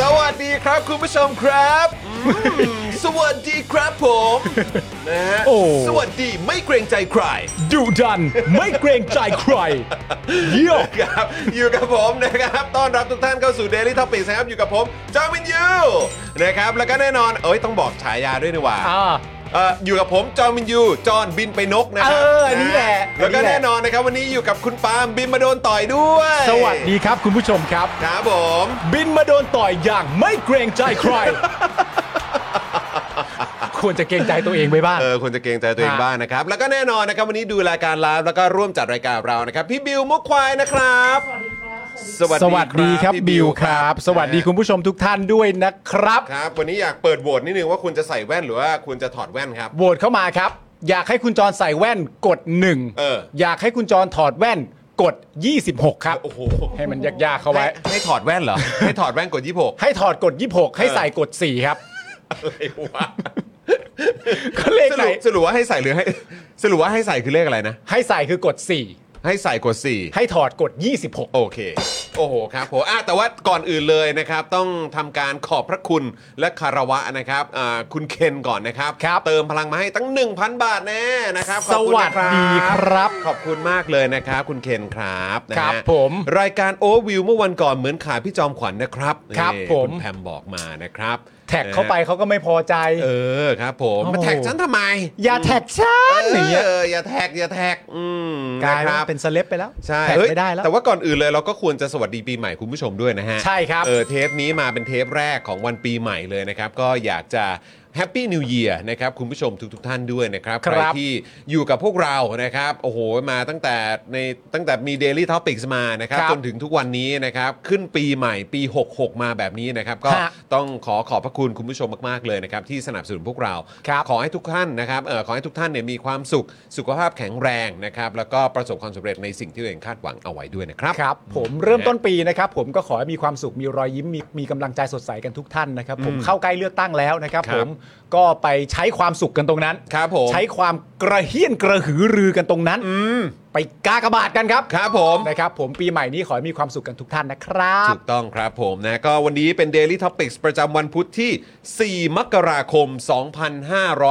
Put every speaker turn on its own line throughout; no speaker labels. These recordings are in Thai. สวัสดีครับคุณผู้ชมครับอืมสวัสดีครับผมนะฮะ
โอ้
สวัสดีไม่เกรงใจใคร
ดุดัน ไม่เกรงใจใคร เยี่ยม
ครับ อยู่กับผมนะครับต้อนรับทุกท่านเข้าสู่ Daily Topics นะครับอยู่กับผมจอห์นวินยูนะครับแล้วก็แน่นอนเอ้ยต้องบอกฉายาด้วยนี่หว่า เอ่ออยู่กับผมจอห์นวินยูจอห์นบินไปนกนะครั
เอออันนี้แหละ
นแล้วก็
อันนี้แหละ
แน่นอนนะครับวันนี้อยู่กับคุณปาล์มบินมาโดนต่อยด้วย
สวัสดีครับคุณผู้ชมครับ
ครับผม
บินมาโดนต่อยอย่างไม่เกรงใจ ใคร ควรจะเกรงใจตัวเองไปบ้าง
เออควรจะเกรงใจตัวเอง
ฮะ
บ้างนะครับ แล้วก็แน่นอนนะครับวันนี้ดูรายการไลฟ์แล้วก็ร่วมจัดรายการเรานะครับ พี่บิวมุกควายนะครับ สวัส
ส
ดีครับ
วัสดีครับ
พี่
บิวครับ สวัสดีคุณผู้ชมทุกท่านด้วยนะครับ
ครับ วันนี้อยากเปิดโหวตนิดนึงว่าคุณจะใส่แว่นหรือว่าคุณจะถอดแว่นครับ
โหวตเข้ามาครับ อยากให้คุณจรใส่แว่นกด 1
เออ
อยากให้คุณจรถอดแว่นกด 26 ครับ
โอ้โห
ให้มันยากๆเข้าไว้
ให้ให้ถอดแว่น เหรอ ให้ถอดแว่นกดยี่หก
ให้ถอดกด 26 ให้ใส่กด 4 ครับ
อะไรวะ
ก็เลข
ส
ไหน
รุปสรุปว่าให้ใส่หรือให้สรุปว่าให้ใส่คือเลขอะไรนะ
ให้ใส่คือกด
ให้ใส่กด4
4 ให้ถอดกด 26
โอเค โอ้โหครับผมอ่ะแต่ว่าก่อนอื่นเลยนะครับ ต้องทำการขอบพระคุณและคารวะนะครับอ่าคุณเคนก่อนนะครับ
ครับ
เติมพลังมาให้ตั้ง 1,000 บาทแน่นะครับขอบคุณนะ
สวัสดีครับ
ขอบคุณมากเลยนะครับ คุณเคนครับนะฮะ
ครับผม
รายการโอวิวเมื่อวันก่อนเหมือนขาพี่จอมขวัญนะครับ
ครับ
นี่
ผม
คุณแพมบอกมานะครับ
แท็กเข้าไปเขาก็ไม่พอใจ
เออครับผม
โอ้โห
มาแท็กฉันทำไม
อย่าแท็กฉันอย่างเงี้ย
เอออย่าแท็กอย่าแท็กอืม
กลาย
นะครับ
เป็นเซเลบไปแล้ว
ใช่
แท็ก
เฮ้ย
ไม่ได้แล้ว
แต่ว่าก่อนอื่นเลยเราก็ควรจะสวัสดีปีใหม่คุณผู้ชมด้วยนะฮะ
ใช่ครับ
เออเทปนี้มาเป็นเทปแรกของวันปีใหม่เลยนะครับ ก็อยากจะแฮปปี้นิวเยียร์นะครับคุณผู้ชมทุกๆทท่านด้วยนะครับ
ครั
ใค
บ
รที่อยู่กับพวกเรานะครับโอ้โหมาตั้งแต่ในตั้งแต่มี Daily Topics มานะครับ
ครับ
จนถึงทุกวันนี้นะครับขึ้นปีใหม่ปี 66 มาแบบนี้นะครับก็
ฮะ
ต้องขอขอบพระคุณคุณผู้ชมมากๆเลยนะครับที่สนับสนุนพวกเรา
ครับ
ขอให้ทุกท่านนะครับเออขอให้ทุกท่านเนี่ยมีความสุขสุขภาพแข็งแรงนะครับแล้วก็ประสบความสำเร็จในสิ่งที่ตัวเองคาดหวังเอาไว้ด้วยนะครับ
ครับ ผมเริ่มต้นปีนะครับ ผมก็ขอให้มีความสุขมีรอยยิ้มมีมีกำลังใจสดใสกันทุกท่านนะครับ ผมเข้าใกล้เลือกตั้งแล้วนะครับ
ครับ
ผมก็ไปใช้ความสุขกันตรงนั้น
ครับผม
ใช้ความกระเฮี้ยนกระหือรือกันตรงนั้น ไปกากบาทกันครับ
ครับผม
นะครับ ผมปีใหม่นี้ขอให้มีความสุขกันทุกท่านนะครับ
ถูกต้องครับผมนะก็วันนี้เป็น Daily Topics ประจำวันพุทธที่ 4 มกราคม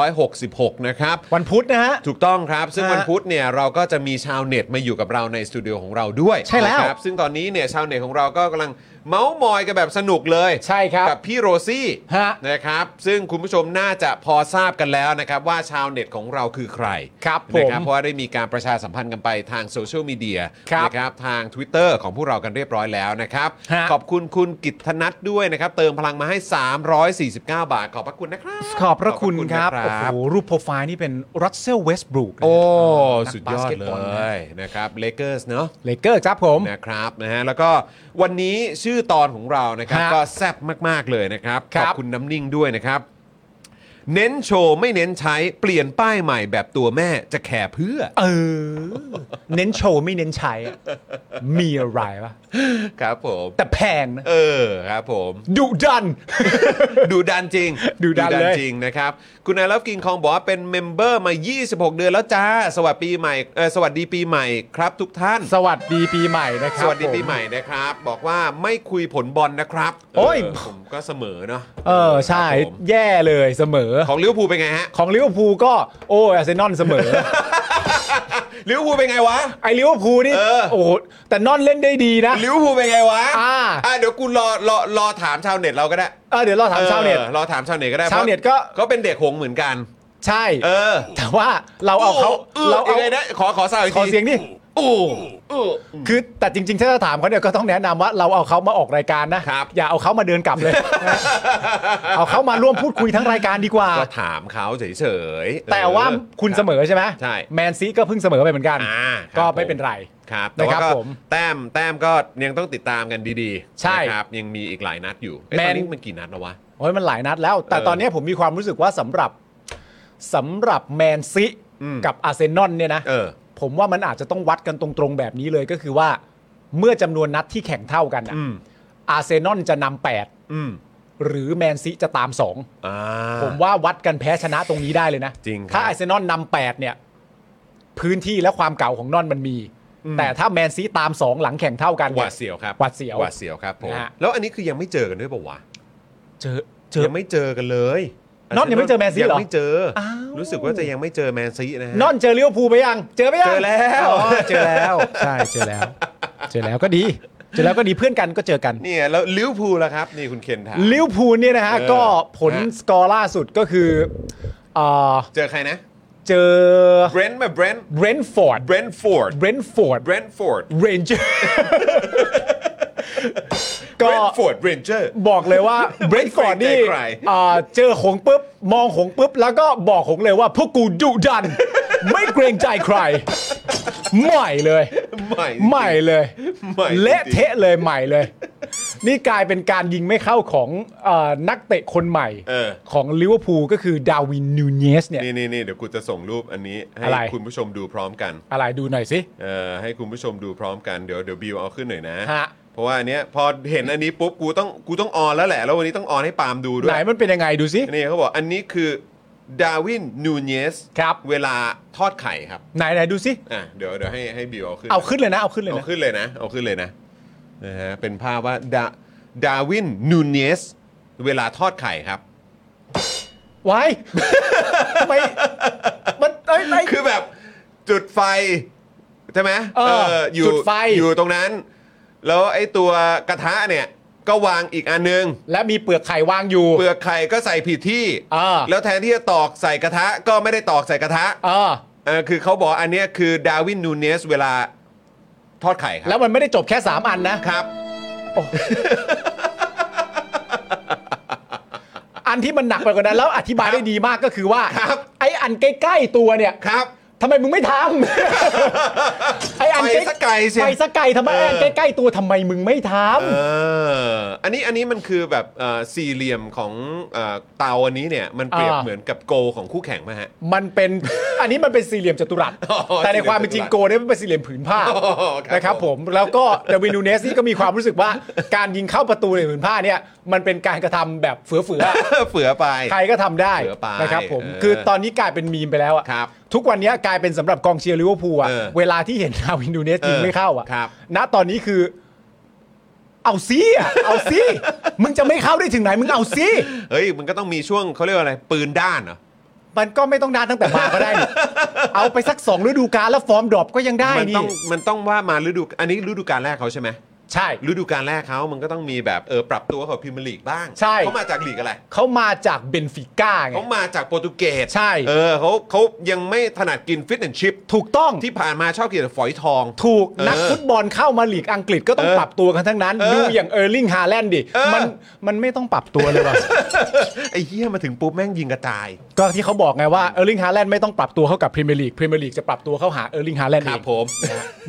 2566 นะครับ
วันพุธนะฮะ
ถูกต้องครับ ซึ่ง
ฮะ
วันพุธเนี่ยเราก็จะมีชาวเน็ตมาอยู่กับเราในสตูดิโอของเราด้วย
ใช่แล้ว
นะครับซึ่งตอนนี้เนี่ยชาวเน็ตของเราก็กำลังเมาส์มอยกันแบบสนุกเลย
ใช่ครับ
กับพี่โรซี่
ฮะ
นะครับ ซึ่งคุณผู้ชมน่าจะพอทราบกันแล้วนะครับว่าชาวเน็ตของเราคือใคร
ครับ
นะ
ผม
เพราะว่าได้มีการประชาสัมพันธ์กันไปทางโซเชียลมีเดีย
ครับ
นะครับทาง Twitter ของพวกเรากันเรียบร้อยแล้วนะครับ
ฮะ
ขอบคุณคุณกิตธนัทด้วยนะครับเติมพลังมาให้ 349 บาท ขอบพระคุณนะครับ
ขอบพระคุณครับ
ขอพะณ
โอ้
นะ
โหรูปโปรไฟล์นี่เป็นรัสเซลเวสบรูก
โอ้
นัก
สุดยอบ
า
ด
สเกต
เล
บอลนะ
ยนะครับเลเกอร์สเนาะ
เลเกอร์ครับผม
นะครับนะฮะแล้วก็วันนี้ชื่อตอนของเรานะครับ
ฮะ
ก็แซ่บมาก ๆ เลยนะครับข
ครั
อ
บบ
คุณน้ำนิ่งด้วยนะครับ เน้นโชว์ไม่เน้นใช้เปลี่ยนป้ายใหม่แบบตัวแม่จะแคร์เพื่อ
เออ เน้นโชว์ไม่เน้นใช้อะมีอะไรวะ
ครับผม
แต่แพงนะ
เออครับผม
ดุดัน
ดูดันจริง
ดุดันเลย
จริงนะครับ คุณนายรับกินคองบอกว่าเป็นเมมเบอร์มา 26 เดือนแล้วจ้า สวัสดีปีใหม่เออสวัสดีปีใหม่ครับทุกท่าน
สวัสดีปีใหม่นะครับ
สวัสดี
ผม
ปีใหม่นะครับ บอกว่าไม่คุยผลบอลนะครับ
โอ้ย
เผมก็เสมอเนาะ
เออใช่
ครับผม
แย่เลยเสมอ
ของลิเวอร์พูลเป็นไงฮะ
ของลิเวอร์พูลก็โอ้ยอาร์เซนอลเสมอ
ลิเวอร์พูลเป็นไงวะ
ไอลิเวอร์พูลนี่
เออ
โอ้โหแต่นอนเล่นได้ดีนะ
ลิเวอร์พูลเป็นไงวะ
อ่า
อ่ะเดี๋ยวกูรอรอรอถามชาวเน็ตเราก็ได้
เออเดี๋ยวรอถามชาวเน็ต
ออรอถามชาวเน็ตก็ได้
ชาวเน็ตก็
ก็เป็นเด็กหงส์เหมือนกัน
ใช่
เออ
แต่ว่าเราเอาเขา
เรา
เรา
เอา
เอา
ไงนะขอขอสาวอีก
ข
ที
อเสียงดิ
โอ้โอ้
คือแต่จริงๆ ถ้าจะถามเขาเนี่ยก็ต้องแนะนำว่าเราเอาเขามาออกรายการนะครับ อย่าเอาเขามาเดินกลั บเลย เอาเขามาร่วมพูดคุยทั้งรายการดีกว่า
ก็ถามเขาเฉยๆเออ
แต่ว่าคุณเสมอใช่ไหม
ใช่
แมนซีก็เพิ่งเสมอไปเหมือนกัน
อ่าครับ
ก็ไม่เป็นไร
ครับแต่
นะค
ว่า
รับ
ก็
ผม
แต้มแต้มก็ยังต้องติดตามกันดีๆ
ใช่
นะครับยังมีอีกหลายนัดอยู่เอ๊ะ
แม
ตอน นนี้มันกี่นัดแล้ววะ
โอ้ยมันหลายนัดแล้ว แต่
เออ
ตอนเนี้ยผมมีความรู้สึกว่าสำหรับสำหรับแมนซี
อืม
กับอาร์เซนอลเนี่ยนะ
เออ
ผมว่ามันอาจจะต้องวัดกันตรงๆแบบนี้เลยก็คือว่า เมื่อจำนวนนัดที่แข่งเท่ากันน่ะ
อืม
อาร์เซนอลจะนำแปด
อืม
หรือแมนซีจะตามสอง
อ่า
ผมว่าวัดกันแพ้ชนะตรงนี้ได้เลยนะ
จริงครับ
ถ้าอาร์เซนอลนำแปดเนี่ย พื้นที่และความเก่าของนอนมันมี
อืม
แต่ถ้าแมนซีตามสองหลังแข่งเท่ากัน
ห
เนี่
วาย ดเสียวครับ
หวาดเสียว
หวาดเสียวครับผม
นะฮะ
แล้วอันนี้คือยังไม่เจอกันด้วยปะวะ
เจอเจอ
ยังไม่เจอกันเลย
น็อตยังไม่เจอแมนซีเหรอ
ยังไม่เจอ
อ้าว
รู้สึกว่าจะยังไม่เจอแมนซีนะฮะ
นอนเจอเลี้ยวภูลไปยัง เจอไปยัง
เจอแล้ว
อเจอแล้ว ใช่เจอแล้ว เจอแล้วก็ดี เจอแล้วก็ดีเพื่อนกันก็เจอกัน
เนี่ยแล้วลิเวอร์พูลล่ะครับ นี่คุณเคนถาม
ลิเวอร์พูลเนี่ยนะฮะ
เออ
ก็ผล
ฮะ
สกอร์ล่าสุดก็คือเอ่อ
เจอใครนะ
เจอ
เบรนท์มาเบรนท์
เบรนท์ฟอร์ด
เบรนท์ฟอร์ด
เบรนท์ฟอร์ด
เบรนท์ฟอร์ด
เรนเจ อร์
เบ
ก็
รนท์ฟอร์ดเรนเจอร์
บอกเลย ว่าเบรนท์ฟอร์ด
ไม่เกร
นี่
งใจใคร
เอ่อเจอหงปุ๊บ มองหงปุ๊บ แล้วก็บอกหงเลยว่าพวกกูดุดัน ไม่เกรงใจใคร ใหม่เลย
ใหม่
ใหม่เลย
ใหม่จริงๆ
เละเทะเลยใหม่เลย นี่กลายเป็นการยิงไม่เข้าของเออนักเตะคนใหม่
เออ
ของลิเวอร์พูลก็คือดาวินนูเนสเนี่ย
นี่นี่นี่เดี๋ยวกูจะส่งรูปอันนี้ให้
อะไร
คุณผู้ชมดูพร้อมกัน
อะไรดูหน่อยสิ
เอ่อให้คุณผู้ชมดูพร้อมกันเดี๋ยวเดี๋ยวบิวเอาขึ้นหน่อยนะ
ฮะ
เพราะว่าอันเนี้ยพอเห็นอันนี้ปุ๊บกูต้องกูต้องออนแล้วแหละ แล้ววันนี้ต้องออนให้ปาล์มดูด้ว
ไหน
ย
มันเป็นยังไงดูสิ
นี่เขาบอกอันนี้คือดาวินนูเนส
ครับ
เวลาทอดไข่ครับ
ไหนไหนดูสิ
อ่ะเดี๋ยวเดี๋ยวให้ให้บิวเอาขึ้น
เอาขึ้นเลยนะ เอาขึ้นเลย
เอา
นะ
ขึ้นเลยนะ เอาขึ้นเลยนะนะฮะเป็นภาพว่าดาดาวินนูเนสเวลาทอดไข่ครับ
ไว้ทำไมมันเอ้ยไอ้
คือแบบจุดไฟ ใช่ไหม
เออ
อยู่
จุดไฟ
อยู่ตรงนั้น แล้วไอ้ตัวกระทะเนี่ย ก็วางอีกอันนึง
และมีเปลือกไข่วางอยู่
เปลือกไข่ก็ใส่ผิดที่
เออ
แล้วแทนที่จะตอกใส่กระทะก็ไม่ได้ตอกใส่กระทะ
เออ
เออคือเขาบอกอันเนี้ยคือดาวินนูเนสเวลาทอดไข่ครั
แล้
บ
วมันไม่ได้จบแค่ 3 อันนะ
ครับ
อันที่มันหนักไปกว่านั้น แล้วอธิบายได้ดีมากก็คือว่า
ครับ
ไอ้อันใกล้ๆตัวเนี่ย
ครับ
ทำไมมึงไม่ท ำ ไอ้อันใล้
ไปสักไกลสิ
ไปสักไกลทำไม
เออ
ไอ้อันใกล้ๆตัวทำไมมึงไม่ท
เอออันนี้อันนี้มันคือแบบเอ่อสี่เหลี่ยมของเอ่อเตาอันนี้เนี่ยมันเปรียบเหมือนกับโกของคู่แข่งไหมฮะ
ำมันเป็น อันนี้มันเป็นสี่เหลี่ยมจัตุรัส
อ๋อ
แต่ในความเป็นจริง
สี่เหลี่ยมจัตุรัส
โกเนี่ยมันเป็นสี่เหลี่ยมผืนผ้า
อ๋อครับ
นะครับผม แล้วก็เดวินนูเนสนี่ก็มีความรู้สึกว่า การยิงเข้าประตูในผืนผ้าเนี่ยมันเป็นการกระทำแบบเฟือๆ
เฟือไป
ใครก็ทำได้
เหลือไป
นะครับผม
เออ
คือตอนนี้กลายเป็นมีมไปแล้วอะ
ครับ
ทุกวันนี้กลายเป็นสำหรับกองเชียร์ลิเวอร์พูลอะ
เออ
เวลาที่เห็นด าวินดูเนสยิง
เออ
ไม่เข้าอะ
ครับ
ณตอนนี้คือ เอาซิอะเอาซิ มึงจะไม่เข้าได้ถึงไหน มึงเอาซิ
เฮ้ยมันก็ต้องมีช่วงเขาเรียกว่าอะไร ปืนด้านเหรอ
มันก็ไม่ต้องนานตั้งแต่มาก็ได้ นี่เอาไปสักสองฤดูกาลแล้วฟอร์มดรอปก็ยังได้
มัต้อ
นี่
งมันต้องว่ามาฤดูอันนี้ฤดูกาลแรกเขาใช่ไหม
ใช่
ฤดูกาลแรกเขามันก็ต้องมีแบบเออปรับตัวเขาพิมยร์ลีกบ้าง
ใช่
เขามาจากลีกอะไร
เขามาจากเบนฟิก้าไง
เขามาจากโปรตุเกส
ใช่
เออเขาเขายังไม่ถนัดกินฟิตแอนด์ชิพ
ถูกต้อง
ที่ผ่านมาชอบกินแต่ฝอยทอง
ถูก
เออ
นักฟุตบอลเข้ามาลีกอังกฤษก็ต้อง
เออ
ปรับตัวกันทั้งนั้น
เออ
ดูอย่างเออร์ลิงฮาแลนด์ดิ
เออ
มันมันไม่ต้องปรับตัว เลยว่ะ
ไอ้เหี้ยมาถึงปุ๊บแม่งยิงกระจาย
ก็ที่เขาบอกไงว่าเออร์ลิงฮาแลนด์ไม่ต้องปรับตัวเข้ากับพรีเมียร์ลีกพรีเมียร์ลีกจะปรับตัวเข้าหาเออร์ลิงฮาแลนด์
ค
เอ
รับ
ง
ผม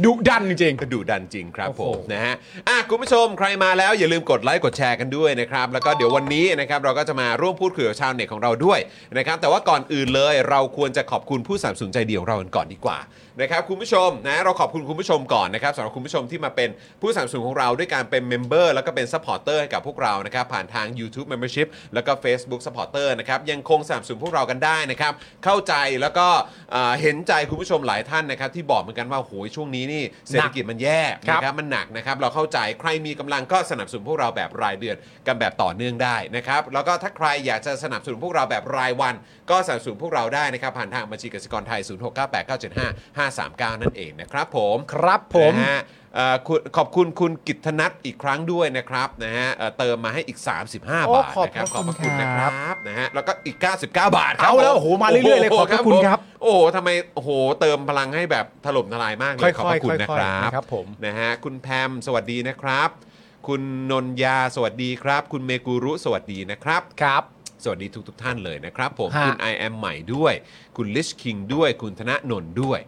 ดุดันจริง
ก็ดูดันจริงครับ
โอ้
ผ
โห
มนะฮะ อ่ะคุณผู้ชมใครมาแล้วอย่าลืมกดไลค์กดแชร์กันด้วยนะครับ แล้วก็เดี๋ยววันนี้นะครับเราก็จะมาร่วมพูดคุยกับชาวเน็ตของเราด้วยนะครับ แต่ว่าก่อนอื่นเลยเราควรจะขอบคุณผู้สนับสนุนใจเดียวเรากันก่อนดีกว่านะครับคุณผู้ชมนะเราขอบคุณคุณผู้ชมก่อนนะครับสำหรับคุณผู้ชมที่มาเป็นผู้สนับสนุนของเราด้วยการเป็นเมมเบอร์แล้วก็เป็นซัพพอร์เตอร์ให้กับพวกเรานะครับผ่านทาง YouTube Membership แล้วก็ Facebook Supporter นะครับยังคงสนับสนุนพวกเรากันได้นะครับเข้าใจแล้วก็อ่าเห็นใจคุณผู้ชมหลายท่านนะครับที่บอกเหมือนกันว่าโหยช่วงนี้นี่เศรษฐกิจมันแย่
ครั
นะ
บ
ครับ มันหนักนะครับ เราเข้าใจใครมีกำลังก็สนับสนุนพวกเราแบบรายเดือนกันแบบต่อเนื่องได้นะครับ แล้วก็ถ้าใครอยากจะสนับสนุนพวกเราแบบรายวัน ก็สนับสนุนพวกเราได้นะครับ ผ่านทางบัญชีกสิกรไทย 0698975539 นั่นเองนะครับผม
ครับผม
นะฮะเอ่อคุณขอบคุณคุณกิตนัทอีกครั้งด้วยนะครับนะฮะเอ่อเติมมาให้อีก 35 บา
โอ้
ท
ขอบ
นะครับ
พระคุณ
พระคุณนะค
ครั
รั
บบ
นะฮะแล้วก็อีก 99 บาทครับ
เอาแล้
ผ
วโอ้โหมาเรื่อยๆเลยขอบพระคุณครับ
ผมโอ้โหทำไมโอ้โหเติมพลังให้แบบถล่มทลายมากเล
ค่อย
ย
ๆ
ขอบ
ค่
พระคุ
อย
ณ
ๆ
นะครั
นะ
บ
ครับผม
นะฮะคุณแพมสวัสดีนะครับ คุณนนยาสวัสดีครับ คุณเมกุรุสวัสดีนะครับ
ครับ
สวัสดีทุกทท่านเลยนะครับ ผม
ฮะ
คุณ I am ใหม่ด้วย คุณลิชคิงด้วย คุณธนนนท์ด้วย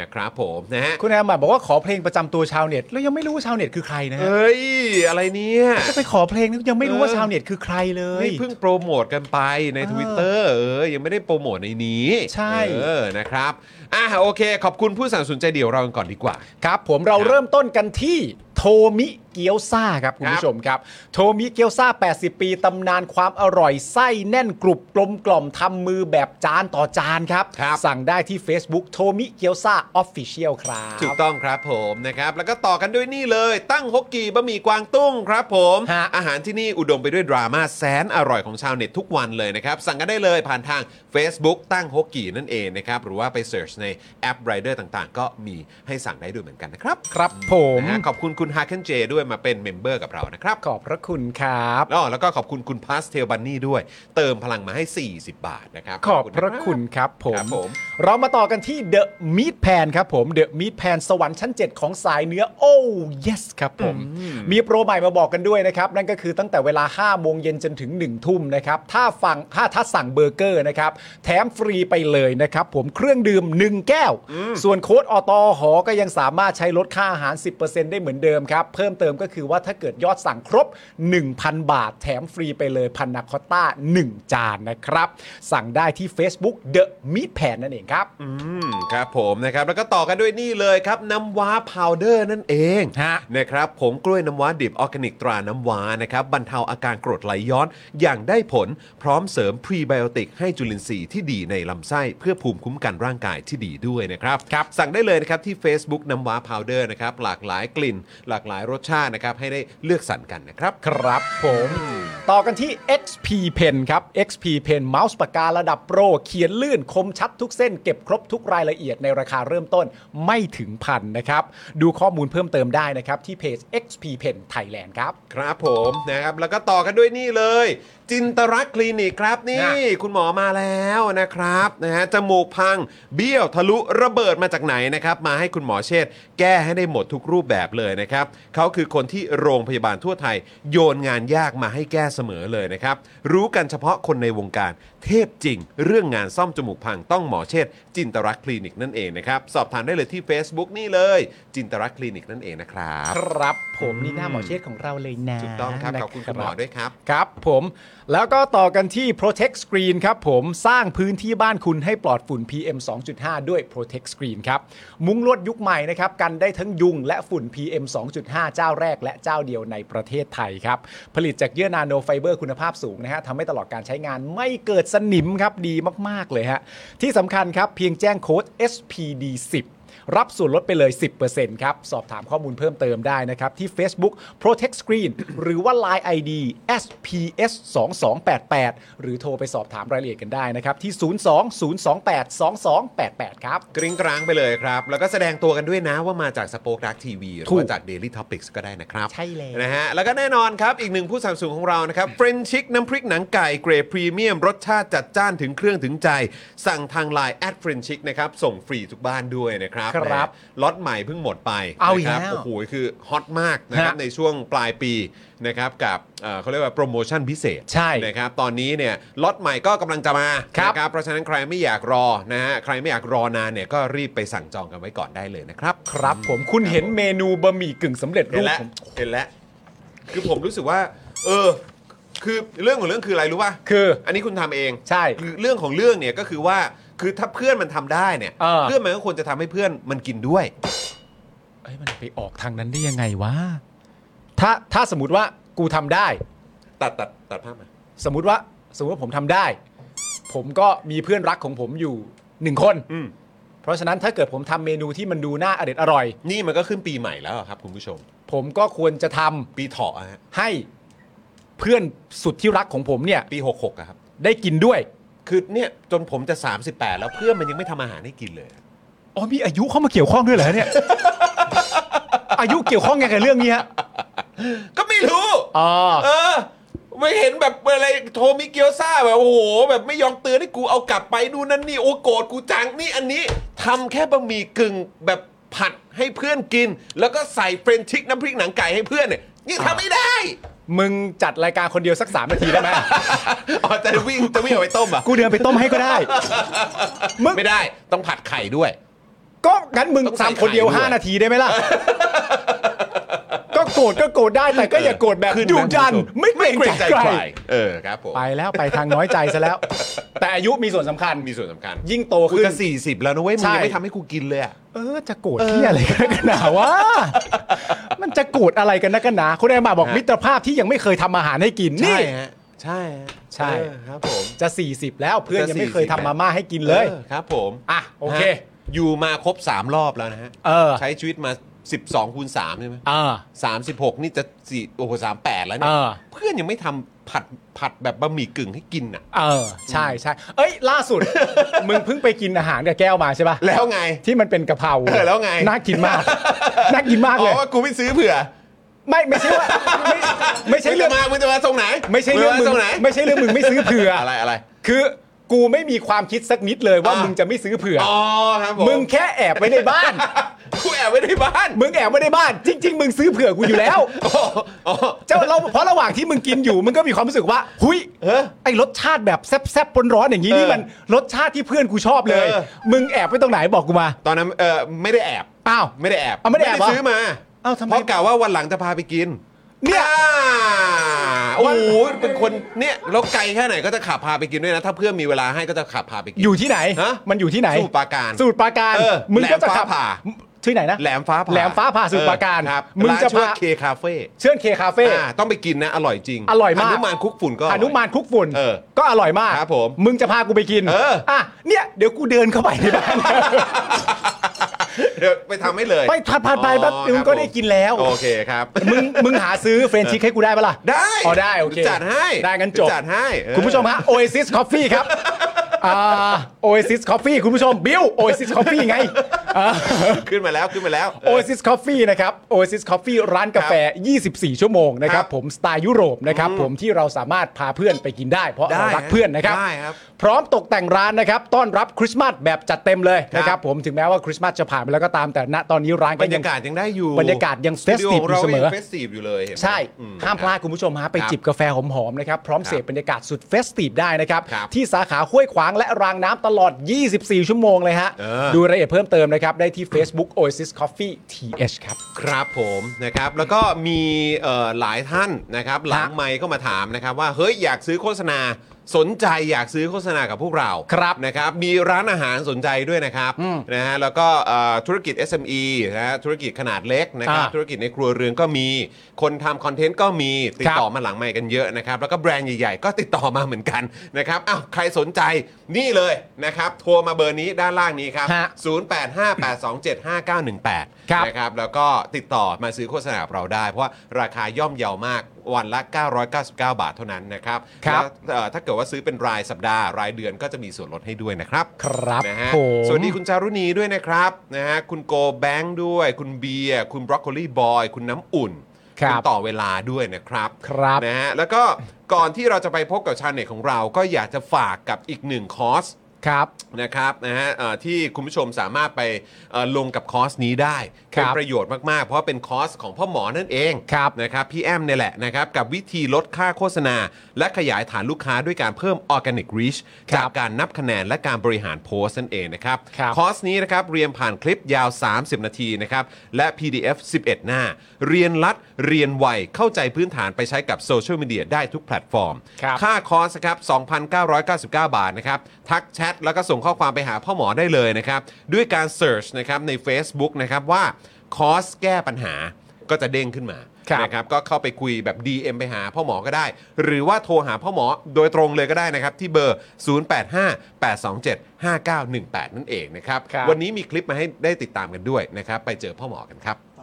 นะครับผมนะฮะ
คุณแอมหมายบอกว่าขอเพลงประจำตัวชาวเน็ตแล้วยังไม่รู้ว่าชาวเน็ตคือใครนะฮะ
เอ้ย อะไรเนี่ย
จะไปขอเพลงนี่ยังไม่รู้ว่าชาวเน็ตคือใครเลย
นี่เพิ่งโปรโมทกันไปใน
เออ
Twitter เออยังไม่ได้โปรโมทในนี้
ใช่
เออนะครับอ่ะโอเค ขอบคุณผู้สนับสนุนใจเดียวเรากันก่อนดีกว่า
ครับผมเราเริ่มต้นกันที่โทมิเกียวซาครับคุณ
ครั
ผู้
บ
ชมครับ โทมิเกียวซา80 ปีตำนานความอร่อยไส้แน่นกรุบกลมกล่อมทำมือแบบจานต่อจานครับ สั่งได้ที่ Facebook โทมิเกียวซาออฟฟิเชียลครับ
ถูกต้องครับผมนะครับ แล้วก็ต่อกันด้วยนี่เลย ตั้งฮกกีบะหมี่กวางตุ้งครับผม
ฮะ
อาหารที่นี่อุดมไปด้วยดราม่าแสนอร่อยของชาวเน็ตทุกวันเลยนะครับ สั่งกันได้เลยผ่านทาง Facebook ตั้งฮกกีนั่นเองนะครับ หรือว่าไปเสิร์ชในแอปไรเดอร์ต่างๆ ก็มีให้สั่งได้ด้วยเหมือนกันนะครับ
ครับผม
นะฮะขอบคุณคุณฮาเคนเจด้วยมาเป็นเมมเบอร์กับเรานะครับ
ขอบพระคุณครับ
อ๋อแล้วก็ขอบคุณคุณพาสเทลบันนี่ด้วย เติมพลังมาให้ 40 บาทนะครับ
ขอบพระคุณครับผม
ครับผม
เรามาต่อกันที่ The Meat Pan ครับผม The Meat Pan สวรรค์ชั้น 7 ของสายเนื้อ โอ้ yes ครับผม มีโปรใหม่มาบอกกันด้วยนะครับ นั่นก็คือตั้งแต่เวลา 5 โมงเย็นจนถึง 1 ทุ่มนะครับ ถ้าฟังถ้าถ้าสั่งเบอร์เกอร์นะครับ แถมฟรีไปเลยนะครับผมเครื่องดื่ม 1 แก้ว ส่วนโค้ดอตอหอก็ยังสามารถใช้ลดค่าอาหาร 10%ได้เหมือนเดิมครับ เพิ่มเติมก็คือว่าถ้าเกิดยอดสั่งครบ 1,000 บาท แถมฟรีไปเลยพันนาคอตต้า 1 จานนะครับ สั่งได้ที่ Facebook The Meat Pan นั่นเองครับ
อืมครับผมนะครับแล้วก็ต่อกันด้วยนี่เลยครับน้ำว้าพาวเดอร์นั่นเอง
ฮะ
นะครับผงกล้วยน้ำว้าดิบออร์แกนิกตราน้ำว้านะครับบรรเทาอาการกรดไหลย้อนอย่างได้ผลพร้อมเสริมพรีไบโอติกให้จุลินทรีย์ที่ดีในลำไส้เพื่อภูมิคุ้มกันร่างกายที่ดีด้วยนะครับ
ครับ
สั่งได้เลยนะครับที่ Facebook น้ำว้าพาวเดอร์นะครับหลากหลายกลิ่น หลากหลายรสชาตินะครับให้ได้เลือกสรรกันนะครับ
ครับผม ต่อกันที่ XP Pen ครับ XP Pen เมาส์ปากการะดับโปร เขียนลื่นคมชัดทุกเส้นเก็บครบทุกรายละเอียดในราคาเริ่มต้นไม่ถึงพันนะครับ ดูข้อมูลเพิ่มเติมได้นะครับ ที่เพจ XP Pen Thailand ครับ
ครับผมนะครับแล้วก็ต่อกันด้วยนี่เลย จินตรักษณ์คลินิกครับนี่
นะ
คุณหมอมาแล้วนะครับนะฮะจมูกพังเบี้ยวทะลุระเบิดมาจากไหนนะครับ มาให้คุณหมอเชษฐ์แก้ให้ได้หมดทุกรูปแบบเลยนะครับเขาคือคนที่โรงพยาบาลทั่วไทย โยนงานยากมาให้แก้เสมอเลยนะครับ รู้กันเฉพาะคนในวงการเทพจริง เรื่องงานซ่อมจมูกพังต้องหมอเชษฐ์จินตรักษณ์คลินิกนั่นเองนะครับสอบถามได้เลยที่ Facebook นี่เลย จินตรักษณ์คลินิกนั่นเองนะครับ
ครับผมนี่หน้าหมอเชษฐ์ของเราเลยนะ
ถูกต้องครับขอบคุณคุณหมอด้วยครับ
ครับผมแล้วก็ต่อกันที่ Protect Screen ครับผมสร้างพื้นที่บ้านคุณให้ปลอดฝุ่น PM 2.5 ด้วย Protect Screen ครับมุ้งลวดยุคใหม่นะครับกันได้ทั้งยุงและฝุ่น PM 2.5 เจ้าแรกและเจ้าเดียวในประเทศไทยครับ ผลิตจากเยื่อนาโนไฟเบอร์คุณภาพสูงนะฮะทำให้ตลอดการใช้งานไม่เกิดสนิมครับดีมาก ๆ เลยฮะที่สำคัญครับเพียงแจ้งโค้ด SPD 10 รับส่วนลดไปเลย 10%ครับ สอบถามข้อมูลเพิ่มเติมได้นะครับ ที่ Facebook Protect Screen หรือว่า Line ID SPS 2288หรือโทรไปสอบถามรายละเอียดกันได้นะครับ ที่ 02 028 2288 ครับ
กริ้งกรางไปเลยครับ แล้วก็แสดงตัวกันด้วยนะว่ามาจากสป o อคดักทีวีหรือ
ถูก
ว่าจาก Daily Topics ก็ได้นะครับ
ใช่แล้ว
นะฮะแล้วก็แน่นอนครับ อีกหนึ่งผู้สนัมสูงของเรานะครับเฟรนชิกน้ำพริกหนังไก่เกรดพรีเมียม รสชาติจัดจ้านถึงเครื่องถึงใจ สั่งทางไลน์แอดเฟรนชิกนะครับ ส่งฟรีทุกบ้านด้วยนะค นะครับ
ครับ
นะล็อตใหม่เพิ่งหมดไป
เอาอี
นะค
ก
รับ
แล้ว
โอ้โหคือฮอตมากนะครับ
ฮะ
ในช่วงปลายปีนะครับกับเอ่อเขาเรียกว่าโปรโมชั่นพิเศษ
ใช่
นะครับตอนนี้เนี่ยล็อตใหม่ก็กำลังจะมา
ครับ
นะเพราะฉะนั้นใครไม่อยากรอนะฮะใครไม่อยากรอนานเนี่ยก็รีบไปสั่งจองกันไว้ก่อนได้เลยนะครับ
ครับผมคุณเห็นเมนูบะหมี่กึ่งสำเร็จ
เห็
รู
น
ป
แล้ว
ผม
เห็นแล้ว คือผมรู้สึกว่า เออ คือเรื่องของเรื่องคืออะไรรู้ป่ะ
คือ
อันนี้คุณทำเอง
ใช่
คือเรื่องของเรื่องเนี่ยก็คือว่า คือถ้าเพื่อนมันทำได้เนี่ย
เออ
เพื่อนมันก็ควรจะทำให้เพื่อนมันกินด้วย
เอ้ยมันไปออกทางนั้นได้ยังไงวะถ้าถ้าสมมติว่ากูทำได้
ตัดตัดตัดภาพมา
สมมติว่าสมมติว่าผมทำได้ ผมก็มีเพื่อนรักของผมอยู่หนึ่งคน
อืม
เพราะฉะนั้นถ้าเกิดผมทำเมนูที่มันดูน่าอร่อยอร่อย
นี่มันก็ขึ้นปีใหม่แล้วอะครับ คุณผู้ชม
ผมก็ควรจะทำ
ปีเถาะอะฮะ
ให้เพื่อนสุดที่รักของผมเนี่ย
ปี 66อะครับ
ได้กินด้วย
คือเนี่ยจนผมจะ 38 แล้วเพื่อนมันยังไม่ทำอาหารให้กินเลย
อ๋อมีอายุเข้ามาเกี่ยวข้องด้วยเหรอเนี่ย อายุเกี่ยวข้องไงกับเรื่องนี้ฮะ
ก็ไม่รู้
อ๋อ
เออ ไม่เห็นแบบอะไรโทมิเกียวซ่าแบบโอ้โห แบบไม่ยอมเตือนให้กูเอากลับไปนู่นนั่นนี่โอ้โกรธกูจังนี่อันนี้ทำแค่บะหมี่กึ่งแบบผัดให้เพื่อนกิน แล้วก็ใส่เฟรนช์ทิกน้ำพริกหนังไก่ให้เพื่อนเนี่ยยังทำไม่ได้
มึงจัดรายการคนเดียวสักสามนาทีได้ไหม
อ๋อจะวิ่งจะวิ่งเอาไปต้มเหรอ่ะ
กูเดินไปต้มให้ก็ได้ มึง
ไม่ได้ต้องผัดไข่ด้วย
ก็งั้นมึง
ต้องใส่
สามคนเดียว
ไข่ด้วย
ห้านาทีได้ไหมล่ะ ก็โกรธก็โกรธได้แต่ก็อย่าโกรธแบบดุดัน ไม่เกรง
เกรง
ใจ
ใจ
ใค
ใค
ร
รเออครับผม
ไปแล้วไปทางน้อยใจซะแล้ว แต่อายุมีส่วนสำคัญ
มีส่วนสำคัญ
ยิ่งโต
กู
ขึ้น
จะสี่สิบแล้วนะเว้ยมึง
ใช่
ยังไม่ทำให้กูกินเลยอะ
เออจะโกรธที่อะไรกันนักหนาวะ มันจะโกรธอะไรกันนักหนาคุณแอมมาบอก
ฮะ
มิตรภาพที่ยังไม่เคยทำอาหารให้กินนี่
ใช่ฮะใช่ฮะ
ใช่
เออครับผม
จะ 40 แล้วเพื่อนยังไม่เคยทำมาม่าให้กินเลย
ออครับผม
อ่ะโอเค
นะฮะอยู่มาครบ 3 รอบแล้วนะฮะ
เออ
ใช้ชีวิตมา 12คูณ3ใช่ไหม
อ่า
สามสิบหกนี่จะสี่โอ้โหสามแปดแล้วเนี่ย
เออ
เพื่อนยังไม่ทำผัดผัดแบบบะหมี่กึ่งให้กินอ่ะ
เออใช่ใช่เอ้ย ล่าสุด มึงเพิ่งไปกินอาหารกับแก้วมาใช่ปะ
แล้วไง
ที่มันเป็นกะเพรา
เออแล้วไง
น่ากินมาก น่ากินมาก
อ๋
เลย
อว่ากูไม่ซื้อเผื่อ
ไม่ไม่ใช่ว่าไม่ไม่ใช่
ง
เรื่อง
จะมามึงจะมาทรงไหน
ไม่ใช่เรื่องมึ
งจะาง ทรงไหน
ไม่ใช่เรื่องมึงไม่ซื้อเผื่ออ
อะไรอะไร
คือกูไม่มีความคิดสักนิดเลยว่า
อ่ะ
มึงจะไม่ซื้อเผื่อ
อ๋
อ
อครับผม
มึงแค่แอบไว้ในบ้าน
กูแอบไว้ในบ้าน
มึงแอบไว้ในบ้าน จริง ๆ มึงซื้อเผื่อกูอยู่แล้ว
อ๋ออ๋อ
เจ้าเราเพราะระหว่างที่มึงกินอยู่มึงก็มีความรู้สึกว่าหุย
เออ
ไอรสชาติแบบแซ่บๆร้อนๆอย่างนี้นี่
เออ
มันรสชาติที่เพื่อนกูชอบเลย
เออ
มึงแอบไว้ตรงไหนบอกกูมา
ตอนนั้นเออไม่ได้แอบ
อ้าว
ไม่ได้แอบ
อ้าวไม่ได้แอบเหรอ
ซื้อมา
อ้าวทำไม
เพราะกะว่าวันหลังจะพาไปกิน
เนี่ย
อ่าโอ้โหเป็นคนเนี่ยแล้วไกลแค่ไหนก็จะขับพาไปกินด้วยนะ ถ้าเพื่อนมีเวลาให้ก็จะขับพาไปกิน
อยู่ที่ไหน
ฮะ
มันอยู่ที่ไหน
สมุทรปราการ
สูตรปราการ
เออ
มึงก็จะ
แหลม
ขั
ฟ้า
บ
ผ่า
ชื่อไหนนะ
แหลมฟ้าผ่า
แหลมฟ้าผ่าสมุทรปราการ
เออครับ
มึงจะ
ร้านชื่อ
พา
เคคาเฟ่
เชื่อนเคคาเฟ่
าต้องไปกินนะ อร่อยจริง
อร่อยมาก
หนุมานคุกฝุ่นก็อร่
อ
อย
นุมานคลุกฝุ่น
เออ
ก็อร่อยมาก
ครับผม
มึงจะพากูไปกิน
เอออ่
อ่ะเนี่ยเดี๋ยวกูเดินเข้าไปใน บ้าน
เดี๋ยวไปทำให้เลย
ไปผัดผัดไป
อ๋อ
แป๊บนึง
ครับ
ก็ได้กินแล้ว
โอเคครับ
มึงมึงหาซื้อเฟรนช์ชิกให้กูได้ปะล่ะ
ได้
อ๋อได้โอเค
จัดให้
ได้งั้นจบ
จัดให้เออ
คุณผู้ชมฮะ Oasis Coffee ครับอ่า Oasis Coffee คุณผู้ชมบิว Oasis Coffee ไงอ่า
ขึ้นมาแล้วขึ้นมาแล้ว
โอ s i s Coffee นะครับ Oasis Coffee ร้านกาแฟ 24 ชั่วโมงนะครับ
ครับ
ผมสไตล์ยุโรปนะครับผมที่เราสามารถพาเพื่อนไปกินได้ เพราะ
ได้
เรารักเพื่อนนะครับ
ได้ครับ
พร้อมตกแต่งร้านนะครับ ต้อนรับคริสต์มาสแบบจัดเต็มเลยนะครับผมถึงแม้ว่าคริสต์มาสจะผ่านไปแล้วก็ตามแต่ณตอนนี้ร้าน
บ
ก็
รร
ยั
ยาง กาศยังได้อยู่
บรรยากาศยัง
สตูดิโ
festive อยู่เสมอ
รายัง festive อยู่เลยเนไหม
ใช่
อืม
ห้ามพลา
ค
ด
รับ
คุณผู้ชมฮะ ไป
ครับ
จิบกาแฟหอมๆนะครับ พร้อมเสพบรรยากาศสุดเฟสติฟได้นะครับ
ครับ
ที่สาขาห้วยขวางและรางน้ำตลอด 24 ชั่วโมงเลยฮะ
เออ
ดูรายละเอียดเพิ่มเติมนะครับได้ที่ Facebook Oasis Coffee TH ครับ
ครับผมนะครับแล้วก็มีเอ่อหลายท่านนะครับหลังไมค์ก็มาถามนะครับว่าเฮ้ยอยากซื้อโฆษณาสนใจอยากซื้อโฆษณากับพวกเรา
ครับ
นะครับมีร้านอาหารสนใจด้วยนะครับนะฮะแล้วก็เอ่อธุรกิจ SME นะฮะธุรกิจขนาดเล็กนะครับ
อ่า
ธุรกิจในครัวเรือนก็มี คนทำคอนเทนต์ก็มีติดต่อ
ครับ
มาหลังไมค์กันเยอะนะครับแล้วก็แบรนด์ใหญ่ๆ ก็ติดต่อมาเหมือนกันนะครับอ้าวใครสนใจนี่เลยนะครับโทรมาเบอร์นี้ด้านล่างนี้ครับ
ฮะ
0858275918
ครับ
นะครับแล้วก็ติดต่อมาซื้อโฆษณากับเราได้ เพราะว่าราคาย่อมเยาวมากวันละ 999 บาทเท่านั้นนะครับ
ครับ
แล้วเอ่อถ้าเกิดว่าซื้อเป็นรายสัปดาห์รายเดือนก็จะมีส่วนลดให้ด้วยนะครับ
ครับ
นะฮะ
ผม
สวัสดีคุณจารุณีด้วยนะครับนะฮะคุณโกแบงค์ด้วย คุณเบียร์คุณบรอกโคลีบอยคุณน้ำอุ่น
ครับ
ณต่อเวลาด้วยนะครับ
ครับ
นะฮะแล้วก็ก่อนที่เราจะไปพบกับชาวเน็ตของเราก็อยากจะฝากกับอีกหนึ่งคอร์ส
ครับ
นะครับนะฮะเอ่อที่คุณผู้ชมสามารถไปเอ่อลงกับคอร์สนี้ได้
ครับ
เป็นประโยชน์มาก ๆ เพราะเป็นคอร์สของพ่อหมอนั่นเอง
ครับ
นะครับพี่แอมเนี่ยแหละนะครับกับวิธีลดค่าโฆษณา และขยายฐานลูกค้าด้วยการเพิ่มออร์แกนิกรีช
ครับ
จากการนับคะแนนและการบริหารโพสต์นั่นเองนะครับ
ครับ
อร์สนี้นะครับเรียนผ่านคลิปยาว 30 นาทีนะครับและ PDF 11 หน้า เรียนรัดเรียนไวเข้าใจพื้นฐานไปใช้กับโซเชียลมีเดียได้ทุกแพลตฟอร์ม
ครับ
ค่าคอร์สครับ 2,999 บาทนะครับ ทักแชทแล้วก็ส่งข้อความไปหาพ่อหมอได้เลยนะครับ ด้วยการเ e ิร์ชนะครับใน Facebook นะครับว่าคอร์สแก้ปัญหาก็จะเด้งขึ้นมา
ครับ
นะครับ ก็เข้าไปคุยแบบ DM ไปหาพ่อหมอก็ได้ หรือว่าโทรหาพ่อหมอโดยตรงเลยก็ได้นะครับ ที่เบอร์ 0858275918 นั่นเองนะครับ
ครับ
วันนี้มีคลิปมาให้ได้ติดตามกันด้วยนะครับ ไปเจอพ่อหมอกันครับ
ส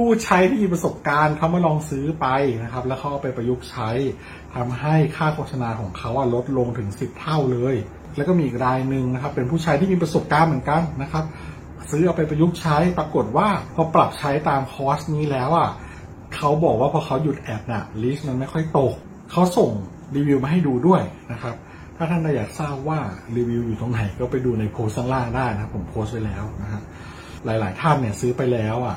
ผู้ใช้ที่มีประสบการณ์เขามาลองซื้อไปนะครับ แล้วเขาเอาไปประยุกต์ใช้ทำให้ค่าโฆษณาของเขาอะลดลงถึง 10 เท่าเลย แล้วก็มีอีกรายหนึ่งนะครับ เป็นผู้ใช้ที่มีประสบการณ์เหมือนกันนะครับ ซื้อเอาไปประยุกต์ใช้ปรากฏว่าพอปรับใช้ตามคอร์สนี้แล้วอ่ะเขาบอกว่าพอเขาหยุดแอดน่ะลิสต์มันไม่ค่อยตกเขาส่งรีวิวมาให้ดูด้วยนะครับ ถ้าท่านอยากทราบว่ารีวิวอยู่ตรงไหนก็ไปดูในโพสต์ข้างล่างได้นะครับผมโพสต์ไว้แล้วนะฮะ หลาย ๆ ท่านเนี่ยซื้อไปแล้วอ่ะ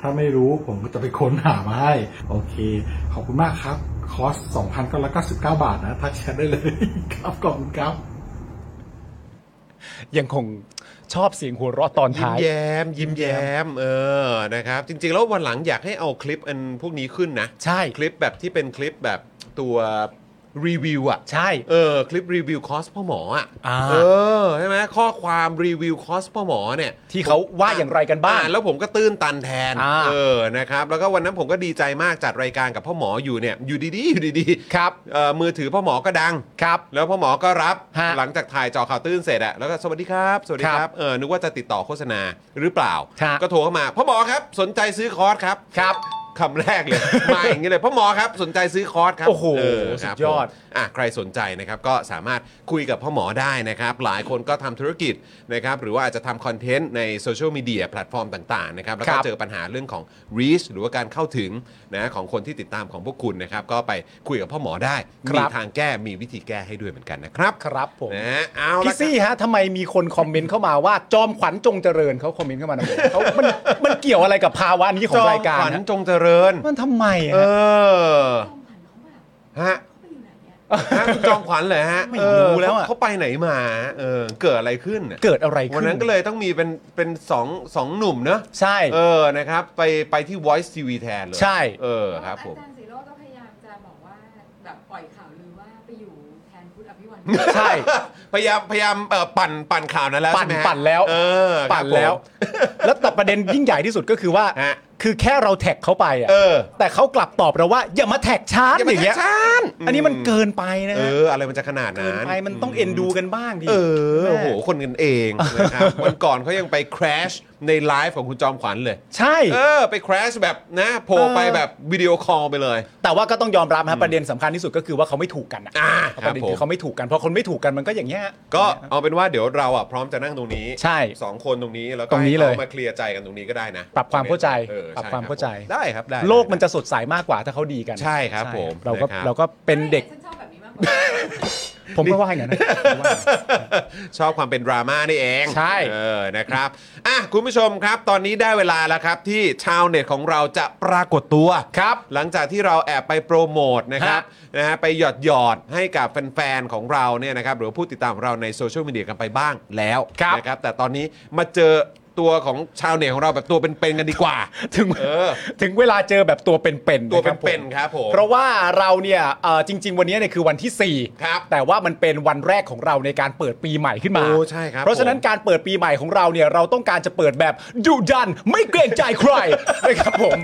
ถ้าไม่รู้ผมก็จะไปค้นหามาให้ โอเค ขอบคุณมากครับ คอร์ส 2,999 บาทนะ ทักแชทได้เลย ครับขอบคุณครับ
ยังคงชอบเสียงหัวเราะตอน
ยิ้ม
ท้าย
แย้ม ยิ้มแย้มเออนะครับ จริง ๆ แล้ววันหลังอยากให้เอาคลิปอันพวกนี้ขึ้นนะ
ใช่
คลิปแบบที่เป็นคลิปแบบตัวรีวิวอ่ะ
ใช่
เออคลิปรีวิวคอสพ่อหมออ่ะ
อ่า
เออใช่ไหมข้อความรีวิวคอสพ่อหมอเนี่ย
ที่เขาว่าอย่างไรกันบ้าง
อ่แล้วผมก็ตื้นตันแทน
อ่า
เออนะครับแล้วก็วันนั้นผมก็ดีใจมากจัดรายการกับพ่อหมออยู่เนี่ยอยู่ดีๆอยู่ดีๆ
ครับ
เอ่อมือถือพ่อหมอก็ดัง
ครับ
แล้วพ่อหมอก็รับ
ฮะ
หลังจากถ่ายเจอข่าวตื้นเสร็จอะแล้วก็สวัสดีครับ สวัสดีค
ครั
รับบ เออนึกว่าจะติดต่อโฆษณาหรือเปล่า
ฮะ
ก็โทรเข้ามาพ่อหมอครับสนใจซื้อคอร์สครับ
ครับ
คำแรกเลย มาอย่างนี้เลยพ่อหมอครับสนใจซื้อคอร์สครับ
โอ้โห
เครับ
สุดยอด
ผมอ่ะใครสนใจนะครับก็สามารถคุยกับพ่อหมอได้นะครับ หลายคนก็ทำธุรกิจนะครับหรือว่าอาจจะทำคอนเทนต์ในโซเชียลมีเดียแพลตฟอร์มต่างๆนะครับแล้ว
ค
ก็
รับ
เจอปัญหาเรื่องของ reach หรือว่าการเข้าถึงนะของคนที่ติดตามของพวกคุณนะครับก็ไปคุยกับพ่อหมอได้มีทางแก้มีวิธีแก้ให้ด้วยเหมือนกันนะครับ
ครับผม
นะฮะเอาละ
พี่ซี่ฮะทำไมมีคนคอมเมนต์เข้ามาว่า จอมขวัญจงเจริญเขาคอมเมนต์เข้ามานะผมเขา มันมันเกี่ยวอะไรกับภาวะนี้
ค
ข
บ
องรายการ
จอมขวัญ
ฮะ
จงเจริญ
มันทำไม
เอ
ฮะ
อ
จอมขวัญเขาแบบ
ฮะ
เขาไปอยู่ไหนเนี่ย
ฮะคุณจอมขวัญเลยฮะ
ไม่
เออ
รู้แล้วอะ
เขาไปไหนมา เออ เกิดอะไรขึ้นน่ะ
เกิดอะไรขึ้น
วันนั้นก็เลยต้องมีเป็นเป็นสองสองหนุ่มเนอะ
ใช่
เออ นะครับ ไปไปที่ Voice TV แทนเลย
ใช่
เออ ครับผม
อาจารย์สีโรจน์ก็พยายามจะบอกว่าแบบปล่อยข่าวลือว่าไปอยู่แทนพุทธอภิวัน
ใช่
พยายามพยายามเอ่อปั่นปั่นข่าวนั้นแล้ว
ปั่น
ใช่ไหมฮะ
ปั่นแล้ว
เออครับ
ปั่นแล้ว
ผม
แล้ว แต่ประเด็นยิ่งใหญ่ที่สุดก็คือว่า
ฮะ
คือแค่เราแท็กเขาไปอะ
เออ
แต่เขากลับตอบเราว่า อย่ามาแท็กชาร์จ
อย่า
อ
มา
ย่างเงี้ย
แท็กฉัน
อันนี้มันเกินไปนะ
เอ
ฮะ
อ อะไรมันจะขนาด
เกิน
นั้น
ไปมันต้องเอ็นดูกันบ้างดิ
เออ
แม่
โอ้โห คนกันเองนะครับ วันก่อนเขายังไป crash ในไลฟ์ของคุณจอมขวัญเลย
ใช่
เออ ไป crash แบบนะโผล่ไปแบบวิดีโอคอลไปเลย
แต่ว่าก็ต้องยอมรับฮะประเด็นสำคัญที่สุดก็คือว่าเขาไม่ถูกกันอะ
อ่า
ป
ค
ระ
รับ
เด็น
ผ
คื
ม
อเขาไม่ถูกกันเพราะคนไม่ถูกกันมันก็อย่างเงี้ย
ก็เอาเป็นว่าเดี๋ยวเราอ่ะพร้อมจะนั่งตรงนี้
ใช่
สองคนตรงนี้แล้วก็
ตรงนี้
ให้
เล
เขา
ย
มาเคลียร์ใจกันตรงนี้ก็ได้นะ
ปรับความเข้าใจ
ออ
ปรับ
ช่
ความ
บ
เข้าใจ
ผมได้ครับได้
โลกมันจะสดใสมากกว่าถ้าเขาดีกัน
ใช่ครับผม
เราก็
นะครับ
เราก็เป็นเด็ก
ฉันชอบแบบนี้มากกว่า
ผมก็ว่าอย่างนั้นนะ
ชอบความเป็นดราม่านี่เอง
ใช่
เออนะครับอ่ะคุณผู้ชมครับ ตอนนี้ได้เวลาแล้วครับ ที่ชาวเน็ตของเราจะปรากฏตัว
ครับ
หลังจากที่เราแอบไปโปรโมทนะครับ
ฮะ
นะฮะไปหยอดหยอดๆให้กับแฟน ๆ ของเราเนี่ยนะครับหรือว่าผู้ติดตามของเราในโซเชียลมีเดียกันไปบ้างแล้ว
ครับ
นะครับแต่ตอนนี้มาเจอ ตัวของชาวเน็ตของเราแบบตัวเป็นๆกันดีกว่า
ถึง
เออ
ถึงเวลาเจอแบบตัวเป็น
ตัว
ๆะครับผม
เป็นๆครับผม
เพราะว่าเราเนี่ยเอ่อจริง ๆ วันนี้เนี่ยคือวันที่ 4
ครับ
แต่ว่ามันเป็นวันแรกของเราในการเปิดปีใหม่ขึ้นมา
โอ้ใช่ครับ
เพราะฉะนั้น
ผม
การเปิดปีใหม่ของเราเนี่ยเราต้องการจะเปิดแบบดุดันไม่เกรงใจใคร นะครับผม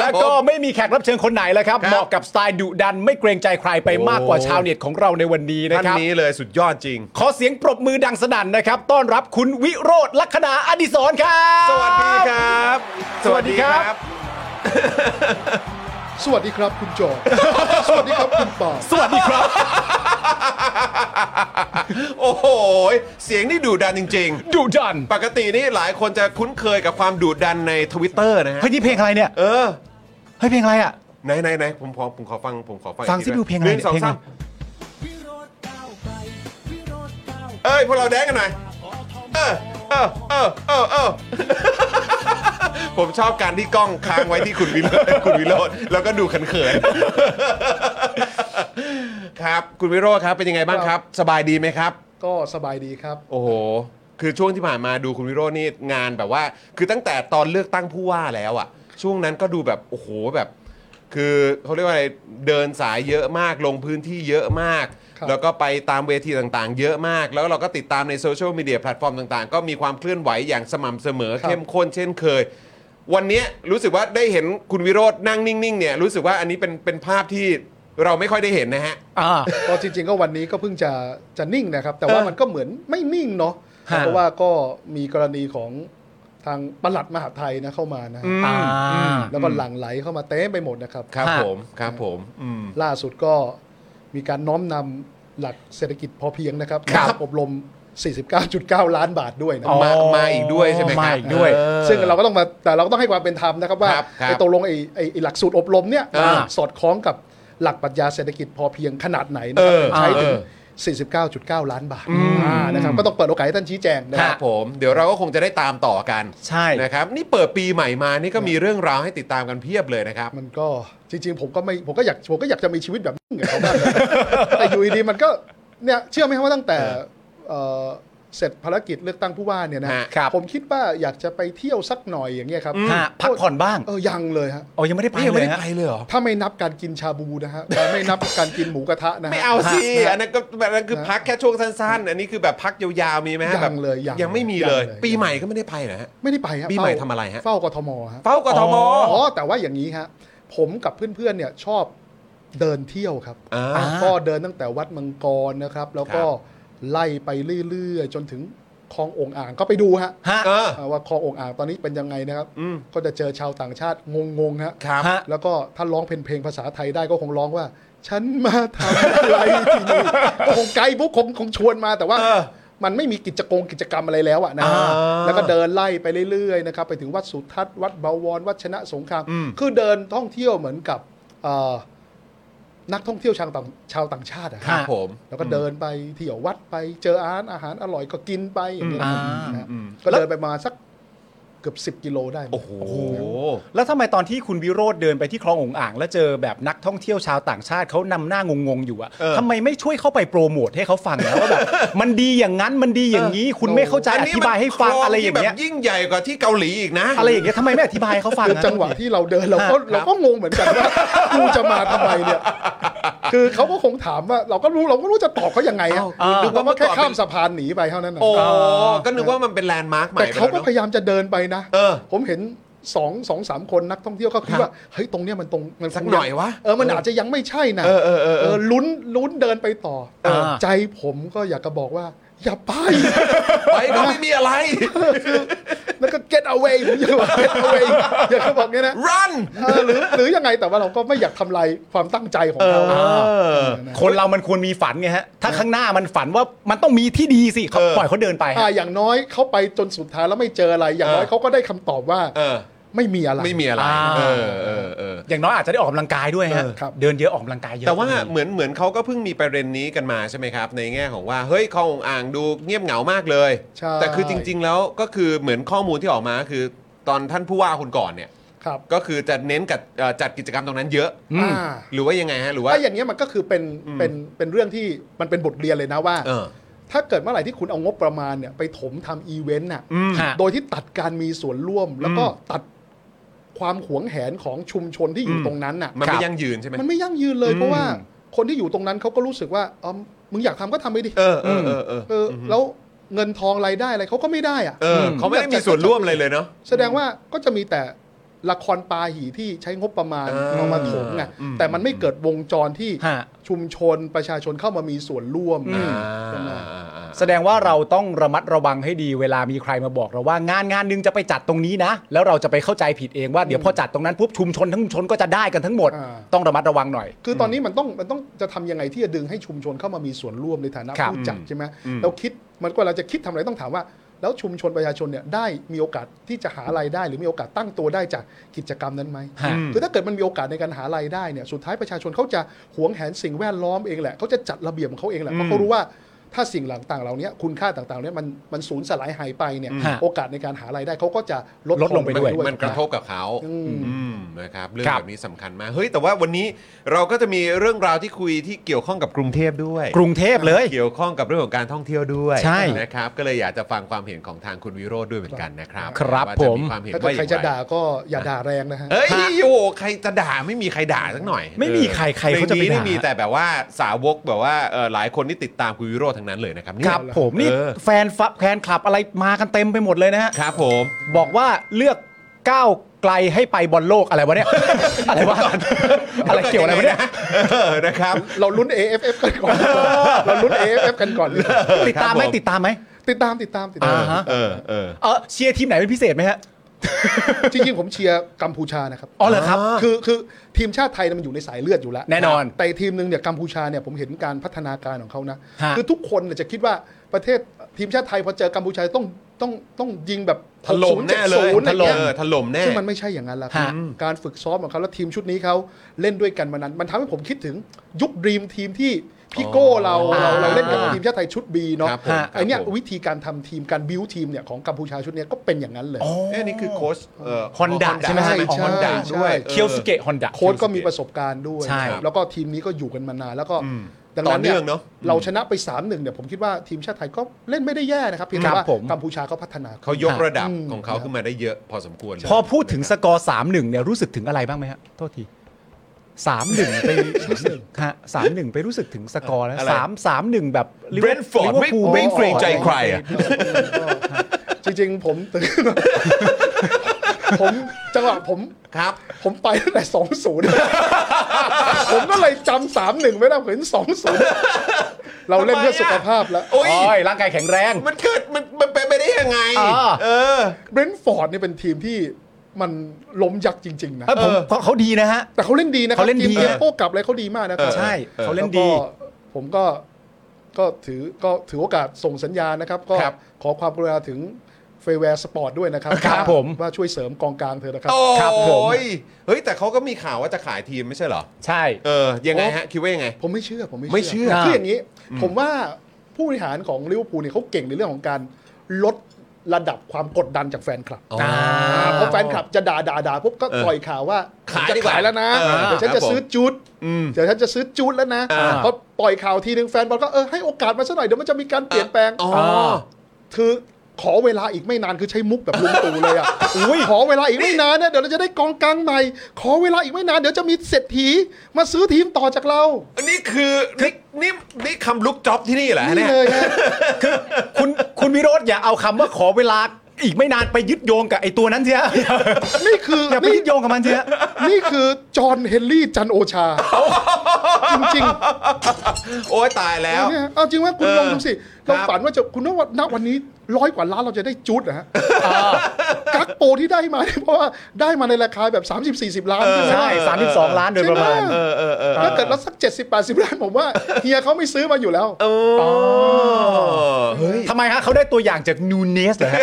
แล้วก็ไม่มีแขกรับเชิญคนไหนแล้วครับ
ครับ
เหมาะกับสไตล์ดุดันไม่เกรงใจใครไปมากกว่า
โอ้
ชาวเน็ตของเราในวันนี้นะ
ท่าน
ครับ
นี้เลยสุดยอดจริง
ขอเสียงปรบมือดังสนั่นนะครับ ต้อนรับคุณวิโรธลัคนาอดิศรครับ
สวัสดีครับ
สวัสดีครับ
ส วัสดีครับคุณจอ ร์จ สวัสดีครับคุณปาล์ม
สวัสดีครับ
โอ้โห เสียงนี่ดุดันจริง
ดุดัน
ๆ ปกตินี่หลายคนจะคุ้นเคยกับความดุดันใน Twitter นะฮะ
เฮ้ยนี่เพลงอะไรเนี่ย
เออ
เฮ้ยเพลงอะไรอ่ะ
ไหนไหนไหนผมขอผมขอฟังผมขอฟัง
ฟังสิ
อีกที
ดูเพลงอะ
ห
ไร
นึ่งสอง
เพลงอะไร
สามเอ้ยพวกเราแดนกันหน่อยเออเออเออเออเออ ผมชอบการที่กล้องค้างไว้ที่คุณวิโรจน์คุณวิโรจน์แล้วก็ดูเขินๆครับ คุณวิโรจน์ครับเป็นยังไงบ้างครับ สบายดีไหมครับ
ก็สบายดีครับ
โอ้โห คือช่วงที่ผ่านมาดูคุณวิโรจน์นี่งานแบบว่า คือตั้งแต่ตอนเลือกตั้งผู้ว่าแล้วอะช่วงนั้นก็ดูแบบโอ้โหแบบ คือเขาเรียกว่าอะไรเดินสายเยอะมากลงพื้นที่เยอะมาก
ครับ
แล้วก็ไปตามเวทีต่างๆ เยอะมาก แล้วเราก็ติดตามในโซเชียลมีเดียแพลตฟอร์มต่างๆ ก็มีความเคลื่อนไหวอย่างสม่ำเสมอเข้มข้นเช่นเคย วันเนี้ยรู้สึกว่าได้เห็นคุณวิโรจน์นั่งนิ่งๆเนี่ยรู้สึกว่าอันนี้เป็นเป็นภาพที่เราไม่ค่อยได้เห็นนะฮะ
อ่า
ก็จริงๆก็วันนี้ก็เพิ่งจะจะนิ่งนะครับ แต่ว่า
เออ
มันก็เหมือนไม่นิ่งเนาะ
ฮะ
เพราะว่าก็มีกรณีของทางปลัดมหาดไทยนะเข้ามานะฮะ
อ่า
แล้วก็หลั่งไหลเข้ามาเต็มไปหมดนะครับ
ครับ
ฮะ
ผมครับผมอืม
ล่าสุดก็มีการน้อมนำหลักเศรษฐกิจพอเพียงนะครับ
ครับ
มาอบรม 49.9 ล้านบาทด้วยนะ
มามาอีกด้วยใช่ไหมครับ
มาอีกด้วย
เออ
ซึ่งเราก็ต้องมาแต่เราก็ต้องให้ความเป็นธรรมนะครับว่า
ครับครับ
ไอ้ตกลงไอ้ไอ้ไอ้หลักสูตรอบรมเนี่ย
อ่า
สอดคล้องกับหลักปรัชญาเศรษฐกิจพอเพียงขนาดไหนนะครั
เออ
ถึงใช้ถึง
เออ
49.9 ล้านบาทอ่านะครับก็ต้องเปิดโอกาสให้ท่านชี้แจงนะ
ค
ค
รั
รั
บบ ผมเดี๋ยวเราก็คงจะได้ตามต่อกัน
ใช่
นะครับ นี่เปิดปีใหม่มานี่ก็มีเรื่องราวให้ติดตามกันเพียบเลยนะครับ
มันก็จริงๆ ผมก็ไม่ผมก็อยากผมก็อยากจะมีชีวิตแบบนี้เหมือนเขาบ้าง นะ แต่อยู่ดีๆมันก็เนี่ยเชื่อไหมครับว่าตั้งแต่เอ่อเสร็จภารกิจเลือกตั้งผู้ว่าเนี่ยนะ
ฮะ
ครับ
ผมคิดว่าอยากจะไปเที่ยวสักหน่อยอย่างเงี้ยครับ
ฮะพักผ่อนบ้าง
เออยังเลยฮะ
โอ้ยังไม่ได้ไป
นี่ยังไม่
เลย
ได้
ฮะ
ไปเลยเหรอ
ถ้าไม่นับการกินชาบูนะฮะแต่ไม่นับการกินหมูกระทะนะฮะ
ไม่เอาสิ
ฮะ
อันนั้นก็แบบนั้นคือ
นะ
พักแค่ช่วงสั้นๆ อันนี้คือแบบพักยาวๆมีไหมฮะ
ยัง
แบบ
เลยยัง
ยังไม่มี
ยัง
เลย
เลย
ปีใหม่ก็ไม่ได้ไปนะฮะ
ไม่ได้ไปฮะ
ปีใหม่
เฝ้า
ทำอะไรฮะ
เฝ้ากทมฮะ
เฝ้ากทม
อ๋อแต่ว่าอย่างนี้ฮะผมกับเพื่อนๆเนี่ยชอบเดินเที่ยวครับ
อ่า
อ่า
ก็เดินตั้งแต่วัดมังกรนะครับ แล้ว
ค
ก็
รับ
ไล่ไปเรื่อยๆ จนถึงคลององอ่างก็ไปดูฮะ
ฮะ
เออ
อ่าว่าคลององอ่างตอนนี้เป็นยังไงนะครับ
อืม
ก็จะเจอชาวต่างชาติงงๆฮะ
ครับ
ฮะ
แล้วก็ถ้าร้องเพลงเพลงภาษาไทยได้ก็คงร้องว่า ฉันมาทำอะไรที่นี่ก็คงไกลปุ๊บคงคงชวนมาแต่ว่า
เออ
มันไม่มีกิจกรงกิจกรรมอะไรแล้วอะนะฮะ
อ่า
แล้วก็เดินไล่ไปเรื่อยๆนะครับไปถึงวัดสุทัศน์วัดบวรวัดชนะสงคราม
อืม
คือเดินท่องเที่ยวเหมือนกับเอ่อนักท่องเที่ยวชาวต่างชาวต่างชาติอะ
ครับ
ฮะ
ผม
แล้วก็เดินไปเที่ยววัดไปเจออาหารอาหารอร่อยก็กินไปอย่างเงี้ย
อืม
นะฮะ
อืมอืม
ก็เดินไปมาสักเกือบ 10 กิโลได้
โอ้โห
แล้วทำไมตอนที่คุณวิโรธเดินไปที่คลององอ่าง แล้วเจอแบบนักท่องเที่ยวชาวต่างชาติเขานำหน้างงๆอยู่อะ
เออ
ทำไมไม่ช่วยเข้าไปโปรโมทให้เขาฟังนะว่าแบบมันดีอย่างนั้นมันดีอย่างนี้ คุณไม่เข้าใจอธิบายให้ฟังอะไรอย่างเงี้ย
นนี้มันคลที่แบบยิ่งใหญ่กว่าที่เกาหลีอีกนะ
อะไรอย่างเงี้ยทำไมไม่อธิบายให้เขาฟัง
คือ
นะ
จังหวะที่เราเดินเราก็เราก็งงเหมือนกันว่า กูจะมาทำไมเนี่ย คือเขาก็คงถามว่า เราก็รู้เราก็รู้จะตอบเขายังไงอะ
อ้าว
ดูว่าแค่ข้ามสะพานหนีไปเท่านั้นนะ
โอ้ก็นึกว่ามันเป็นแลนด์มาร์คใหม่
แต่
ไป
เขาก็
แล้ว
พ
เนอะ
ยายามจะเดินไปนะ
เออ
ผมเห็นสองสองสามคนนักท่องเที่ยวก็คิดว่าเฮ้ยตรงเนี้ยมันตรงมัน
สักหน่อยวะ
เออมันอาจจะยังไม่ใช่นะ
เออเออเออเออ
เออลุ้นลุ้นเดินไปต่อ
เออ
ใจผมก็อยากจะบอกว่า อย่าไป
ไปก็ไม่มีอะไร
แล้วก็ get away ผมอยากบอก get away อยากจะบอกเนี้ยนะ
run
เออหรือหรือยังไงแต่ว่าเราก็ไม่อยากทำลายความตั้งใจของเขา
เออ
นะ
คนเรามันควรมีฝันไงฮะถ้าข้างหน้ามันฝันว่ามันต้องมีที่ดีสิเขา
เออ
ปล่อยเขาเดินไปฮะ
อ่าอย่างน้อยเขาไปจนสุดท้ายแล้วไม่เจออะไร อย่างน้อย
เออ
เขาก็ได้คำตอบว่า
เออ
ไม่มีอะไร
ไม่มีอะไร
อ่า
เออเออเออ
อย่างน้อยอาจจะได้ออกกำลังกายด้วยฮะ
เออครับ
เดินเยอะออกกำลังกายเยอะ
แต่ว่า
ก็ดี
เหมือนเหมือนเขาก็เพิ่งมีประเด็นนี้กันมาใช่ไหมครับ ในแง่ของว่าเฮ้ยคลององอ่างดูเงียบเหงามากเลย
ใช่
แต่คือจริง ๆ แล้วก็คือเหมือนข้อมูลที่ออกมาก็คือ ตอนท่านผู้ว่าคนก่อนเนี่ย
ครับ
ก็คือจะเน้นกับเอ่อจัดกิจกรรมตรงนั้นเยอะ
อืม
อ่า
หรือว่ายังไงฮะหรือว่า
ถ้าอย่างเงี้ยมันก็คือเป็นเป็นเป็นเรื่องที่มันเป็นบทเรียนเลยนะว่า
เออ
ถ้าเกิดเมื่อไหร่ที่คุณเอางบประมาณเนี่ยไปถมทำอีเวนต์น่ะ
อืม
ฮะ
โดยที่ตัดการมีส่วนร่วม แล้วก็
อืม
ตัดความหวงแหนของชุมชนที่อยู่ตรงนั้นน่ะ
มันไม่ยั่งยืนใช่ไหม
มันไม่ยั่งยืนเลย
อืม
เพราะว่าคนที่อยู่ตรงนั้นเขาก็รู้สึกว่าอ๋อมึงอยากทำก็ทำไปดิ
เออเออเออเออ
เออแล้วเงินทองรายได้อะไรเขาก็ไม่ได้อะ
เออเขาไม่ได้มีส่วนร่วมอะไรเลยเนาะ
แสดงว่าก็จะมีแต่ละครปาหีที่ใช้งบประมาณ
เออ
เอามาถมไง
อืม
แต่มันไม่เกิดวงจรที่
ฮะ
ชุมชนประชาชนเข้ามามีส่วนร่วม
อ่า
ใช่ไหม
แสดงว่าเราต้องระมัดระวังให้ดีเวลามีใครมาบอกเราว่างานงานหนึงจะไปจัดตรงนี้นะ แล้วเราจะไปเข้าใจผิดเองว่าเดี๋ยวพอจัดตรงนั้นปุ๊บชุมชนทั้งชุมชนก็จะได้กันทั้งหมด
อ่า
ต้องระมัดระวังหน่อย
คือตอนนี้มันต้องมันต้องจะทำยังไงที่จะดึงให้ชุมชนเข้ามามีส่วนร่วมในฐานะครับ ผู้จัดใช่ไหมแล้วคิดมันก็เราจะคิดทำอะไรต้องถามว่า แล้วชุมชนประชาชนเนี่ยได้มีโอกาสที่จะหารายได้ หรือมีโอกาสตั้งตัวได้จากกิจกรรมนั้นไหม
ฮะ
คือถ้าเกิดมันมีโอกาสในการหารายได้เนี่ยสุดท้ายประชาชนเขาจะหวงแหนสิ่งแวดล้อมเองแหละเขาจะจัดระเบียบของเขาเองแหละเพราะเขารู้ว่าถ้าสิ่งหลังต่างๆเหล่านี้คุณค่าต่างๆเนี่ยมันมันสูญสลายหายไปเนี่ย
ฮะ
โอกาสในการหารายได้เขาก็จะลด
ลดลงไปด้วย
ทอ
มันกระทบกับเขา
อืม
อืมนะครับเรื่อง
ครับ
แบบนี้สำคัญมากเฮ้ยแต่ว่าวันนี้เราก็จะมีเรื่องราวที่คุยที่เกี่ยวข้องกับกรุงเทพด้วย
กรุงเทพเลย
เกี่ยวข้องกับเรื่องของการท่องเที่ยวด้วย
ใช่
นะครับก็เลยอยากจะฟังความเห็นของทางคุณวิโรธด้วยเหมือนกันนะครับ
ครับ
ว่าจะ
ผม
ความเห็น
ถ้าเกิ
ว่า
ด
อย่ง
ใครจะ
ไ
ด่าก็อย่าด่าแรงนะฮะ
เอ้ยโอ้โหใครจะด่าไม่มีใครด่าสักหน่อย
ไม่มีใครใครเขาจะไป
ในนี้
ด่า
นี่มีแต่แบบว่าสาวกแบบว่าเอ่อหลายคนที่ติดตามคุณวิโรธทั้งนั้นเลยนะครับเนี่ย
ครับผมนี่
เออ
แฟนฟับแฟนคลับอะไรมากันเต็มไปหมดเลยนะฮะ
ครับผม
บอกว่าเลือกก้าวไกลให้ไปบอลโลกอะไรวะเนี่ย อะไร วะอะไรเกี่ยวอะไรวะเนี่ย
เออนะครับ
เราลุ้น AFF กันก่อน เราลุ้น AFF กันก่อนดีกว่า
ติดตามไหม
ครับผม
ติดตามไหม
ติดตามติดตามติดตาม
อ่าฮะ
เออเออ
เออเชียร์ทีมไหนเป็นพิเศษไหมฮะ
จริงๆผมเชียร์กัมพูชานะครับ
อ๋อเหรอครับ
คือคือทีมชาติไทยเนี่ยมันอยู่ในสายเลือดอยู่แล้ว
แน่นอน
แต่ทีมหนึ่งเนี่ยกัมพูชาเนี่ยผมเห็นการพัฒนาการของเขานะ
ฮะ
คือทุกคนเนี่ยจะคิดว่าประเทศทีมชาติไทยพอเจอกัมพูชาต้องต้องต้องยิงแบบ
ถล่มแน่เลย
60-70
ถล่ม
อะไร
เอ
งี้
อถล่มแน่
ซึ่งมันไม่ใช่อย่างนั้นละครับ
ฮะ
การฝึกซ้อมของเขาแล้วทีมชุดนี้เขาเล่นด้วยกันมานานมันทำให้ผมคิดถึงยุคดีมทีมที่พี่โก้เราเราเราเล่นกับทีมชาติไทยชุด B เนาะ
ครับผม
ไอเนี้ย
ครับผม
วิธีการทำทีมการบิวทีมเนี่ยของกัมพูชาชุดเนี้ยก็เป็นอย่างนั้นเลย
เอ้ยนี่คือโค้ชเ
Honda ใช่ไหมฮะ
ฮอนด้า
ใช่
ด้วยออ
เคียวสเกะฮอนดะ
โค้ดก็มีประสบการณ์ด้วย
ใช่
ครับแล้วก็ทีมนี้ก็อยู่กันมานานแล้วก็
อืม
ดังนั้นเนี่
ต่อเนื่อง
ย
เนอะ
เราชนะไป 3-1เนี่ยผมคิดว่าทีมชาติไทยก็เล่นไม่ได้แย่นะครับเพียงแต่
ครับ
ว่า
ผม
กัมพูชาเขาพัฒนาขึ้น
เขายกระดับ
อืม
ของเขาขึ้นมาได้เยอะพอสมควรเลย
พอพูดถึงสกอร์สามหนึ่งเนี่ยรู้สึกถึงอะไรบ้างไหมฮะโทษทีสามหนึ่งไปรู้สึกฮะสามหนึ่งไปรู้สึกถึงสกอร์แล้วสามสามหนึ่งแบบ
เบรนฟอร์ดไม่ไม่เกรงใจใครอ่ะ
จริงๆ ผม ผมจังหวะผม
ครับ
ผมไปตั้งแต่สองศูนย์ ผมก็เลยจำสามหนึ่งไม่ได้ผมเห็นสองศูนย์เราเล่นเพื่อ
ทำไมอะ
สุขภาพแล้ว
โอ้ย
โอ้ยร่างกายแข็งแรง
มันเกิดมันมันเป็นไปได้ยังไง
อ่า
เออ
เบรนท์ฟอร์ดเนี่ยเป็นทีมที่มันล้มยักษ์จริง ๆ นะ
เอ้ยผมเขาเขาดีนะฮะ
แต่เขาเล่นดีนะครับ
เขาเล่นดี
ทีม
อะ
โป้กลับอะไรเขาดีมากนะครั
เออ
ใช่
เออ
เขา
แล้
เล่
วน ก็
ดี
ผมก็ก็ถือก็ถือโอกาสส่งสัญญาณนะครับ ก็
ครับ
ขอความกรุณาถึงเฟเวอร์สปอร์ตด้วยนะครับ
ครับ
ว่า
ผม
ว่าช่วยเสริมกองกลางเธอนะครับ
โอ
ครับผม
้ยเฮ้ยแต่เขาก็มีข่าวว่าจะขายทีมไม่ใช่เหรอ
ใช่
เออ ยังไงฮะ คิดว่ายังไง
ผมไม่เชื่อ ผม
ไม่
ไม่
เชื่อ
คืออย่างนี้ ผมว่าผู้บริหารของลิเวอร์พูลเนี่ยเขาเก่งในเรื่องของการลดระดับความกดดันจากแฟนคลับ
อ๋อ
อ่าเพราะแฟนคลับจะด่าด่าด่าปุ๊บก็
เออ
ปล่อยข่าวว่า
ขาย
จะ
ดีกว่า
ขายแล้วนะ
เออ
เดี๋ยวฉันจะ
ครับผม
ซื้อจุด
อืม
เดี๋ยวฉันจะซื้อจุดแล้วนะ
อ่า
พอปล่อยข่าวทีนึงแฟนบอลก็เออให้โอกาสมาสักหน่อยเดี๋ยวมันจะมีการเปลี่ยนแปลง
อ๋อ
คือขอเวลาอีกไม่นานคือใช้มุกแบบลุงตู่เลยอ่ะ
อุ้ย
ขอเวลาอีกไม่นานนะเดี๋ยวเราจะได้กองกลางใหม่ ขอเวลาอีกไม่นานเดี๋ยวจะมีเศรษฐีมาซื้อทีมต่อจากเรา
อันนี้คือนี่นี่นี่คำลุกจ็อบที่นี่เหรอฮะเนี่
นี่
ย
เลยฮะ
คุณคุณวิโรธอย่าเอาคำว่าขอเวลาอีกไม่นานไปยึดโยงกับไอ้ตัวนั้นเถ อะ
นี่คือ
อย่าไป
นี่
ยึดโยงกับมันเถอะ
นี่คือจอห์นเฮนรี่จันโอชาจริงๆ
โอ้ยตายแล้ว
เนี่ยเอาจริงว่าคุณ
เออ
ลองดูสิ
ครั
เรา
บ
ฝันว่าจะคุณว่าณวันนี้ร้อยกว่าล้านเราจะได้จุดนะฮะกักโปรที่ได้มาเนี่ยเพราะว่าได้มาในราคาแบบ 30-40 ล้านใช่ไหม
ใช่32 ล้านโดยประมาณ
ใช่ไห
เออเออเออ
ถ้าเกิดเราสัก 70-80 ล้านผมว่า เฮียเขาไม่ซื้อมาอยู่แล้ว
โอ้เฮ้ย
ทำไมฮะเขาได้ตัวอย่างจากนูเนสเหรอฮะ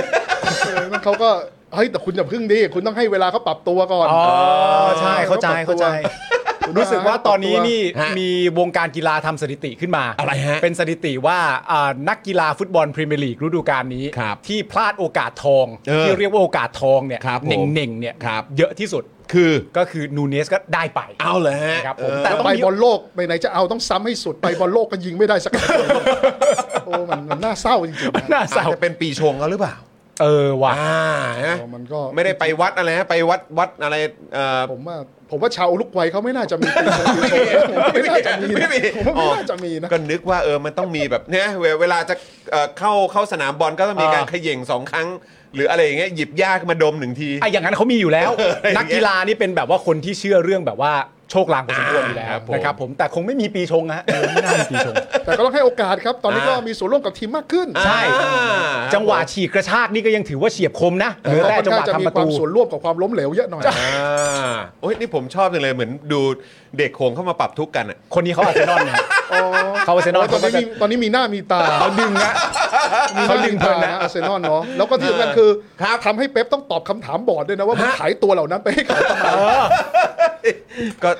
เออนั่นเขาก็เฮ้ยแต่คุณอย่าพึ่งดิคุณต้องให้เวลาเขาปรับตัวก่อน
อ๋อใช่เข้าใจเข้าใจ
คุณ
รู้สึกว่าตอนนี้นี่
ฮะ
มีวงการกีฬาทำสถิติขึ้นมา
อะไรฮะ
เป็นสถิติว่าอ่านักกีฬาฟุตบอลพรีเมียร์ลีกฤดูกาลนี้
ครับ
ที่พลาดโอกาสทอง
เออ
ที่เรียกว่าโอกาสทองเนี่ย
ครับผม
เน่งๆเนี่ย
ครับ
เยอะที่สุด
คือ
ก็คือนูเนสก็ได้ไป
เอาเลยฮะ
ครับผม
เออ
แต่
แต่
ต้อง
ไป
มี
บอลโลกไปไหนจะเอาต้องซ้ำให้สุดไปบอลโลกก็ยิงไม่ได้สักคนโอ้มันมันน่าเศร้าจริงๆนะ
น่าเศ
อาจ
ร้า
จะเป็นปีชงเขาหรือเปล่า
เออว่ะ
อ่าฮะ
โอ้มันก็
ไม่ได้ไปวัดอะไรฮะไปวัดวัดอะไรเอ่อ
ผมว่า ผมว่าชาวลูกไวยเขาไม่น่าจะมีปีชงปีชง
ไม่มี
ไม่น่าจะมี
ไม่มี
นะผมว่าไม่น่าจะมีนะ
ก็นึกว่าเออมันต้องมีแบบเนี้ยเวเวลาจะเอ่อเข้าเข้าสนามบอลก็ต้องมี
อ่า
การเขย่งสองครั้ง หรืออะไรอย่างเงี้ยหยิบยาขึ้นมาดมหนึ่งที
ไอ้อย่างนั้นเขามีอยู่แล้ว
เอออะไรอย่างเงี้ย
นักกีฬานี่เป็นแบบว่าคนที่เชื่อเรื่องแบบว่าโชคลางพอสมควรอยู่แล้ว
ครับผม
นะครับผมแต่คงไม่มีปีชงนะฮะไม่น่ามีปีชง
แต่ก็ต้องให้โอกาสครับ ตอนนี้ก็
อ่ามี
มีส่วนร่วมกับทีมมากขึ้น
ใช่
อ่า
จังหวะฉีกกระชากนี่ก็ยังถือว่าเฉียบคมนะเห
แต่
ลือแต่
ก็ค่อน
จังห
ข้า
วะ
งจะมี
ทำประ
ความ
ตู
ส่วนร่วมกับความล้มเหลวเยอะหน่อย
อ่าโอ้ยนี่ผมชอบจังเลยเหมือนดูเด็กโขงเข้ามาปรับทุกข์กันอะ
คนนี้เขาอาร์เซน อลนะเขาอาร์เซนอล
ตอ
เขา
น
ก็
นี้
จะ
มีตอนนี้มีหน้ามีตา
เขาดึงนะ
มีห
เขา
น้า
ดึง
มี
เพลิ
ตาน
นะ
อาร์เซนอลเนาะแล้วก็ที่สำคัญคือ
ครับ
ทำให้เป๊ปต้องตอบคำถามบอร์ดด้วยนะว่ามึง
ฮะ
ขายตัวเหล่านั้นไปให้ใครทำไม
ก็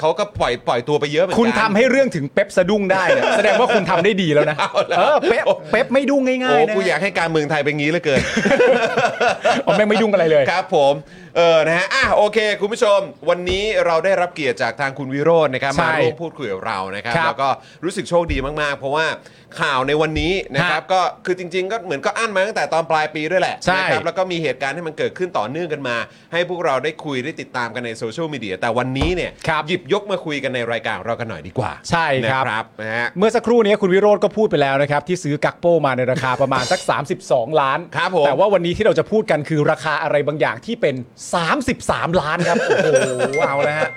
เขาก็ปล่อยปล่อยตัวไปเยอะเหมือนกัน
คุณทำให้เรื่องถึงเป๊ปสะดุ้งได้เนี่ยแสดงว่าคุณทำได้ดีแล้วนะ
เอาแล้ว
เออเป๊ปเป๊ปไม่ดุ้งง่ายๆ
โอ้
นะ
กูอยากให้การเมืองไทยเป็นงี้เหลือเกิน
อ๋อแม่งไม่ดุ้งอะไรเลย
ครับผม เออ นะฮะ อ่ะ โอเค คุณผู้ชม วันนี้เราได้รับเกียรติจากทางคุณวิโรจน์นะครับ
ใช่
มาร่วมพูดคุยกับเรา นะครับ
ครับ
แล้วก็รู้สึกโชคดีมาก ๆ เพราะว่าข่าวในวันนี้นะครับ
ฮะ
ก็ คือจริง ๆ ก็เหมือนก็อั้นมาตั้งแต่ตอนปลายปีด้วยแหละ
ใช่
นะครับ แล้วก็มีเหตุการณ์ที่มันเกิดขึ้นต่อเนื่องกันมา ให้พวกเราได้คุยได้ติดตามกันในโซเชียลมีเดีย แต่วันนี้เนี่ย
ครับ
หยิบยกมาคุยกันในรายการเรากันหน่อยดีกว่า
ใช่
นะครับ ครับ นะฮะ
เมื่อสักครู่นี้คุณวิโรธก็พูดไปแล้วนะครับ ที่ซื้อกักโป้มาในราคาประมาณสัก 32 ล้าน
ครับผม
แต่ว่าวันนี้ที่เราจะพูดกันคือราคาอะไรบางอย่างที่เป็น 33 ล้านครับ โอ้โหเอาแล้วฮะ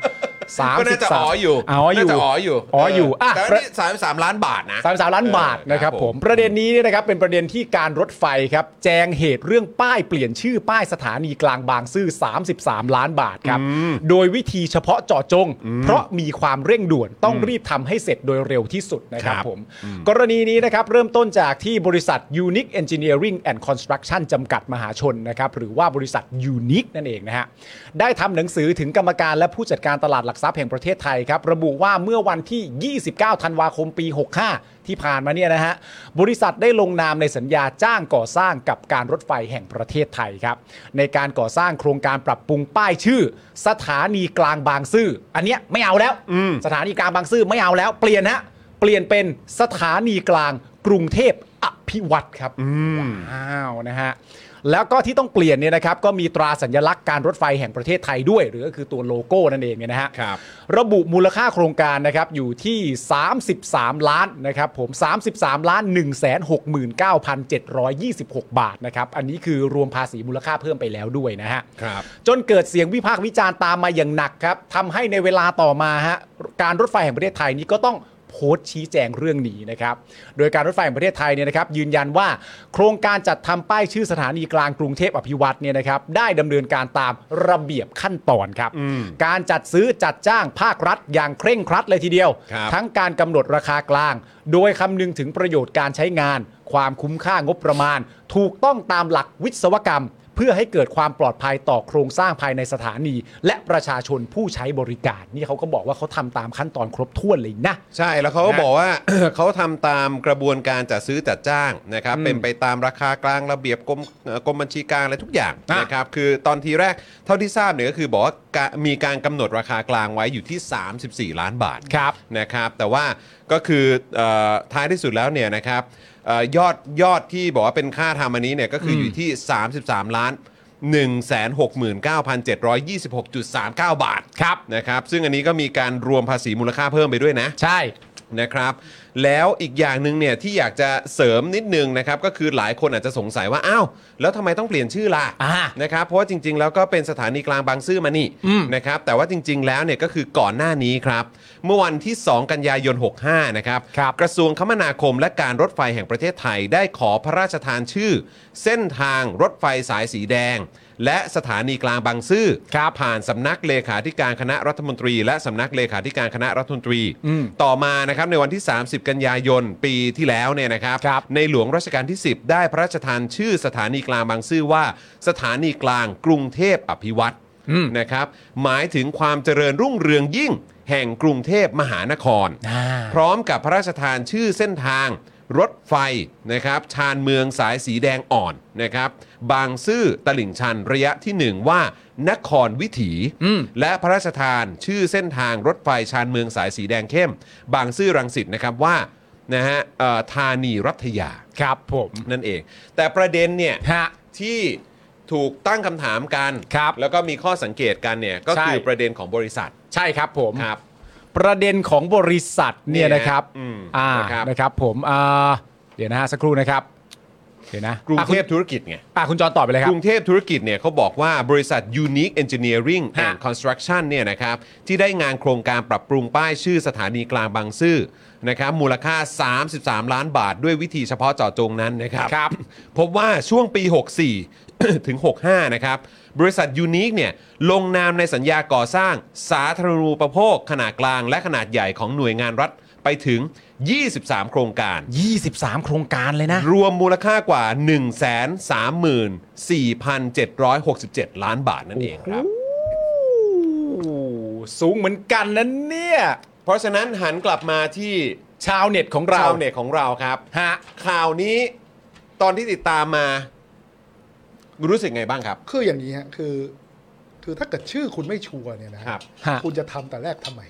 สาม
ก็
สิ
น่า
บ
จะ
สาม
อ๋ออยู่
อ๋ออยู่
น่าจะอ๋ออยู่
อ๋ออยู่อ่ะ
แต่ว่านี่สามสามล้านบาทนะ
สามสามล้านบาท
เออ
นะครับ
ครับ
ผ
ผม ม
ประเด็นนี้เนี่ยนะครับเป็นประเด็นที่การรถไฟครับ แจงเหตุเรื่องป้ายเปลี่ยนชื่อป้ายสถานีกลางบางซื่อ 33 ล้านบาทครับ โดยวิธีเฉพาะเจาะจง เพราะมีความเร่งด่วนต้องรีบทำให้เสร็จโดยเร็วที่สุดนะครับผม กรณีนี้นะครับเริ่มต้นจากที่บริษัท Unique Engineering and Construction จำกัดมหาชนนะครับหรือว่าบริษัท Unique นั่นเองนะฮะได้ทำหนังสือถึงกรรมการและผู้จัดการตลาดหลักทรัพย์แห่งประเทศไทยครับระบุว่าเมื่อวันที่ 29 ธันวาคมปี 65 ที่ผ่านมาเนี่ยนะฮะบริษัทได้ลงนามในสัญญาจ้างก่อสร้างกับการรถไฟแห่งประเทศไทยครับในการก่อสร้างโครงการปรับปรุงป้ายชื่อ สถานีกลางบางซื่อ อันเนี้ยไม่เอาแล้วสถานีกลางบางซื่อไม่เอาแล้วเปลี่ยนฮะ เปลี่ยนเป็นสถานีกลางกรุงเทพอภิวัตรครับว้าวนะฮะแล้วก็ที่ต้องเปลี่ยนเนี่ยนะครับก็มีตราสัญลักษณ์การรถไฟแห่งประเทศไทยด้วย หรือก็คือตัวโลโก้นั่นเองเนี่ยนะฮะ
ครับ
ระบุมูลค่าโครงการนะครับอยู่ที่ 33 ล้านนะครับผม 33 ล้าน 1 6 9 7 2 6 บาทนะครับอันนี้คือรวมภาษีมูลค่าเพิ่มไปแล้วด้วยนะฮะ
ครับ
จนเกิดเสียงวิพากษ์วิจารณ์ตามมาอย่างหนักครับทำให้ในเวลาต่อมาฮะการรถไฟแห่งประเทศไทยนี้ก็ต้องโพสต์ชี้แจงเรื่องนี้นะครับ โดยการรถไฟแห่งประเทศไทยเนี่ยนะครับยืนยันว่าโครงการจัดทำป้ายชื่อสถานีกลางกรุงเทพอภิวัตรเนี่ยนะครับได้ดำเนินการตามระเบียบขั้นตอนครับ การจัดซื้อจัดจ้างภาครัฐอย่างเคร่งครัดเลยทีเดียว
ครับ
ทั้งการกำหนดราคากลาง โดยคำนึงถึงประโยชน์การใช้งาน ความคุ้มค่างบประมาณ ถูกต้องตามหลักวิศวกรรม เพื่อให้เกิดความปลอดภัยต่อโครงสร้างภายในสถานี และประชาชนผู้ใช้บริการ นี่เขาก็บอกว่าเขาทำตามขั้นตอนครบถ้วนเลยนะ
ใช่แล้วเขาก็บอกว่า เขาทำตามกระบวนการจัดซื้อจัดจ้างนะครับเป็นไปตามราคากลางระเบียบกรมเอ่อกรมบัญชีกลางอะไรทุกอย่าง
อ่ะ
นะครับคือตอนทีแรกเท่าที่ทราบเนี่ยก็คือบอกว่ากะมีการกำหนดราคากลางไว้อยู่ที่ 34 ล้านบาท
ครับ
นะครับ แต่ว่าก็คือเอ่อท้ายที่สุดแล้วเนี่ยนะครับเอ่อยอดยอดที่บอกว่าเป็นค่าทำอันนี้เนี่ยก็คืออ
ม
อยู่ที่ 33 ล้าน 169,726.39 บาท
ครับ
นะครับซึ่งอันนี้ก็มีการรวมภาษีมูลค่าเพิ่มไปด้วยนะ
ใช่
นะครับแล้วอีกอย่างหนึ่งเนี่ยที่อยากจะเสริมนิดนึงนะครับก็คือหลายคนอาจจะสงสัยว่าอ้าวแล้วทำไมต้องเปลี่ยนชื่อล่ะ
อ่า
นะครับเพราะว่าจริง ๆ แล้วก็เป็นสถานีกลางบางซื่อมานี่
อืม
นะครับแต่ว่าจริง ๆ แล้วเนี่ยก็คือก่อนหน้านี้ครับเมื่อวันที่ 2 กันยายน 65 นะครับ
ครับ
กระทรวงคมนาคมและการรถไฟแห่งประเทศไทยได้ขอพระราชทานชื่อ เส้นทางรถไฟสายสีแดง และสถานีกลางบางซื่อ
ครับ
ผ่านสำนักเลขาธิการคณะรัฐมนตรี และสำนักเลขาธิการคณะรัฐมนตรี
อืม
ต่อมานะครับในวันที่ 30 กันยายนปีที่แล้วเนี่ยนะครับ
ครับ
ในหลวงรัชกาลที่ 10 ได้พระราชทานชื่อสถานีกลางบางซื่อว่า สถานีกลางกรุงเทพอภิวัตร
อืม
นะครับหมายถึงความเจริญรุ่งเรืองยิ่ง แห่งกรุงเทพมหานคร
อ่า
พร้อมกับพระราชทานชื่อเส้นทาง รถไฟนะครับชานเมืองสายสีแดงอ่อนนะครับ บางซื่อตลิ่งชันระยะที่หนึ่งว่านครวิถี และพระราชทานชื่อเส้นทางรถไฟชานเมืองสายสีแดงเข้ม บางซื่อรังสิตนะครับว่านะฮะเอ่อธานีรัฐยา
ครับผม
นั่นเอง แต่ประเด็นเนี่ย
ฮะ
ที่ถูกตั้งคำถามกัน
ครับ
แล้วก็มีข้อสังเกตกันเนี่ย ก็
ใช่
คือประเด็นของบริษัท
ใช่ครับผม
ครับ
ประเด็นของบริษัทเนี่ยนะครับ
อืม
อ่า
นะครับ
นะครับผมอ่าเดี๋ยวนะฮะสักครู่นะครับเดี๋ยวนะ
กรุงเทพ
อ่ะคุณ
ธุรกิจไง
อ่ะคุณจอนตอบไปเลยครั
ก
บ
รุงเทพธุรกิจเนี่ยเขาบอกว่าบริษัท Unique Engineering and
ฮะ
Construction เนี่ยนะครับที่ได้งานโครงการปรับปรุงป้ายชื่อสถานีกลางบางซื่อนะครับมูลค่า 33 ล้านบาทด้วยวิธีเฉพาะเจาะจงนั้นนะครับ
ครับ
พบว่าช่วง ปี 64 ถึง 65 นะครับบริษัท Unique เนี่ยลงนามในสัญญาก่อสร้างสาธารณูปโภค ขนาดกลางและขนาดใหญ่ของหน่วยงานรัฐไปถึง 23 โครงการ
23 โครงการเลยนะ
รวมมูลค่ากว่า 1 3 4 7 6 7 ล้านบาทนั่นเองครับ
สูงเหมือนกันนั้นเนี่ย
เพราะฉะนั้นหันกลับมาที่
ชาวเน็ตของเรา
ชาวเน็ตของเราครับ
ฮะ
ข่าวนี้ตอนที่ติดตามมา รู้สึกไงบ้างครับ
คืออย่างนี้ฮะคือ คือถ้าเกิดชื่อคุณไม่ชัวร์เนี่ยนะฮะ
ครับ
ฮะ
คุณจะทำแต่แรกทำไม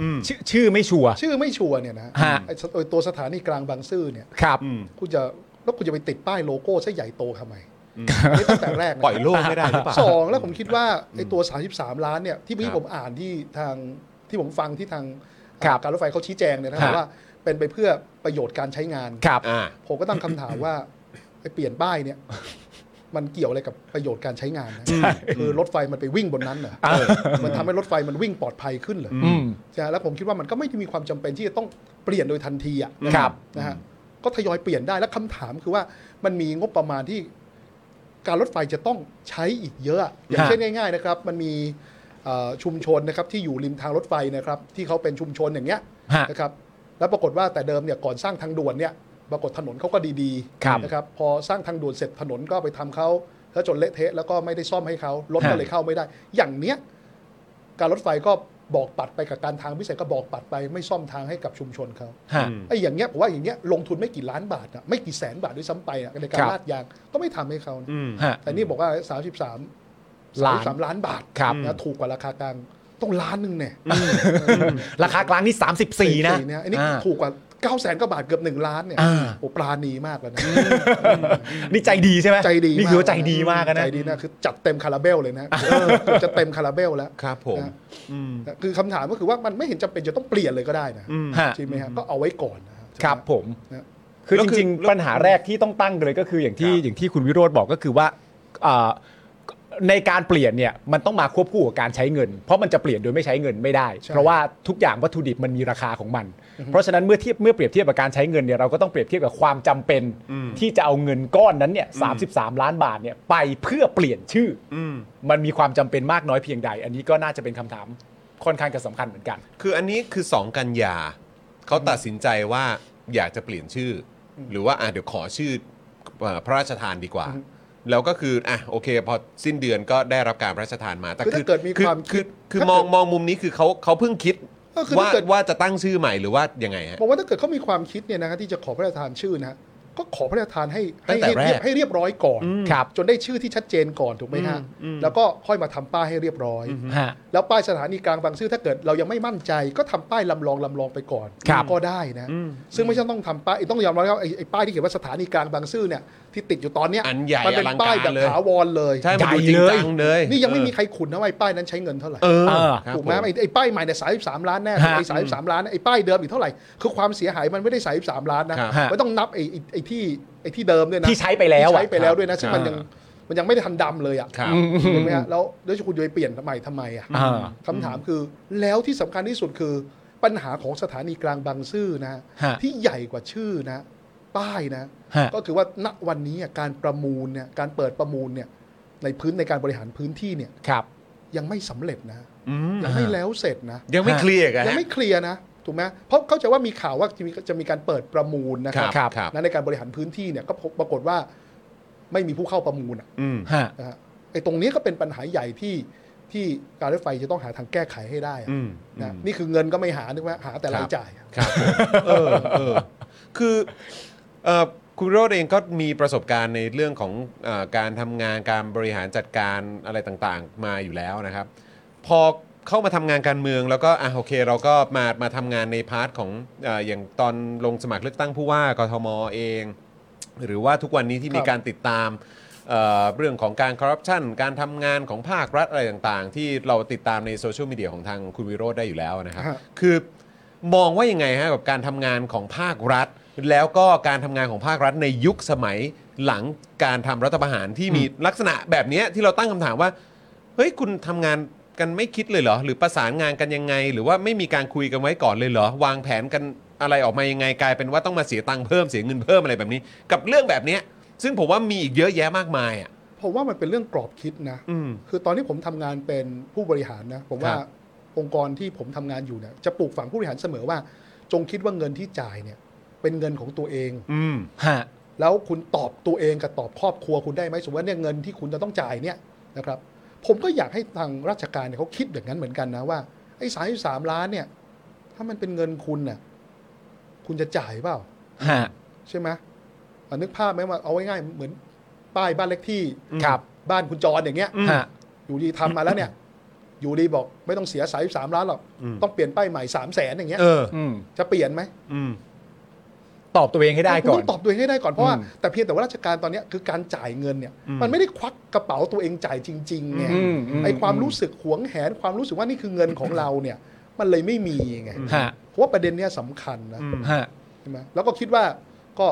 อืม
ชื่อชื่อไม่ชัวร์
ชื่อไม่ชัวร์เนี่ยนะ
ฮะ
ไอ้สไอ้ตัวสถานีกลางบางซื่อเนี่ย
ครับ
อืม
คุณจะแล้วคุณจะไปติดป้ายโลโก้ซะใหญ่โตทำไมนี่ตั้งแต่แรกนะ
ปล่อยโลกไม่ได้หรือเปล่า
สองแล้วผมคิดว่าไอ้ตัว 33 ล้านเนี่ยที่พี่ผมอ่านที่ทางที่ผมฟังที่ทาง
ครับ
การรถไฟเขาชี้แจงเนี่ยนะ
ฮะ
ว่าเป็นไปเพื่อประโยชน์การใช้งาน
ครับ
อ่า
ผมก็ตั้งคำถาม ว่าไอ้เปลี่ยนป้ายเนี่ย มันเกี่ยวอะไรกับประโยชน์การใช้งานนะคือรถไฟมันไปวิ่งบนนั้นเหรอ
เออ
มันทำให้รถไฟมันวิ่งปลอดภัยขึ้นเหรอ
อืม
ใช่แล้วผมคิดว่ามันก็ไม่ได้มีความจำเป็นที่จะต้องเปลี่ยนโดยทันทีอ่ะ
ครับ
นะฮะก็ทยอยเปลี่ยนได้แล้วคำถามคือว่ามันมีงบประมาณที่การรถไฟจะต้องใช้อีกเยอะอะอย่างเช่นง่าย ๆนะครับ มันมีเอ่อชุมชนนะครับที่อยู่ริมทางรถไฟนะครับ ที่เขาเป็นชุมชนอย่างเงี้ย
ฮะ
นะครับ แล้วปรากฏว่าแต่เดิมเนี่ยก่อนสร้างทางด่วนเนี่ย ปรากฏถนนเขาก็ดี
ครับ
ๆนะครับพอสร้างทางด่วนเสร็จถนนก็ไปทำเขาแล้วจนเละเทะแล้วก็ไม่ได้ซ่อมให้เขารถก็
ฮะ
เลยเข้าไม่ได้ อย่างเนี้ย การรถไฟก็บอกปัดไปกับการทางพิเศษก็บอกปัดไปไม่ซ่อมทางให้กับชุมชนเขา
ฮะ
ไอ้อย่างเงี้ยผมว่าอย่างเงี้ยลงทุนไม่กี่ล้านบาทนะไม่กี่แสนบาทด้วยซ้ำไปนะใน
ครั
การ
บ
ลาดยางก็ไม่ทำให้เขานะ
อืม
ฮะ
แต่นี่บอกว่า 33
ล้าน
33ล้านบาท
ครับ
นะถูกกว่าราคากลางต้องล้านหนึ่งเนี่ย
ราคากลางนี่ 34 นะ
สี่เนี่ยอันนี้
อ่า
ถูกกว่า9ก้าแสนกว่าบาทเกือบ 1 ล้านเนี่ย
อ่า
โอ้ปราณีมากแล้วนะ
นี่ใจดีใช่ไหม
ใจดี
นี่
มาก
คือว่าใจดีมากอะนะ
ใจดีนะคือจัดเต็มคาราเบลเลยนะเกือบจะเต็มคาราเบลแล้ว
ครับผม
นะ นะคือคำถามก็คือว่ามันไม่เห็นจำเป็นจะต้องเปลี่ยนเลยก็ได้นะ
ฮะ
ใช่ไหมฮะก็เอาไว้ก่อนนะฮะ
ครับผม
นะ
คือ
แล้ว
จ
คือ
ริงๆ ปัญหาแรกที่ต้องตั้งเลยก็คืออย่างที่
ครับ
อย่างที่คุณวิโรธบอกก็คือว่าอ่าในการเปลี่ยนเนี่ยมันต้องมาควบคู่กับการใช้เงิน เพราะมันจะเปลี่ยนโดยไม่ใช้เงินไม่ได้
ใช่
เพราะว่าทุกอย่างวัตถุดิบมันมีราคาของมัน เพราะฉะนั้นเมื่อเทียบเมื่อเปรียบเทียบกับการใช้เงินเนี่ยเราก็ต้องเปรียบเทียบกับความจำเป็น ที่จะเอาเงินก้อนนั้นเนี่ยสาล้านบาทเนี่ยไปเพื่อเปลี่ยนชื่ออมันมีความจำเป็นมากน้อยเพียงใด อันนี้ก็น่าจะเป็นคำถามค่อนข้างจะสำคัญเหมือนกัน
คืออันนี้คือ 2 กันยา เขาตัดสินใจว่าอยากจะเปลี่ยนชื่ออหรือว่าอ่ะเดี๋ยวขอชื่อเอ่อพระราชทานดีกว่า แล้วก็คืออ่ะโอเค พอสิ้นเดือนก็ได้รับการพระราชทานมาแต่
คือถ้าเกิดมีความ
คือ
คิด
คือ
ถ้า
คือมอง
เกิด
มองมุมนี้คือเขาเขาเพิ่งคิด
ก็คือ
ว่า
ถ้าเกิด
ว่าจะตั้งชื่อใหม่หรือว่ายังไงฮะ
บอกว่าถ้าเกิดเขามีความคิดเนี่ยนะฮะที่จะขอพระราชทานชื่อนะฮะก็ขอพระราชทานให้
ตั้
ให้
งแต่
ให้เรีย
แร
บ
ก
ให้เรียบร้อยก่อน
ครับ
จนได้ชื่อที่ชัดเจนก่อนถูกไหมฮะแล้วก็ค่อยมาทำป้ายให้เรียบร้อย
ฮะ
แล้วป้ายสถานีกลางบางซื่อถ้าเกิดเรายังไม่มั่นใจ ก็ทำป้ายลำลองลำลองไปก่อน
ครับ
ก็ได้นะซึ่งไม่ใช่ต้องทำป้ายต้องยอมรับว่าไอ้ไอ้ป้ายที่เขียนว่าสถานีกลางบางซื่อเนี่ยที่ติดอยู่ตอนเนี้ย
อันใหญ่
มัเป็น
อลังการ
ป้ายแบบ
เลย
ถาวรเลย
ใช่มันดู
ให
จ
ญ่
ริง
เลย
จังเลย
นี่ยังไม่มีใครขุนนะว่าไอ้ป้ายนั้นใช้เงินเท่าไหร่
เออ
เออ
ครับ
ถูกไหม
ผ
ไอ้ไอ้ป้ายใหม่เนี่ยสามสามล้านแน่
ฮะ
ไอ้สามสามล้านไอ้ป้ายเดิมอีกเท่าไหร่ คือความเสียหายมันไม่ได้สามสามล้านนะครับ
ฮะ
มันต้องนับไอ้ไอ้ไอ้ที่ไอ้ที่เดิมด้วยนะ
ที่ใช้ไปแล้วอะ
ที่ใช้ไปแล้วด้วยนะซึ่งมัน
อ่ายั
ยังมันยังไม่ได้ทันดำเลยอ่ะ
ครับ
เห็นไหมฮะแล้วแล้วคุณจะไปเปลี่ยนทำไมทำไมอ่ะ
อ่า
คำถามคือแล้วที่สำคัญที่สุดคือปัญหาของสถานีกลางบางซื่อนะ
ฮะ
ที่ใหญ่กว่าชื่อนะ ป้ายนะ
ฮะ
ก็คือว่าณวันนี้อะการประมูลเนี่ยการเปิดประมูลเนี่ยในพื้นในการบริหารพื้นที่เนี่ย
ครับ
ยังไม่สำเร็จนะยังไม่แล้วเสร็จนะ
ยังไม่เคลียร์กัน
ยัง
ฮะ
ไม่เคลียร์นะถูกไหมเพราะเข้าใจว่ามีข่าวว่าจะมีจะมีการเปิดประมูลนะครั
ครับครับ
นะในการบริหารพื้นที่เนี่ยก็พบปรากฏว่าไม่มีผู้เข้าประมูลอะ
อืม
ฮะ
นะฮะไอ้ตรงนี้ก็เป็นปัญหาใหญ่ที่ ที่การรถไฟจะต้องหาทางแก้ไขให้ได้อะ
อืม
นะนี่คือเงินก็ไม่หานึกว่าหาแต่รายจ่ายอะ
ครับเออเออคือเอ่อคุณวิโรดเองก็มีประสบการณ์ในเรื่องของเออการทำงานการบริหารจัดการอะไรต่างๆ มาอยู่แล้วนะครับ พอเข้ามาทำงานการเมืองแล้วก็อ่ะโอเค เราก็มามาทำงานในพาร์ทของเอออย่างตอนลงสมัครเลือกตั้งผู้ว่ากทมเอง หรือว่าทุกวันนี้ที่มี
ครับ
การติดตามเอ่อเรื่องของการคอร์รัปชันการทำงานของภาครัฐอะไรต่างๆ ที่เราติดตามในโซเชียลมีเดียของทางคุณวิโรธได้อยู่แล้วนะครับ
ฮะ
คือมองว่ายังไงฮะกับการทำงานของภาครัฐ แล้วก็การทำงานของภาครัฐในยุคสมัยหลังการทำรัฐประหารที่มีลักษณะแบบเนี้ยที่เราตั้งคำถามว่า เฮ้ยคุณทำงานกันไม่คิดเลยเหรอ หรือประสานงานกันยังไง หรือว่าไม่มีการคุยกันไว้ก่อนเลยเหรอ วางแผนกันอะไรออกมายังไงกลายเป็นว่าต้องมาเสียตังค์เพิ่มเสียเงินเพิ่มอะไรแบบนี้ กับเรื่องแบบเนี้ยซึ่งผมว่ามีอีกเยอะแยะมากมายอ่ะ
ผมว่ามันเป็นเรื่องกรอบคิดนะ
อืม
คือตอนที่ผมทำงานเป็นผู้บริหารนะ ผมว่า
ครับ
องค์กรที่ผมทำงานอยู่เนี่ยจะปลูกฝังผู้บริหารเสมอว่า จงคิดว่าเงินที่จ่ายเนี่ย เป็นเงินของตัวเอง
อืม
ฮะ
แล้วคุณตอบตัวเองกับตอบครอบครัวคุณได้ไหมสมมติว่าเนี่ยเงินที่คุณจะต้องจ่ายเนี่ยนะครับ ผมก็อยากให้ทางราชการเนี่ยเขาคิดอย่างนั้นเหมือนกันนะว่าไอ้สามสามล้านเนี่ย ถ้ามันเป็นเงินคุณน่ะคุณจะจ่ายเปล่า
ฮะ
ใช่ไหมอ่ะนึกภาพไหมว่าเอาง่ายๆเหมือนป้ายบ้านเล็กที่
ครับ
บ้านคุณจรอย่างเงี้ย
ฮะ
อยู่ดีทำมาแล้วเนี่ย อยู่ดีบอกไม่ต้องเสียสายสามล้านหรอก
อืม
ต้องเปลี่ยนป้ายใหม่สามแสนอย่างเงี้ย
เออ
อืม
จะเปลี่ยนไหม
อืม
ตอบตัวเองให้ได้ก่อ
คุ
น
ณต้องตอบตัวเองให้ได้ก่อน เพราะว่า
อืม
แต่เพียงแต่ว่าราชการตอนเนี้ยคือการจ่ายเงินเนี่ย
อืม
มันไม่ได้ควักกระเป๋าตัวเองจ่ายจริงๆไง
อืมม
ไอความรู้สึกหวงแหนความรู้สึกว่านี่คือเงินของเราเนี่ย มันเลยไม่มีไง
ฮะ
เพราะว่าประเด็นเนี้ยสำคัญนะ
อืม
ฮะ
ใช่ไหมแล้วก็คิดว่าก็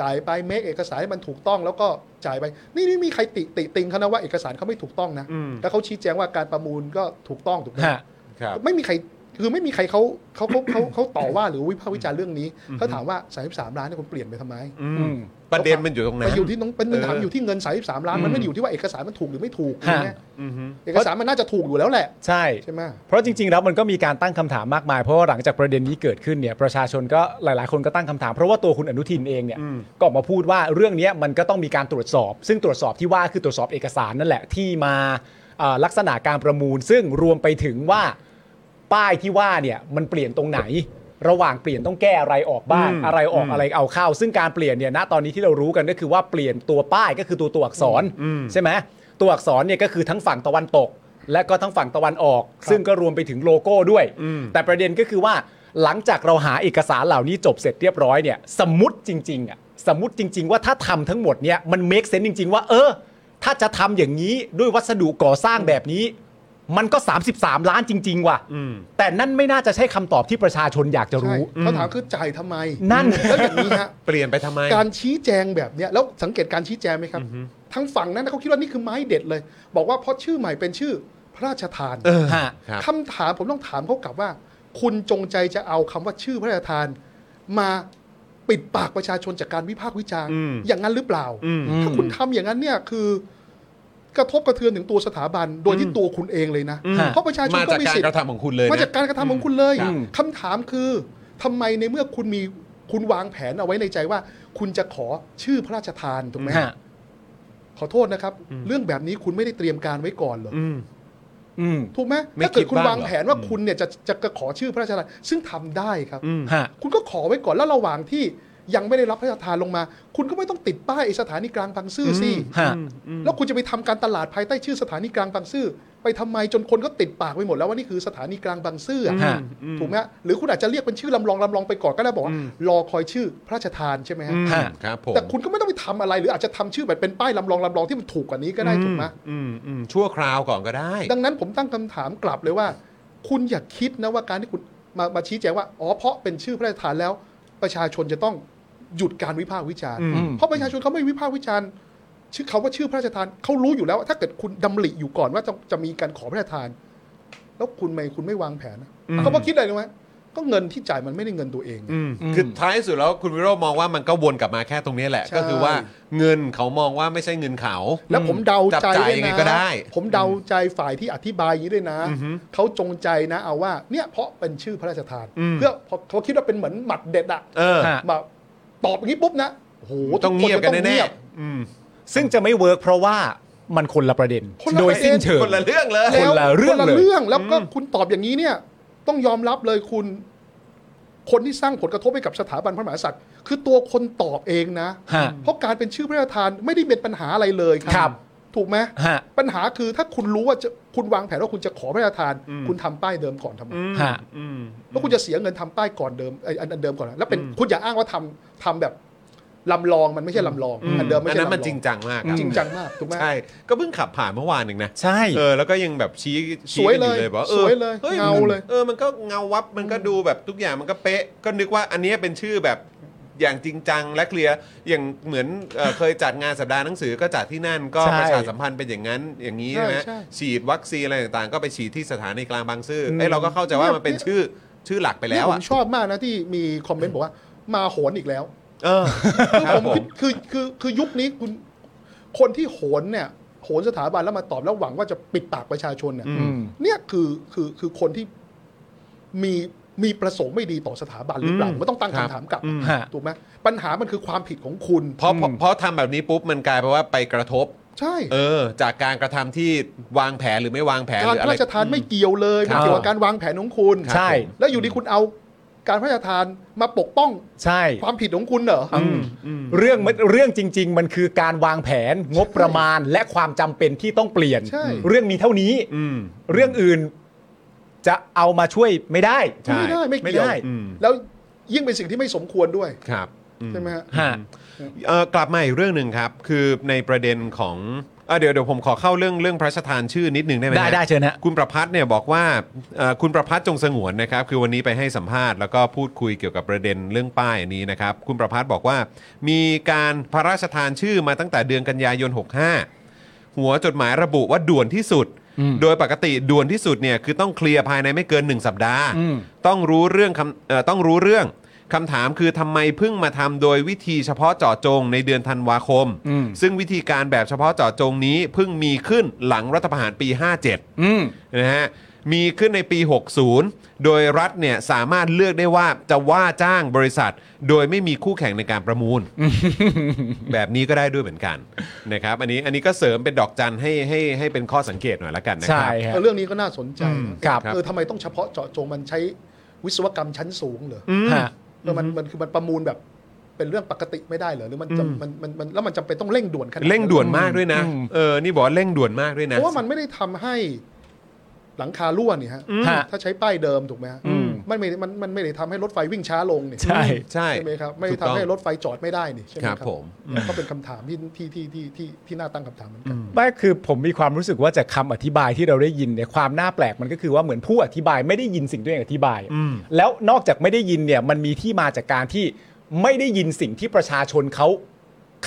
จ่ายไปเมคเอกสารให้มันถูกต้องแล้วก็จ่ายไป นี่นี่มีใครติติติงเขานะว่าเอกสารเขาไม่ถูกต้องนะ
อืม
แล้วเขาชี้แจงว่าการประมูลก็ถูกต้องถูกไหม
ฮะ
ครับ
ไม่มีใครคือไม่มีใครเขาเขาเขาเขาเขาต่อว่าหรือวิพากษ์วิจารณ์เรื่องนี้เขาถามว่า 33 ล้านเนี่ยคุณเปลี่ยนไปทำไม
อื
อื
ม
ม
ประเด็นมันอยู่ตรงนั้
มัน นอยู่ที่น้องเป็น
เออ
ถามอยู่ที่เงิน 33 ล้าน มันไม่ได้อยู่ที่ว่าเอกสารมันถูกหรือไม่ถูกใช่ไหม
ฮะ
อืมฮึ
เอกสารมันน่าจะถูกอยู่แล้วแหละ
ใช่
ใช่ไหม
เพราะจริง ๆ แล้วมันก็มีการตั้งคำถามมากมาย เพราะว่าหลังจากประเด็นนี้เกิดขึ้นเนี่ยประชาชนก็หลาย ๆ คนก็ตั้งคำถาม เพราะว่าตัวคุณอนุทินเองเนี่ย
อืม
ก็ออกมาพูดว่าเรื่องเนี้ยมันก็ต้องมีการตรวจสอบ ซึ่งตรวจสอบที่ว่าคือตรวจสอบเอกสารนั่นแหละที่มาเอ่อลักษณะการประมูล ซึ่งรวมไปถึงว่าป้ายที่ว่าเนี่ยมันเปลี่ยนตรงไหน ระหว่างเปลี่ยนต้องแก้อะไรออกบ้างอะไรออกอะไรเอาเข้า ซึ่งการเปลี่ยนเนี่ยณตอนนี้ที่เรารู้กันก็คือว่าเปลี่ยนตัวป้ายก็คือตัวตัวอักษร ใช่ไหมตัวอักษรเนี่ยก็คือทั้งฝั่งตะวันตก และก็ทั้งฝั่งตะวันออก ซึ่งก็รวมไปถึงโลโก้ด้วย แต่ประเด็นก็คือว่าหลังจากเราหาเอกสารเหล่านี้จบเสร็จเรียบร้อยเนี่ยสมมติจริงๆอ่ะสมมติจริง ๆ ว่าถ้าทำทั้งหมดเนี่ยมัน make sense จริง ๆ ว่า เออ ถ้าจะทำอย่างนี้ด้วยวัสดุก่อสร้างแบบนี้ มันก็ 33 ล้านจริง ๆ ว่ะแต่นั่นไม่น่าจะใช่คำตอบที่ประชาชนอยากจะ
ใช่
รู้
เขาถามคือจ่ายทำไม
นั่น
แล้วอย่างนี้ฮะ
เปลี่ยนไปทำไม
การชี้แจงแบบเนี้ยแล้วสังเกตการชี้แจงไหมครับทางฝั่งนั้นนะเขาคิดว่านี่คือไม้เด็ดเลย บอกว่าเพราะชื่อใหม่เป็นชื่อพระราชทาน
เออ
ฮะ
ครับ
คำถามผมต้องถามเขากลับว่า คุณจงใจจะเอาคำว่าชื่อพระราชทาน มาปิดปากประชาชนจากการวิพากษ์วิจารณ์
อืม
อย่างนั้นหรือเปล่า
อืม
ถ้าคุณทำอย่างนั้นเนี่ยคือกระทบกระเทือนถึงตัวสถาบัน โดยที่ตัวคุณเองเลยนะ
อืม
เพราะประชาชน
มา
ก็
จาก
มี
การ
สิ
ก
ทธิ์
ระทำของคุณเลยนะ
มาจากการกระทำของคุณเลย
ครับ
คำถามคือทำไมในเมื่อคุณมีคุณวางแผนเอาไว้ในใจว่า คุณจะขอชื่อพระราชทานถูกไหม
ฮะ
ขอโทษนะครับ เรื่องแบบนี้คุณไม่ได้เตรียมการไว้ก่อนเหรอ
อืม
ถูกไหม
ไม่
ถ้าเกิดคุณ
คิดบ้าง
วางแผนว่าคุณเนี่ยจะจะจะขอชื่อพระราชทานซึ่งทำได้ครับ
อืม
ฮะ
คุณก็ขอไว้ก่อนแล้วระหว่างที่ยังไม่ได้รับพระราชทานลงมา คุณก็ไม่ต้องติดป้ายไอ้สถานีกลางบางซื่อสิ
ฮะ
แล้วคุณจะไปทำการตลาดภายใต้ชื่อสถานีกลางบางซื่อไปทำไมจนคนก็ติดปากไปหมดแล้วว่านี่คือสถานีกลางบางซื่ออะ
ฮะ
ถูกไหมหรือคุณอาจจะเรียกเป็นชื่อลำลองลำลองไปก่อนก็ได้บอกว่ารอคอยชื่อพระราชทานใช่ไหมฮะ
อืม
ฮะ
ครับผม
แต่คุณก็ไม่ต้องไปทำอะไร หรืออาจจะทำชื่อแบบเป็นป้ายลำลองลำลองที่มันถูกกว่านี้ก็ได้ถูกไหม
อืมอืมชั่วคราวก่อนก็ได้
ดังนั้นผมตั้งคำถามกลับเลยว่า คุณอย่าคิดนะว่าการที่คุณมามาชี้แจงว่าอ๋อเพราะเป็นชื่อพระราชทานแล้ว ประชาชนจะต้องหยุดการวิพากษ์วิจารณ์
อืม
เพราะประชาชนเขาไม่วิพากษ์วิจารณ์ ชื่อเขาว่าชื่อพระราชทานเขารู้อยู่แล้วว่าถ้าเกิดคุณดำริอยู่ก่อนว่าจะจะมีการขอพระราชทาน แล้วคุณไม่คุณไม่วางแผนนะเขาก็คิดอะไรรู้ไหมก็เงินที่จ่ายมันไม่ได้เงินตัวเอง
อืม
อืม
คือท้ายสุดแล้วคุณวิโรจน์มองว่ามันก็วนกลับมาแค่ตรงนี้แหละ
ใช่
ก็คือว่าเงินเขามองว่าไม่ใช่เงินเขา
แล้วผมเดาใจ
จับจ่าย
ด้วย
ยังไง
นะ
ก็ได้
ผมเดาใจฝ่ายที่อธิบายอย่างนี้ด้วยนะเขาจงใจนะเอาว่าเนี่ยเพราะเป็นชื่อพระราชทาน เพื่อเพราะเขาคิดว่าเป็นเหมือนหมัดเด็ดอะ
เออ
ฮะ
แบบตอบอย่างนี้ปุ๊บนะโอ้โห
ต้องเงียบกัน
ทุค
แน่
จะต้องเงียบ
ๆอืม
ซึ่งจะไม่เวิร์กเพราะว่า มันคนละประเด็น
คนละ
โดย
ประเด็น
สิ้นเชิง
คนละเรื่องเลย
คนละเรื่อง
คน
เลย
ละเรื่องแล้วก็คุณตอบอย่างนี้เนี่ยต้องยอมรับเลยคุณ คนที่สร้างผลกระทบให้กับสถาบันพระมหากษัตริย์ คือตัวคนตอบเองนะ
ฮะ
เพราะการเป็นชื่อพระราชทานไม่ได้เป็นปัญหาอะไรเลยค
ครั
รับ ถูกไหม
ฮะ
ปัญหาคือถ้าคุณรู้ว่าจะคุณวางแผนว่าคุณจะขอพระราชทาน
อืม
คุณทำป้ายเดิมก่อนทำไม
อืม
ฮะ
อืม
แล้วคุณจะเสียเงินทำป้ายก่อนเดิมไอ้อันอันเดิมก่อนนะแล้วเป็น
อืม
คุณอย่าอ้างว่าทำทำแบบลำลองมันไม่ใช่ลำลอง
อืม
อันเดิมไม่
อัน
ใช่
นั้น
ลำล
มัน
อง
จริงจังมากค
จ
บ
ริงจังมากถูกไหม
ใช่ ก็เพิ่งขับผ่านเมื่อวานเองนะ
ใช่
เออแล้วก็ยังแบบชี้ชี้
สวย
กันอ
เลย
บอกาออ
สวยเลย
ฮ้
เงาเลย
มันเออมันก็เงาวับมันก็ดูแบบทุกอย่างมันก็เป๊ะ ก็นึกว่าอันเนี้ยเป็นชื่อแบบอย่างจริงจังและเคลียร์อย่างเหมือนเอ่อ เคยจัดงานสัปดาห์หนังสือก็จัดที่นั่นก็
ใช่
ประชาสัมพันธ์เป็นอย่างนั้นอย่างนี้
ใช่
ใช่ไหม
ใช่
ฉีดวัคซีนอะไรต่างๆ ก็ไปฉีดที่สถานีกลางบางซื่อไอ้ยเราก็เข้าใจว่ามันเป็นชื่อชื่อหลักไปแล้ว
เนี่ยผ
อ่ะ
มชอบมากนะที่มีคอมเมนต์บอกว่ามาโหนอีกแล้ว
เออ
คือ
ครับ
ผ
ผ
มคิ
ม
ดคือคือคือยุคนี้คุณคนที่โหนเนี่ยโหนสถาบันแล้วมาตอบแล้วหวังว่าจะปิดปากประชาชนเนี่ย
อื
อื
ม
ม
เนี่ยคือคือคือคนที่มีมีประสงค์ไม่ดีต่อสถาบันหรือเปล่า
อืม
มันต้องตั้ง
ครับ
คำถามกลับ
อืม
ฮะ
ถูกไหมปัญหามันคือความผิดของคุณ
เพราะเพราะเพราะทำแบบนี้ปุ๊บมันกลายเป็นว่าไปกระทบ
ใช่
เออ จากการกระทำที่วางแผนหรือไม่วางแผนห
การ
รือ
พ
อะ
ระ
ไร
ราชทานไม่เกี่ยวเลย
ครั
มัน
บ
เกี่ยวกับการวางแผนของคุณ
ครับ
ใช่
แล้วอยู่ดีคุณเอาการพระราชทานมาปกป้อง
ใช่
ความผิดของคุณเหรอ
อืมเรื่องมันเรื่องจริง ๆ มันคือการวางแผนงบประมาณและความจำเป็นที่ต้องเปลี่ยน
ใช่
เรื่องมีเท่านี้
อืม
เรื่องอื่นจะเอามาช่วยไม่ได้
ใช่
ไม่ได้ไม่
ไม่
เกี่ยว
ได้
อืม
แล้วยิ่งเป็นสิ่งที่ไม่สมควรด้วย
ครับอืม
ใช่ไหมฮะ
ฮะ
เอ่อกลับมาอีกเรื่องหนึ่งครับ คือในประเด็นของเอ่อเดี๋ยวเดี๋ยวผมขอเข้าเรื่องเรื่องพระราชทานชื่อนิดหนึ่งได้ไหมฮะ
ได้ได้เชิญฮะ
คุณประพัฒน์เนี่ยบอกว่าเอ่อคุณประพัฒน์จงสงวนนะครับ คือวันนี้ไปให้สัมภาษณ์แล้วก็พูดคุยเกี่ยวกับประเด็นเรื่องป้ายอันนี้นะครับ คุณประพัฒน์บอกว่า มีการพระราชทานชื่อมาตั้งแต่เดือนกันยายน 65 หัวจดหมายระบุว่าด่วนที่สุด โดยปกติด่วนที่สุดเนี่ยคือต้องเคลียร์ภายในไม่เกิน 1 สัปดาห์
อืม
ต้องรู้เรื่องคำเอ่อต้องรู้เรื่องคำถามคือทำไมเพิ่งมาทำโดยวิธีเฉพาะเจาะจงในเดือนธันวาคม
อืม
ซึ่งวิธีการแบบเฉพาะเจาะจงนี้เพิ่งมีขึ้นหลังรัฐประหารปี 57
อืม
นะฮะมีขึ้นในปี 60 โดยรัฐเนี่ยสามารถเลือกได้ว่าจะว่าจ้างบริษัท โดยไม่มีคู่แข่งในการประมูล แบบนี้ก็ได้ด้วยเหมือนกันนะครับอันนี้อันนี้ก็เสริมเป็นดอกจันให้ให้ให้เป็นข้อสังเกตหน่อยละกันนะค
ใช่
รับ
ฮะ
เออเรื่องนี้ก็น่าสนใจ
อืม
นะครับ เออทำไมต้องเฉพาะเจาะจงมันใช้วิศวกรรมชั้นสูงเหรอ
ฮะ
เออมันมันคือมันประมูลแบบเป็นเรื่องปกติไม่ได้เหรอหรือมันจะ
อืม
มันมันมันแล้วมันจำเป็นต้องเร่งด่วนขนาดนั้น
เร่งด่วนมากด้วยนะ
อืม
เออนี่บอกว่าเร่งด่วนมากด้วย
เพ
นะ
ราะว่ามันไม่ได้ทำให้หลังคารั่วเนี่ยฮะ
ฮะ
ถ้าใช้ป้ายเดิมถูกไหมฮะ
อืม
มันไม่ได้มันมันไม่ได้ทำให้รถไฟวิ่งช้าลงเนี่ย
ใช่
ใช่
ใช่ไหมครับไม่ได้
ถูกต้อ
ทำ
ง
ให้รถไฟจอดไม่ได้นี่ใช่ไหม
ค
ค
รั
รั
บบ ผม
เนี่ยก็เป็นคำถามที่ที่ที่ที่ที่ที่น่าตั้งคำถามเหมือนกัน
ไม่คือผมมีความรู้สึกว่าจากคำอธิบายที่เราได้ยินเนี่ยความน่าแปลกมันก็คือว่าเหมือนผู้อธิบายไม่ได้ยินสิ่งที่ตัวเองอธิบาย แล้วนอกจากไม่ได้ยินเนี่ยมันมีที่มาจากการที่ไม่ได้ยินสิ่งที่ประชาชนเขา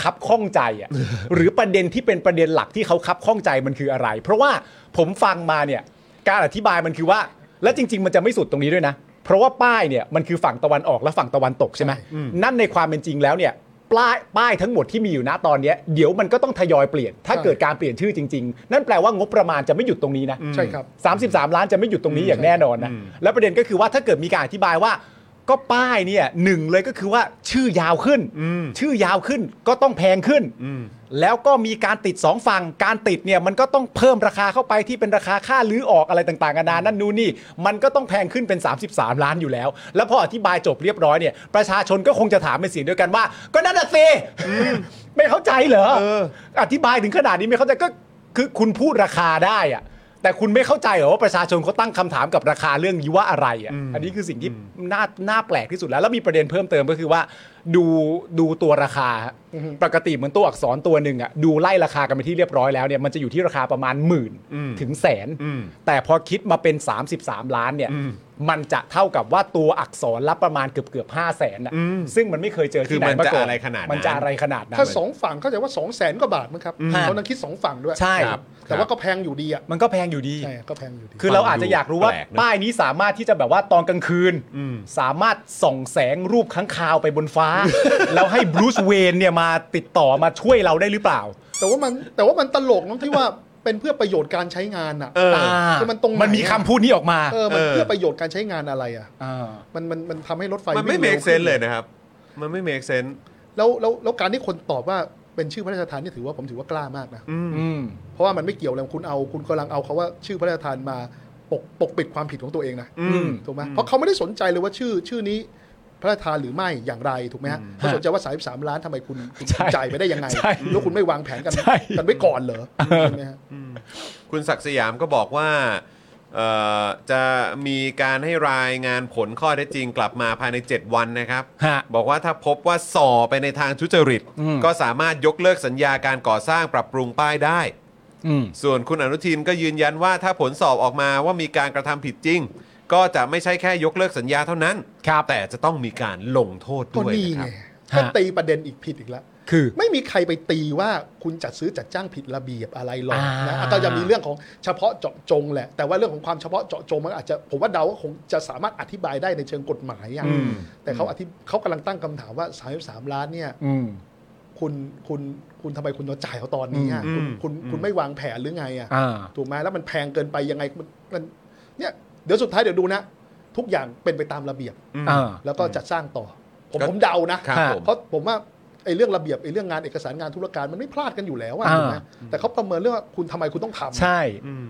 คับข้องใจอ่ะ หรือประเด็นที่เป็นประเด็นหลักที่เขาคับข้องใจมันคืออะไร เพราะว่าผมฟังมาเนี่ยการอธิบายมันคือว่า และจริง ๆ มันจะไม่สุดตรงนี้ด้วยนะ เพราะว่าป้ายเนี่ยมันคือฝั่งตะวันออกและฝั่งตะวันตกใช่ไหม
ใช่
นั่นในความเป็นจริงแล้วเนี่ยป้ายป้ายทั้งหมดที่มีอยู่ณตอนเนี้ยเดี๋ยวมันก็ต้องทยอยเปลี่ยน ถ้าเกิดการเปลี่ยนชื่อจริง ๆ นั่นแปลว่างบประมาณจะไม่หยุดตรงนี้นะ
ใช่ครับ
33 ล้านจะไม่หยุดตรงนี้อย่างแน่นอนนะ แล้วประเด็นก็คือว่าถ้าเกิดมีการอธิบายว่า ก็ป้ายเนี่ยหนึ่งเลยก็คือว่าชื่อยาวขึ้น ชื่อยาวขึ้นก็ต้องแพงขึ้น แล้วก็มีการติดสองฝั่งการติดเนี่ยมันก็ต้องเพิ่มราคาเข้าไปที่เป็นราคาค่าลื้อออกอะไรต่างๆกันานานั่นนู่นนี่ มันก็ต้องแพงขึ้นเป็น 33 ล้านอยู่แล้ว แล้วพออธิบายจบเรียบร้อยเนี่ยประชาชนก็คงจะถามเป็นเสียงเดียวกันว่า ก็นั่นน่ะสิไม่เข้าใจเหรออธิบายถึงขนาดนี้ไม่เข้าใจก็คือคุณพูดราคาได้อะ แต่คุณไม่เข้าใจเหรอว่าประชาชนเขาตั้งคำถามกับราคาเรื่องนี้ว่าอะไรอ่ะ อันนี้คือสิ่งที่น่าน่าแปลกที่สุดแล้ว แล้วมีประเด็นเพิ่มเติมก็คือว่า ดูดูตัวราคาฮะปกติเหมือนตัวอักษรตัวหนึ่งอ่ะดูไล่ราคากันไปที่เรียบร้อยแล้วเนี่ยมันจะอยู่ที่ราคาประมาณหมื่นถึงแสน แต่พอคิดมาเป็น 33 ล้านเนี่ยมันจะเท่ากับว่าตัวอักษรละประมาณเกือบเกือบห้าแสนอ่ะซึ่งมันไม่เคยเจอ
คือ
ที่ไหน
มัน
มา
จะ
ก่อน
อะไรขนาดนั้น
มันจะอะไรขนาดนั้น
ถ้าสองฝั่งเข้าใจว่าสองแสนกว่าบาทมั้งครับ
ฮะ
เขาต้องคิดสองฝั่งด้วย
ใช่
ครับแต่ว่าก็แพงอยู่ดีอ่ะ
มันก็แพงอยู่ดี
ใช่ก็แพงอยู่ดี
คือเราอาจจะอยากรู้ว่า
แปลกนะ
ป้ายนี้สามารถที่จะแบบว่าตอนกลางคืน สามารถส่องแสงรูปค้างคาวไปบนฟ้า แล้วให้บรูซเวนเนี่ยมาติดต่อมาช่วยเราได้หรือเปล่า
แต่ว่ามันแต่ว่ามันตลกตรงที่ว่า เป็นเพื่อประโยชน์การใช้งานอ่ะ
เออ
า
คือมันตรงไหนอะ
มันมีคำพูดนี้ออกมา
เออมัน
เออ
เพื่อประโยชน์การใช้งานอะไรอ่ะ
อ่า
มันมันมันทำให้รถไฟ
มันไม่เม
วิ่งร็ว
กเซนเลยนะครับ มันไม่เมกเซน
แล้วแล้วแล้วการที่คนตอบว่า เป็นชื่อพระราชทานเนี่ยถือว่าผมถือว่ากล้ามากนะ
อืม
เพราะว่ามันไม่เกี่ยวเลยคุณเอาคุณกำลังเอาเขาว่าชื่อพระราชทานมาปกปกปิดความผิดของตัวเองนะ
อืม
ถูกไหมเพราะเขาไม่ได้สนใจเลยว่าชื่อชื่อนี้พระราชทานหรือไม่อย่างไรถูกไหมฮะเขาสนใจว่าสายสามล้านทำไมคุณคุณ
ใช่
จ่ายไปได้ยังไง
ใช่
แล้วคุณไม่วางแผนกัน
ใช่
กันไว้ก่อนเหรอใช่ไหมฮะ
คุณศักดิ์สยามก็บอกว่าเอ่อจะมีการให้รายงานผลข้อเท็จจริงกลับมาภายใน 7 วันนะครับ
ฮะ
บอกว่าถ้าพบว่าส่อไปในทางทุจริต
อืม
ก็สามารถยกเลิกสัญญาการก่อสร้างปรับปรุงป้ายได้
อืม
ส่วนคุณอนุทินก็ยืนยันว่าถ้าผลสอบออกมาว่ามีการกระทำผิดจริง ก็จะไม่ใช่แค่ยกเลิกสัญญาเท่านั้น
ครับ
แต่จะต้องมีการลงโทษ
ก็
ด้วย
นี่
นะค
ไง
รับ
ก็
ฮะ
ตีประเด็นอีกผิดอีกแล้ว
คือ
ไม่มีใครไปตีว่าคุณจัดซื้อจัดจ้างผิดระเบียบอะไรหรอกนะ
อ่า
ก็จะมีเรื่องของเฉพาะเจาะจงแหละ แต่ว่าเรื่องของความเฉพาะเจาะจงมันอาจจะผมว่าเดาว่าคงจะสามารถอธิบายได้ในเชิงกฎหมายอะ
อืม
แต่เขาอธิเขากำลังตั้งคำถามว่า33ล้านเนี่ย
อืม
คุณคุณคุณทำไมคุณมาจ่ายเขาตอนนี้อะ
อืม
คุณคุณ
อืม
คุณไม่วางแผนหรือไงอ่ะ
อ่า
ถูกไหมแล้วมันแพงเกินไปยังไงมันมันเนี่ยเดี๋ยวสุดท้ายเดี๋ยวดูนะ ทุกอย่างเป็นไปตามระเบียบ
อืม
อ่า
แล้วก็จัดสร้างต่อ ผม
ก็
ผมเดานะ
ครับ
ฮะ
ผม
เพราะผมว่าไอ้เรื่องระเบียบไอ้เรื่องงานเอกสารงานธุรการมันไม่พลาดกันอยู่แล้วอะ
อ่า
ถูกไหมแต่เขาประเมินเรื่องว่าคุณทำไมคุณต้องทำ
ใช่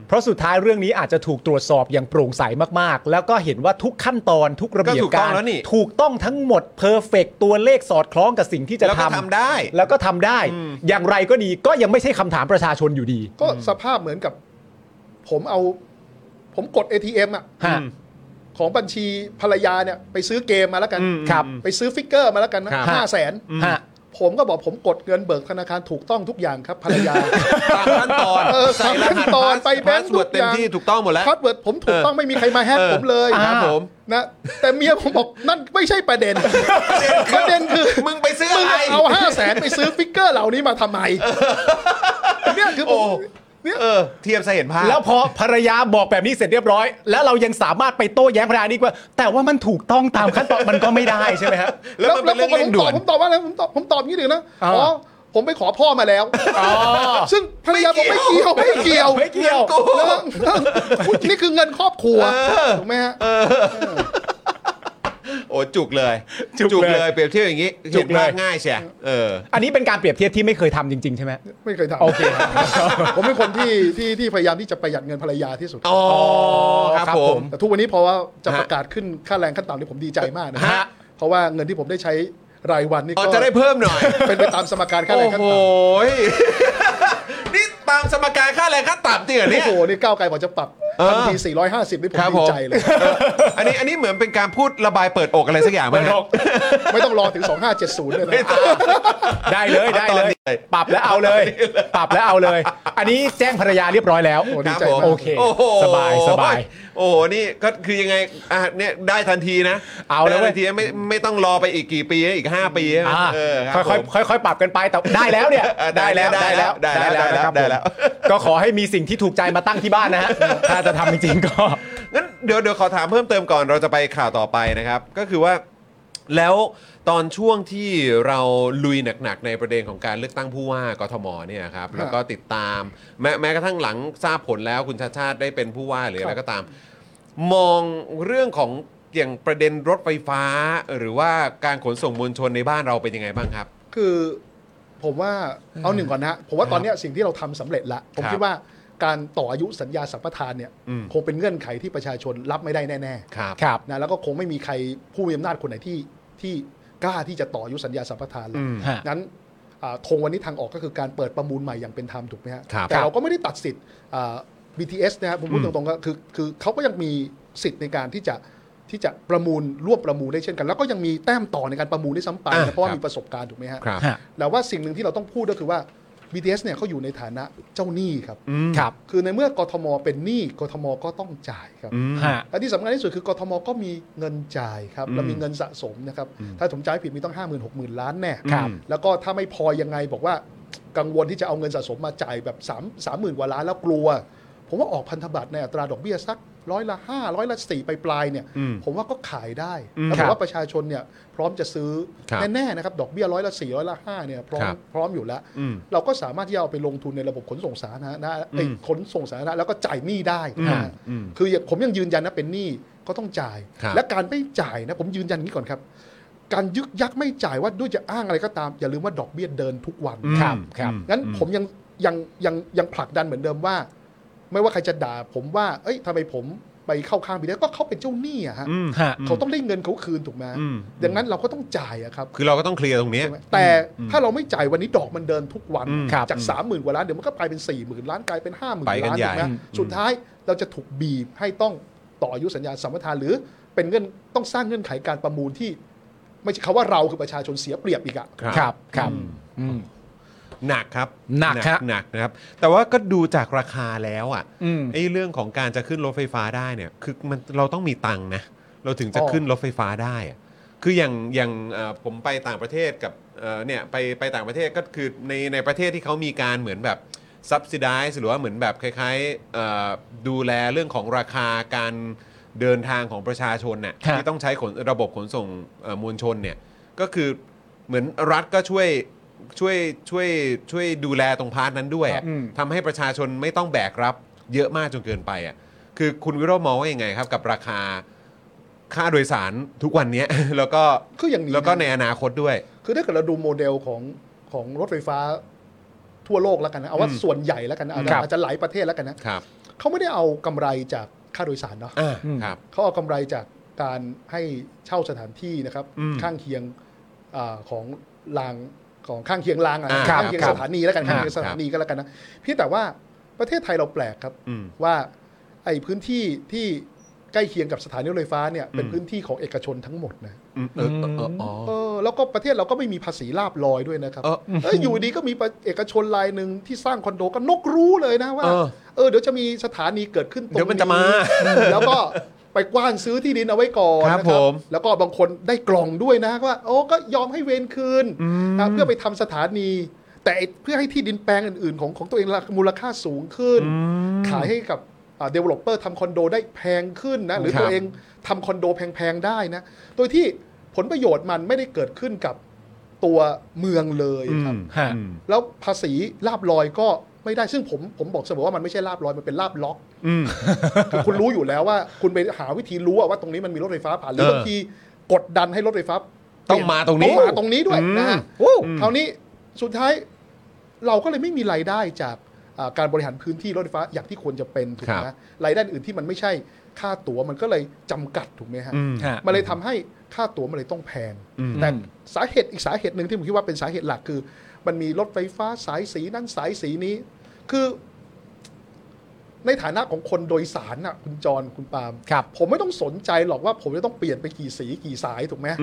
เพราะสุดท้ายเรื่องนี้อาจจะถูกตรวจสอบอย่างโปร่งใสมากๆ แล้วก็เห็นว่าทุกขั้นตอนทุกระเบียบ
ก็ถูกต้
กา
อง
ร
แล้วนี่
ถูกต้องทั้งหมดเพอร์เฟกตัวเลขสอดคล้องกับสิ่งที่จะ
แล้วก็
ทำ
ทำได้
แล้วก็ทำได้ อย่างไรก็ดีก็ยังไม่ใช่คำถามประชาชนอยู่ดี
ก็สภาพเหมือนกับ ผมเอา ผมกด ATM อ่ะ
ฮะ
ของบัญชีภรรยาเนี่ย ไปซื้อเกมมาแล้วกัน
ครับ
ไปซื้อฟิกเกอร์มาแล้วกันนะครับ ห้าแสน
ฮะ
ผมก็บอกผมกดเงินเบิกธนาคารถูกต้องทุกอย่างครับภรรยา
ตามขั้นตอน
เออ
ใส่รหัส
ตามขั้นตอนไปแบงค์
สวด
ทุก
เต็ม
อย่าง
ที่ถูกต้องหมดแล้ว
พาสเวิร์ดผมถูกต้องไม่มีใครมาแฮก
เออ
ผมเลย
ครับผม
นะแต่เมียผมบอกนั่นไม่ใช่ประเด็นประเด็นคือ
มึงไปซื้ออะไร
เอาห้าแสนไปซื้อฟิกเกอร์เหล่านี้มาทำไมเนี่ยคือผ
โอ้
มเนี่ย
เออ เทียบซะเห็นภาพ
แล้วพอภรรยาบอกแบบนี้เสร็จเรียบร้อย แล้วเรายังสามารถไปโต้แย้งภรรยานี้ว่า แต่ว่ามันถูกต้องตามขั้นตอนมันก็ไม่ได้ใช่ไหมฮะ
แล้วมันเป็นเรื่องเร่
ผม
งด่วน
ผมตอบว่าอะไรผมตอบผมตอบอย่างนี้เลยนะ
อ่า
อ๋อผมไปขอพ่อมาแล้ว
อ๋อ
ซึ่งภรรยาบอกไม่เกี่ยวไม่เกี่ยว
ไม่เกี่ยว
แล้วแล้วนี่คือเงินครอบครัวถูกไหมฮะ
โอ้จุกเลย
จุกเลย
เปรียบเทียบอย่างนี้
จุ
เห็
ก
น
เลย
ภาพง่ายเชียเออ
อันนี้เป็นการเปรียบเทียบที่ไม่เคยทำจริง ๆ ใช่ไหม
ไม่เคยทำ
โอเค
ผมเป็นคนที่ที่ที่พยายามที่จะประหยัดเงินภรรยาที่สุด
อ๋อครับ
ครับ
ผ
ผม ม
แต่ทุกวันนี้เพราะว่าจะ
ฮะ
ประกาศขึ้นค่าแรงขั้นต่ำนี่ผมดีใจมากนะ
ฮะ
เพราะว่าเงินที่ผมได้ใช้รายวันนี่
อ๋อ
ก็
จะได้เพิ่มหน่อย
เป็นไปตามสมการค่าแร
โอ้
งขั้น
โห
ต่ำ
นี่ตามสมการค่าแรงขั้นต่ำจริงเหรอเนี่
โอ้
ย
โห นี่ก้าวไกลบอกจะปรับ
เออ
ทันที 450 นี่ผม
ครับ
ดี
ผม
ใจเลย
เอออันนี้อันนี้เหมือนเป็นการพูดระบายเปิดอกอะไรสักอย่างไหมฮะ
ไม่ต้องรอถึง 2570 เลยนะ
ได้ เลยได้
เอาต
เล
อน
ย
นี้เลย
ปรับแล้วเอาเลย ปรับแล้วเอาเลย อันนี้แจ้งภรรยาเรียบร้อยแล้ว
โอ้ดี
ครับ
ใจ
ผม
มาก
โอเค
โอ้โห
สบายสบาย
โอ้โห นี่ก็คือยังไงอ่ะเนี่ยได้ทันทีนะ
เอาแล้ว
ได้
เว้ย
ทันทีนะไม่ไม่ต้องรอไปอีกกี่ปีนะอีก 5 ปีนะ
อ่า
เออรับ
ค่อย
ผม
ๆค่อยๆปรับกันไปแต่ ได้แล้วเนี่ย
เออได้แล้วได้แล้วได้แล้ว
นะครับ
ได้แล้ว
ผมก็ขอให้มีสิ่งที่ถูกใจมาตั้งที่บ้าน นะฮะถ้าจะทำจริงๆก็
งั้นเดี๋ยวเดี๋ยวขอถามเพิ่มเติมก่อนเราจะไปข่าวต่อไปนะครับ ก็คือว่าแล้วตอนช่วงที่เราลุยหนักๆ ในประเด็นของการเลือกตั้งผู้ว่ากทมเนี่ยครับแล้วก็ติดตาม แม้แม้กระทั่งหลังทราบผลแล้วคุณชาติชาติได้เป็นผู้ว่าหรืออะไรก็ตาม มองเรื่องของอย่างประเด็นรถไฟฟ้า หรือว่าการขนส่งมวลชนในบ้านเราเป็นยังไงบ้างครับ
คือผมว่าเอาหนึ่งก่อนนะ ผมว่าตอนเนี้ยสิ่งที่เราทำสำเร็จละ ผม
ครับ
คิดว่าการต่ออายุสัญญาสัมปทานเนี่ย
อืม
คงเป็นเงื่อนไขที่ประชาชนรับไม่ได้แน่
ครับ
ครับ
ๆนะแล้วก็คงไม่มีใครผู้มีอำนาจคนไหนที่ที่กล้าที่จะต่ออายุสัญญาสัมปทานเลย
ฮะ
นั้นอ่าธงวันนี้ทางออกก็คือการเปิดประมูลใหม่อย่างเป็นธรรมถูกไหมฮะ
ครับ
แต่เราก็ไม่ได้ตัดสิทธิ์อ่า BTS นะครับผมพูดตรงๆก็คือคือเขาก็ยังมีสิทธิ์ในการที่จะที่จะประมูลร่วมประมูลได้เช่นกัน แล้วก็ยังมีแต้มต่อในการประมูลได้วยซ้ำไป
อ่า
นะเพราะว่า
ครับ
มีประสบการณ์ถูกไหมฮะ
ครับ
ฮะ
แต่ว่าสิ่งหนึ่งที่เราต้องพูดก็คือว่า BTS เนี่ยเขาอยู่ในฐานะเจ้าหนี้ครับ
ครับ
คือในเมื่อกทมเป็นหนี้กทมก็ต้องจ่ายครับ
ฮะ
และที่สำคัญที่สุดคือกทมก็มีเงินจ่ายครับและมีเงินสะสมนะครับ ถ้าผมจ่ายผิดมีต้อง 5 0 0 0 0 6 0 0 0 ล้านแน่
ครับ
แล้วก็ถ้าไม่พอยังไงบอกว่ากังวลที่จะเอาเงินสะสมมาจ่ายแบบ3 3 0,000กว่าล้านแล้วกลัว ผมว่าออกพันธบัตรในอัตราดอกเบี้ยสักร้อยละ5ร้อยละ4ไปปลายๆเนี่ยผมว่าก็ขายได้แล้ว
ค
ผ
รั
ม
บ
ว่าประชาชนเนี่ยพร้อมจะซื้อ
ครับ
แน่ๆนะครับดอกเบี้ยร้อยละ4ร้อยละ5เนี่ยพร้อม
ครับ
พร้อมอยู่แล้ว
อืม
เราก็สามารถที่จะเอาไปลงทุนในระบบขนส่งสาธารณะเอ้ย
อืม
ขนส่งสาธารณะแล้วก็จ่ายหนี้ได้นะฮะ
อืม
คืออย่างผมยังยืนยันนะเป็นหนี้ก็ต้องจ่าย
ครับ
และการไม่จ่ายนะผมยืนยันอย่างนี้ก่อนครับ การยึกยักไม่จ่ายว่าด้วยจะอ้างอะไรก็ตาม อย่าลืมว่าดอกเบี้ยเดินทุกวัน
ครับครับ
งั้นผมยังยังยังยังผลักดันเหมือนเดิมว่า ไม่ว่าใครจะด่าผมว่า เอ้ยทำไมผมไปเข้าข้างพี่ได้ก็เขาเป็นเจ้าหนี้อะฮะ
อืม
ฮะ
เขาต้องได้เงินเขาคืนถูกไหม
อืม
ดังนั้นเราก็ต้องจ่ายอะครับ
คือเราก็ต้องเคลียร์ตรงเนี้ย
ใช่ไหมแต่ถ้าเราไม่จ่ายวันนี้ดอกมันเดินทุกวัน
อืม
ครับ
จากสามหมื่นกว่าล้านเดี๋ยวมันก็ไปเป็นสี่หมื่นล้านกลายเป็นห้าหมื่น
ไปกัน
ล้าน
ใหญ่
ถูกไหม
อืม
สุดท้ายเราจะถูกบีบให้ต้องต่ออายุสัญญาสัมปทานหรือเป็นเงื่อนต้องสร้างเงื่อนไขการประมูลที่ ไม่ใช่คำว่าเราคือประชาชนเสียเปรียบอีกอะ
ครับครับอืม
หนักครับ
หนักฮะ
หนักนะครับ แต่ว่าก็ดูจากราคาแล้วอ่ะ
อืม
ไอ้เรื่องของการจะขึ้นรถไฟฟ้าได้เนี่ย คือมันเราต้องมีตังค์นะ เราถึงจะ
อ๋อ
ขึ้นรถไฟฟ้าได้อะคืออย่างอย่างเอ่อผมไปต่างประเทศกับเอ่อเนี่ยไปไปต่างประเทศก็คือในในประเทศที่เขามีการเหมือนแบบ subsidize หรือว่าเหมือนแบบคล้ายๆเอ่อดูแลเรื่องของราคาการเดินทางของประชาชนเนี่ย
ฮะ
ที่ต้องใช้ขนระบบขนส่งเอ่อมวลชนเนี่ย ก็คือเหมือนรัฐก็ช่วยช่วยช่วยช่วยดูแลตรงพาร์ทนั้นด้วยอะ
อืม
ทำให้ประชาชนไม่ต้องแบกรับเยอะมากจนเกินไปอ่ะคือคุณวิโรจน์มองว่ายังไงครับ กับราคาค่าโดยสารทุกวันเนี้ย แล้วก็
คืออย่างนี้นะ
แล้วก็ในอนาคตด้วย
คือถ้าเกิดเราดูโมเดลของของรถไฟฟ้าทั่วโลกแล้วกันนะเอาว่า
อืม
ส่วนใหญ่แล้วกันนะอาจ
ครั
จะ
บ
อาจจะหลายประเทศแล้วกันนะครับ เขาไม่ได้เอากำไรจากค่าโดยสารเนาะ
อ่าครับ
เขาเอากำไรจากการให้เช่าสถานที่นะครับ
อืม
ข้างเคียงอาของรางของข้างเคียงรางอะ
อ่า
ข้างเคียง
ครับ
สถานีแล้วกันข้างเคียง
ครั
ส
บ
ถานีก็แล้วกันนะเพียงแต่ว่าประเทศไทยเราแปลกครับ
อืม
ว่าไอ้พื้นที่ที่ใกล้เคียงกับสถานีรถไฟฟ้าเนี่ยเป็น
อืม
พื้นที่ของเอกชนทั้งหมดนะ
อืมเออเออเอออ๋อ
เออแล้วก็ประเทศเราก็ไม่มีภาษีลาบลอยด้วยนะครับ
เออ
เอยอยู่ดีก็มีประเอกชนรายหนึ่งที่สร้างคอนโดก็นกรู้เลยนะว่า
เออ
เออเดี๋ยวจะมีสถานีเกิดขึ้นตรง
เดี๋ยวมันจะมา
แล้วก็ไปกว้านซื้อที่ดินเอาไว้ก่อน
ครับ
นะ
ผม
แล้วก็บางคนได้กล่องด้วยนะว่าโอ้ก็ยอมให้เวรคืนนะเพื่อไปทำสถานี แต่ไอ้เพื่อให้ที่ดินแปลงอื่นๆ ของของตัวเองราคามูลค่าสูงขึ้น ขายให้กับเดเวลลอปเปอร์ทำคอนโดได้แพงขึ้นนะหรือ
ครับ
ตัวเองทำคอนโดแพงๆได้นะ โดยที่ผลประโยชน์มันไม่ได้เกิดขึ้นกับตัวเมืองเลย
อื
ครับ
ม
ฮะ
อืม
แล้วภาษีลาบลอยก็ไม่ได้ซึ่งผมผมบอกเสมอว่ามันไม่ใช่ลาบลอยมันเป็นลาบล็อก
อืม
คือคุณรู้อยู่แล้วว่า คุณไปหาวิธีรู้อะว่าตรงนี้มันมีรถไฟฟ้าผ่านหรื
เออบ
อางทีกดดันให้รถไฟฟ้า
ต้องมาตรงนี้
ต้องมาตรงนี้ด้วยนะฮะ
โอ้
อืม
คราวนี้สุดท้ายเราก็เลยไม่มีรายได้จากอ่าการบริหารพื้นที่รถไฟฟ้าอย่างที่ควรจะเป็นถูกไหมรายได้อื่นที่มันไม่ใช่ค่าตั๋วมันก็เลยจำกัดถูกไหมฮะ
อืม
ฮะ
มันเลยทำให้ค่าตั๋วมันเลยต้องแพง
อืม
แต่สาเหตุอีกสาเหตุหนึ่งที่ผมคิดว่าเป็นสาเหตุหลักคือ มันมีรถไฟฟ้าสายสีนั้นสายสีนี้ คือในฐานะของคนโดยสารน่ะคุณจรคุณปาล์ม
ครับ
ผมไม่ต้องสนใจหรอกว่าผมจะต้องเปลี่ยนไปกี่สีกี่สายถูกไหม
ฮะ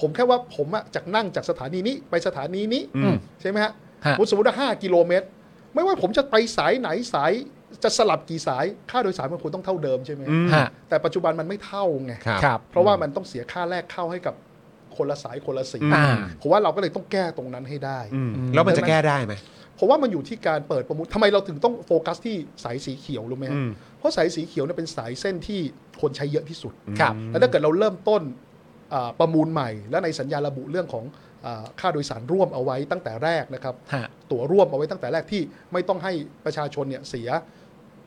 ผมแค่ว่าผมอะจากนั่งจากสถานีนี้ไปสถานีนี้
อืม
ใช่ไหมฮะ
ฮะ
ผมสมมติว่าห้ากิโลเมตร ไม่ว่าผมจะไปสายไหนสายจะสลับกี่สาย ค่าโดยสารมันควรต้องเท่าเดิมใช่ไหม
อืม
ฮะ
แต่ปัจจุบันมันไม่เท่าไง
ครับ
ครับ
เพราะว่ามันต้องเสียค่าแรกเข้าให้กับคนละสายคนละสี
อ่า
ผมว่าเราก็เลยต้องแก้ตรงนั้นให้ได้
อืมแล้วมันจะแก้ได้ไหม
เพราะว่ามันอยู่ที่การเปิดประมูลทำไมเราถึงต้องโฟกัสที่สายสีเขียวรู้ไหมฮะ
อืม
เพราะสายสีเขียวเนี่ยเป็นสายเส้นที่คนใช้เยอะที่สุด
ครับ
แล้วถ้าเกิดเราเริ่มต้นอ่าประมูลใหม่ และในสัญญาระบุเรื่องของอาค่าโดยสารร่วมเอาไว้ตั้งแต่แรกนะครับ
ฮะ
ตั๋วร่วมเอาไว้ตั้งแต่แรกที่ไม่ต้องให้ประชาชนเนี่ยเสีย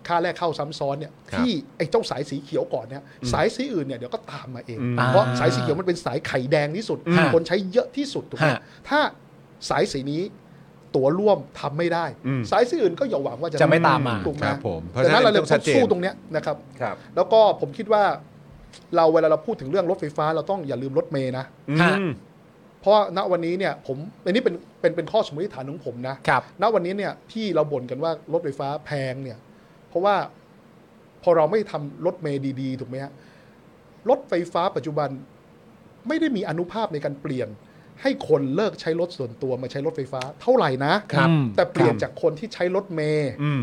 ค่าแรกเข้าซ้ำซ้อนเนี่ย
ครับ
ที่ไอ้เจ้าสายสีเขียวก่อนเนี่ยสายสีอื่นเนี่ยเดี๋ยวก็ตามมาเอง
อืม
เพราะสายสีเขียวมันเป็นสายไข่แดงที่สุด
ฮะ
คนใช้เยอะที่สุดถูกไหม
ฮะ
ถ้าสายสีนี้ตั๋วร่วมทำไม่ได้
อืม
สายสีอื่นก็อย่าหวังว่าจะ
จะไม่ตามมา
ถูกไหม
ครับผมเพราะ
ดังนั้นเราเลย
ฉะนั้นต้องชัดเจน
ต้องสู้ตรงเนี้ยนะครับ
ครับ
แล้วก็ผมคิดว่าเราเวลาเราพูดถึงเรื่องรถไฟฟ้าเราต้องอย่าลืมรถเมย์นะ
ฮะ
อืม
เพราะว่าณวันนี้เนี่ยผมอันนี้เป็นเป็นเป็นข้อสมมติฐานของผมนะ
ครับ
ณวันนี้เนี่ยที่เราบ่นกันว่ารถไฟฟ้าแพงเนี่ย เพราะว่าพอเราไม่ทำรถเมย์ดีๆ ถูกไหมฮะรถไฟฟ้าปัจจุบันไม่ได้มีอนุภาพในการเปลี่ยน ให้คนเลิกใช้รถส่วนตัวมาใช้รถไฟฟ้าเท่าไหร่นะครับ แต่เปลี่ยนจากคนที่ใช้รถเมย์
อืม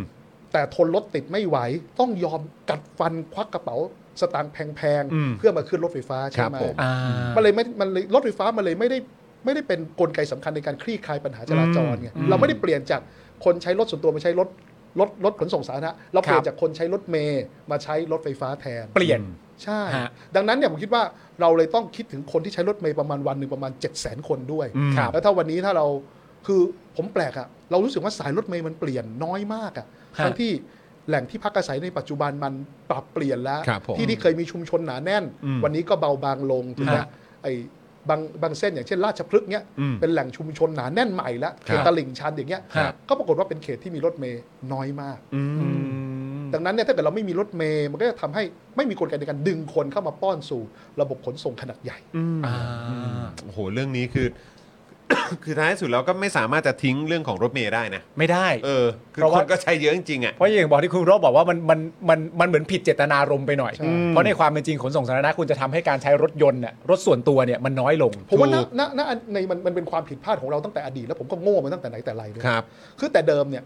แต่ทนรถติดไม่ไหว ต้องยอมกัดฟันควักกระเป๋าสตางค์แพง
อืม
ๆเพื่อมาขึ้นรถไฟฟ้า
ค
ใช่
รับ
ไหม
ผม
อ่า
มันเลยไม่มันเลยรถไฟฟ้ามันเลยไม่ได้ไม่ได้เป็นกลไกสำคัญในการคลี่คลายปัญหาจราจรไง
อืม
เราไม่ได้เปลี่ยนจากคนใช้รถส่วนตัวมาใช้รถรถรถขนส่งสาธารณะเราเปลี่
ค
ย
รั
น
บ
จากคนใช้รถเมย์มาใช้รถไฟฟ้าแทน
เปลี่ยน
ใช่
ฮะ
ดังนั้นเนี่ยผมคิดว่าเราเลยต้องคิดถึงคนที่ใช้รถเมย์ประมาณวันหนึ่งประมาณ 7 0 0 0 0 0 คนด้วย
อืม
แล้วถ้าวันนี้ถ้าเราคือผมแปลกอะเรารู้สึกว่าสายรถเมย์มันเปลี่ยนน้อยมากอะ
ฮะ
ทั้งที่แหล่งที่พักอาศัยในปัจจุบันมันปรับเปลี่ยนแล้ว
ครับผม
ที่ที่เคยมีชุมชนหนาแน่น
อืม
วันนี้ก็เบาบางลงถูกไหม
ฮะ
ไอ้ บางบางเส้นอย่างเช่นราชพฤกษ์เนี้ย
อืม
เป็นแหล่งชุมชนหนาแน่นใหม่ละเขต
ครับ
ตลิ่งชันอย่างเงี้ย
ครับ
ก็ปรากฏว่าเป็นเขตที่มีรถเมย์น้อยมาก
อืม
ดังนั้นเนี่ยถ้าเกิดเราไม่มีรถเมย์มันก็จะทำให้ไม่มีกลไกในการดึงคนเข้ามาป้อนสู่ระบบขนส่งขนาดใหญ่
อ่า
โอ้โห เรื่องนี้คือ คือท้ายสุดแล้วก็ไม่สามารถจะทิ้งเรื่องของรถเมย์ได้นะ
ไม่ได้
เออ คือ
เพราะ
ค
ว่า
นก็ใช้เยอะจริงๆอ่ะ
เพราะอย่างบอกที่คุณโรบบอกว่ามันมันมันมันเหมือนผิดเจตนารมณ์ไปหน่อย
ใช่
เพราะในความเป็นจริงขนส่งสาธารณะคุณจะทำให้การใช้รถยนต์น่ะรถส่วนตัวเนี่ยมันน้อยลง
ผมว่าณ
ถูก
ณณในมันมันเป็นความผิดพลาดของเราตั้งแต่อดีตแล้วผมก็โง่มาตั้งแต่ไหนแต่ไรด้วย
ครับ
คือแต่เดิมเนี่ย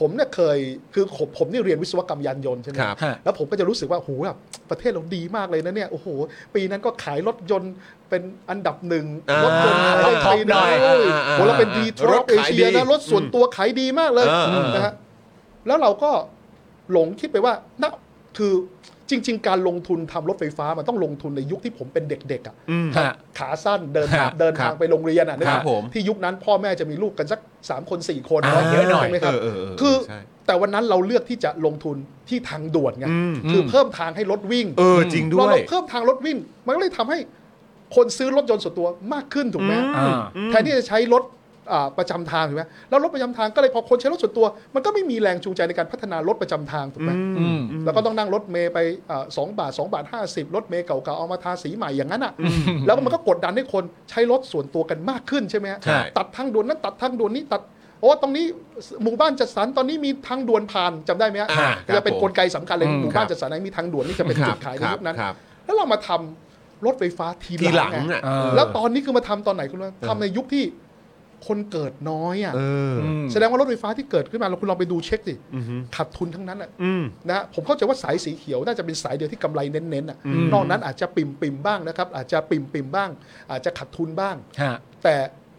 ผมเนี่ยเคยคือผมผมนี่เรียนวิศวกรรมยานยนต์ใช่ไหม
ครับ
ฮะ
แล้วผมก็จะรู้สึกว่าโหแบบประเทศเราดีมากเลยนะเนี่ยโอ้โห ปีนั้นก็ขายรถยนต์เป็นอันดับหนึ่ง
อ่าร
ถยนต์ขา
ท็อป
ยได้ปี
หน่อ
นึง
ย
เว้ย
อ่าอ่าอ่า
โหเราเป็นดีทร
ร
อ
ถ
ปเอ
ขายดี
เชียนะรถส่วนตัวขายดีมากเลย
อ่าอ่า
นะฮะแล้วเราก็หลงคิดไปว่านะคือจริง ๆ การลงทุนทำรถไฟฟ้ามันต้องลงทุนในยุคที่ผมเป็นเด็กๆอ่ะ
อืม
ฮะ
ขาสั้นเดินทาง
ครับ
เดินทางไปโรงเรียนอ่ะนึก
ครั
อบ อกไห
ผม
ที่ยุคนั้นพ่อแม่จะมีลูกกันสัก 3 คน 4 คน
อ่าเยอะหน่อย
ใช่ไหม
เอ
ครับ
อเออเออ
คือ
ใช่
แต่วันนั้นเราเลือกที่จะลงทุนที่ทางด่วนไง
อืม
คือ
ม
เพิ่มทางให้รถวิ่ง
เออ จริงด้
เรา
วย
เราเพิ่มทางรถวิ่ง มันก็เลยทำให้คนซื้อรถยนต์ส่วนตัวมากขึ้นถูกไหม
อืม
อ่า
แทนที่จะใช้รถอ่าประจำทางถูกไหมแล้วรถประจำทางก็เลยพอคนใช้รถส่วนตัว มันก็ไม่มีแรงจูงใจในการพัฒนารถประจำทางถูกไหม
อืม
แล้วก็ต้องนั่งรถเมย์ไปอ่าสองบาท 2 บาท 50 รถเมย์เก่าๆ เอามาทาสีใหม่อย่างนั้นอ่ะแล้วมันก็กดดันให้คนใช้รถส่วนตัวกันมากขึ้นใช่ไหมฮะ
ใช่
ตัดทางด่วนนั้นตัดทางด่วนนี้ตัดโอ้ตรงนี้หมู่บ้านจัดสรรตอนนี้มีทางด่วนผ่านจำได้ไหมฮะ
อ่าครับ
จะเป็นกลไกสำคัญเลย
ผม
หมู่บ้านจัดสรรไหนมีทางด่วนนี่จะเป็น
ครับ
จุดขายในยุคนั้น
ครับ
แล้วเรามาทำรถไฟฟ้าที
ทีหลัง
ไง
อ่ะ
เออ
แล้วตอนนี้คือมาทำตอนไหนคุณรู้ไหมทำในยุคที่คนเกิดน้อยอ่ะ
เออ
อืม
แสดงว่ารถไฟฟ้าที่เกิดขึ้นมาเราคุณลองไปดูเช็คสิ
อืม
ขาดทุนทั้งนั้นอ่ะ
อืม
นะฮะผมเข้าใจว่าสายสีเขียวน่าจะเป็นสายเดียวที่กำไรเน้นๆอ่ะ
อืม
นอกนั้นอาจจะปิ่มปิ่มๆบ้างนะครับ อาจจะปิ่มปิ่มๆบ้าง อาจจะขาดทุนบ้าง
ฮะ
แต่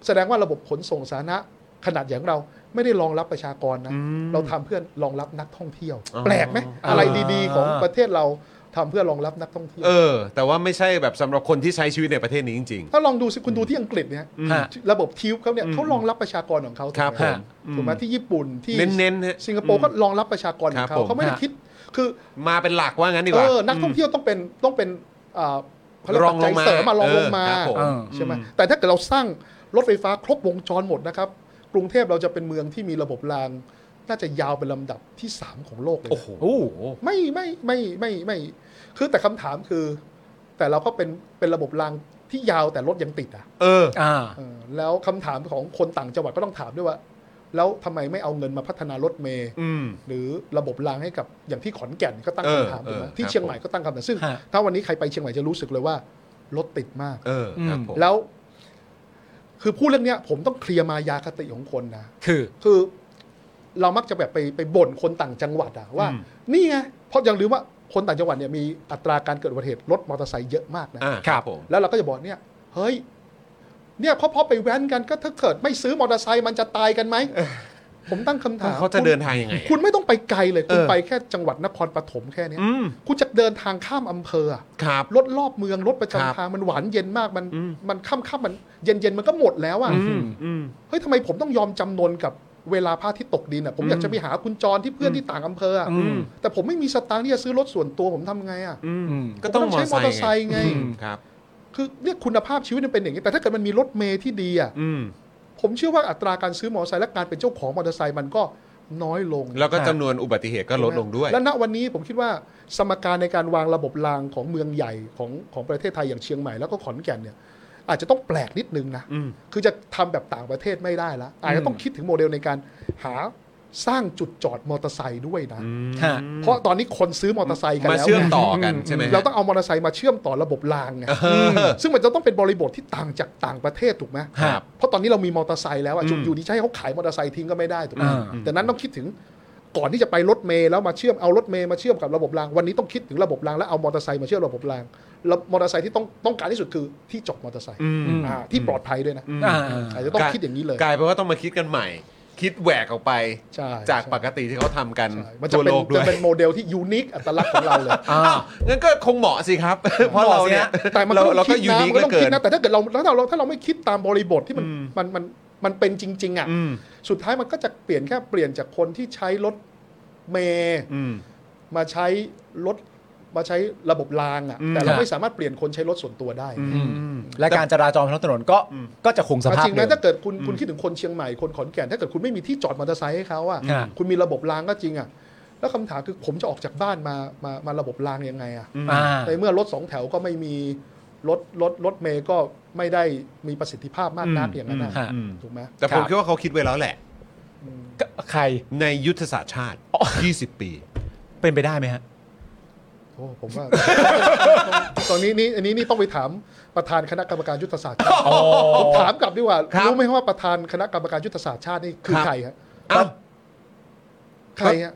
แสดงว่าระบบขนส่งสาธารณะขนาดอย่างเราไม่ได้รองรับประชากรนะ เราทำเพื่อรองรับนักท่องเที่ยว แปลกไหม
อ่า
อะไรดีๆ ของประเทศเราทำเพื่อรองรับนักท่องเที่ยว
เออ แต่ว่าไม่ใช่แบบสำหรับคนที่ใช้ชีวิตในประเทศนี้จริง
ถ้าลองดูสิคุณดูที่อังกฤษเนี่ย
ฮะ
ระบบทิวเขาเนี่ยเขารองรับประชากรของเขา
ครับ
ถูกไหม
ผม
ถูกไหมที่ญี่ปุ่นที่
เน้นๆฮะ
สิงคโปร์ก็รองรับประชากร
ค
ข
รั
อบ งเขา
ผม
เขาไม่ได้คิดคือ
ๆ มาเป็นหลักว่างั้นดีก
เอ
ว่า
อ นักท่องเที่ยวต้องเป็นต้องเป็นเอ่อเขาเรียก
รองลง
ปัจจัยเสริม
มา
มาลองลงมา
เออครับผม
เออ
ใช่ไหม
อืม
แต่ถ้าเกิดเราสร้างรถไฟฟ้าครบวงจรหมดนะครับ กรุงเทพเราจะเป็นเมืองที่มีระบบราง น่าจะยาวเป็นลำดับที่ 3 ของโลกเลยนะ
โอ้โห
อู้
ไม่ไม่ไม่ไม่ไม่ คือแต่คำถามคือ แต่เราก็เป็นเป็นระบบรางที่ยาวแต่รถยังติดอ่ะ
เออ
อ่า
เออแล้วคำถามของคนต่างจังหวัดก็ต้องถามด้วยว่า แล้วทำไมไม่เอาเงินมาพัฒนารถเมล์
อืม
หรือระบบรางให้กับอย่างที่ขอนแก่นก็ตั้ง
เออ
คำถามถูกไหม
เออ
ที่
ครับ
เชียงใหม่ก็ตั้งคำถามซึ่ง
ฮะ
ถ้าวันนี้ใครไปเชียงใหม่จะรู้สึกเลยว่ารถติดมาก
เออครับผม
แล้ว คือพูดเรื่องเนี้ย ผมต้องเคลียร์มายาคติของคนนะ
คือ
คือเรามักจะแบบไปไปบ่นคนต่างจังหวัดอะว่า
อืม
นี่ไงเพราะอยังลืมว่าคนต่างจังหวัดเนี่ยมีอัตราการเกิดอุบัติเหตุรถมอเตอร์ไซค์เยอะมากนะ
อ่า
ค
ค
รั
รับ บผม
แล้วเราก็จะบอกเนี่ย เฮ้ย เนี่ยเพราะพอไปแว้นกันก็ถ้าเกิดไม่ซื้อมอเตอร์ไซค์มันจะตายกันไหมผมตั้งคำถาม
เขาจะเดินทางยังไงอะ
คุณไม่ต้องไปไกลเลย คุณ
เออ
ไปแค่จังหวัดนครปฐมแค่เนี้ย
อืม
คุณจะเดินทางข้ามอำเภออะ
ครับ
รถรอบเมืองรถประ
ครับ
จำทางมันหวานเย็นมากมัน
อืม
มันค่ำค่ำๆมันเย็นเย็นๆมันก็หมดแล้วอ่ะ
อืมอืม
เฮ้ยทำไมผมต้องยอมจำนนกับเวลาพระอาที่ตกดินอ่ะผมอยากจะไปหาคุณจรที่เพื่อนที่ต่างอำเภออะ
อืม
แต่ผมไม่มีสตางค์ที่จะซื้อรถส่วนตัวผมทำไงอ่ะ
อืม
อืม
ก็ต้อง
ผมใช้มอเตอร์ไซค์ไง
อืมครับ
คือเนี่ยคุณภาพชีวิตมันเป็นอย่างนี้แต่ถ้าเกิดมันมีรถเมย์ที่ดีอ่ะ
อืม
ผมเชื่อว่าอัตราการซื้อมอเตอร์ไซค์และการเป็นเจ้าของมอเตอร์ไซค์มันก็น้อยลง
แล้วก็จำนวนอุบัติเหตุก็ลดลงด้วย
และณวันนี้ผมคิดว่าสมการในการวางระบบรางของเมืองใหญ่ของของประเทศไทยอย่างเชียงใหม่แล้วก็ขอนแก่นเนี่ยอาจจะต้องแปลกนิดนึงนะ
อืม
คือจะทำแบบต่างประเทศไม่ได้ละอาจจะต้องคิดถึงโมเดลในการหาสร้างจุดจอดมอเตอร์ไซค์ด้วยนะ
ฮะ
เพราะตอนนี้คนซื้อมอเตอร์ไซค์กัน
มา
แล้ว
เชื่อม
ไง
ต่อกันใช่ไหมฮะ
เราต้องเอามอเตอร์ไซค์มาเชื่อมต่อระบบรางไง
เออ
ซึ่งมันจะต้องเป็นบริบทที่ต่างจากต่างประเทศถูกไหม
ครับ
เพราะตอนนี้เรามีมอเตอร์ไซค์แล้วอะ
อืม
อยู่ดีจะให้เขาขายมอเตอร์ไซค์ทิ้งก็ไม่ได้ถูกไหม
อ่า
แต่นั้นต้องคิดถึงก่อนที่จะไปรถเมล์แล้วมาเชื่อมเอารถเมล์มาเชื่อมกับระบบราง วันนี้ต้องคิดถึงระบบรางแล้วเอามอเตอร์ไซค์มาเชื่อมระบบรางแล้วมอเตอร์ไซค์ที่ต้องต้องการที่สุดคือที่จอดมอเตอร์ไซค์
อืม
อ่าที่ปลอดภัยด้วยนะ
อ่า
อาจจะต้องคิดอย่างนี้เลย
กลายเป็นว่าต้องมาคิดกันใหม่ คิดแหวกออกไป
ใช่
จาก
ใช่
ปกติที่เขาทำกัน
ใช่มันจะ
ทั่ว
เป็น
โลกด้
จะ
วย
เป็นโมเดลที่ยูนิคอัตลักษณ์ของเราเลย
อ้าวงั้นก็คงเหมาะสิ ครับ เพราะเราเนี่ย
แต่มัน
เรา
ก็ต้
เรา
อง
ก็
คิด
ยู
นะ
นิค
มัน
เหลือ
ก็ต้อง
เกิ
คิด
น
นะแต่ถ้าเกิดเราแล้วเราถ้าเราไม่คิดตามบริบทที่มัน
อืม
มันมันมันเป็นจริง ๆอ่ะ
อืม
สุดท้ายมันก็จะเปลี่ยนแค่เปลี่ยนจากคนที่ใช้รถเมย์
อืม
มาใช้รถ มาใช้ระบบรางอะ่ะแต่เราไม่สามารถเปลี่ยนคนใช้รถส่วนตัวได้
และการจราจรบนท้องถนนก็ก็จะคงสภาพ
จริง
เดิ
นะ
ม
ถ้าเกิดคุณคุณคิดถึงคนเชียงใหม่คนขอนแก่นถ้าเกิดคุณไม่มีที่จอดมอเตอร์ไซค์ให้เขาอ่ะ
อ่า
คุณมีระบบรางก็จริงอ่ะแล้วคำถามคือผมจะออกจากบ้านมามามาระบบรางยังไงอ่ะ
อ่า
ในเมื่อรถสองแถวก็ไม่มีรถรถรถเมย์ก็ไม่ได้มีประสิทธิภาพมากนักอย่างนั้นนะ
อืมอืม
ถูกไหม
แต่ผม
ครับ
คิดว่าเขาคิดไว้แล้วแหละ
ก็ใคร
ในยุทธศาสตร์ชาติ
อ๋อ
20 ปี
เป็นไปได้ไหมฮะ
โอ้ผมว่า ตอนนี้นี่อันนี้นี่ต้องไปถามประธานคณะกรรมการยุทธศาสตร์ชาติผมถามกลับดีกว่า
ครับ
รู้ไหมว่าประธานคณะกรรมการยุทธศาสตร์ชาตินี่คือ
ครับ
ใครฮะ
เอ้า
ใครฮะ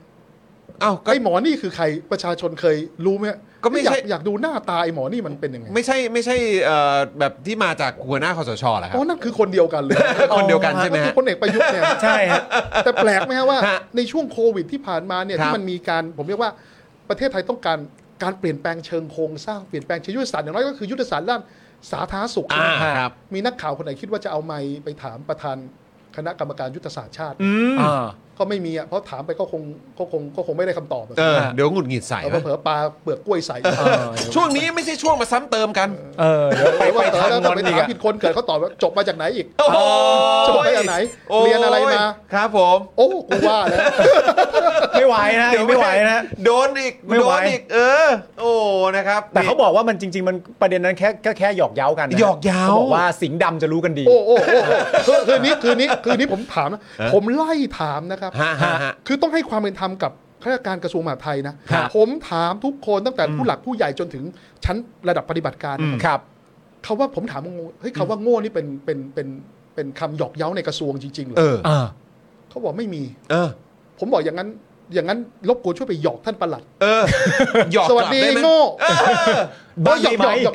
เอ้าก็
ไอ้หมอนี่คือใครประชาชนเคยรู้ไหม
ก็ไม่
อยา
ใช่
กอยากดูหน้าตาไอ้หมอนี่มันเป็นยังไง
ไม่ใช่ไม่ใช่เอ่อแบบที่มาจากหัวหน้าคอสชเหรอครั
อ๋
บ
อนั่นคือคนเดียวกันเลย
คนเดียวกันใช่ไหม
นั่นคื
ฮะ
อพลเอกประยุทธ์เนี่ย
ใช่ฮะ
แต่แปลกไหมฮะว่า
ฮะ
ในช่วงโควิดที่ผ่านมาเนี่ย
ครับ
ที่มันมีการผมเรียกว่าประเทศไทยต้องการการเปลี่ยนแปลงเชิงโครงสร้างเปลี่ยนแปลงเชิงยุทธศาสตร์อย่างน้อยก็คือยุทธศาสตร์ด้านสาธารณสุข
อ่าครับ
มีนักข่าวคนไหนคิดว่าจะเอาไมค์ไปถามประธานคณะกรรมการยุทธศาสตร์ชาติ
อ่า
ก็ไม่มีอ่ะเพราะถามไปก็คงก็คงก็คงไม่ได้คำตอบอะ
เออ เดี๋ยวหงุดหงิดใส่
เอา
นะ
เผลอๆปลาเปลือกกล้วยใส่
ช่วงนี้ไม่ใช่ช่วงมาซ้ำเติมกัน
เออเดี๋ยวไป
ไป
ไป
ว่าเต๋
ทา
อง แล้ว
งอน
ไป
อีก
ถาม
อะ
ผิดคนเกิดเขาตอบว่าจบมาจากไหนอีก
โอ้โห
จบมาจากไหนเรียนอะไรมา
ครับผม
โอ้กูว่าแล้ว
ไม่ไหวนะไม่ไหวนะ
โดนอีก
ไม่
โด
ไหว
นอีก เออ โอ้นะครับ
แต่เขาบอกว่ามันจริง ๆ มันประเด็นนั้นแค่แค่แค่หยอกเย้ากันนะ
หยอกเย้า
ขบอกว่าสิงห์ดำจะรู้กันดี
โอ้โอ้โอ้โอ้คืนคืนนี้คืนนี้คืนนี้ผมถามนะผมไล่ถามนะครับ
ฮะฮะฮะ
คือต้องให้ความเป็นธรรมกับข้าราชการกระทรวงมหาดไทยนะ
ครับ
ผมถามทุกคนตั้งแต่ผู้หลักผู้ใหญ่จนถึงชั้นระดับปฏิบัติการนะ
ครับ
เขาว่าผมถามว่าโง่เฮ้ยเขาว่าโง่นี่เป็นเป็นเป็นเป็นคำหยอกเย้าในกระทรวงจริงๆเหร
เอ
อ
อ
อ่า
เขาบอกไม่มี
เออ
ผมบอกอย่างนั้น อย่างนั้นรบกวนช่วยไปหยอกท่านประหลัด
เออ หยอก
สวัสดี
กลับไไหม
โง่
เออ
เออหยอก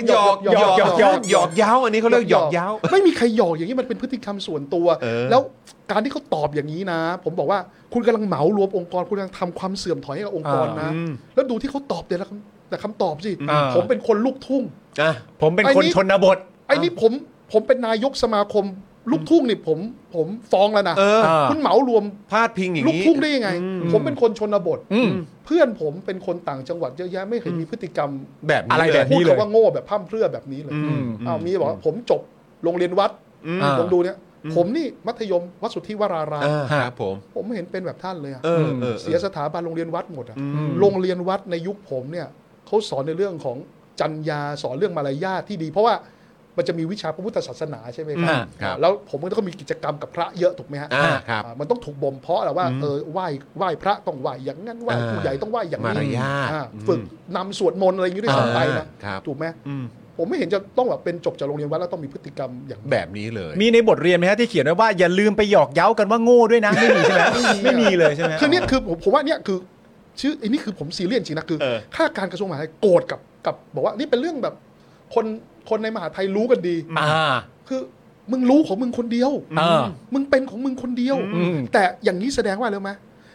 หยอกหยอก
หยอกหยอกหยอกหยอกหยอกเย้าอันนี้เขาเรียกหยอกเย้า
ไม่มีใครหยอกอย่างนี้มันเป็นพฤติกรรมส่วนตัว
เออ
แล้วการที่เขาตอบอย่างนี้นะ ผมบอกว่าคุณกำลังเหมารวมองค์กรคุณกำลังทำความเสื่อมถอยให้กับองค์กรนะ
อืม
แล้วดูที่เขาตอบแต่ละคำแต่คำตอบสิ
อ่า
ผมเป็นคนลูกทุ่ง
อ่ะ
ผมเป็น
ไอ้
คน
นี่
ชนบท
ไอ้นี่ผมผมเป็นนายกสมาคม ลูกทุ่งนี่ผมผมฟ้องแล้วนะ
เออ
คุณเหมารวม
พาดพิงอย่าง
ลูก
นี้
ทุ่งได้ยังไง
อืม
ผมเป็นคนชนบท
อืม
เพื่อนผมเป็นคนต่างจังหวัดเยอะแยะไม่เคยมีพฤติกรรม
แบบนี้
อะไรแบ
เล
บ
ย
พูด
เลย
คำว่าโง่แบบพร่ำเพรื่อแบบนี้เลย
อืม
อ้าวมีบอกว่าผมจบโรงเรียนวัด
อืม
อ่า
ลองดูเนี่ย ผมนี่มัธยมวัดสุทธิวราราม
อ่าครับผม
ผมไม่เห็นเป็นแบบท่านเลยอะ
เออเออ
เสียสถาบันโรงเรียนวัดหมดอะ
อืม
โรงเรียนวัดในยุคผมเนี่ยเขาสอนในเรื่องของจรรยาสอนเรื่องมารยาทที่ดี เพราะว่ามันจะมีวิชาพระพุทธศาสนาใช่ไหมครั
อ่า
ครับ
แล้วผมก็ต้องมีกิจกรรมกับพระเยอะถูกไหมฮะ
อ่าครับ
อ่ามันต้องถูกบ่มเพาะแหละว่าเออไหว้ไหว้พระต้องไหว้อย่างนั้นไหว้ผู้
อ่า
ใหญ่ต้องไหว้อย่างนี้
มารยาท
อ่า
อืม
ฝึกนำสวดมนต์อะไรอย่างนี้ด้วยซ้ำไปนะ
อ่าครับ
ถูกไหม
อืม
ผมไม่เห็นจะต้องแบบเป็นจบจากโรงเรียนวัดแล้วต้องมีพฤติกรรมอย่างนี้
แบบนี้เลย
มีในบทเรียนไหมฮะที่เขียนไว้ว่าอย่าลืมไปหยอกเย้ากันว่าโง่ด้วยนะไม่มีใช่ไหมไม่มีเลยใช่ไหม
คือเนี่ยคือผมผมว่าเนี่ยคือชื่อไอ้นี่คือผมซีเรียสจริงนะคือ
เออ
ข้าราชการกระทรวงมหาดไทยโกรธกับกับ บอกว่านี่เป็นเรื่องแบบคนคนในมหาดไทยรู้กันดี
อ่า
คือมึงรู้ของมึงคนเดียว
เออ
มึงเป็นของมึงคนเดียว
อืม
แต่อย่างนี้แสดงว่าอะไรรู้ไหม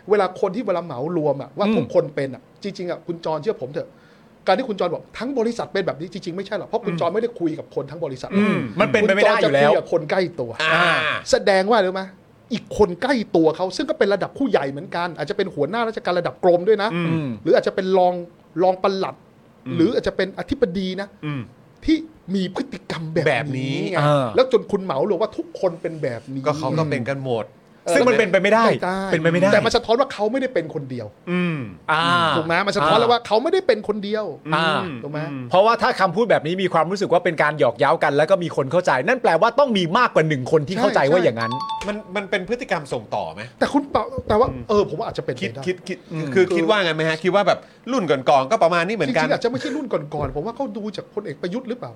เวลาคนที่เวลาเหมารวมอะว่า
อืม
ทุกคนเป็นอะจริงๆอะคุณจรเชื่อผมเถอะ การที่คุณจรบอกทั้งบริษัทเป็นแบบนี้จริงๆไม่ใช่หรอกเพราะคุณจรไม่ได้คุยกับคนทั้งบริษัทหรอก
อืมมันเป็นไปไม่ได้
คุณจร
อ
จะ
ยู่แล้ว
คุกับคนใกล้ตัว
อ่า
แสดงว่าอะไรรู้ไหมอีกคนใกล้ตัวเขาซึ่งก็เป็นระดับผู้ใหญ่เหมือนกัน อาจจะเป็นหัวหน้าราชการระดับกรมด้วยนะ
อืม
หรืออาจจะเป็นรองรองปลัด หรืออาจจะเป็นอธิบดีนะ
อืม
ที่มีพฤติกรรมแบบ
แบบนี้
ไง
อ่า
แล้วจนคุณเหมาหรือว่าทุกคนเป็นแบบนี้
ก็เขาก็เป็นกันหมด
ซึ่งมันเป็นไปไม่ได้
ใช่ใช่
เป็นไปไม่ได้
แต่มันสะท้อนว่าเขาไม่ได้เป็นคนเดียว
อืม
อ่า
ถูกไหมมันสะท้อนแล้วว่าเขาไม่ได้เป็นคนเดียว
อ่า
ถูกไหม
เพราะว่าถ้าคำพูดแบบนี้มีความรู้สึกว่าเป็นการหยอกเย้ากัน แล้วก็มีคนเข้าใจ นั่นแปลว่าต้องมีมากกว่าหนึ่งคนที่เข้าใจ
ใช่
ว่าอย่างนั้น
มันมันเป็นพฤติกรรมส่งต่อไหม
แต่คุณเปาแต่ว่าเออผมว่าอาจจะเป็นไป
คิด
ได้
คิดคิดคือคิดว่าไงไหมฮะ คิดว่าแบบรุ่นก่อนๆก็ประมาณนี้เหมือ
จ
นกั
ริ
น
งๆอาจจะไม่ใช่รุ่นก่อนๆผมว่าเขาดูจากพลเอกประยุทธ์หรือเปล่า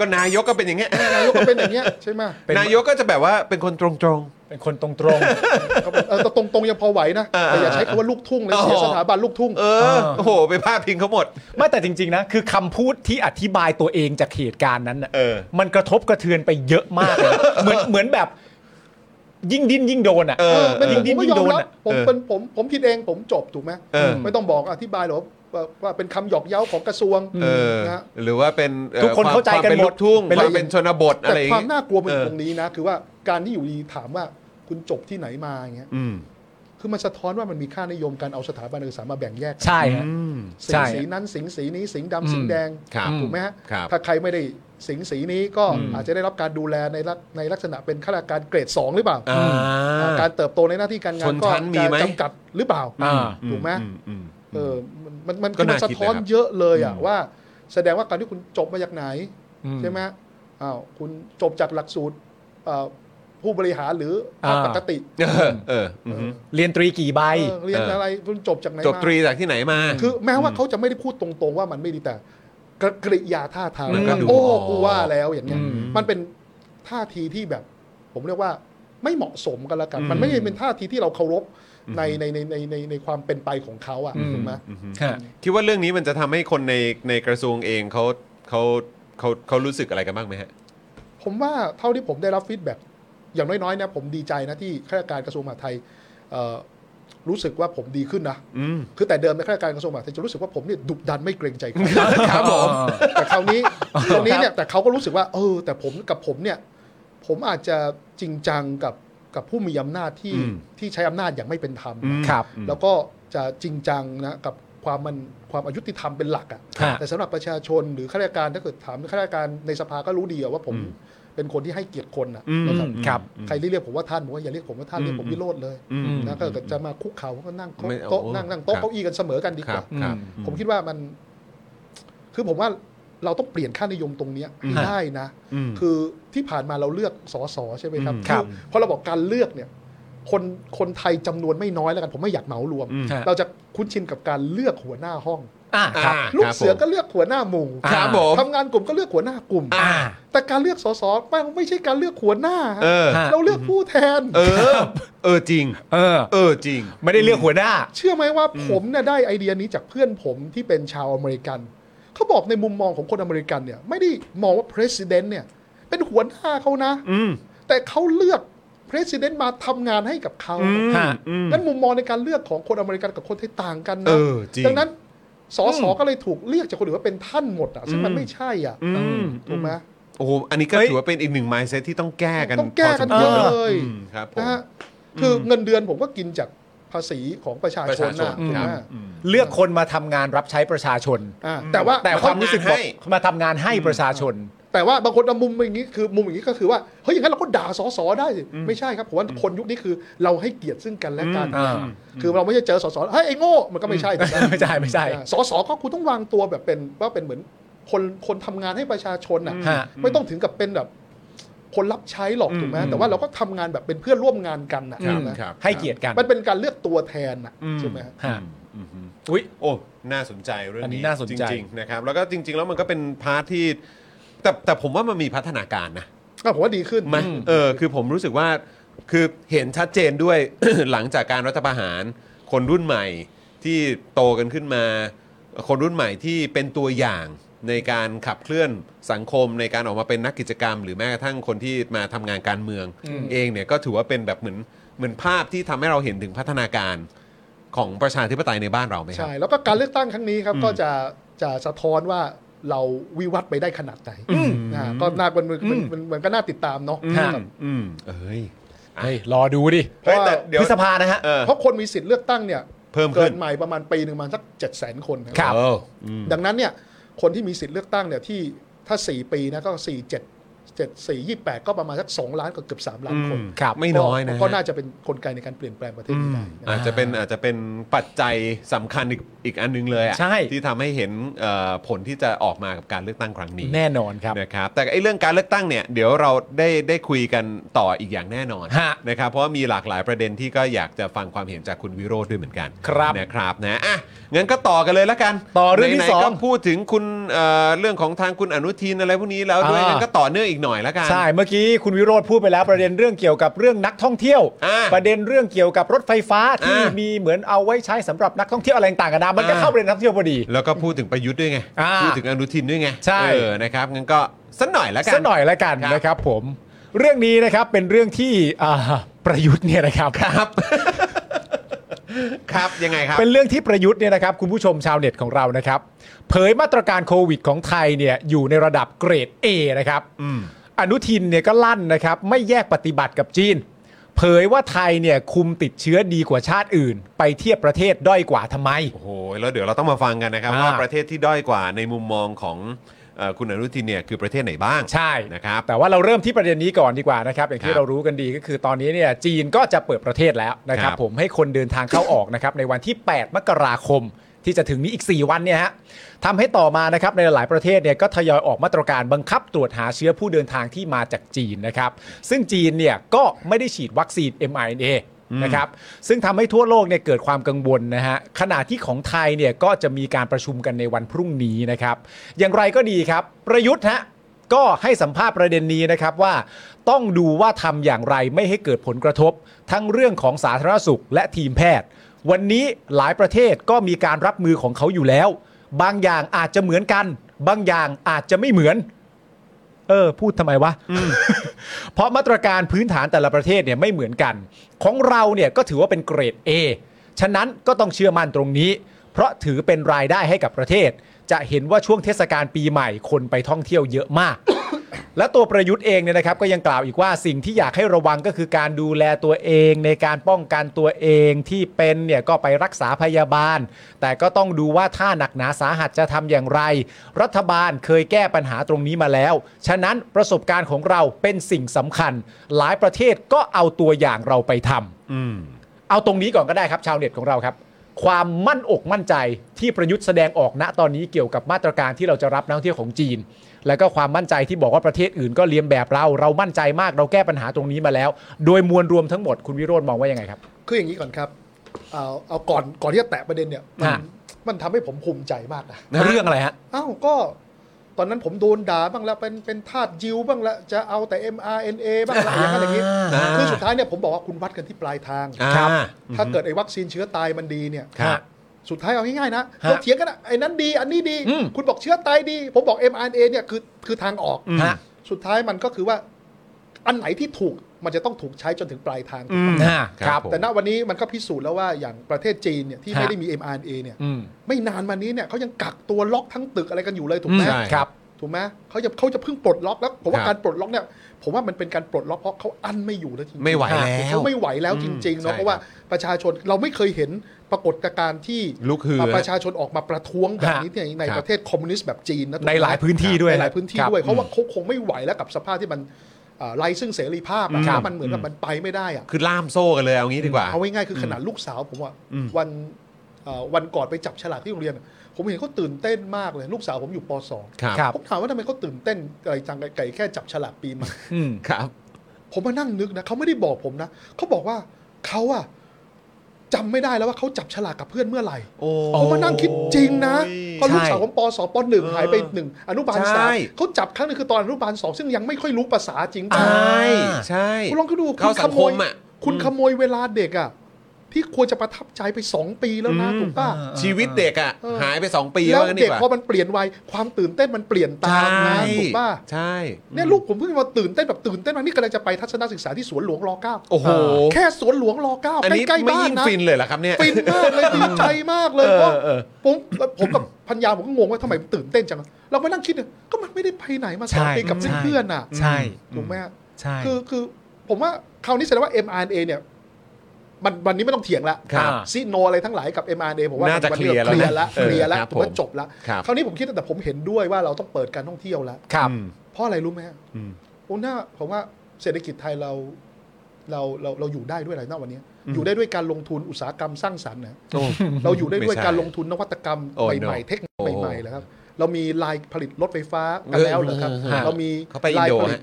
ก็นายกก็เป็นอย่างเงี้ย
นายกก็เป็นอย่างเงี้ย ใช่ไหม
เป็น
นายกก็จะแบบว่าเป็นคนตรง
เป็นคนตรง
ครับผมเออแต่ตรงๆ ยังพอไหวนะ แต่อย่าใช้คำว่าลูกทุ่งเลยเสียสถาบันลูกทุ่ง
ๆ เออ โอ้โห ไปพาดพิงเขาหมด
ๆ ไม่แต่จริง ๆ นะ คือคำพูดที่อธิบายตัวเองจากเหตุการณ์นั้นน่ะ
เออ
มันกระทบกระเทือนไปเยอะมากเลยเหมือนเหมือนแบบ ยิ่งดิ้นยิ่งโดนอ่ะ
เอ
เอ
อ
อไม่ผม
ยิ่ง
ก็
ยิ่
ย
ง
อมรับ
โดนอะ
ผม
เออ
เป็นผมผมผิดเองผมจบถูกไหม
เออ
ไม่ต้องบอกอธิบายหรอกว่าว่าเป็นคำหยอกเย้าของกระทรวง
เออ
นะ
หรือว่าเป็นอ่อ
ทุกคนเข้าใจกั
ความ
นหมด
เป็นลูทุ่ง
เป็
ค
นอะไร
วามเป็นชนบทอะ
แต่
ไรอย่ง
ควา
เงี้
ม
ย
น่ากลัวมัน
เออ
อ
ยู่
ตรงนี้นะ คือว่าการที่อยู่ดีถามว่าคุณจบที่ไหนมาอย่างเงี้ย
อืม
คือมันสะท้อนว่ามันมีค่านิยมการเอาสถาบันการศึกษามาแบ่งแยกกัน
ใช่ฮะ
สี
ใช่
สีนั้นสิงสีนี้สิงดำ
อืม
สิงแดง
ครับ
ถูกไหมฮะ
ครับ
ถ้าใครไม่ได้สิงสีนี้ก็
อืม
อาจจะได้รับการดูแลในลักในลักษณะเป็นข้าราชการเกรด 2 หรือเปล่า
อ่า
การเติบโตในหน้าที่การ
ช
งาน
น
ก็
ชั้นมีไหม
จะจำกัดหรือเปล่า
อ่า
ถูกไหม
อือืม
เออมันมันมัน
ก็
คือ
น่า
มันสะท้อน
คิดนะครับ
เยอะเลยอ่ะ
อืม
ว่า แสดงว่าการที่คุณจบมาจากไหน
อืม
ใช่ไหมอ้าวคุณจบจากหลักสูตรเอ่อผู้บริหารหรือ
อ่า
ปกติ
เออเอออืมฮึ
เรียนตรีกี่ใบ
เออเรียน
เอออ
อะไรคุณจบจากไหน
จบ
มา
ตรีจากที่ไหนมา
คือแม้ว่าเขาจะไม่ได้พูดตรงๆว่ามันไม่ดีแต่กระกริยาท่าทาง
มันก็
มัน
ดู
โอ้
ออก
กูว่าแล้วอย่างเงี้ย
อืม
มันเป็นท่าทีที่แบบ ผมเรียกว่าไม่เหมาะสมกันละกัน มันไม่ได้เป็นท่าทีที่เราเคารพในในในในในในความเป็นไปของเขาอ่ะถูกไหม
อืมฮึ
ฮะ
คิดว่าเรื่องนี้มันจะทำให้คนในในกระทรวงเองเขาเขาเขาเขารู้สึกอะไรกันบ้างไหมฮะ
ผมว่าเท่าที่ผมได้รับฟีดแบ็กอย่างน้อยๆนะผมดีใจนะที่ข้าราชการกระทรวงมหาดไทยเอ่อรู้สึกว่าผมดีขึ้นนะ
อืม
คือแต่เดิมในข้าราชการกระทรวงมหาดไทยจะรู้สึกว่าผมเนี่ยดุดันไม่เกรงใจใคร
ครับผม
แต่คราวนี้ตรงนี้เนี่ยแต่เขาก็รู้สึกว่าเออ แต่ผมกับผมเนี่ย ผมอาจจะจริงจังกับกับผู้มีอำนาจที่
อืม
ที่ใช้อำนาจอย่างไม่เป็นธรรม
ครับ
แล้วก็จะจริงจังนะกับความมันความอายุติธรรมเป็นหลักอะ
ฮะ
แต่สำหรับประชาชนหรือข้าราชการถ้าเกิดถามข้าราชการในสภาก็รู้ดีอะว่าผมเป็นคนที่ให้เกียรติคนอะ
อืม
นะครับ
ครับ
ใครเรียกผมว่าท่านผมว่าอย่าเรียกผมว่าท่านเรียกผมวิโรธเลย
อืม
นะก็จะมาคุกเข่าก็นั่ง
ไม่
โต๊ะ
โอ้
นั่งนั่งโต๊ะ
ครับ
เก้าอี้กันเสมอกันดี
ค
ก
รับ
ว่า
ครับ
ผมคิดว่ามัน คือผมว่าเราต้องเปลี่ยนค่านิยมตรงเนี้ยให้
ฮะ
ได้นะ
อืม
คือที่ผ่านมาเราเลือกสสใช่ไหมครับ
อืม
ครับ
อเพราะเราบอกการเลือกเนี่ย คนคนไทยจำนวนไม่น้อยแล้วกัน ผมไม่อยากเหมารวม
อืม
ฮะ
เราจะคุ้นชินกับการเลือกหัวหน้าห้อง
อ่าครับ
อ่า
ลูกเสือก็เลือกหัวหน้าหมู่
ครับผม
ทำงานกลุ่มก็เลือกหัวหน้ากลุ่ม
อ่า
แต่การเลือกสสมันไม่ใช่การเลือกหัวหน้าฮะ
เออ
ฮะ
เราเลือกผู้แทน
เออ เออจริง
เออ
เออจริง
ไม่ได้เลือกหัวหน้า
เชื่อไหมว่าผมเนี่ยได้ไอเดียนี้จากเพื่อนผมที่เป็นชาวอเมริกัน เขาบอกในมุมมองของคนอเมริกันเนี่ย ไม่ได้มองว่า president เนี่ย เป็นหัวหน้าเขานะ
อืม
แต่เขาเลือก president มาทำงานให้กับเขา
อืม
ฮะ
อืม
นั้นมุมมองในการเลือกของคนอเมริกันกับคนไทยต่างกัน
เอ
นะ
อจริง
ดังนั้นสสก็เลยถูกเรียกจากคนอื่นว่าเป็นท่านหมดอ่ะซึ่งมัน
อืม
ไม่ใช่อ่ะ
อืม
ถูกไหม
โอ้โหอันนี้ก็
เฮ้ย
ถือว่าเป็นอีกหนึ่ง mindset ที่ต้องแก้กัน
ต้องแก้กัน
พสมควร
เยอะ
นะ
เลย
อืมครับผม
นะฮะคือเงินเดือนผมก็กินจากภาษีของประชาชน
ประชาชน
นะถูกไหม
ครับ
เลือกคนมาทำงานรับใช้ประชาชน
อ่าแต่ว่า
แต่ความรู้สึกบอก
ให้
มาทำงานให้ประชาชน
แต่ว่าบางคนเอามุมอย่างนี้คือมุมอย่างนี้ก็คือว่าเฮ้ยอย่างนั้นเราก็ด่าสอสอได้สิไม่ใช่ครับผมว่าคนยุคนี้คือเราให้เกียรติซึ่งกันและกัน
อืมอ่า
คือเราไม่ใช่เจอสอสอเฮ้ยไอ้โง่มันก็ไม่ใช่ถูกไหม
ไม่ใช่ไม่ใช่
อ่าสอสอก็คุณต้องวางตัวแบบเป็นว่าเป็นเหมือนคนคนทำงานให้ประชาชนน่ะ
ฮะ
ไม่ต้องถึงกับเป็นแบบคนรับใช้หรอกถูกไหมแต่ว่าเราก็ทำงานแบบเป็นเพื่อนร่วมงานกันนะ
อืม
ใช่ไหม
ครับ
ให้เกียรติกัน
มันเป็นการเลือกตัวแทนน่ะใช่ไหมฮะ
ฮะ
อืม
อุ้ย
โอ้ น่าสนใจเรื่อ
อั
ง
นนี้
นี้
น่าสนใจ
ริงๆนะครับ แล้วก็จริง ๆ แล้วมันก็เป็นพาร์ทที่ แต่แต่ผมว่ามันมีพัฒนาการนะ
ก็ผมว่าดีขึ้น
มันเออ คือผมรู้สึกว่า คือเห็นชัดเจนด้วย หลังจากการรัฐประหาร คนรุ่นใหม่ที่โตกันขึ้นมา คนรุ่นใหม่ที่เป็นตัวอย่างในการขับเคลื่อนสังคมในการออกมาเป็นนักกิจกรรม หรือแม้กระทั่งคนที่มาทำงานการเมือง เองเนี่ยก็ถือว่าเป็นแบบเหมือนเหมือนภาพที่ทำให้เราเห็นถึงพัฒนาการของประชาธิปไตยในบ้านเราไหมครับ
ใช่ แล้วก็การเลือกตั้งครั้งนี้ครับก็จะจะสะท้อนว่าเราวิวัฒน์ไปได้ขนาดไหนนะก็น่ามันมันมันมันมันก็น่าติดตามเนาะ
ฮะ
ครับ
อืมเอ้ย
เฮ้ยรอดูดิ
เฮ้ยแต่เดี๋ยว
พฤษภานะฮะ
เออ
เพราะคนมีสิทธิ์เลือกตั้งเนี่ย
เพิ่มขึ้น
เกิดใหม่ประมาณปีหนึ่งประมาณสักเจ็ดแสนคนนะครับ
เออ
ดังนั้นเนี่ยคนที่มีสิทธิ์เลือกตั้งเนี่ยที่ถ้า 4 ปีนะก็ 4 7 7 4 28 ก็ประมาณสัก 2 ล้านกับเกือบ 3 ล้านคน
อืม
ครับ
ไม่น้อยนะ
ก็ก็น่าจะเป็นกลไกในการเปลี่ยนแปลงประเทศนี้ได้นะ
อาจจะเป็นอาจจะเป็นปัจจัยสำคัญอีกอีกอันหนึงเลยอะ
ใช่
ที่ทำให้เห็นเอ่อผลที่จะออกมากับการเลือกตั้งครั้งนี้
แน่นอนครับ
นะครับ แต่ไอ้เรื่องการเลือกตั้งเนี่ยเดี๋ยวเราได้ได้คุยกันต่ออีกอย่างแน่นอน
ฮะ
นะครับเพราะว่ามีหลากหลายประเด็นที่ก็อยากจะฟังความเห็นจากคุณวิโรธด้วยเหมือนกัน
ครับ
นะครับนะอ่ะงั้นก็ต่อกันเลยละกัน
ต่อเรื่องที่
ไหนๆ
สอง
ก็พูดถึงคุณเอ่อเรื่องของทางคุณอนุทินอะไรพวกนี้แล้วด้วย
อ่างั้
งั้นก็ต่อเนื่องอีกหน่อยละกัน
ใช่เมื่อกี้คุณวิโรธพูดไปแล้วประเด็นเรื่องเกี่ยวกับเรื่องนักท่องเที่ยว
อ่า
ประเด็นเรื่องเกี่ยวกับรถไฟฟ้าที่
อ่ามี
มีเหมือนเอาไว้ใช้สำหรับนักท่องเที่ยวอะไรต่างกันนะมันก็
อ่า
เข้าประเด็นนักท่องเที่ยวพอดี
แล้วก็พูดถึงประยุทธ์ด้วยไง
อ่า
พูดถึงอนุทินด้วยไง
ใช่
เออนะครับงั้นก็สักหน่อยแล้วกัน
สักหน่อยละกัน
ครับ
นะครับผม เรื่องนี้นะครับเป็นเรื่องที่อ่าประยุทธ์เนี่ยนะครับ
ครับ ครับยังไงครับ
เป็นเรื่องที่ประยุทธ์เนี่ยนะครับคุณผู้ชมชาวเน็ตของเรานะครับ เผยมาตรการโควิดของไทยเนี่ยอยู่ในระดับเกรด A นะครับอนุทินเนี่ยก็ลั่นนะครับ ไม่แยกปฏิบัติกับจีน เผยว่าไทยเนี่ยคุมติดเชื้อดีกว่าชาติอื่น ไปเทียบประเทศด้อยกว่าทำไม
โอ้โหแล้วเดี๋ยวเราต้องมาฟังกันนะครับ
อ่า
ว่าประเทศที่ด้อยกว่าในมุมมองของเอ่อคุณอนุทินเนี่ยคือประเทศไหนบ้าง
ใช่
นะครับ
แต่ว่าเราเริ่มที่ประเด็นนี้ก่อนดีกว่านะครับอย่าง
ค
ที่
รับ
เรารู้กันดีก็คือตอนนี้เนี่ยจีนก็จะเปิดประเทศแล้วนะครับ
ครับ
ผมให้คนเดินทางเข้าออกนะครับในวันที่ 8 มกราคม ที่จะถึงนี้อีก 4 วันเนี่ยฮะทำให้ต่อมานะครับในหลายประเทศเนี่ยก็ทยอยออกมาตรการบังคับตรวจหาเชื้อผู้เดินทางที่มาจากจีนนะครับซึ่งจีนเนี่ยก็ไม่ได้ฉีดวัคซีน mRNA นะครับซึ่งทำให้ทั่วโลกเนี่ยเกิดความกังวลนะฮะขณะที่ของไทยเนี่ยก็จะมีการประชุมกันในวันพรุ่งนี้นะครับอย่างไรก็ดีครับประยุทธ์ฮะ ก็ให้สัมภาษณ์ประเด็นนี้นะครับว่า ต้องดูว่าทำอย่างไรไม่ให้เกิดผลกระทบ ทั้งเรื่องของสาธารณสุขและทีมแพทย์ วันนี้หลายประเทศก็มีการรับมือของเขาอยู่แล้ว บางอย่างอาจจะเหมือนกัน บางอย่างอาจจะไม่เหมือน เออ พูดทำไมวะ เพราะมาตรการพื้นฐานแต่ละประเทศเนี่ยไม่เหมือนกัน ของเราเนี่ยก็ถือว่าเป็นเกรด A ฉะนั้นก็ต้องเชื่อมั่นตรงนี้ เพราะถือเป็นรายได้ให้กับประเทศ จะเห็นว่าช่วงเทศกาลปีใหม่คนไปท่องเที่ยวเยอะมาก และตัวประยุทธ์เองเนี่ยนะครับ ก็ยังกล่าวอีกว่าสิ่งที่อยากให้ระวังก็คือการดูแลตัวเองในการป้องกันตัวเองที่เป็นเนี่ยก็ไปรักษาพยาบาล แต่ก็ต้องดูว่าถ้าหนักหนาสาหัสจะทำอย่างไร รัฐบาลเคยแก้ปัญหาตรงนี้มาแล้ว ฉะนั้นประสบการณ์ของเราเป็นสิ่งสำคัญ หลายประเทศก็เอาตัวอย่างเราไปทำเอาตรงนี้ก่อนก็ได้ครับชาวเน็ตของเราครับ ความมั่นอกมั่นใจที่ประยุทธ์แสดงออกณตอนนี้เกี่ยวกับมาตรการที่เราจะรับนักท่องเที่ยวของจีน แล้วก็ความมั่นใจที่บอกว่าประเทศอื่นก็เลียนแบบเรา เรามั่นใจมากเราแก้ปัญหาตรงนี้มาแล้ว โดยมวลรวมทั้งหมดคุณวิโรจน์มองว่ายังไงครับ
คืออย่างนี้ก่อนครับ เอาเอาก่อนก่อนที่จะแตะประเด็นเนี่ยมัน
ฮะ
มันทำให้ผมภูมิใจมากนะ
เรื่องอะไรฮะ
อ้าวก็ตอนนั้นผมโดนด่าบ้างแล้วเป็นเป็นทาสยิวบ้างละจะเอาแต่ mRNA บ้างละอย่างนั้นอย่างนี้
อ่า
คือสุดท้ายเนี่ยผมบอกว่าคุณวัดกันที่ปลายทาง
อ่า
ครับ
ถ้าเกิดไอ้วัคซีนเชื้อตายมันดีเนี่ย
ครั
ฮะ
บ
สุดท้ายเอาง่ายๆนะ
ฮะ
เราเถียงกันอะไอ้นั้นดี อันนี้ดี
อืม
คุณบอกเชื้อตายดี ผมบอก mRNA เนี่ยคือคือทางออก
ฮะ
สุดท้ายมันก็คือว่า อันไหนที่ถูกมันจะต้องถูกใช้จนถึงปลายทาง
อ่าค
ครั
รับ
บผม
แต่ณวันนี้มันก็พิสูจน์แล้วว่าอย่างประเทศจีนเนี่ยที่
ฮะ
ไม่ได้มี mRNA เนี่ย
อืม
ไม่นานมานี้เนี่ยเขายังกักตัวล็อกทั้งตึกอะไรกันอยู่เลยถูกไหม
อืครับ
ถูกไหมเขาจะเขาจะเพิ่งปลดล็อกแล้วผมว่า
ครับ
การปลดล็อกเนี่ย ผมว่ามันเป็นการปลดล็อกเพราะเขาอั้นไม่อยู่แล้วจริงๆ
ไม่ไหว
ครับ
แล้
เขา
ว
ไม่ไหวแล้วจริง
อืม
ๆเนาะ
ใช่
เพราะว่าประชาชนเราไม่เคยเห็นปรากฏการณ์ที่
ลุกฮือ
ประชาชนออกมาประท้วงแบบนี้เนี่ยในประเทศคอมมิวนิสต์แบบจีนนะ
ในหลายพื้นที่ด้วย
ในหลายพื้นที่ด้วย
ครับ
เพราะว่าเขาคงไม่ไหวแล้วกับสภาพที่มันเอ่อไร้ซึ่งเสรีภาพอะ
ครับ
แล้วมันเหมือนกับมันไปไม่ได้อะ
คือล่ามโซ่กันเลยเอางี้ดีกว่า
เอาง่ายๆคือขนาดลูกสาวผมอะวันเอ่อวันก่อนไปจับฉลากที่โรงเรียนอะผมเห็นเขาตื่นเต้นมากเลย ลูกสาวผมอยู่ป .2
ครับ
ครับ
ผมถามว่าทำไมเขาตื่นเต้นอะไรจังไก่แค่จับฉลากปีใหม่
อืม
ครับ
ผมมานั่งนึกนะเขาไม่ได้บอกผมนะเขาบอกว่าเขาอะจำไม่ได้แล้วว่าเขาจับฉลากกับเพื่อนเมื่อไหร่
โอ้
ผมมานั่งคิดจริงนะก็ลูกสาว
ใช่
ผมปสปหนึ่ง
เออ
หายไปหนึ่งอนุบาลสา
ใช่
มเขาจับครั้งหนึงคือตอนอนุบาลสองซึ่งยังไม่ค่อยรู้ภาษาจริง
ใช
จัง่
ใช่
คุณลองคิดดู
เข้า
ณข
สัง
โม
ค
ย
มอะ
คุณขโมยเวลาเด็กอะที่ควรจะประทับใจไปสองปีแล้วนะ
อืม
ถูกป่ะ
ชีวิตเด็กอ่ะ
เออ
หายไป 2 ปี
แล้ว
ว่างั้นดี
เด็ก
กว่า
พอมันเปลี่ยนวัยความตื่นเต้นมันเปลี่ยนตามนะถูกป่ะ
ใช่
เนี่ยลูกผมเพิ่งมาตื่นเต้นแบบตื่นเต้นวันนี้กำลังจะไปทัศนศึกษาที่สวนหลวงรเก้า
โอ้โห
แค่สวนหลวงรอเก้า
อันนี้
ใกล้ๆ
ไม่
บ้าน
ยิ่ง
นะ
ฟินเลยเหรอครับเนี่ย
ฟินมาก เลยดีใจมากเลย
เออ
เพราะ
เออ
ผมผมกับพันยาผมก็งงว่าทำไมตื่นเต้นจังเรามานั่งคิดเนี่ยก็มันไม่ได้ไปไหนมาสองปีกับเพื่อนๆน่ะ
ใช่
ถูกไหมฮะ
ใช่
คือคือผมว่าคราวนี้แสดงว่า mRNA เนี่ยมันวันนี้ไม่ต้องเถียงละ
ครับ
ซีโนอะไรทั้งหลายกับ mRNA ผมว่า
น่าจะ
วั
เคลียร์แล้วนะ
เคลียร์ละ
เออ
เคลียร์ละ
ครับ
ผมว่า
ผม
จบละ
ครับ
คราวนี้ผมคิดแต่ผมเห็นด้วยว่าเราต้องเปิดการท่องเที่ยวละ
ครับ
เพราะอะไรรู้ไหมฮะโอ้หน้าผมว่าเศรษฐกิจไทยเราเราเราเราอยู่ได้ด้วยอะไรนะวันนี้ อยู่ได้ด้วยการลงทุนอุตสาหกรรมสร้างสรรค์นะ
โอ้
เราอยู่ได้ด้วย
ไม่ใช่
การลงทุนนวัตกรรม
โอ้ no
ใหม่ๆเทคโนโลยีใหม่ๆแล้วครับ เรามีลายผลิตรถไฟฟ้ากันแล้วเหรอครับ
เออเออเออ
เรามี
เขาไปอิน
ลาย
โด
ผลิ
ฮะ
ต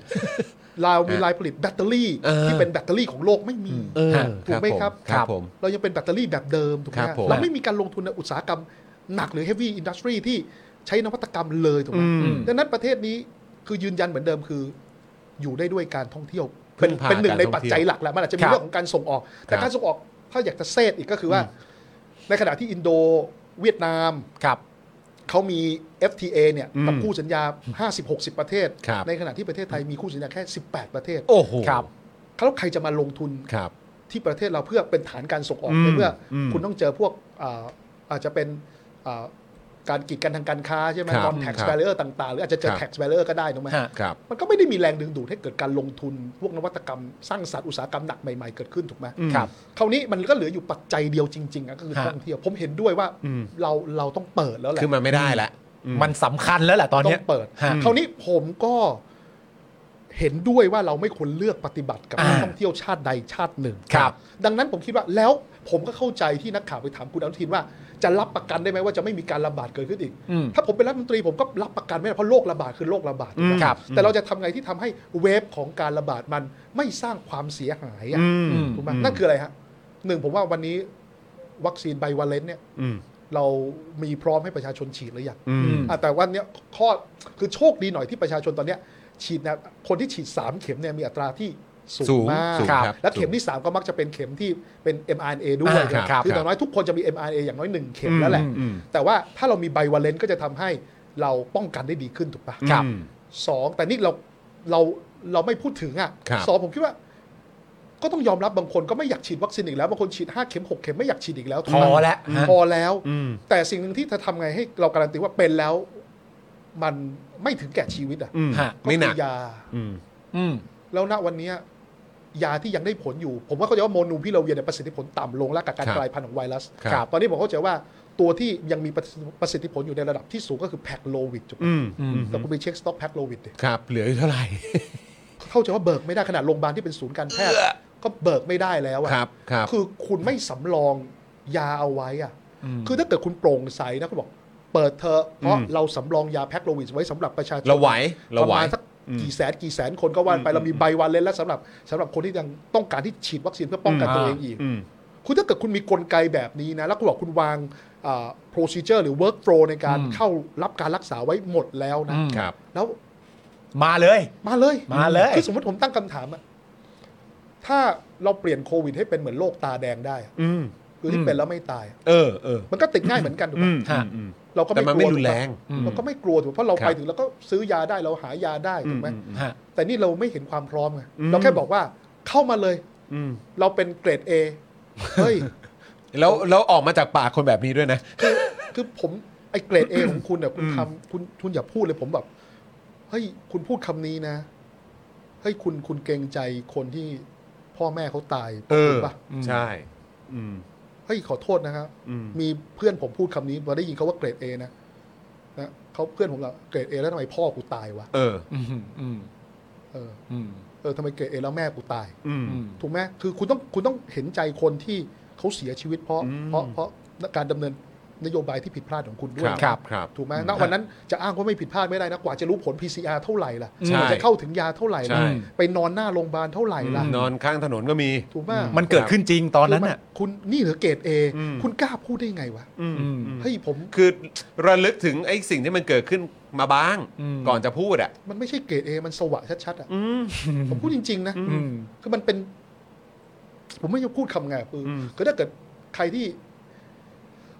เรามีลายผลิตแบตเตอรี่
เออ
ที่เป็นแบตเตอรี่ของโลกไม่มี
เออ
ถูกไหมครับ
ครับผม
เรายังเป็นแบตเตอรี่แบบเดิมถูกไหม
ครับ
ฮะ
ผม
เราไม่มีการลงทุนในอุตสาหกรรมหนักหรือ heavy industry ที่ใช้นวัตกรรมเลยถูกไหม
อืม
ดังนั้นประเทศนี้คือยืนยันเหมือนเดิมคือ อยู่ได้ด้วยการท่องเที่ยว
พึ่
เป็น
งพา
เป็นหนึ่งใน
การท่อง
ปัจจัยหลักแหละมันอาจจะมี
ครับ
เรื่องของการส่งออก แต่
ครับ
การส่งออกถ้าอยากจะเซตอีกก็คือว่า ในขณะที่อินโดเวียดนาม
ครับ
เขามี FTA เนี่ยกับคู่สัญญา 50-60 ประเทศ
ครับ
ในขณะที่ประเทศไทยมีคู่สัญญาแค่ 18 ประเทศ
โอ้โห
ครับ
แล้วใครจะมาลงทุน
ครับ
ที่ประเทศเราเพื่อเป็นฐานการส่งออก
อืม
ในเมื่ออ
ม
คุณต้องเจอพวกอ่าอาจจะเป็นอ่า การกีดกันทางการค้าใช่ไหม
ครับ
non tax
ครับ
barrier ต่างๆ หรืออาจจะเจ
ค
อ
รับ
tax barrier ก็ได้ถูกไหม
ฮะ
ครับ
มันก็ไม่ได้มีแรงดึงดูดให้เกิดการลงทุน พวกนวัตกรรม สร้างสรรค์อุตสาหกรรมหนักใหม่ๆเกิดขึ้นถูกไหม
ครับ
คราวนี้มันก็เหลืออยู่ปัจจัยเดียวจริงๆอะก็คือ
ฮะ
ท่องเที่ยวผมเห็นด้วยว่า
อืม
เราเราต้องเปิดแล้วแหละ
คือมันไม่ได้ละ
มันสำคัญแล้วแหละตอน
ต้อ
เนี้ย
งเปิด
ฮะ
คราวนี้ผมก็เห็นด้วยว่าเราไม่ควรเลือกปฏิบัติกับ
อ่า
นักท่องเที่ยวชาติใดชาติหนึ่ง
ครับ
ดังนั้นผมคิดว่าแล้วผมก็เข้าใจที่นักข่าวไปถามคุณอนุทินว่า จะรับประกันได้ไหมว่าจะไม่มีการระบาดเกิดขึ้นอีก
อืม
ถ้าผมเป็นรัฐมนตรีผมก็รับประกันไม่ได้เพราะโรคระบาดคือโรคระบาด
อืมครับ
แต่เราจะทำไงที่ทำให้เวฟของการระบาดมันไม่สร้างความเสียหายอะ
อืม
ถูกไหมนั่นคืออะไรฮะหนึ่งผมว่าวันนี้วัคซีนไบวาเลนต์เนี่ย
อืม
เรามีพร้อมให้ประชาชนฉีดหรือยัง
อืม
อืม
อ่ะแต่วันเนี้ยข้อคือโชคดีหน่อยที่ประชาชนตอนเนี้ยฉีดนะคนที่ฉีด 3 เข็มเนี่ยมีอัตราที่สู
สู
ง
ง
มาก
สูงครับ
และเข็มที่ 3 ก็มักจะเป็นเข็มที่เป็น mRNA ด้วย
อ่าครับครับ
ออย่างน้อยทุกคนจะมี mRNA อย่างน้อย 1 เข็มแล้วแหละ
อืม
แต่ว่าถ้าเรามีไบวาเลนต์ก็จะทำให้เราป้องกันได้ดีขึ้นถูกปะ
ครับ
อืม
สองแต่นี่เราเราเราไม่พูดถึงอ่ะ
ครับ
สองผมคิดว่า ก็ต้องยอมรับบางคนก็ไม่อยากฉีดวัคซีนอีกแล้วบางคนฉีด5เข็ม6เข็มไม่อยากฉีดอีกแล้วถูก
พอ
ปะ
แล้วฮะ
พอแล้ว
อืม
แต่สิ่งหนึ่งที่จะทำไงให้เราการันตีว่าเป็นแล้ว มันไม่ถึงแก่ชีวิตอ่ะ
อืม
ฮะ
ไม่หนัก
คือยา
อืม
อืม
แล้วณวันเนี้ยยาที่ยังได้ผลอยู่ ผมว่าเขาจะว่าโมนูพิลาเวียเนี่ยประสิทธิผลต่ำลงแล้วกับการ
ครับ
กลายพันธุ์ของไวรัส
ครับ
ตอนนี้ผมเข้าใจว่าตัวที่ยังมีประสิทธิผลอยู่ในระดับที่สูงก็คือแพคโลวิดจุก
อืม
แต่คุณไปเช็คสต็อกแพคโลวิดดิ
ครับ เหลืออยู่เท่าไหร่
เข้าใจว่าเบิกไม่ได้ขนาดโรงพยาบาลที่เป็นศูนย์การแพทย์ก็เบิกไม่ได้แล้วอะ
ครับครับ
คือคุณไม่สำรองยาเอาไว้อะ
อืม
คือถ้าเกิดคุณโปร่งใสนะคุณบอก เปิดเธอะเพราะ
อืม
เราสำรองยาแพ็คโลวิดไว้สำหรับประชาชน
เราไหวเรา
ประ
ไหว
มาณสักกี่แสนกี่แสนคนก็ว่าไปเรามีใบวันเลนแล้วสำหรับสำหรับคนที่ยังต้องการที่ฉีดวัคซีนเพื่อป้องกัน
อืม
ตัวเองอีก
อืม
คุณถ้าเกิดคุณมีกลไกแบบนี้นะ แล้วคุณบอกคุณวางอ่า procedure หรือ workflow ในการเข้ารับการรักษาไว้หมดแล้วนะ
อืม
ครับ
แล้ว
มาเลย
มาเลย
มาเลย
คือสมมติผมตั้งคำถามอะถ้าเราเปลี่ยนโควิดให้เป็นเหมือนโรคตาแดงได้อะ
อืม
คือที่
อืม
เป็นแล้วไม่ตายอะ
เออเออ
มันก็ติดง่ายเหมือนกันถูกไหม
อืม
ฮะ
อืม
เราก็ไม่
แต่มัน
ก
ไม่
ลัว
รุนแรง
ถูกปะเราก็ไม่กลัวถูกปะเพราะเราไปถึงแล้วก็ซื้อยาได้เราหายาได้ถูกไหม
ฮะ
แต่นี่เราไม่เห็นความพร้อมไงเราแค่บอกว่าเข้ามาเลย
อืม
เราเป็นเกรด A เฮ้ย
แล้วแล้วออกมาจากปากคนแบบนี้ด้วยนะ
คือคือผมไอ้เกรดเอของคุณเนี่ยคุณทำคุณคุณอย่าพูดเลยผมแบบเฮ้ยคุณพูดคำนี้นะเฮ้ยคุณคุณเกรงใจคนที่พ่อแม่เขาตาย
เออ
ถูกปะ
ใช่ อืม
เฮ้ยขอโทษนะครับ
อืม
มีเพื่อนผมพูดคำนี้พอได้ยินเขาว่าเกรดเอนะนะเขาเพื่อนผมแบบเกรดเอแล้วทำไมพ่อกูตายวะ
เออ
อืมอืม
เออ
อืม
เออทำไมเกรดเอแล้วแม่กูตาย
อืม
อืม
ถูกไหมคือคุณต้องคุณต้องเห็นใจคนที่เขาเสียชีวิตเพราะ
อืม
เพราะเพราะการดำเนินนโยบายที่ผิดพลาดของคุณด้
ค
วย
รับ
ครับ
ครับ
ถูกไหมณวันนั้นจะอ้างว่าไม่ผิดพลาดไม่ได้นะ กว่าจะรู้ผล PCR เท่าไหร่ล่ะ
ใช่
กว่าจะเข้าถึงยาเท่าไหร่
ใช่
ล่ะ ไปนอนหน้าโรงพยาบาลเท่าไหร่ล่ะ
นอนข้างถนนก็มี
ถูกไหม
มันเกิดขึ้นจริงตอนนั้น
คืมั
น่ะ
คุณนี่เหรือเกรดเอ
อืม
คุณกล้าพูดได้ไงวะ
อืม
อืม
เฮ้ยผม
คือระลึกถึงไอ้สิ่งที่มันเกิดขึ้นมาบ้าง
อืม
ก่อนจะพูดอ่ะ
มันไม่ใช่เกรดเอมันสวะชัดๆอ่ะ
อืม
ผมพูดจริง ๆ นะ
อืม
คือมันเป็น ผมไม่จะพูดคำไงอะคืออ
ม
คือถ้าเกิดใครที่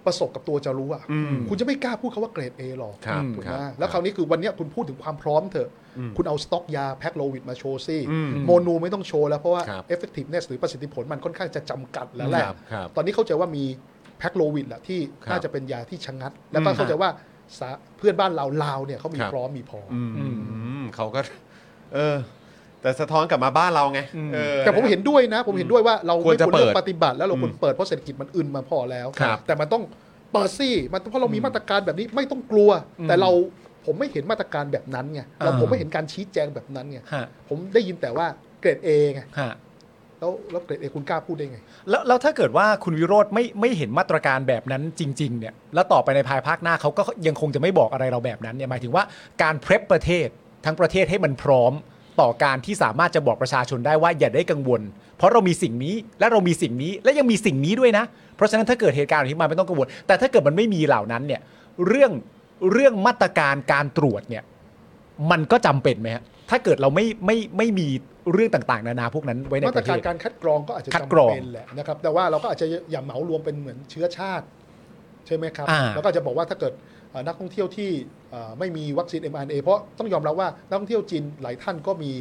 ประสบกับตัวจะรู้อ่ะ
อืม
คุณจะไม่กล้าพูดคาว่าเกรดเอหรอก
ครับ
อืม
ถูก
ค
ไหม
รับ
แล้วคราวนี้คือวันเนี้ยคุณพูดถึงความพร้อมเถอะ คุณเอาสต็อกยาแพ็คโลวิดมาโชว์ซิ
อืม
โมนูไม่ต้องโชว์แล้ว เพราะว่า
ครับ
effectiveness หรือประสิทธิผลมันค่อนข้างจะจำกัดแล้วแหละ
ครับครับ
ตอนนี้เข้าใจว่ามีแพ็คโลวิดแหละที่
ครับ
น่าจะเป็นยาที่ชะงัด แล้วก็
อืม
เข้าใจว่าสาเพื่อนบ้านเราลาวเนี่ยเขามี
ครับ
พร้อมมีพออ
อืมเขาก็ เออ แต่สะท้อนกลับมาบ้านเราไง
อืม
เออ
แต่ผมเห็นด้วยนะ ผมเห็นด้วยว่าเรา
ควร
ไม่
จะ
ควรเลือ
เปิด
กปฏิบัติแล้วเราควรเปิดเพราะเศรษฐกิจมันอึนมาพอแล้ว
ครับ
แต่มันต้องเปิดสิมันเพราะเรามีมาตรการแบบนี้ไม่ต้องกลัว แต่เราผมไม่เห็นมาตรการแบบนั้นไงเราผมไม่เห็นการชี้แจงแบบนั้นไง
ฮะ
ผมได้ยินแต่ว่าเกรดเอไง
ฮะ
แล้วแล้วเกรดเอคุณกล้าพูดได้ไง
แล้วแล้วถ้าเกิดว่าคุณวิโรธไม่ไม่เห็นมาตรการแบบนั้นจริง ๆ เนี่ย แล้วต่อไปในภายภาคหน้าเขาก็ยังคงจะไม่บอกอะไรเราแบบนั้นเนี่ยหมายถึงว่าการเพรพประเทศทั้งประเทศให้มันพร้อม ต่อการที่สามารถจะบอกประชาชนได้ว่าอย่าได้กังวล เพราะเรามีสิ่งนี้และเรามีสิ่งนี้และยังมีสิ่งนี้ด้วยนะ เพราะฉะนั้นถ้าเกิดเหตุการณ์แบบนี้มาไม่ต้องกังวล แต่ถ้าเกิดมันไม่มีเหล่านั้นเนี่ยเรื่องเรื่องมาตรการการตรวจเนี่ย มันก็จำเป็นไหมฮะถ้าเกิดเราไม่ไม่ไม่มีเรื่องต่างๆ นานาพวกนั้นไว้ในป
มาตร
ระเท
การ
ศ
การคัดกรองก็อาจจะ
คัดกรอง
จำเป็นแหละนะครับ แต่ว่าเราก็อาจจะอย่าเหมารวมเป็นเหมือนเชื้อชาติ ใช่ไหมครับ
อ่า
แล้วก็จะบอกว่าถ้าเกิดเอ่อนักท่องเที่ยวที่เอ่อไม่มีวัคซีน mRNA เพราะต้องยอมรับว่านักท่องเที่ยวจีนหลายท่านก็มี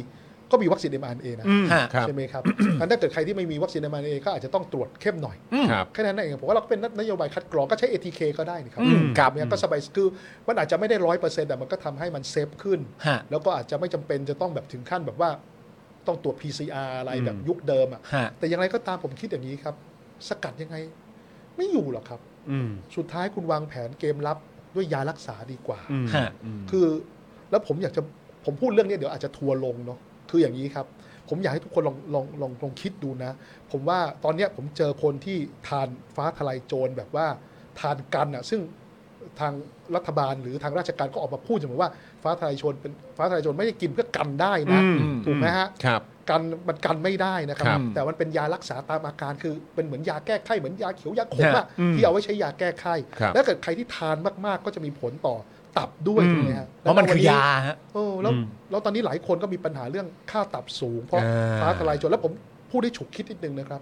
ก็มีวัคซีน mRNA นะ
ฮะ
ใช่ไหมครับ อันถ้าเกิดใครที่ไม่มีวัคซีน mRNA ก็อาจจะต้องตรวจเข้มหน่อย
ครับ
แค่นั้นเองครับผมว่าเราก็เป็นนโยบายคัดกรองก็ใช้ ATK ก็ได้นะครับ
อืมครับ
เนี่ยก็สบายคือมันอาจจะไม่ได้ร้อยเปอร์เซ็นต์แต่มันก็ทำให้มันเซฟขึ้น
ฮะ
แล้วก็อาจจะไม่จำเป็นจะต้องแบบถึงขั้นแบบว่าต้องตรวจ PCR อะไรแบบยุคเดิมอ่ะ
ฮะ
แต่อย่างไรก็ตามผมคิดอย่างนี้ครับ สกัดยังไง ไม่อยู่หรอกครับ
อืม
สุดท้ายคุณวางแผนเกมรับด้วยยารักษาดีกว่า
อืม
ฮะ
คือแล้วผมอยากจะผมพูดเรื่องนี้เดี๋ยวอาจจะทัวร์ลงเนาะคืออย่างนี้ครับ ผมอยากให้ทุกคนลองลองลองลองคิดดูนะ ผมว่าตอนเนี้ยผมเจอคนที่ทานฟ้าทลายโจรแบบว่าทานกันอ่ะซึ่งทางรัฐบาลหรือทางราชการก็ออกมาพูดเสมอว่าฟ้าทลายโจรเป็นฟ้าทลายโจรไม่ได้กินเพื่อกันได้นะ ถูกไหมฮะ
ครับ
กันมันกันไม่ได้นะค
ครั
รับ
บ
แต่มันเป็นยารักษาตามอาการคือเป็นเหมือนยาแก้ไข้เหมือนยาเขียวยาขม
ฮะ
อะที่เอาไว้ใช้ยาแก้ไข้
ครับ
แล้วเกิดใครที่ทานมากๆ ก็จะมีผลต่อตับด้วยถูกไหมฮะ
เพราะมันคือยาฮะ
เออแล้วแล้วตอนนี้หลายคนก็มีปัญหาเรื่องค่าตับสูง เพราะ
อ่า
ฟ้าทลายโจรแล้วผมพูดได้ฉุกคิดนิดนึงนะครับ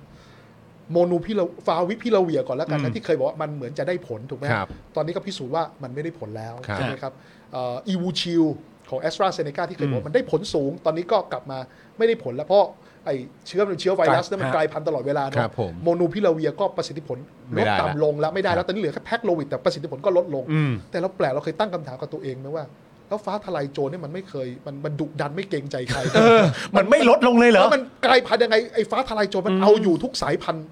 โมนูพิลาฟาวิพิลาเวียก่อนแล้วกันนะที่เคยบอกว่ามันเหมือนจะได้ผลถูกไหมฮะ
ครับ
ตอนนี้ก็พิสูจน์ว่ามันไม่ได้ผลแล้ว
ครับ
ใช่ไหมครับเอีวูชิลของแอสตราเซเนกาที่เคยบอกว่ามันได้ผลสูง ตอนนี้ก็กลับมาไม่ได้ผลแล้วเพราะไอเชื้อมันเชื้อไวรัสเนี่ยมันกลายพันธุ์ตลอดเวลา
ครั
เนาะ
บผม
โมนูพิลาเวียก็ประสิทธิผล
ไม่
ลด
ได้ละ
ต่ำลงแล้วไม่ได้แล้วตอนนี้เหลือแค่แพ็กโลวิดแต่ประสิทธิผลก็ลดลง แต่เราแปลกเราเคยตั้งคำถามกับตัวเองไหมว่าแล้วฟ้าทลายโจรเนี่ยมันไม่เคยมันมันดุดันไม่เกรงใจใคร
มันไม่ลดลงเลยเหรอ
แล้วมันกลายพันธุ์ยังไงไอ้ฟ้าทลายโจรมันเอาอยู่ทุกสายพันธุ์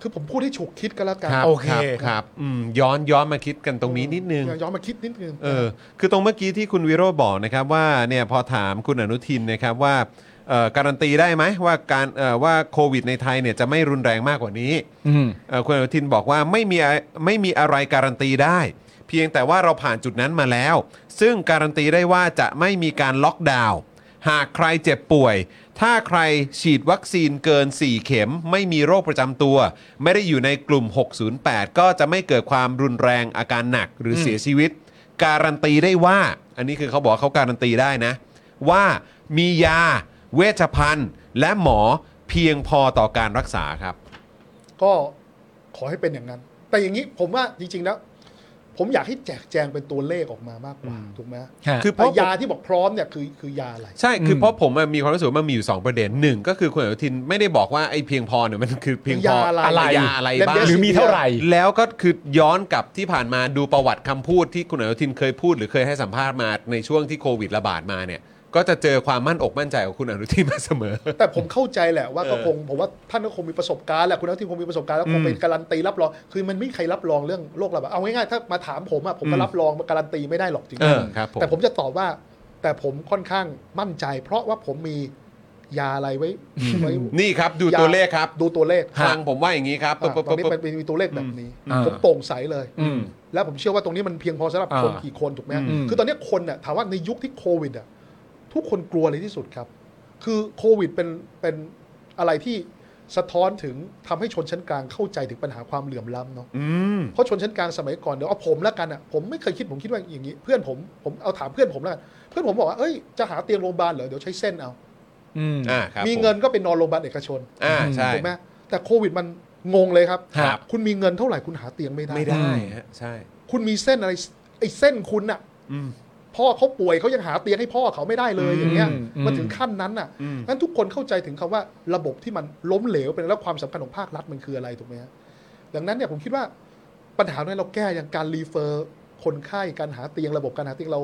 คือผมพูดให้ฉุกคิดก็แล้วกัน
โอเค
ครับอืมย้อนย้อนมาคิดกันตรงนี้นิดนึง
ย้อนมาคิดนิดนึง
เออคือตรงเมื่อกี้ที่คุณวิโรจน์บอกนะครับว่าเนี่ยพอถามคุณอนุทินนะครับว่าเอ่อการันตีได้ไหมว่าการเอ่อว่าโควิดในไทยเนี่ยจะไม่รุนแรงมากกว่านี้
อืม
เอ่อคุณอนุทินบอกว่าไม่มีอะไม่มีอะไรการันตีได้ เพียงแต่ว่าเราผ่านจุดนั้นมาแล้ว ซึ่งการันตีได้ว่าจะไม่มีการล็อกดาวน์หากใครเจ็บป่วย ถ้าใครฉีดวัคซีนเกิน 4 เข็ม ไม่มีโรคประจำตัว ไม่ได้อยู่ในกลุ่ม 608 ก็จะไม่เกิดความรุนแรงอาการหนักหรือเสียชีวิต การันตีได้ว่า อันนี้คือเขาบอกเขาการันตีได้นะ ว่ามียา เวชภัณฑ์ และหมอเพียงพอต่อการรักษาครับ
ก็ขอให้เป็นอย่างนั้น แต่อย่างนี้ผมว่าจริง ๆ แล้ว ผมอยากให้แจกแจงเป็นตัวเลขออกมามากกว่าถูกไหม
ฮะ
คือเพราะ
ไยาที่บอกพร้อมเนี่ยคือคือยาอะไร
ใช่ คือเพราะผมอะมีความรู้สึกว่ามันมีอยู่ 2 ประเด็นหนึ่งก็คือคุณอนุทินไม่ได้บอกว่าไอ้เพียงพอเนี่ยมันคือเพียงพอย
าอะไร
อะไรยาอะไรบ้าง
เล่มเดียว
หรือมีเท่าไหร่
แล้วก็คือย้อนกลับที่ผ่านมาดูประวัติคำพูดที่คุณอนุทินเคยพูดหรือเคยให้สัมภาษณ์มาในช่วงที่โควิดระบาดมาเนี่ย ก็จะเจอความมั่นอกมั่นใจของคุณอนุทินมาเสมอ
แต่ผมเข้าใจแหละว่าก็
เออ
คงผมว่าท่านก็คงมีประสบการณ์แหละคุณนัทที่คงมีประสบการณ์แล้วคงเป็นการันตีรับรองคือมันไม่มีใครรับรองเรื่องโรคระบาดเอาง่ายๆถ้ามาถามผมอะผมก็รับรองการันตีไม่ได้หรอกจริง
เออ
ๆ
ครับผม
แต่ผมจะตอบว่าแต่ผมค่อนข้างมั่นใจ เพราะว่าผมมียาอะไรไว้ไว้
นี่ครับดูตัวเลขครับ
ดูตัวเลข
ฟังผมว่าอย่างนี้ครับ
อ่ะ
ปุ๊บ
ตอนนี้
ปุ๊บ
มันมีตัวเลขแบบนี้
อ่า
ผมโปร่งใสเลย
อืม
แล้วผมเชื่อว่าตรงนี้มันเพียงพอสำหรับ
อ่า
คนกี่คนถูกไหมฮะ
อืม
คือตอนนี้คนน่ะถามว่าในยุคที่โควิดอ่ะทุกคนกลัวเลยที่สุดครับ คือโควิดเป็นเป็นอะไรที่สะท้อนถึงทำให้ชนชั้นกลางเข้าใจถึงปัญหาความเหลื่อมล้ำเนาะเพราะชนชั้นกลางสมัยก่อนเดี๋ยวเอาผมแล้วกันอ่ะผมไม่เคยคิดผมคิดว่าอย่างนี้ เพื่อนผมผมเอาถามเพื่อนผมแล้วกันเพื่อนผมบอกว่าเอ้ยจะหาเตียงโรงพยาบาลเหรอเดี๋ยวใช้เส้นเอา
อืม
อ่าครับ
มี
ผ
เงินก็ไปนอนโรงพยาบาลเอกชน
อ่าใช่
ถูกไหมแต่โควิดมันงงเลยครับ
ครับ
คุณมีเงินเท่าไหร่คุณหาเตียงไม่ได้
ไม่ได้ฮะใช่
คุณมีเส้นอะไรไอ้เส้นคุณน่ะพ่อเขาป่วยเขายังหาเตียงให้พ่อเขาไม่ได้เลยอย่างเงี้ย
อืม
มันถึงขั้นนั้นน่ะนั้นทุกคนเข้าใจถึงคำว่าระบบที่มันล้มเหลวเป็นแล้วความสำคัญของภาครัฐมันคืออะไรถูกไหมฮะดังนั้นเนี่ยผมคิดว่าปัญหาเนี่ยเราแก้อย่างการรีเฟอร์คนไข้การหาเตียงระบบการหาเตียงเรา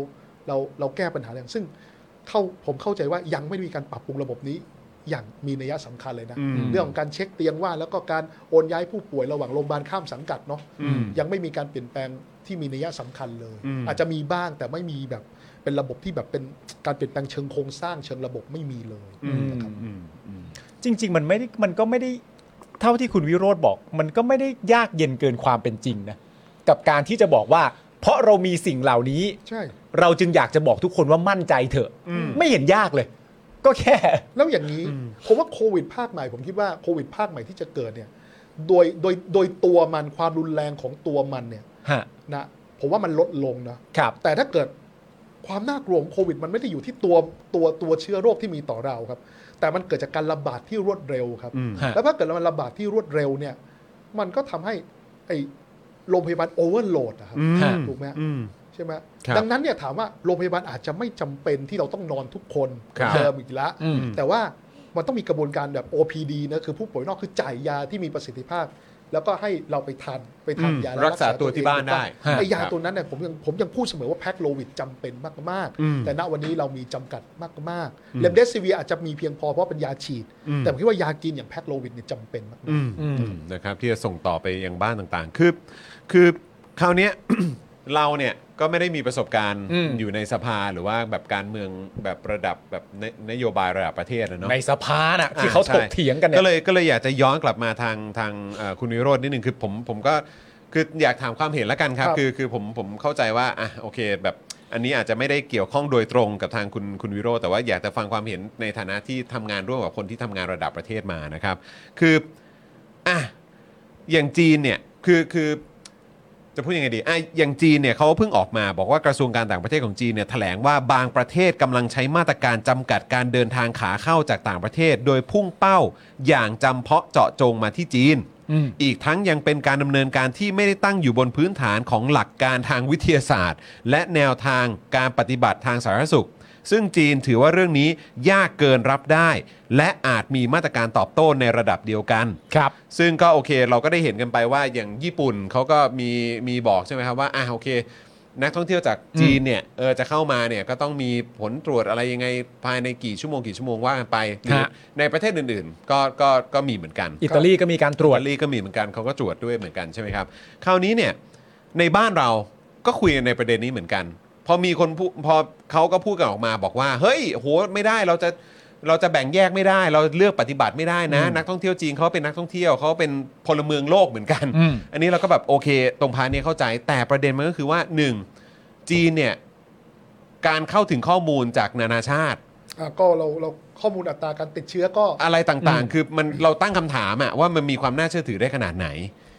เราเราแก้ปัญหาอย่างซึ่งเข้าผมเข้าใจว่ายังไม่ได้มีการปรับปรุงระบบนี้ อย่างมีนัยสำคัญเลยนะเรื่องของการเช็คเตียงว่า แล้วก็การโอนย้ายผู้ป่วยระหว่างโรงพยาบาลข้ามสังกัดเนาะยังไม่มีการเปลี่ยนแปลงที่มีนัยสำคัญเลย อาจจะมีบ้างแต่ไม่มีแบบเป็นระบบที่แบบเป็นการเปลี่ยนแปลงเชิงโครงสร้างเชิงระบบไม่มีเลยนะครับ
จริง ๆ มันไม่ได้มันก็ไม่ได้เท่าที่คุณวิโรธบอก มันก็ไม่ได้ยากเย็นเกินความเป็นจริงนะ กับการที่จะบอกว่า เพราะเรามีสิ่งเหล่านี้
ใช่
เราจึงอยากจะบอกทุกคนว่ามั่นใจเถอะ ไม่เห็นยากเลย ก็แค่
แล้วอย่างนี้ผมว่าโควิดภาคใหม่ ผมคิดว่าโควิดภาคใหม่ที่จะเกิดเนี่ยโดยโดยโดยตัวมันความรุนแรงของตัวมันเนี่ย
ฮะ
นะผมว่ามันลดลงนะ
ครับ
แต่ถ้าเกิดความน่ากลัวของโควิด มันไม่ได้อยู่ที่ตัวตัวตัวเชื้อโรคที่มีต่อเราครับ แต่มันเกิดจากการระบาดที่รวดเร็วครับ
ฮะ
แล้วถ้าเกิดมันระบาดที่รวดเร็วเนี่ย มันก็ทำให้ไอโรงพยาบาลโอเวอร์โหลดนะครับ
ฮะ
ถูกไหมฮะ ใช่ไหม
ครับ
ดังนั้นเนี่ยถามว่าโรงพยาบาลอาจจะไม่จำเป็นที่เราต้องนอนทุกคน
ครับ
เดิมอีกละ
อืม
แต่ว่ามันต้องมีกระบวนการแบบ OPD นะคือผู้ป่วยนอกคือจ่ายยาที่มีประสิทธิภาพ แล้วก็ให้เราไปทานไปทาน
อืม
ยาแล้
รักษาตัวที่บ้านได้
ถูกต้องไอ้ยา
ครับ
ตัวนั้นเนี่ยผมยังผมยังพูดเสมอว่าแพ็คโลวิดจำเป็นมาก
อืม
ๆ แต่ณวันนี้เรามีจำกัดมากๆเลมเดสซีเวียอาจจะมีเพียงพอเพราะเป็นยาฉีด
อืม
แต่ผมคิดว่ายากินอย่างแพ็คโลวิดเนี่ยจำเป็นมากๆ
อืมนะครับที่จะส่งต่อไปยังบ้านต่างๆ คือ คือคราวเนี้ย เราเนี่ยก็ไม่ได้มีประสบการณ์
อืม
อยู่ในสภาหรือว่าแบบการเมืองแบบระดับแบบนนโยบายระดับประเทศนะเนาะ
ในสภาน่ะที่เขา
อ่
ถ
ใช่
กเถียงกันเนี่ย
ก็เลยก็เลยอยากจะย้อนกลับมาทางทางเอ่อคุณวิโรจน์นิดนึงคือผมผมก็คืออยากถามความเห็นละกันครับ
ครับ
คือคือผมผมเข้าใจว่าอ่ะโอเคแบบอันนี้อาจจะไม่ได้เกี่ยวข้องโดยตรงกับทางคุณคุณวิโรจน์แต่ว่าอยากจะฟังความเห็นในฐานะที่ทำงานร่วมกับคนที่ทำงานระดับประเทศมานะครับ คืออ่ะอย่างจีนเนี่ยคือคือ จะพูดยังไงดีอ่ะอย่างจีนเนี่ยเขาเพิ่งออกมาบอกว่ากระทรวงการต่างประเทศของจีนเนี่ยแถลงว่าบางประเทศกำลังใช้มาตรการจำกัดการเดินทางขาเข้าจากต่างประเทศ โดยพุ่งเป้าอย่างจำเพาะเจาะจงมาที่จีน อีกทั้งยังเป็นการดำเนินการที่ไม่ได้ตั้งอยู่บนพื้นฐานของหลักการทางวิทยาศาสตร์ และแนวทางการปฏิบัติทางสาธารณสุข ซึ่งจีนถือว่าเรื่องนี้ยากเกินรับได้ และอาจมีมาตรการตอบโต้ในระดับเดียวกัน
ครับ
ซึ่งก็โอเคเราก็ได้เห็นกันไปว่าอย่างญี่ปุ่นเขาก็มีมีบอกใช่ไหมครับว่าอ่ะโอเค นักท่องเที่ยวจากจีนเนี่ยเออจะเข้ามาเนี่ยก็ต้องมีผลตรวจอะไรยังไงภายในกี่ชั่วโมงกี่ชั่วโมงว่ากันไปหรือ
ฮะ
ในประเทศอื่นๆ ก็ก็ก็มีเหมือนกัน
อิตาลีก็มีการตรวจ
อิตาลีก็มีเหมือนกันเขาก็ตรวจด้วยเหมือนกันใช่ไหมครับคราวนี้เนี่ยในบ้านเราก็คุยกันในประเด็นนี้เหมือนกัน พอมีคนพูดพอเขาก็พูดกันออกมาบอกว่า เฮ้ยโหไม่ได้เราจะเราจะแบ่งแยกไม่ได้ เราเลือกปฏิบัติไม่ได้นะ นักท่องเที่ยวจีนเขาเป็นนักท่องเที่ยวเขาเป็นพลเมืองโลกเหมือนกัน
อืม
อันนี้เราก็แบบโอเค ตรงพาร์ทเนี้เข้าใจแต่ประเด็นมันก็คือว่าหนึ่งจีนเนี่ยการเข้าถึงข้อมูลจากนานาชาติ
ะก็เราเราข้อมูลอัตราการติดเชื้อก็
อะไรต่างๆ คือมันเราตั้งคำถามอะว่ามันมีความน่าเชื่อถือได้ขนาดไหน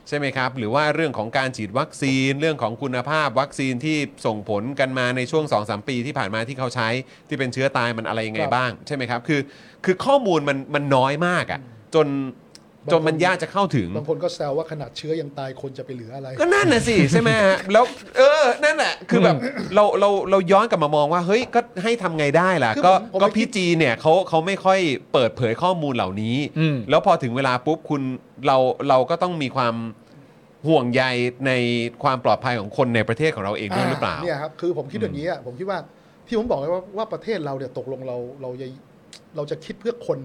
ใช่ไหมครับ หรือว่าเรื่องของการฉีดวัคซีน เรื่องของคุณภาพวัคซีนที่ส่งผลกันมาในช่วง 2-3 ปีที่ผ่านมาที่เขาใช้ที่เป็นเชื้อตายมันอะไรยังไง
ครับ
บ้าง ใช่ไหมครับ คือคือข้อมูลมันมันน้อยมากอะจนจนมันยากจะเข้าถึง
บางคนก็แซวว่าขนาดเชื้อยังตายคนจะไปเหลืออะไร
ก็นั่นน่ะสิ ใช่ไหมฮะแล้วเออนั่นแหละคือแบบเราเราเราย้อนกลับมามองว่าเฮ้ยก็ให้ทำไงได้ล่ะ
คือ
ก็
ผมผม
ก็
ไม่คิด
พี่จีเนี่ยเขาเขาไม่ค่อยเปิดเผยข้อมูลเหล่านี้
อืม
แล้วพอถึงเวลาปุ๊บคุณเราเราก็ต้องมีความห่วงใยในความปลอดภัยของคนในประเทศของเราเองด้วยหรือเปล่า
เนี่ยครับคือผมคิดอย่างนี้อะผมคิดว่าที่ผมบอกไงว่าว่าประเทศเราเนี่ยตกลงเราเราจะเราจะคิดเพื่อคน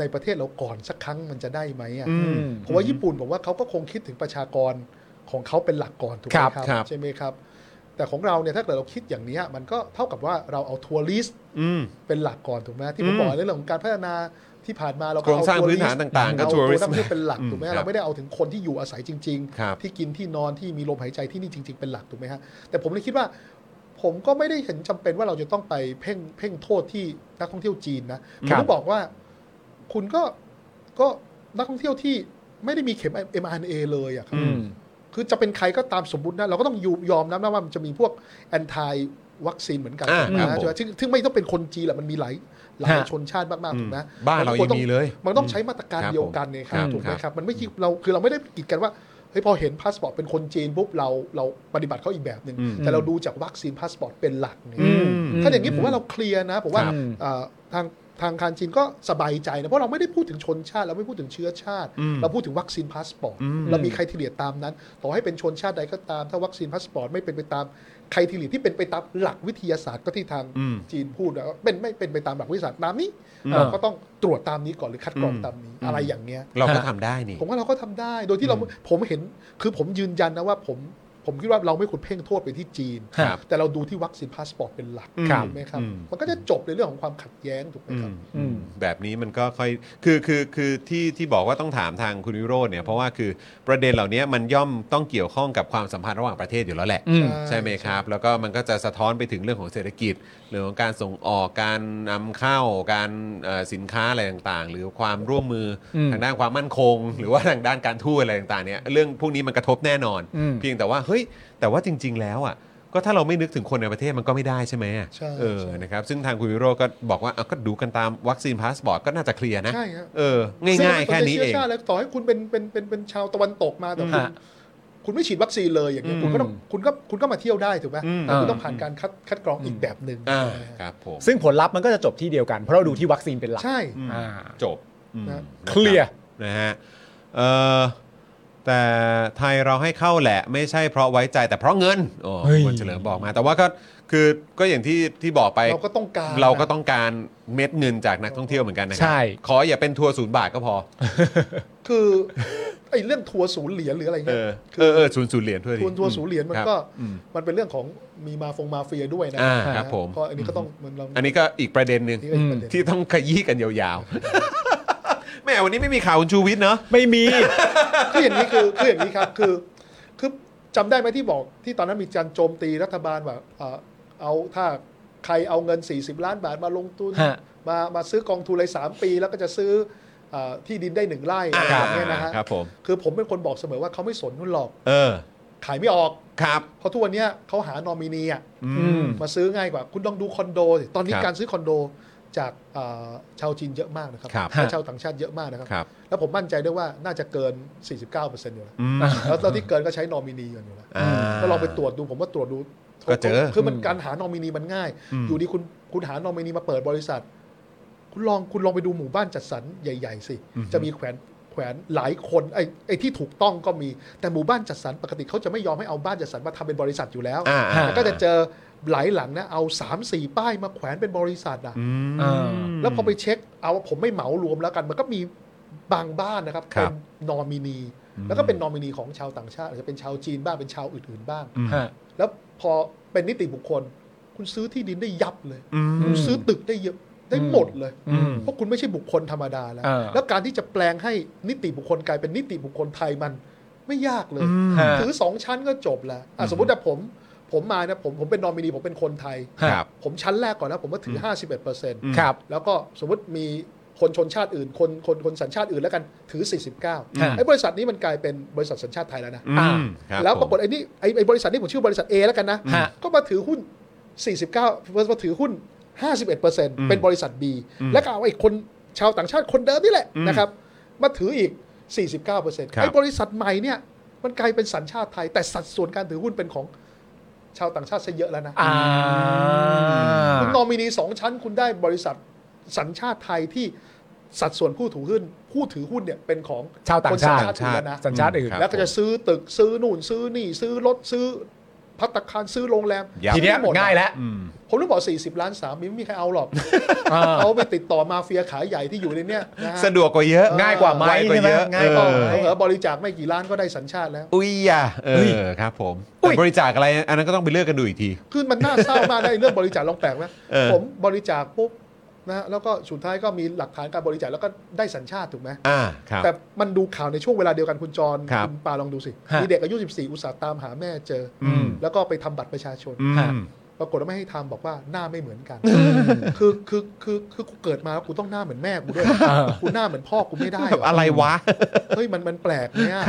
ในประเทศเราก่อนสักครั้งมันจะได้ไหมอะ
อืม
ผมว่าญี่ปุ่นผมว่าเขาก็คงคิดถึงประชากรของเขาเป็นหลักก่อนถูกไหม
ครับ
ครับ
ครับ
ใช่ไหมครับ แต่ของเราเนี่ยถ้าเกิดเราคิดอย่างเนี้ยมันก็เท่ากับว่าเราเอาทัวริสต์
อืม
เป็นหลักก่อนถูกไหมที่ผ
อื
ม
ม
บอกในเรื่องของการพัฒนาที่ผ่านมาเราก็
โครงสร้าง
เอ
พื้นฐาน
tourist
ต่างๆก็
เอ
tourism
ตัวนักท่องเที่ยวเป็นหลักถูกไหม
อืมครับ
เราไม่ได้เอาถึงคนที่อยู่อาศัยจริง
ครับ
ๆ ที่กินที่นอนที่มีลมหายใจที่นี่จริง ๆ เป็นหลักถูกไหมฮะแต่ผมเลยคิดว่า ผมก็ไม่ได้เห็นจำเป็นว่าเราจะต้องไปเพ่งเพ่งโทษที่นักท่องเที่ยวจีนนะผมก็บอกว่า คุณก็ก็นักท่องเที่ยวที่ไม่ได้มีเข็ม mRNA เลยอะครับ
อืม
คือจะเป็นใครก็ตามสมมตินะเราก็ต้องยูยอมนะนะว่ามันจะมีพวกแอนตี้วัคซีนเหมือนกัน
อ่า
นะครับ
ผม
ใช่ไหมซึ่งซึ่งไม่ต้องเป็นคนจีนแหละมันมีหลายหลาย
ฮะ
ชนชาติมากๆถูกไหม
อืมบ้านเรายัง
ควต้อ
มีเลย
มันต้องใช้มาตรการ
ครับ
เดียวกันเนี่ยครั
ผ
บ
ม
ถูกไห
ค
ม
รับ
ครับมันไม่ใช่เราคือเราไม่ได้กีดกันว่าเฮ้ยพอเห็นพาสปอร์ตเป็นคนจีนปุ๊บเราเราปฏิบัติเขาอีกแบบหนึ่งแต่เราดูจากวัคซีนพาสปอร์ตเป็นหลักเนี่ย
อืม
ถ้าอย่างนี้ผมว่าเราเคลียร์นะผมว่า
ครับ
เอ่อทางทางการจีนก็สบายใจนะเพราะเราไม่ได้พูดถึงชนชาติเราไม่พูดถึงเชื้อชาติ เราพูดถึงวัคซีนพาสปอร์ต
อืม
เรามีใครทีเลียตามนั้น ต่อให้เป็นชนชาติใดก็ตาม ถ้าวัคซีนพาสปอร์ตไม่เป็นไปตามใครทีเลียที่เป็นไปตามหลักวิทยาศาสตร์ก็ที่ทาง
อืม
จีนพูดนะว่าเป็นไม่เป็นไปตามหลักวิทยาศาสตร์ตามนี้
อืม
เราก็ต้องตรวจตามนี้ก่อนหรือคัดกรอง
อืม
ตามนี้ อะไรอย่างเงี้ย
เราก็ทำได้นี่
ผมว่าเราก็ทำได้โดยที่เราผมเห็นคือผมยืนยันนะว่าผมผมคิดว่าเราไม่ควรเพ่งโทษไปที่จีน
ครับ
แต่เราดูที่วัคซีนพาสปอร์ตเป็นหลัก
ครับ
ถูกไหมครับมันก็จะจบในเรื่องของความขัดแย้งถูกไหมครับ
อืมแบบนี้มันก็ค่อยคือคือคือที่ที่บอกว่าต้องถามทางคุณวิโรจน์เนี่ยเพราะว่าคือประเด็นเหล่านี้มันย่อมต้องเกี่ยวข้องกับความสัมพันธ์ระหว่างประเทศอยู่แล้วแหละ
อืม
ใช่ไหมครับ แล้วก็มันก็จะสะท้อนไปถึงเรื่องของเศรษฐกิจเรื่องของการส่งออกการนำเข้าการเอ่อสินค้าอะไรต่างๆ หรือความร่วมมืออ
ม
ทางด้านความมั่นคง หรือว่าทางด้านการทูตอะไรต่างๆเนี่ยเรื่องพวกนี้มันกระทบแน่นอน
อืม
เพียงแต่ว่าเฮ้ยแต่ว่าจริง ๆ แล้วอ่ะก็ถ้าเราไม่นึกถึงคนในประเทศมันก็ไม่ได้ใช่ไหมอะ
ใช่
เออ
ใช่
นะครับซึ่งทางคุณวิโรจน์ก็บอกว่าเอาก็ดูกันตามวัคซีนพาสปอร์ตก็น่าจะเคลียร์นะ
ใช่ครับ
เออง่ายๆแค่นี้เอง
ซึ่มัป็ชื้ชาติแล้วต่อให้คุณเป็นเป็นเป็นเป็นชาวตะวันตกมาแต่คุณ
ฮะ
คุณไม่ฉีดวัคซีนเลยอย่างเงี้ย
อืม
คุณก็ต้องคุณก็คุณก็มาเที่ยวได้ถูกไหม
อืม
แต่คุณต้องผ่านการคัดคัดกรองอีกแบบหนึ่ง
อ่าครับผม
ซึ่งผลลัพธ์มันก็จะจบที่เดียวกันเพราะเราดูที่วัคซีนเป็นหลัก
ใช่
อ่า
จบอืม
นะ
บ
เคลียร์
นะฮะเอ่อแต่ไทยเราให้เข้าแหละ ไม่ใช่เพราะไว้ใจแต่เพราะเงินโอ้
เฮ้ย
คุณเฉลิมบอกมา แต่ว่าก็คือก็อย่างที่ที่บอกไป
เราก็ต้องการ
เราก็ต้องการเม็ดเงินจากนักท่องเที่ยวเหมือนกันนะครั
ใช่
ขออย่าเป็นทัวร์ศูนย์บาทก็พอ
คือ ไอ้เรื่องทัวร์ศูนย์เหรียญหรืออะไร
เอ
เงี้ย
อเออเออศูนย์ศูนย์เหรียญทัวร์
ทัวร์ทัวร์ศูนย์เหรียญมันก็
อืม
มันเป็นเรื่องของมีมาฟงมาเฟียด้วยนะ
อ่าครับ
นะ
ผม
ก็อันนี้ก็ต้องเหมือนเรา
อันนี้ก็อีกประเด็นหนึ่ง
นี่ก็อีกประเด็น
ที่ต้องขยี้กันยาวๆ แหม่วันนี้ไม่มีข่าวคุณชูวิทย์เนาะ
ไม่มี
คืออย่างนี้คือคืออย่างนี้ครับคือคือจำได้ไหมที่บอกที่ตอนนั้นมีการโจมตีรัฐบาลว่าเอ่อเอาถ้าใครเอาเงิน 40 ล้านบาทมาลงทุน
ฮะ
มามาซื้อกองทุนเลยสามปี แล้วก็จะซื้อเอ่อที่ดินได้หนึ่งไร่อะไรอย่างเงี้ยนะฮะ
ครับผม
คือผมเป็นคนบอกเสมอว่าเขาไม่สนนู่นหรอก
เออ
ขายไม่ออก
ครับ
เพราะทุกวันเนี้ยเขาหานอมินีอ่ะ
อืม
มาซื้อง่ายกว่า คุณต้องดูคอนโดสิตอนนี้
ครับ
การซื้อคอนโดจากเอ่อชาวจีนเยอะมากนะครับ
ครับ
และชาวต่างชาติเยอะมากนะครับ
ครับ
แล้วผมมั่นใจด้วยว่าน่าจะเกิน 49%อยู่แล้ว
อืม
แล้วแล้วที่เกินก็ใช้นอมินีกันอยู่แล้ว
อ่า
ก็ลองไปตรวจดูผมว่าตรวจดู
ก็เจอ
คือมันการหานอมินีมันง่าย
อืม
อยู่ดีคุณคุณหานอมินีมาเปิดบริษัท คุณลองคุณลองไปดูหมู่บ้านจัดสรรใหญ่ๆสิจะมีแขวนแขวนหลายคนไอ้ไอ้ที่ถูกต้องก็มีแต่หมู่บ้านจัดสรรปกติเขาจะไม่ยอมให้เอาบ้านจัดสรรมาทำเป็นบริษัทอยู่แล้ว
อ่าอ่า
ก็จะเจอหลายหลังนะ เอา 3 4 ป้ายมาแขวนเป็นบริษัทอ่ะ
อืม
อ่า
แล้วพอไปเช็คเอาว่าผมไม่เหมารวมแล้วกัน มันก็มีบางบ้านนะครับ
ครั
เป็
บ
นนอมินี
อืม
แล้วก็เป็นนอมินีของชาวต่างชาติอาจจะเป็นชาวจีนบ้างเป็นชาวอื่นๆบ้าง
อืม
ฮะ
แล้วพอเป็นนิติบุคคล คุณซื้อที่ดินได้ยับเลย
อืม
คุณซื้อตึกได้เยอะได้หมดเลย
อืม
เพราะคุณไม่ใช่บุคคลธรรมดาแล้ว
เออ
แล้วการที่จะแปลงให้นิติบุคคลกลายเป็นนิติบุคคลไทยมันไม่ยากเลย
ฮะ
ถือสองชั้นก็จบแล้วอ่ะสมมติว่าผมผมมานะผมผมเป็นนอมินีผมเป็นคนไทย
ครับ
ผมชั้นแรกก่อนนะ ผมว่าถือ 51%
ม
ครับ
แล้วก็สมมติมีคนชนชาติอื่น คนคนคนสัญชาติอื่นแล้วกันถือ
ฮะ
49ไอ้บริษัทนี้มันกลายเป็นบริษัทสัญชาติไทยแล้วนะ
อืมครับ
แล้วปรากฏ
ผม
ไอ้นี่ไอ้ไอ้บริษัทนี้ผมชื่อบริษัท A แล้วกันนะ
ฮะ
ก็มาถือหุ้น 49มาถือหุ้น 51%เป็นบริษัท B แล้วก็เอาไอ้คนชาวต่างชาติคนเดิมนี่แหละนะครับมาถืออีก 49%ไอ้บริษัทใหม่เนี่ยมันกลายเป็นสัญชาติไทย แต่สัดส่วนการถือหุ้นเป็นของชาวต่างชาติซะเยอะแล้วนะ
อ่า
คุณนอมินีสองชั้นคุณได้บริษัทสัญชาติไทยที่สัดส่วนผู้ถือหุ้นผู้ถือหุ้นเนี่ยเป็นของ
ชาวต่าง
คนสัญ
ชาติ
ชาติอื่นแล้วนะ
สัญชาติอื่น
ครับ
แล้วก็จะซื้อตึกซื้อนู่นซื้อนี่ ซื้อรถซื้อพัตตาคารซื้อโรงแรม
ยับ
ทีเนี้ย
ซื้อหมด
ง่ายแล้ว
อืม
ผมต้องบอก 40 ล้านสามไม่มีใครเอาหรอก
อ่า
เอาไปติดต่อมาเฟียขายใหญ่ที่อยู่ในเนี้ยนะฮะ
สะดวกกว่าเยอะ
ง่ายกว่าไหม
วกว่าเยอะ
ใช่ไหมง่ายกว่า
เออ
เออเออบริจาคไม่กี่ล้านก็ได้สัญชาติแล้ว
อุ้ยอ่ะเอ
เฮ้ย
อครับผม
อุ้ย
แต่บริจาคอะไรอันนั้นก็ต้องไปเลือกกันดูอีกที
คือมันน่าเศร้ามากนะไอ้เรื่องบริจาคลองแปลกนะ
เออ
ผมบริจาคปุ๊บนะฮะแล้วก็สุดท้ายก็มีหลักฐานการบริจาคแล้วก็ได้สัญชาติถูกไหม
อ่าครับ
แต่มันดูข่าวในช่วงเวลาเดียวกันคุณจร
ครับ
ณปาลองดูสิ
ฮะ
มีเด็กอายุ 14 อุตส่าห์ตามหาแม่เจออ
อืม
แล้วก็ไปทำบัตรประชาชน
อืม
ปรากฏว่าไม่ให้ทำบอกว่าหน้าไม่เหมือนกัน คือคือคือคือกูเกิดมาแล้วกูต้องหน้าเหมือนแม่กูด้วยกูหน้าเหมือนพ่อกูไม่ได้เห
แบบอะไรวะ
เฮ้ยมันมันแปลกเนี่ย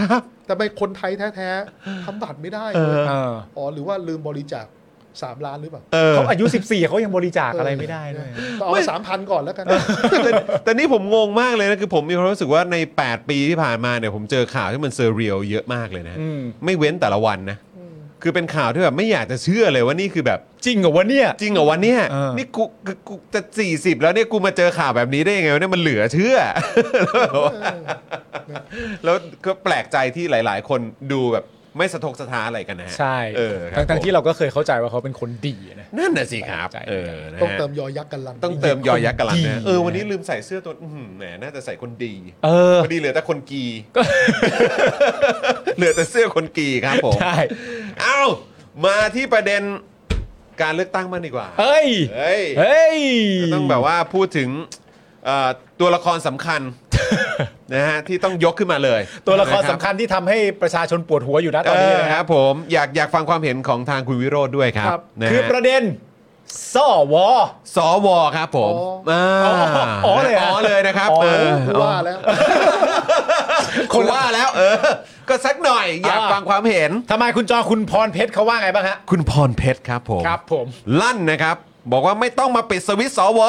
แต่ทำไมคนไทยแท้ๆทำบัตรไม่ได้เลย
เออ
อ๋อหรือว่าลืมบริจาคสามล้านหรือเปล่า
เออ
เขาอายุ 14 เขายังบริจาคอะไรไม่ได้ด้วย
ก็เอาสามพันก่อนแล้วกัน
แต่แต่นี่ผมงงมากเลยนะ คือผมมีความรู้สึกว่าใน 8 ปีที่ผ่านมาเนี่ยผมเจอข่าวที่มันเซอร์เรียลเยอะมากเลยนะ
อืม
ไม่เว้นแต่ละวันนะ คือเป็นข่าวที่แบบไม่อยากจะเชื่อเลยว่านี่คือแบบ
จริงเหรอวะเนี่ย
จริงเหรอวันเนี้ย
เออ
นี่กูกูกูจะ 40 แล้วเนี่ยกูมาเจอข่าวแบบนี้ได้ยังไงวะเนี่ยมันเหลือเชื่อ แล้วก็แปลกใจที่หลาย ๆ คนดูแบบไม่สะทกสะท้านอะไรกันนะฮะ
ใช่
เออครับ
ทั้งทั้งๆที่เราก็เคยเข้าใจว่าเขาเป็นคนดีนะ
นั่นน่ะสิครับ
แปลกใจ
เออนะ
ต้อง
ฮะ
เติมยอยักษ์กันลัน
ต้องเติมยอยักษ์กันลัง
ดี
นะเออวันนี้ลืมใส่เสื้อตัวอื้อหือแหมน่าจะใส่คนดี
เออ
พอดีเหลือแต่คนกี เหลือแต่เสื้อคนกีครับผม
ใช่
เอ้ามาที่ประเด็นการเลือกตั้งมางดีกว่า
เฮ้ย
เฮ้ย
เฮ้ย
ก็ต้องแบบว่าพูดถึงเอ่อตัวละครสำ คัญ นะฮะที่ต้องยกขึ้นมาเลย
ตัวละคร
น
สำคัญที่ทำให้ประชาชนปวดหัวอยู่นะ
ต
ต
อ
อน น
นี้
นี้
นะ
นะ
ค
ค
รั
รั
บบ ผมอยากอยากฟังความเห็นของทางคุณวิโรธด้วยครับนะ
คือ
ฮะ
ประเด็นสว
สวครับผมา
อ๋ออ๋อเลยเหรออ๋
อเลยนะครับ
อ๋อ
เออ
กูว่าแล้ว
คนว่าแล้ว เออ ก็สักหน่อยอยาก
อ่า
ฟังความเห็น
ทำไมคุณจอคุณพรเพชรเขาว่าไงบ้างฮะ
คุณพรเพชรครับผม
ครับผม
ลั่นนะครับ บอกว่าไม่ต้องมาปิดสวิตช์สว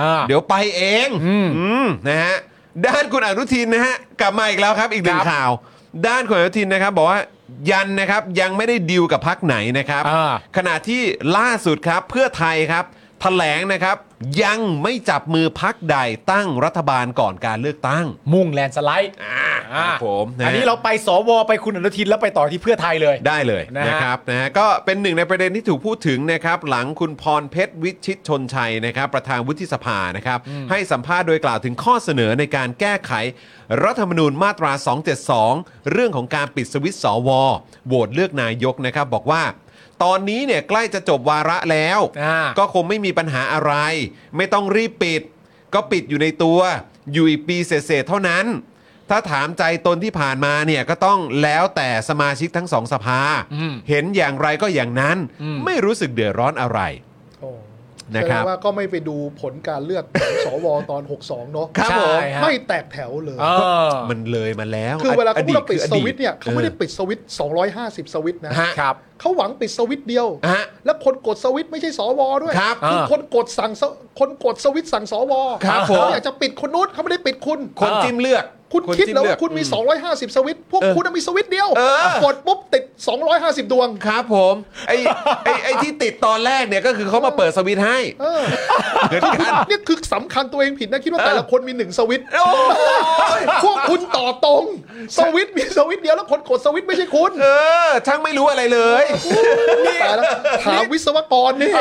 อ่า
เดี๋ยวไปเองอืมนะฮะด้านคุณอนุทินนะฮะกลับมาอีกแล้วครับอีกหนึ่ง
ครับ
ข่าว ด้านคุณอนุทินนะครับ บอกว่า ยันนะครับยังไม่ได้ดีลกับพักไหนนะครับ
อ่า
ขณะที่ล่าสุดครับเพื่อไทยครับแถลงนะครับ ยังไม่จับมือพักใดตั้งรัฐบาลก่อนการเลือกตั้ง
มุ่งแลนด์สไลด์
อ่าครับผมะฮะ
อันนี้เราไปสวไปคุณอนุทินแล้วไปต่อที่เพื่อไทยเลย
ได้เลย
นะฮะ
นะครับนะฮะก็เป็นหนึ่งในประเด็นที่ถูกพูดถึงนะครับหลังคุณพรเพชรวิชิตชนชัยนะครับประธานวุฒิสภานะครับให้สัมภาษณ์โดยกล่าวถึงข้อเสนอในการแก้ไข รัฐธรรมนูญมาตรา 272 เรื่องของการปิดสวิตช์สวโหวตเลือกนายกนะครับบอกว่า ตอนนี้เนี่ยใกล้จะจบวาระแล้ว
อ่า
ก็คงไม่มีปัญหาอะไร ไม่ต้องรีบปิด ก็ปิดอยู่ในตัว อยู่อีกปีเศษๆเท่านั้น ถ้าถามใจตนที่ผ่านมาเนี่ยก็ต้องแล้วแต่สมาชิกทั้งสองสภา เห็นอย่างไรก็อย่างนั้น ไม่รู้สึกเดือดร้อนอะไร
โอ้
นะค
แส
รับ
ดงว่าก็ไม่ไปดูผลการเลือก ของ สวตอน 62 เนาะ
ครับผม
ใช่ฮะ
ไม่แตกแถวเลย
เออ
มันเลยมาแล้ว
คือเวลาเขาพูดว่า
อ
ปิด
คืออ
สวิตช์เนี่ยเขาไม่ได้
ออ
ปิดสวิตช์250 สวิตช์นะ
ฮะ
ครับ
เขาหวังปิดสวิตช์เดียว
ฮะ
แล้วคนกดสวิตช์ไม่ใช่สวด้วย
ครับ
อ
เออ
คนกดสั่งสคนกดสวิตช์สั่งสว
ครับผม
เขาอยากจะปิดคนนู้นเขาไม่ได้ปิดคุณ
คนจิ้มเลือก
คุณ
น
คิด
จิ้ม
แล้ว
เลือ
ว่าก คุณมี 250 สวิตช์พวก
เออ
คุณน่ะมีสวิตช์เดียว
เออ
กดปุ๊บติด 250 ดวง
ครับผมไอ้ไอ้ไอ้ที่ติดตอนแรกเนี่ยก็คือเขามาเปิดสวิตช์ให้
เออ
เดี๋ยวกัน
นี่คือสำคัญตัวเองผิดนะ คิดว่าแต่ละคนมีหนึ่งสวิตช์
โอ้ย
พวกคุณต่อตรง สวิตช์มีสวิตช์เดียวแล้วคนกดสวิตช์ไม่ใช่คุณ
เออช่างไม่รู้อะไรเลย
ตายแล้วถามวิศวกรนี่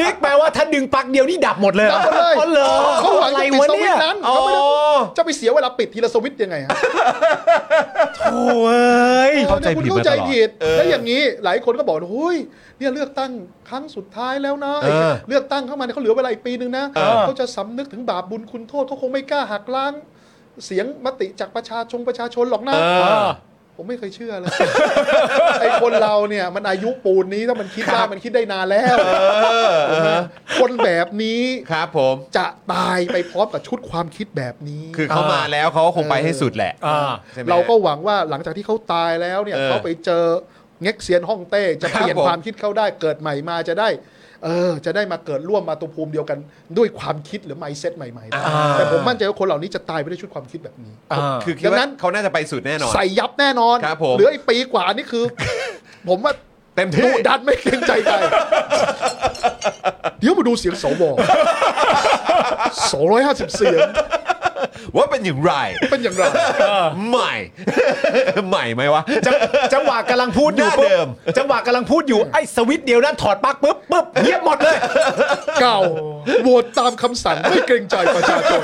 นี่แปลว่าถ้าดึงปลั๊กเดียวนี่ดับหมดเลย
รับมาเลย
อ๋อเหรอ
เขาหวัง
อะไร
จะปิด
วะ
สวิ
เนี่ย
ตช์นั้น
อ๋อ
เขาไม่ได้จะไปเสียเวลาปิดทีละสวิตช์ยังไงฮะ
โอ้เอ้ย
เข้าใจ
คุณ
ผิด
เข้า
มา
ใจ
ตลอด
ผิด
เออ
แล้วอย่างนี้หลายคนก็บอกว่าเฮ้ยเนี่ยเลือกตั้งครั้งสุดท้ายแล้วนะ
เออ
เลือกตั้งเข้ามาเนี่ยเขาเหลือเวลาอีกปีนึงนะ
เออ
เขาจะสำนึกถึงบาปบุญคุณโทษเขาคงไม่กล้าหักล้าง เสียงมติจากประชาชนประชาชนหรอกนะ
เออ
ผมไม่เคยเชื่อเลย ไอคนเราเนี่ยมันอายุปูนนี้ถ้ามันคิดได้มันคิดได้นานแล้วถูกไหมคนแบบนี้
ครับผม
จะตายไปพร้อมกับชุดความคิดแบบนี้
คือเขามาแล้วเขาก็คงไปให้สุดแหละ
อ่า
ใช่ไหม
เราก็หวังว่าหลังจากที่เขาตายแล้วเนี่ย
เออ
เขาไปเจอเง็กเซียนฮ่องเต้จะเปลี่ยน
ครับผม
ความคิดเขาได้เกิดใหม่มาจะได้ เออ จะได้มาเกิดร่วมมาตุภูมิเดียวกันด้วยความคิดหรือไมเซ็ตใหม่ๆ แต่ผมมั่นใจว่าคนเหล่านี้จะตายไปด้วยชุดความคิดแบบนี้
อ่า
คือคิด
ดังนั้
ว่าน เขาน่าจะไปสุดแน่นอน
ใส่ยับแน่นอน
ครับผม
เหลืออีกปีกว่านี่คือ ผมว่า
เต็ม
ดุ
ที่
ดันไม่เกรงใจใคร เดี๋ยวมาดูเสียงสว250 เสียง
ว่าเป็นอย่างไร
เป็นอย่างไร
ใหม่ ใหม่ไหมวะ
จังจังหวะกำลังพูดอยู่
หน้า
ปุ๊บ
เดิม
จังหวะกำลังพูดอยู่ไอ้สวิตช์เดียวนั้นถอดปลั๊กปุ๊บปุ๊บเงียบหมดเลย
เก่าโหวตตามคำสั่งไม่เกรงใจประชาชน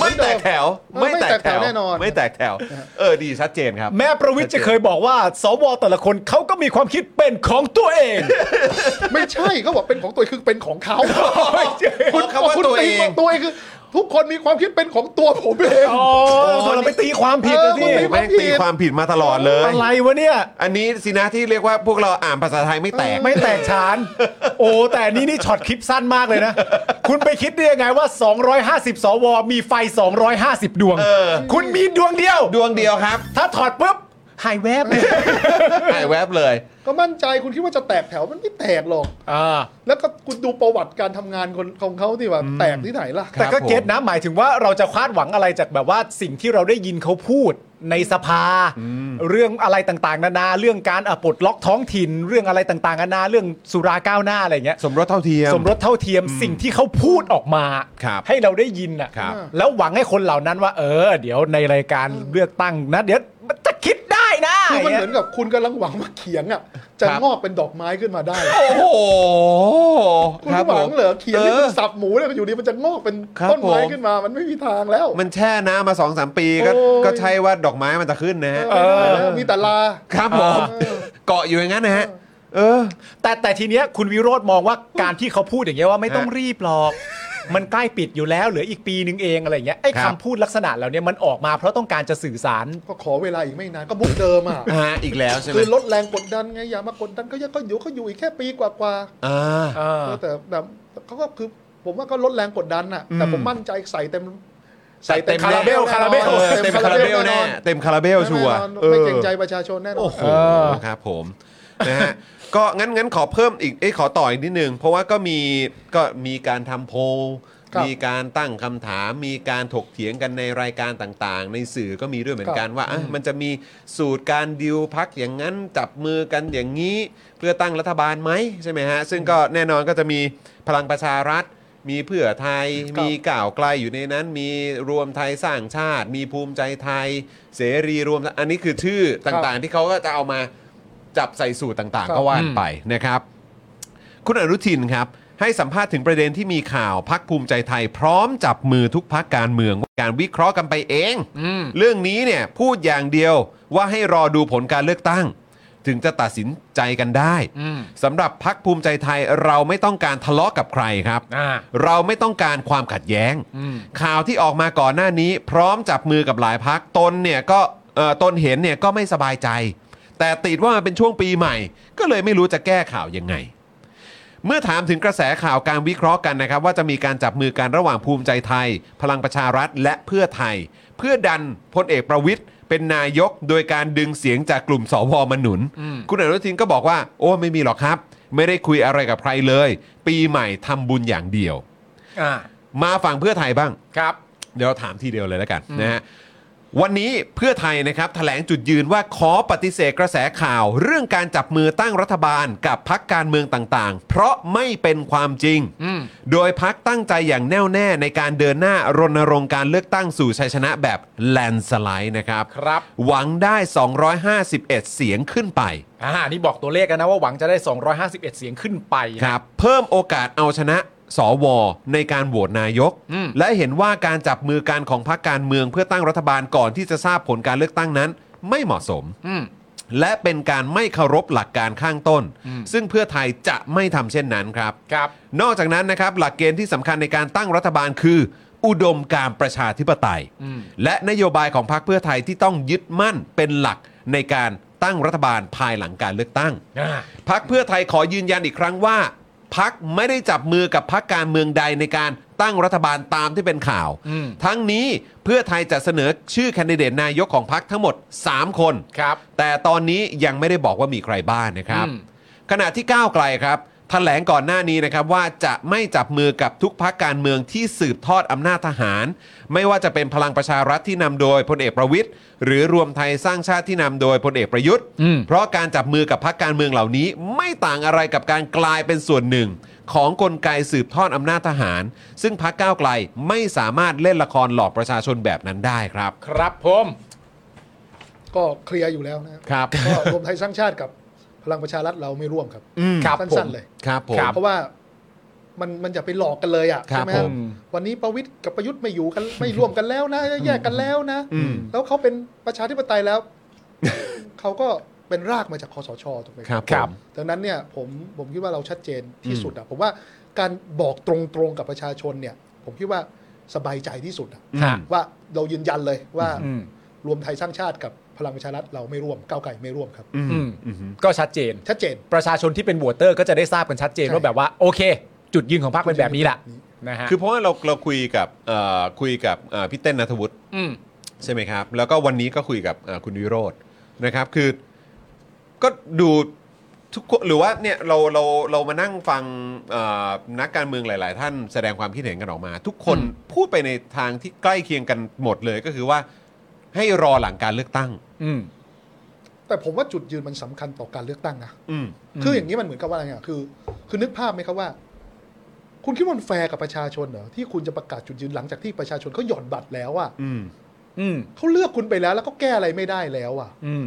ไม่แตกแถว ไม่แตกแถว
ไม่แตกแถวแน่นอน
ไม่แตกแถว เออดีชัดเจนครับ
แม่ประวิทย์จะเคยบอกว่า สวแต่ละคนเขาก็มีความคิดเป็นของตัวเอง
ไม่ใช่เขาบอกเป็นของตัวเองคือเป็นของเขา
คุณคำว่า
คุณ
ตัวเอ
ตี
ง
มาตัวเองคือ ทุกคนมีความคิดเป็นของตัวผมเอง
อ๋อเราไปตีความผิดนะ
เออคุณ
ที่
ตี
แม่งตีความผิดมาตลอดเลย
อะไรวะเนี่ย
อันนี้สินะที่เรียกว่าพวกเราอ่านภาษาไทยไม่แตก
ไม่แตกฉาน โอ้แต่นี่นี่ช็อตคลิปสั้นมากเลยนะ คุณไปคิดได้ยังไงว่า 250 สว มีไฟ 250 ดวง คุณมีดวงเดียว
ดวงเดียวครับ
ถ้าถอดปุ๊บหายแวบเลย
หายแวบเลย
ก็มั่นใจคุณคิดว่าจะแตกแถวมันไม่แตกหรอก
อ่า
แล้วก็คุณดูประวัติการทำงานคนของเขาที่ว่าแตกที่ไหนล่ะ
แต่ก็เก็ตนะหมายถึงว่าเราจะคาดหวังอะไรจากแบบว่าสิ่งที่เราได้ยินเขาพูดในสภา เรื่องอะไรต่างๆ นานาเรื่องการอ่ะปลดล็อกท้องถิ่น เรื่องอะไรต่างๆนานาเรื่องสุราก้าวหน้าอะไรอย่างเงี้ย
สมรสเท่าเทียม
สมรสเท่าเทียมสิ่งที่เขาพูดออกมา
ครับ
ให้เราได้ยินน่ะ
ครับ
แล้วหวังให้คนเหล่านั้นว่า เออ เดี๋ยวในรายการเลือกตั้งนะเดี๋ยวมันจะคิดได้นะ
คือมันเหมือ
อนน
กับคุณกำลังหวังว่าเขียงอ่ะ จะงอกเป็นดอกไม้ขึ้นมาได้
โอ้โห
คุณ
รับ
หวังเหรอเขียงที่
อ
คุณ
อ
สับหมูเนี่ยอยู่ดีมันจะงอกเป็น
ครับ
ต้นไม้
ผม
ขึ้นมา มันไม่มีทางแล้ว
มันแช่น้ำมาสองสามปีก็
โอ้ย
ก็ใช่ว่าดอกไม้มันจะขึ้นนะฮะ
เออไม่ได้แล้วมีแต่ลา
ครับผมเกาะอยู่อย่างนั้นนะฮะ เออ
แต่แต่ทีเนี้ยคุณวิโรธมองว่าการที่เขาพูดอย่างเงี้ยว่าไม่ต้องรีบหรอก มันใกล้ปิดอยู่แล้วเหลืออีกปีนึงเองอะไรอย่างเงี้ยไอ้
ครับ
คำพูดลักษณะเหล่าเนี้ยมันออกมาเพราะต้องการจะสื่อสาร
ก็ขอเวลาอีกไม่นานก็บุกเดิมอ่ะ
ฮะอีกแล้วใช่ไหม
คือลดแรงกดดันไง อย่ามากดดันเขาเยอะก็อยู่เขาอยู่อีกแค่ปีกว่า
อ่า
เออ
ๆเออแต่แต่เขาก็คือผมว่าก็ลดแรงกดดันอ่ะ แต่ผมมั่นใจใส่เต็ม ใส่เต็ม
ใส่เต็ม
คาราเบลคาราเบล
เออเต็มคาราเบลแน่เต็มคาราเบลชัวร์
แน่นอนไม่เกรงใจประชาชนแน่นอน
โอ้โห
เออ
ครับผมนะฮะ ก็งั้นงั้นขอเพิ่มอีกเอ้ยขอต่ออีกนิดนึง เพราะว่าก็มีก็มีการทำโพล
ครับ
มีการตั้งคำถาม มีการถกเถียงกันในรายการต่างๆ ในสื่อก็มีด้วยเหมือนกันว่าอ่ะมันจะมีสูตรการดิวพักอย่างนั้นจับมือกันอย่างนี้ เพื่อตั้งรัฐบาลไหมใช่ไหมฮะ ซึ่งก็แน่นอนก็จะมีพลังประชารัฐ มีเพื่อไทย
ครับ
มีก้าวไกลอยู่ในนั้น มีรวมไทยสร้างชาติ มีภูมิใจไทย เสรีรวม อันนี้คือชื่อต่างๆ ที่เขาก็จะเอามาจับใส่สูตรต่าง
ค
ๆ
รับ
ก็ว่านไปนะครับ คุณอนุทินครับ ให้สัมภาษณ์ถึงประเด็นที่มีข่าวพักภูมิใจไทย พร้อมจับมือทุกพักการเมืองว่าการวิเคราะห์กันไปเอง เรื่องนี้เนี่ยพูดอย่างเดียวว่าให้รอดูผลการเลือกตั้ง ถึงจะตัดสินใจกันได้สำหรับพักภูมิใจไทยเราไม่ต้องการทะเลาะกับใครครับ
อ่า
เราไม่ต้องการความขัดแย้ง ข่าวที่ออกมาก่อนหน้านี้ พร้อมจับมือกับหลายพักตนเนี่ยก็เอ่อตนเห็นเนี่ยก็ไม่สบายใจ แต่ติดว่ามันเป็นช่วงปีใหม่ ก็เลยไม่รู้จะแก้ข่าวยังไง เมื่อถามถึงกระแสข่าวการวิเคราะห์กันนะครับ ว่าจะมีการจับมือกันระหว่างภูมิใจไทย พลังประชารัฐและเพื่อไทย เพื่อดันพลเอกประวิทย์เป็นนายกโดยการดึงเสียงจากกลุ่มสวมาหนุน คุณอนุทินก็บอกว่า โอ้ไม่มีหรอกครับ ไม่ได้คุยอะไรกับใครเลย ปีใหม่ทำบุญอย่างเดียว
อ่า
มาฝั่งเพื่อไทยบ้าง
ครับ
เดี๋ยวถามทีเดียวเลยแล้วกันนะฮะวันนี้เพื่อไทยนะครับแถลงจุดยืนว่าขอปฏิเสธกระแสข่าว เรื่องการจับมือตั้งรัฐบาลกับพักการเมืองต่างๆ เพราะไม่เป็นความจริง โดยพักตั้งใจอย่างแน่วแน่ในการเดินหน้ารณรงค์การเลือกตั้งสู่ชัยชนะแบบแลนสไลด์นะครับ
ครับ
หวังได้ 251 เสียงขึ้นไป
อ่านี่บอกตัวเลขกันนะว่าหวังจะได้ 251 เสียงขึ้นไป
ครับเพิ่มโอกาสเอาชนะสวในการโหวตนายก
อืม
และเห็นว่าการจับมือกันของพรรคการเมืองเพื่อตั้งรัฐบาลก่อนที่จะทราบผลการเลือกตั้งนั้น ไม่เหมาะสม
อืม
และเป็นการไม่เคารพหลักการข้างต้น ซึ่งเพื่อไทยจะไม่ทำเช่นนั้นครับ
ครับ
นอกจากนั้นนะครับหลักเกณฑ์ที่สำคัญในการตั้งรัฐบาลคือ อุดมการณ์ประชาธิปไตย และนโยบายของพรรคเพื่อไทยที่ต้องยึดมั่นเป็นหลักในการตั้งรัฐบาลภายหลังการเลือกตั้ง
อ่า
พักเพื่อไทยขอยืนยันอีกครั้งว่า พักไม่ได้จับมือกับพักการเมืองใดในการตั้งรัฐบาลตามที่เป็นข่าว
อืม
ทั้งนี้เพื่อไทยจะเสนอชื่อแคนดิเดตนายกของพักทั้งหมด 3 คน
ครับ
แต่ตอนนี้ยังไม่ได้บอกว่ามีใครบ้างนะครับ
อืม
ขณะที่ก้าวไกลครับแถลงก่อนหน้านี้นะครับว่าจะไม่จับมือกับทุกพักการเมืองที่สืบทอดอำนาจทหาร ไม่ว่าจะเป็นพลังประชารัฐที่นำโดยพลเอกประวิทย์หรือรวมไทยสร้างชาติที่นำโดยพลเอกประยุทธ์
อืม
เพราะการจับมือกับพักการเมืองเหล่านี้ ไม่ต่างอะไรกับการกลายเป็นส่วนหนึ่ง ของกลไกสืบทอดอำนาจทหาร ซึ่งพักก้าวไกลไม่สามารถเล่นละครหลอกประชาชนแบบนั้นได้ครับ
ครับผม
ก็เคลียร์อยู่แล้วนะครับ
ครับ
ก็รวมไทยสร้างชาติกับพลังประชารัฐเราไม่ร่วมครับ
ครับผ
สั้
ม
นๆเลย
ครับผม
ครับ
เพราะว่ามันมันจะไปหลอกกันเลยอ่ะ
ครับ
ใช่ไหม
ผ
ฮะ
ม
วันนี้ประวิทย์กับประยุทธ์ไม่อยู่กันไม่ร่วมกันแล้วนะแยกกันแล้วนะ
อืม
แล้วเขาเป็นประชาธิปไตยแล้ว เขาก็เป็นรากมาจากคอสชถูกไหม
ครับ
ครับ
ผม
ดังนั้นเนี่ยผมผมคิดว่าเราชัดเจนที่สุดอ่ะผมว่าการบอกตรงๆกับประชาชนเนี่ย ผมคิดว่าสบายใจที่สุดอะ
อืม
ว่าเรายืนยันเลยว่า
อืม
รวมไทยสร้างชาติกับพลังประชารัฐเราไม่ร่วมก้าวไกลไม่ร่วมครับ
อืมก็ชัดเจน
ชัดเจน
ประชาชนที่เป็นวอเตอร์ก็จะได้ทราบกันชัดเจน
ใช่
ว่าแบบว่าโอเค จุดยืนของพรรคเป็นแบบนี้แหละนะฮะ
คือเพราะว่าเราเราคุยกับเอ่อคุยกับเอ่อพี่เต้นนัทวุฒิ
อืม
ใช่ไหมครับ แล้วก็วันนี้ก็คุยกับเอ่อคุณวิโรจน์นะครับคือ ก็ดูทุกคนหรือว่าเนี่ยเราเราเรามานั่งฟังเอ่อนักการเมืองหลาย ๆ ท่านแสดงความคิดเห็นกันออกมา ทุกคน
อืม
พูดไปในทางที่ใกล้เคียงกันหมดเลยก็คือว่าให้รอหลังการเลือกตั้ง
อืม
แต่ผมว่าจุดยืนมันสำคัญต่อการเลือกตั้งนะ
อืม
อืม
คืออย่างนี้มันเหมือนกับว่าอะไรอ่ะคือ คือนึกภาพไหมครับว่า คุณคิดว่ามันแฟร์กับประชาชนเหรอที่คุณจะประกาศจุดยืนหลังจากที่ประชาชนเขาหย่อนบัตรแล้วอ่ะ
อืม
อืม
เขาเลือกคุณไปแล้วแล้วก็แก้อะไรไม่ได้แล้วอ่ะ
อืม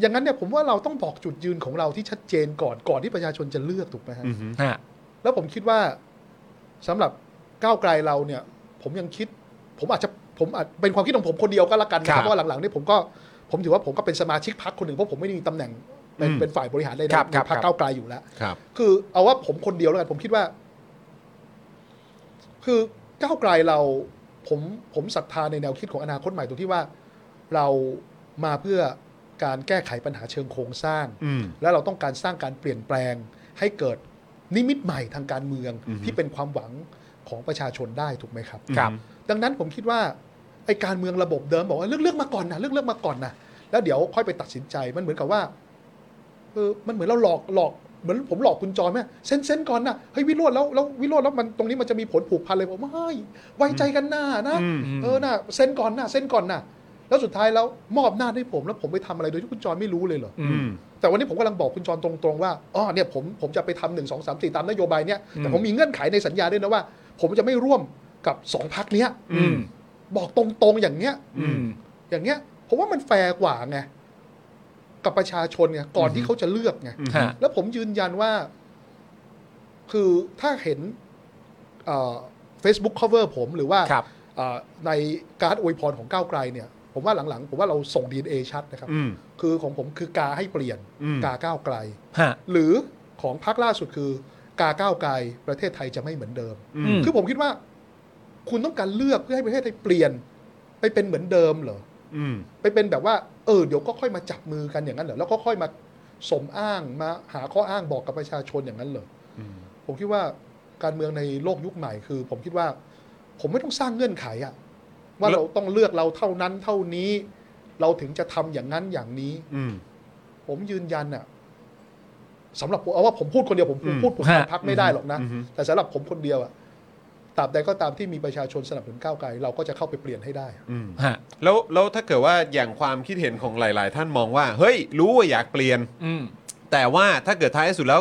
อย่างนั้นเนี่ยผมว่าเราต้องบอกจุดยืนของเราที่ชัดเจนก่อนก่อนที่ประชาชนจะเลือกถูกไหมฮะ
อืมฮึ
ฮะ
แล้วผมคิดว่าสำหรับก้าวไกลเราเนี่ย ผมยังคิด ผมอาจจะผมอาจเป็นความคิดของผมคนเดียวก็แล้วกันนะครับ เพราะว่าหลังๆเนี่ยผมก็ผมถือว่าผมก็เป็นสมาชิกพรรคคนหนึ่งเพราะผมไม่ได้มีตำแหน่งเป็น
อืม
เป็นฝ่ายบริหารใดๆ
ครับ
ใน
ครับ
พรร
ครั
ค
บ
ก้าวไกลอยู่แล้ว
ครับ
คือเอาว่าผมคนเดียวแล้วกันผมคิดว่า คือก้าวไกลเรา ผมผมศรัทธาในแนวคิดของอนาคตใหม่ตรงที่ว่า เรามาเพื่อการแก้ไขปัญหาเชิงโครงสร้าง
อืม
และเราต้องการสร้างการเปลี่ยนแปลง ให้เกิดนิมิตใหม่ทางการเมือง
อือฮึ
ที่เป็นความหวังของประชาชนได้ถูกไหมครับ
ครับ
ดังนั้นผมคิดว่าไอ้การเมืองระบบเดิมบอกว่าเลือกเลือกมาก่อนนะเลือกเลือกมาก่อนนะแล้วเดี๋ยวค่อยไปตัดสินใจมันเหมือนกับว่าเออมันเหมือนเราหลอกหลอก เหมือนผมหลอกคุณจอนไหมเซ็นเซ็นก่อนนะเฮ้ยวิโรจน์แล้วแล้ววิโรจน์แล้วมันตรงนี้มันจะมีผลผูกพันเลยผมว่าเฮ้ยไว้ใจกันหน้านะ
อืม
เออนะเซ็นก่อนนะเซ็นก่อนนะแล้วสุดท้ายแล้วมอบหน้าให้ผมแล้วผมไปทำอะไรโดยที่คุณจอนไม่รู้เลยเหรอ
อืม
แต่วันนี้ผมกำลังบอกคุณจรตรงๆว่าอ๋อเนี่ยผมผมจะไปทำหนึ่งสองสามสี่ตามนโยบายเนี่ยแต่ผมมีเงื่อนไขในสัญญาด้วยนะว่า ผมจะไม่ร่วมกับสองพักเนี้ย
อืม
บอกตรงๆอย่างเนี้ย
อืม
อย่างเนี้ยผมว่ามันแฟร์กว่าไงกับประชาชนไงก่อนที่เขาจะเลือกไง
อืม
ฮะ
แล้วผมยืนยันว่า คือถ้าเห็นเอ่อ Facebook cover ผมหรือว่า
ครับ
เอ่อในการ์ดอวยพรของก้าวไกลเนี่ย ผมว่าหลังๆ ผมว่าเราส่ง DNA ชัดนะครับ
อืม
คือของผมคือกาให้เปลี่ยน
อืม
กาก้าวไกล
ฮะ
หรือของพรรคล่าสุดคือกาก้าวไกลประเทศไทยจะไม่เหมือนเดิม
อื
อื
ม
ม
คือผมคิดว่า คุณต้องการเลือกเพื่อให้ประเทศไทยเปลี่ยน ไปเป็นเหมือนเดิมเหรอ
อืม
ไปเป็นแบบว่าเออเดี๋ยวก็ค่อยมาจับมือกันอย่างนั้นเหรอแล้วก็ค่อยมาสมอ้างมาหาข้ออ้างบอกกับประชาชนอย่างนั้นเหรออ
ม
ผมคิดว่าการเมืองในโลกยุคใหม่คือ ผมคิดว่า ผมไม่ต้องสร้างเงื่อนไขอะว่าเราต้องเลือกเราเท่านั้นเท่านี้ เราถึงจะทำอย่างนั้นอย่างนี้
อืม
ผมยืนยันน่ะสำหรับผมเอาว่าผมพูดคนเดียวผมผมพูดผม
ฮะ
พักไม่ได้หรอกนะ
อือฮึ
แต่สำหรับผมคนเดียวอะตราบใดก็ตามที่มีประชาชนสนับสนุนก้าวไกล เราก็จะเข้าไปเปลี่ยนให้ได้
อืม
ฮะ
แล้วแล้วถ้าเกิดว่าอย่างความคิดเห็นของหลาย ๆ ท่านมองว่า เฮ้ย รู้ว่าอยากเปลี่ยน
อืม
แต่ว่าถ้าเกิดท้ายสุดแล้ว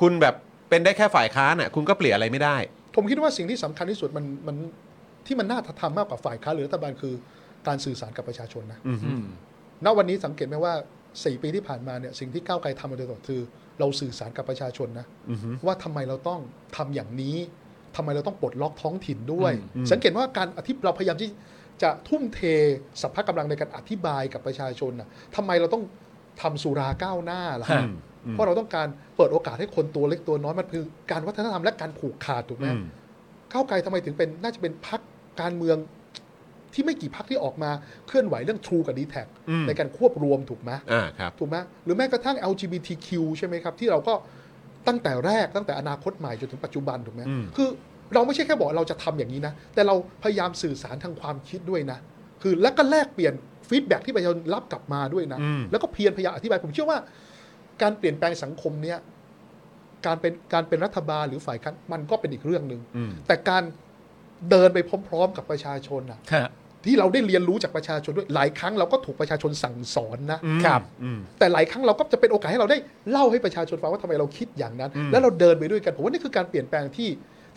คุณแบบเป็นได้แค่ฝ่ายค้านอ่ะ คุณก็เปลี่ยนอะไรไม่ได้
ผมคิดว่าสิ่งที่สำคัญที่สุดมันมันที่มันน่าทำมากกว่าฝ่ายค้านหรือรัฐบาลคือการสื่อสารกับประชาชนนะ
อืม
อืม
ณวันนี้สังเกตไหมว่าสี่ปีที่ผ่านมาเนี่ยสิ่งที่ก้าวไกลทำมาโดยตลอดคือ เราสื่อสารกับประชาชนนะ
อืม
ว่าทำไมเราต้องทำอย่างนี้ทำไมเราต้องปลดล็อกท้องถิ่นด้วย
อืม
สังเกตว่าการอธิบเราพยายามที่จะทุ่มเทสรรพกำลังในการอธิบายกับประชาชนนะทำไมเราต้องทำสุราก้าวหน้าล่ะ
ฮะ
เพราะเราต้องการเปิดโอกาสให้คนตัวเล็กตัวน้อยมันคือการวัฒนธรรมและการผูกขาดถูกไหม
อืม
ก้าวไกลทำไมถึงเป็นน่าจะเป็นพักการเมืองที่ไม่กี่พักที่ออกมาเคลื่อนไหวเรื่องทรูกับดีแท็
อืม
ในการควบรวมถูกไหม
อ่าครับ
ถูกไหมหรือแม้กระทั่ง LGBTQ ใช่ไหมครับ ที่เราก็ตั้งแต่แรกตั้งแต่อนาคตใหม่จนถึงปัจจุบันถูกไหม
อืม
คือเราไม่ใช่แค่บอกเราจะทำอย่างนี้นะ แต่เราพยายามสื่อสารทางความคิดด้วยนะ คือแล้วก็แลกเปลี่ยนฟีดแบ็กที่ประชาชนรับกลับมาด้วยนะ
อืม
แล้วก็เพียรพยายามอธิบายผมเชื่อว่า การเปลี่ยนแปลงสังคมเนี้ยการเป็นการเป็นรัฐบาลหรือฝ่ายค้านมันก็เป็นอีกเรื่องหนึ่ง
อืม
แต่การเดินไปพร้อม ๆ กับประชาชนนะ
ฮะ
ที่เราได้เรียนรู้จากประชาชนด้วยหลายครั้งเราก็ถูกประชาชนสั่งสอนนะ
ครับ
อืม
แต่หลายครั้งเราก็จะเป็นโอกาสให้เราได้เล่าให้ประชาชนฟังว่าทำไมเราคิดอย่างนั้น
อืม
แล้วเราเดินไปด้วยกันผมว่านี่คือการเปลี่ยนแปลงที่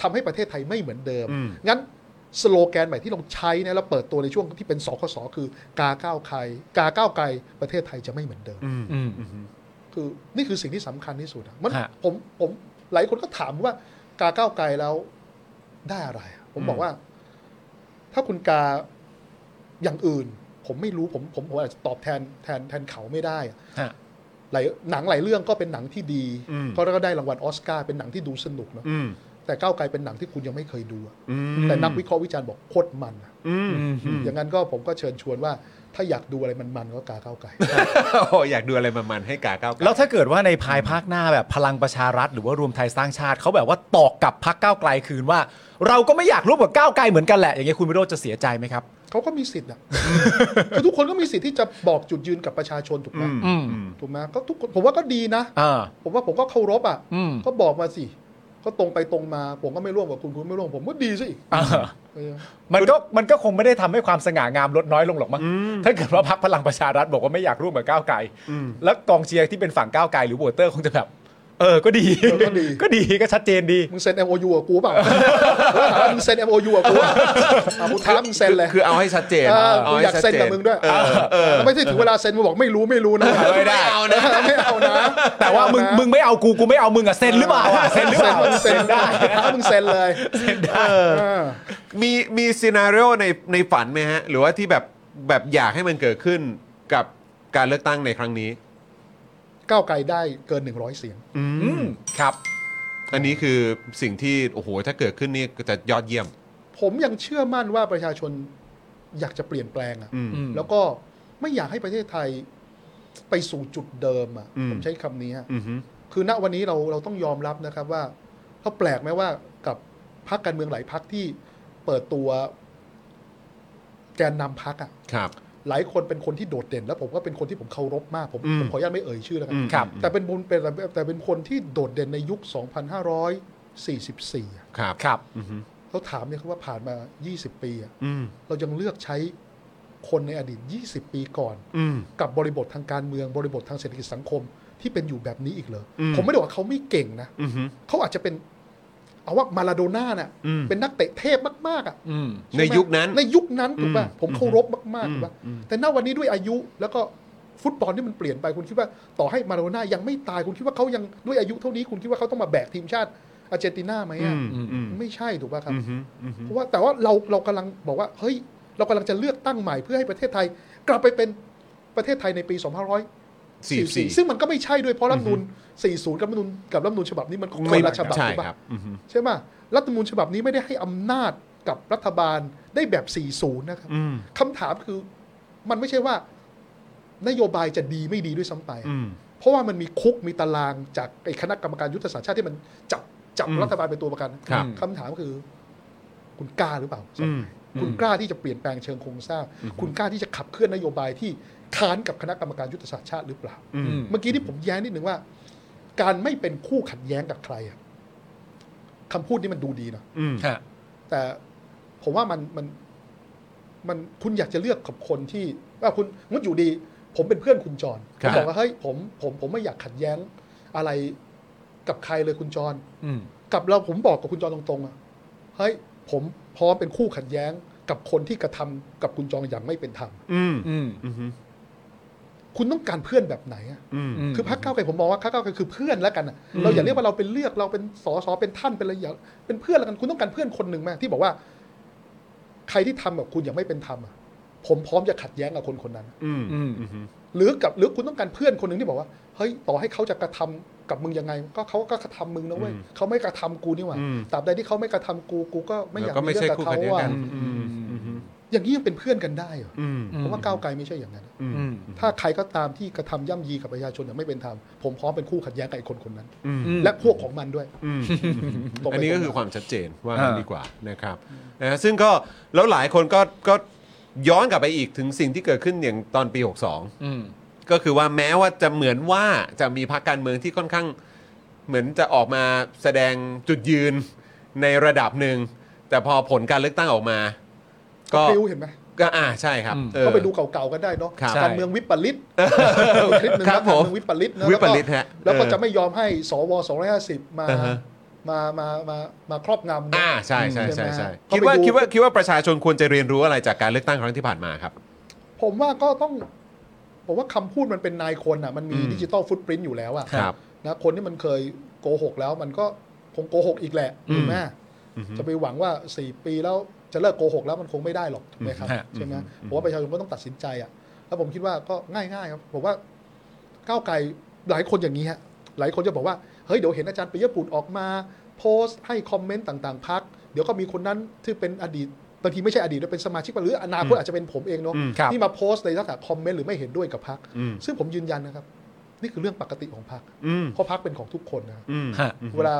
ทำให้ประเทศไทยไม่เหมือนเดิม
อืม
งั้นสโลแกนใหม่ที่เราใช้เนี่ยเราเปิดตัวในช่วงที่เป็นสคสคือกาก้าวไกลกาก้าวไกลประเทศไทยจะไม่เหมือนเดิม
อืม
อืม
คือนี่คือสิ่งที่สำคัญที่สุดอะมัน
ฮะ
ผมผมหลายคนก็ถามว่ากาก้าวไกลแล้วได้อะไรอะผมบอกว่า ถ้าคุณกาอย่างอื่น ผมไม่รู้ผมผมผมอาจจะตอบแทนแทนแทนเขาไม่ได้อะ
ฮะ
หลายหนังหลายเรื่องก็เป็นหนังที่ดี
อืม
ก็ได้รางวัลออสการ์เป็นหนังที่ดูสนุกเนอะ
อืม
แต่ก้าวไกลเป็นหนังที่คุณยังไม่เคยดูอะ
อืม
แต่นักวิเคราะห์วิจารณ์บอกโคตรมันอะ
อืม
อืม
อย่างนั้นก็ผมก็เชิญชวนว่า ถ้าอยากดูอะไรมันๆก็กาก้าวไกล
โอ้อยากดูอะไรมันๆให้กาก้าวไกล
แล้วถ้าเกิดว่าในภายภาคหน้าแบบพลังประชารัฐ หรือว่ารวมไทยสร้างชาติเขาแบบว่าตอกกลับพักก้าวไกลคืนว่า เราก็ไม่อยากร่วมกับก้าวไกลเหมือนกันแหละ อย่างเงี้ยคุณวิโรจน์จะเสียใจไหมครับ
เขาก็มีสิทธิ์อะคือทุกคนก็มีสิทธิ์ที่จะบอกจุดยืนกับประชาชนถูกไหม
อืม
อืม
ถูกไหมก็ทุกคนผมว่าก็ดีนะ
อ่า
ผมว่าผมก็เคารพอ่ะ
อืม
ก็บอกมาสิก็ตรงไปตรงมา ผมก็ไม่ร่วมกับคุณคุณไม่ร่วมผมก็ดีสิ
อ่า
เออ
มันก็มันก็คงไม่ได้ทำให้ความสง่างามลดน้อยลงหรอกมั้ง
อืม
ถ้าเกิดว่าพักพลังประชารัฐบอกว่าไม่อยากร่วมกับก้าวไกลแล้วกองเชียร์ที่เป็นฝั่งก้าวไกลหรือโหวตเตอร์คงจะแบบ เออก็ดี
เออก็ดี
ก็ดีก็ชัดเจนดี
มึงเซ็น MOU กับกูเปล่า แล้วถามว่ามึงเซ็น MOU กับกูอ่ะอ่ะกูถามมึงเซ็นเลย
คือเอาให้ชัดเจน
เออ
เอา
กู
ให้
อยาก
ชัด
เซ็น
เจ
กับ
น
มึงด้วยแล้วไม่ใช่ถึงเวลาเซ็นมึงบอกไม่รู้ไม่รู้นะ
ไม่ได้
เอานะไม่เอานะ
แต่ว่ามึงมึงไม่เอากูกูไม่เอามึงอะเซ็นหรือเปล่าอะเซ็นหรือเปล่า
มึงเซ็นได้ถ้ามมึงเซ็นเลยเซ็นได้
มีมีซีนารีโอในในฝันไหมฮะ หรือว่าที่แบบแบบอยากให้มันเกิดขึ้นกับการเลือกตั้งในครั้งนี้
ก้าวไกลได้เกิน 100 เสียง
อืมครับ
อันนี้คือสิ่งที่ โอ้โห ถ้าเกิดขึ้นนี่ก็จะยอดเยี่ยม
ผมยังเชื่อมั่นว่าประชาชนอยากจะเปลี่ยนแปลงอ่ะ
อืม
อืม
แล้วก็ไม่อยากให้ประเทศไทยไปสู่จุดเดิมอ่ะ
อืม
ผมใช้คำนี้ฮะ
อืมฮึ
คือณวันนี้เราเราต้องยอมรับนะครับว่าเขาแปลกไหมว่ากับพรรคการเมืองหลายพรรคที่เปิดตัวแกนนำพรรคอะ
ครับ
หลายคนเป็นคนที่โดดเด่น แล้วผมก็เป็นคนที่ผมเคารพมากผม
อืม
ผมขออนุญาตไม่เอ่ยชื่อแล้วกั
อื
น
มครับ
แต่เป็นบุญเป็นแต่เป็นคนที่โดดเด่นในยุค 2544อะ
ครับ
ครับ
อือฮึ
เราถามเนี่ยครับว่าผ่านมา 20 ปีอะ
อืม
เรายังเลือกใช้คนในอดีต 20 ปีก่อน
อืม
กับบริบททางการเมืองบริบททางเศรษฐกิจสังคมที่เป็นอยู่แบบนี้อีกเหรออ
ม
ผมไม่ได้บอกว่าเขาไม่เก่งนะ
อือฮึ
เขาอาจจะเป็น เอาว่ามาลาโดน่าน่ะ
อืม
เป็นนักเตะเทพมากๆอ่ะ
อืม
ช่ไหม
ในยุคนั้น
ในยุคนั้นถูกป่ะ
อืม
ผมเคารพมาก
อืม
ๆถูกป่ะ
อืม
แต่ณวันนี้ด้วยอายุแล้วก็ฟุตบอลที่มันเปลี่ยนไปคุณคิดว่าต่อให้มาลาโดน่ายังไม่ตายคุณคิดว่าเขายังด้วยอายุเท่านี้คุณคิดว่าเขาต้องมาแบกทีมชาติอาร์เจนตินาไหม
อื
อ่ะ
มอืมอืม
ไม่ใช่ถูกป่ะครับ
อือฮึอือฮึ
เพราะว่าแต่ว่าเราเรากำลังบอกว่าเฮ้ยเรากำลังจะเลือกตั้งใหม่เพื่อให้ประเทศไทย กลับไปเป็นประเทศไทยในปี 2544
44
ซึ่งมันก็ไม่ใช่ด้วยเพราะรัฐธรรมนูล40 กับรัฐธรรมนูลกับรัฐธรรมนูลฉบับนี้มันคนละฉบับ
ใช่
ถูกปะ
ครับอือฮึ
ใช่ไหมรัฐธรรมนูลฉบับนี้ไม่ได้ให้อำนาจกับรัฐบาลได้แบบ 40 นะครับ
อืม
คำถามคือมันไม่ใช่ว่า นโยบายจะดีไม่ดีด้วยซ้ำไป
อืม
เพราะว่ามันมีคุกมีตารางจากไอ้คณะกรรมการยุทธศาสตร์ชาติที่มันจับจับ
อืม
รัฐบาลเป็นตัวประกัน
ครับ
คำถามคือ คุณกล้าหรือเปล่า
อืม
คุณ
อืม
กล้าที่จะเปลี่ยนแปลงเชิงโครงสร้าง คุณกล้าที่จะขับเคลื่อนนโยบายที่ค้านกับคณะกรรมการยุทธศาสตร์ชาติหรือเปล่า
อืม
เมื่อกี้ที่ผมแย้งนิดหนึ่งว่า การไม่เป็นคู่ขัดแย้งกับใครอะคำพูดนี้มันดูดีนะ
อืม
ฮะ
แต่ผมว่ามันมันมันคุณอยากจะเลือกกับคนที่ว่าคุณมุดอยู่ดี ผมเป็นเพื่อนคุณจร
ครับ
บอกว่าเฮ้ยผมผมผมไม่อยากขัดแย้งอะไรกับใครเลยคุณจร
อืม
กับเราผมบอกกับคุณจรตรงๆอะเฮ้ยผมพร้อมเป็นคู่ขัดแย้งกับคนที่กระทำกับคุณจรอย่างไม่เป็นธรรม
อืม
อืม
อืม
คุณต้องการเพื่อนแบบไหนอะ
อืม
คือพรรคก้าวไกลผมมองว่าพรรคก้าวไกลคือเพื่อนแล้วกันน่ะเราอย่าเรียกว่าเราเป็นเลือกเราเป็นสอสอเป็นท่านเป็นอะไรอย่างเป็นเพื่อนแล้วกันคุณต้องการเพื่อนคนหนึ่งมากที่บอกว่า ใครที่ทำกับคุณอย่างไม่เป็นธรรมอ่ะผมพร้อมจะขัดแย้งกับคนคนนั้น
อืม
อืม
อืม
หรือกับหรือคุณต้องการเพื่อนคนหนึ่งที่บอกว่าเฮ้ยต่อให้เขาจะกระทำกับมึงยังไง ก็เขาก็กระทำมึงนะเว้ย
อืม
เขาไม่กระทำกูนี่หว่า
อืม
ตราบใดที่เขาไม่กระทำกูกูก็ไม่อยาก
แล้วก็ไม่
มีเรื่
ใช่
องกับ
คู่
เขา
ขัดแย้ง
ว่า
กันอืมอืม
อย่างนี้ยังเป็นเพื่อนกันได้เหรอ
อืม
เพราะว่าก้าวไกลไม่ใช่อย่างนั้น
อืม
อืม
ถ้าใครก็ตามที่กระทำย่ำยีกับประชาชนอย่างไม่เป็นธรรมผมพร้อมเป็นคู่ขัดแย้งกับไอ้คนคนนั้น
อืม
และพวกของมันด้วย
อืม
ตรงไป
อันนี้ก็
ตรงมา
คือความชัดเจนว่างั้น
อ่า
ดีกว่านะครับนะซึ่งก็แล้วหลายคนก็ก็ย้อนกลับไปอีกถึงสิ่งที่เกิดขึ้นอย่างตอนปี 62
อืม
ก็คือว่าแม้ว่าจะเหมือนว่าจะมีพรรคการเมืองที่ค่อนข้างเหมือนจะออกมาแสดงจุดยืนในระดับหนึ่ง แต่พอผลการเลือกตั้งออกมา ก็
ฟิวเห็นไหม
ก็อ่าใช่ครับ
อืม
ออ
ก็ไปดูเก่าๆกันได้เนาะ
ครับ
การเมืองวิปริตคลิปหนึ่ง
ครั
นะ
บ
การ
ผม
เมืองวิปริตนะ
วิปริตฮะ
แล้วก็
เออ
จะไม่ยอมให้สว250มา
อ่าฮะ
มามามามาครอบงำนะ
อ่าใช่ใช่ใช่ใช่
ใช่ไหม
คิดว่าคิดว่าคิดว่าประชาชนควรจะเรียนรู้อะไรจากการเลือกตั้งครั้งที่ผ่านมาครับ
ผมว่าก็ต้อง ผมว่าคำพูดมันเป็นนายคนอ่ะ มันมี
อืม
ดิจิตอลฟุตปรินต์อยู่แล้วอ่ะ
ครับ
นะคนที่มันเคยโกหกแล้วมันก็คงโกหกอีกแหละ
อืม
ถูกไหม
อือฮึ
จะไปหวังว่าสี่ปีแล้วจะเลิกโกหกแล้วมันคงไม่ได้หรอกถูกไหมครับ
อืมฮะ
ใช่ไหม
อืม
ผมว่าประชาชนก็ต้องตัดสินใจอ่ะ แล้วผมคิดว่าก็ง่ายๆครับผมว่าก้าวไกลหลายคนอย่างนี้ฮะหลายคนจะบอกว่าเฮ้ยเดี๋ยวเห็นอาจารย์ปิยบุตรออกมา โพสต์ให้คอมเมนต์ต่างๆพักเดี๋ยวก็มีคนนั้นที่เป็นอดีตบางทีไม่ใช่อดีตนะเป็นสมาชิกพรรคหรืออนาคตอาจจะเป็นผมเองเนาะ
อืม
ครับ
ที่มาโพสต์ในลักษณะคอมเมนต์หรือไม่เห็นด้วยกับพัก
อืม
ซึ่งผมยืนยันนะครับ นี่คือเรื่องปกติของพัก
อืม
เพราะพักเป็นของทุกคนนะครับ
อืม
ฮะ
เวลา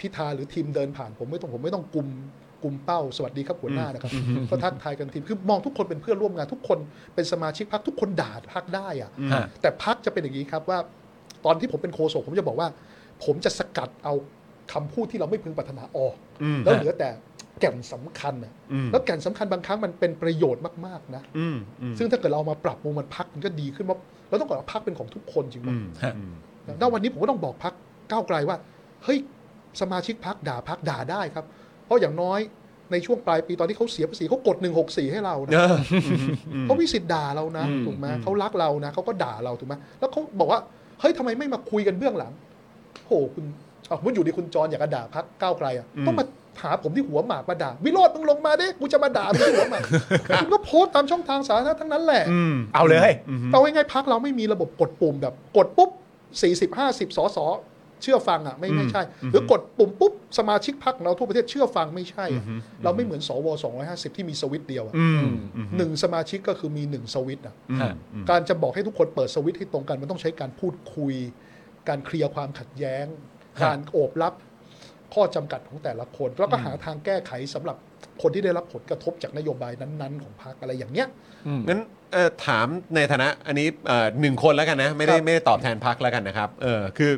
พิธาหรือทีมเดินผ่าน ผมไม่ต้องผมไม่ต้องกลุ่มกลุ่มเป้าสวัสดีครับหัวหน้านะครับก็ทักทายกันทีมคือมองทุกคนเป็นเพื่อนร่วมงานทุกคนเป็นสมาชิกพักทุกคนด่าพักได้อะ
อืม
ฮะ
แต่พักจะเป็นอย่างนี้ครับว่า ตอนที่ผมเป็นโคศกผมจะบอกว่า ผมจะสกัดเอาคำพูดที่เราไม่พึงปรารถนาออก
อืม
แล้วเหลือแต่แก่นสำคัญน่ะ
อืม
แล้วแก่นสำคัญบางครั้งมันเป็นประโยชน์มากๆนะ
อืมอืม
ซึ่งถ้าเกิดเราเอามาปรับปรุงมันพักมันก็ดีขึ้นว่าเราต้องบอกว่าพักเป็นของทุกคนจริงไหม
อืม
ฮะ
อืม
ณวันนี้ผมก็ต้องบอกพักก้าวไกลว่า เฮ้ย สมาชิกพักด่าพักด่าได้ครับ เพราะอย่างน้อยในช่วงปลายปีตอนที่เขาเสียภาษีเขากด 164 ให้เรานะ
เออ
เขามีสิทธิ์ด่าเรานะ
อืม
ถูกไหม
อืม
เขารักเรานะเขาก็ด่าเราถูกไหมแล้วเขาบอกว่าเฮ้ยทำไมไม่มาคุยกันเบื้องหลังโหคุณเอาคุณอยู่ดีคุณจรอยากจะด่าพักก้าวไกลอ่ะต้องมาหาผมที่หัวหมากมาด่าวิโรจน์มึงลงมาดิกูจะมาด่ามึงที่หัว หมากคุณก็โพสต์ตามช่องทางสาธารณะทั้งนั้นแหละ
อืม
เอาเลย
อืม
เอาง่ายๆพักเราไม่มีระบบกดปุ่มแบบกดปุ๊บ 40 50สอสอเชื่อฟังอ่ะไม่ไม่ใช่ หรือกดปุ่มปุ๊บ สมาชิกพักเราทั่วประเทศเชื่อฟังไม่ใช่อะเราไม่เหมือนสว250 ที่มีสวิตช์เดียวอะ
อืม
หนึ่งสมาชิกก็คือมีหนึ่งสวิตช์อะ
อืม
ฮะ
อืม
การจะบอกให้ทุกคนเปิดสวิตช์ให้ตรงกัน มันต้องใช้การพูดคุย การเคลียร์ความขัดแย้ง
ฮะ
การโอบรับข้อจำกัดของแต่ละคน แล้วก็หาทางแก้ไขสำหรับ คนที่ได้รับผลกระทบจากนโยบายนั้นๆ ของพรรคอะไรอย่างเนี้ย
งั้นเอ่อถามในฐานะอันนี้เอ่อหนึ่งคนแล้วกันนะไม่ได้
ครับ
ไม่ได้ตอบแทนพักแล้วกันนะครับเออคือ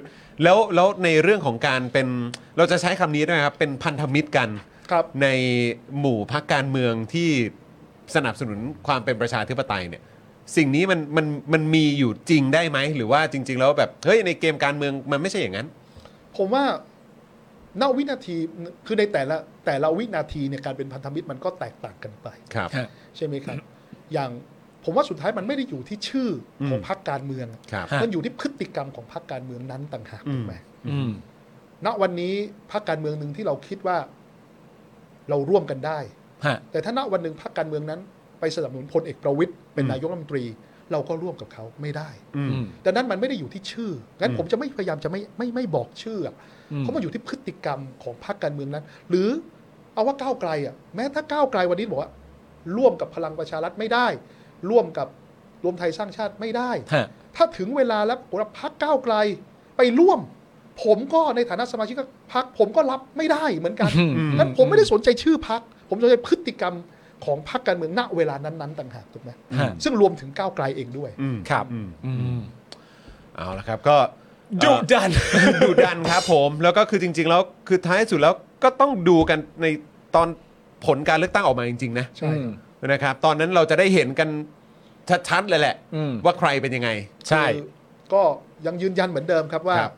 แล้วแล้วในเรื่องของการเป็นเราจะใช้คำนี้ด้วยนะครับเป็นพันธมิตรกัน
ครับ
ในหมู่พักการเมืองที่สนับสนุนความเป็นประชาธิปไตยเนี่ยสิ่งนี้มันมันมันมีอยู่จริงได้ไหมหรือว่าจริง ๆ แล้วแบบเฮ้ยในเกมการเมืองมันไม่ใช่อย่างนั้น
ผมว่าณวินาทีคือในแต่ละแต่ละวินาทีเนี่ยการเป็นพันธมิตรมันก็แตกต่างกันไป
ครับ
ใช่ไหมครับ อย่างผมว่าสุดท้ายมันไม่ได้อยู่ที่ชื่อของ
อืม
พรรคการเมือง
ครับ
ฮะ
มันอยู่ที่พฤติกรรมของพรรคการเมืองนั้นต่างหาก
อืม
ถูกไหม
อืม
ณวันนี้พรรคการเมืองหนึ่งที่เราคิดว่าเราร่วมกันได้
ฮะ
แต่ถ้าณวันหนึ่งพรรคการเมืองนั้น ไปสนับสนุนพลเอกประวิตยเป็นนายกรัฐมนตรี เราก็ร่วมกับเขาไม่ได้
อืม
อืม
ดังนั้นมันไม่ได้อยู่ที่ชื่อ งั้น
อืม
ผมจะไม่พยายามจะไม่ไม่ไม่บอกชื่ออะ
อืม
เพราะมันอยู่ที่พฤติกรรมของพรรคการเมืองนั้น หรือเอาว่าก้าวไกลอ่ะ แม้ถ้าก้าวไกลวันนี้บอกว่าร่วมกับพลังประชารัฐไม่ได้ ร่วมกับรวมไทยสร้างชาติไม่ได้
ฮะ
ถ้าถึงเวลาแล้วผมว่าพรรคก้าวไกลไปร่วม ผมก็ในฐานะสมาชิกพรรคผมก็รับไม่ได้เหมือน กัน
อืม
นั้นผมไม่ได้สนใจชื่อพรรคผมสนใจพฤติกรรมของพรรคการเมืองณเวลานั้นๆต่างหากถูกไหม
ฮะ
ซึ่งรวมถึงก้าวไกลเองด้วย
อืม
ครับ
อืม
อืม
เอาละครับก็เอ่อ
ดุดัน
ดุดันครับผมแล้วก็คือจริง ๆ แล้วคือท้ายสุดแล้วก็ต้องดูกันในตอนผลการเลือกตั้งออกมาจริง ๆ นะ
ใช่
นะครับ ตอนนั้นเราจะได้เห็นกันชัดๆเลยแหละ
อืม
ว่าใครเป็นยังไง
ใช่
คือก็ยังยืนยันเหมือนเดิมครับว่า
ครับ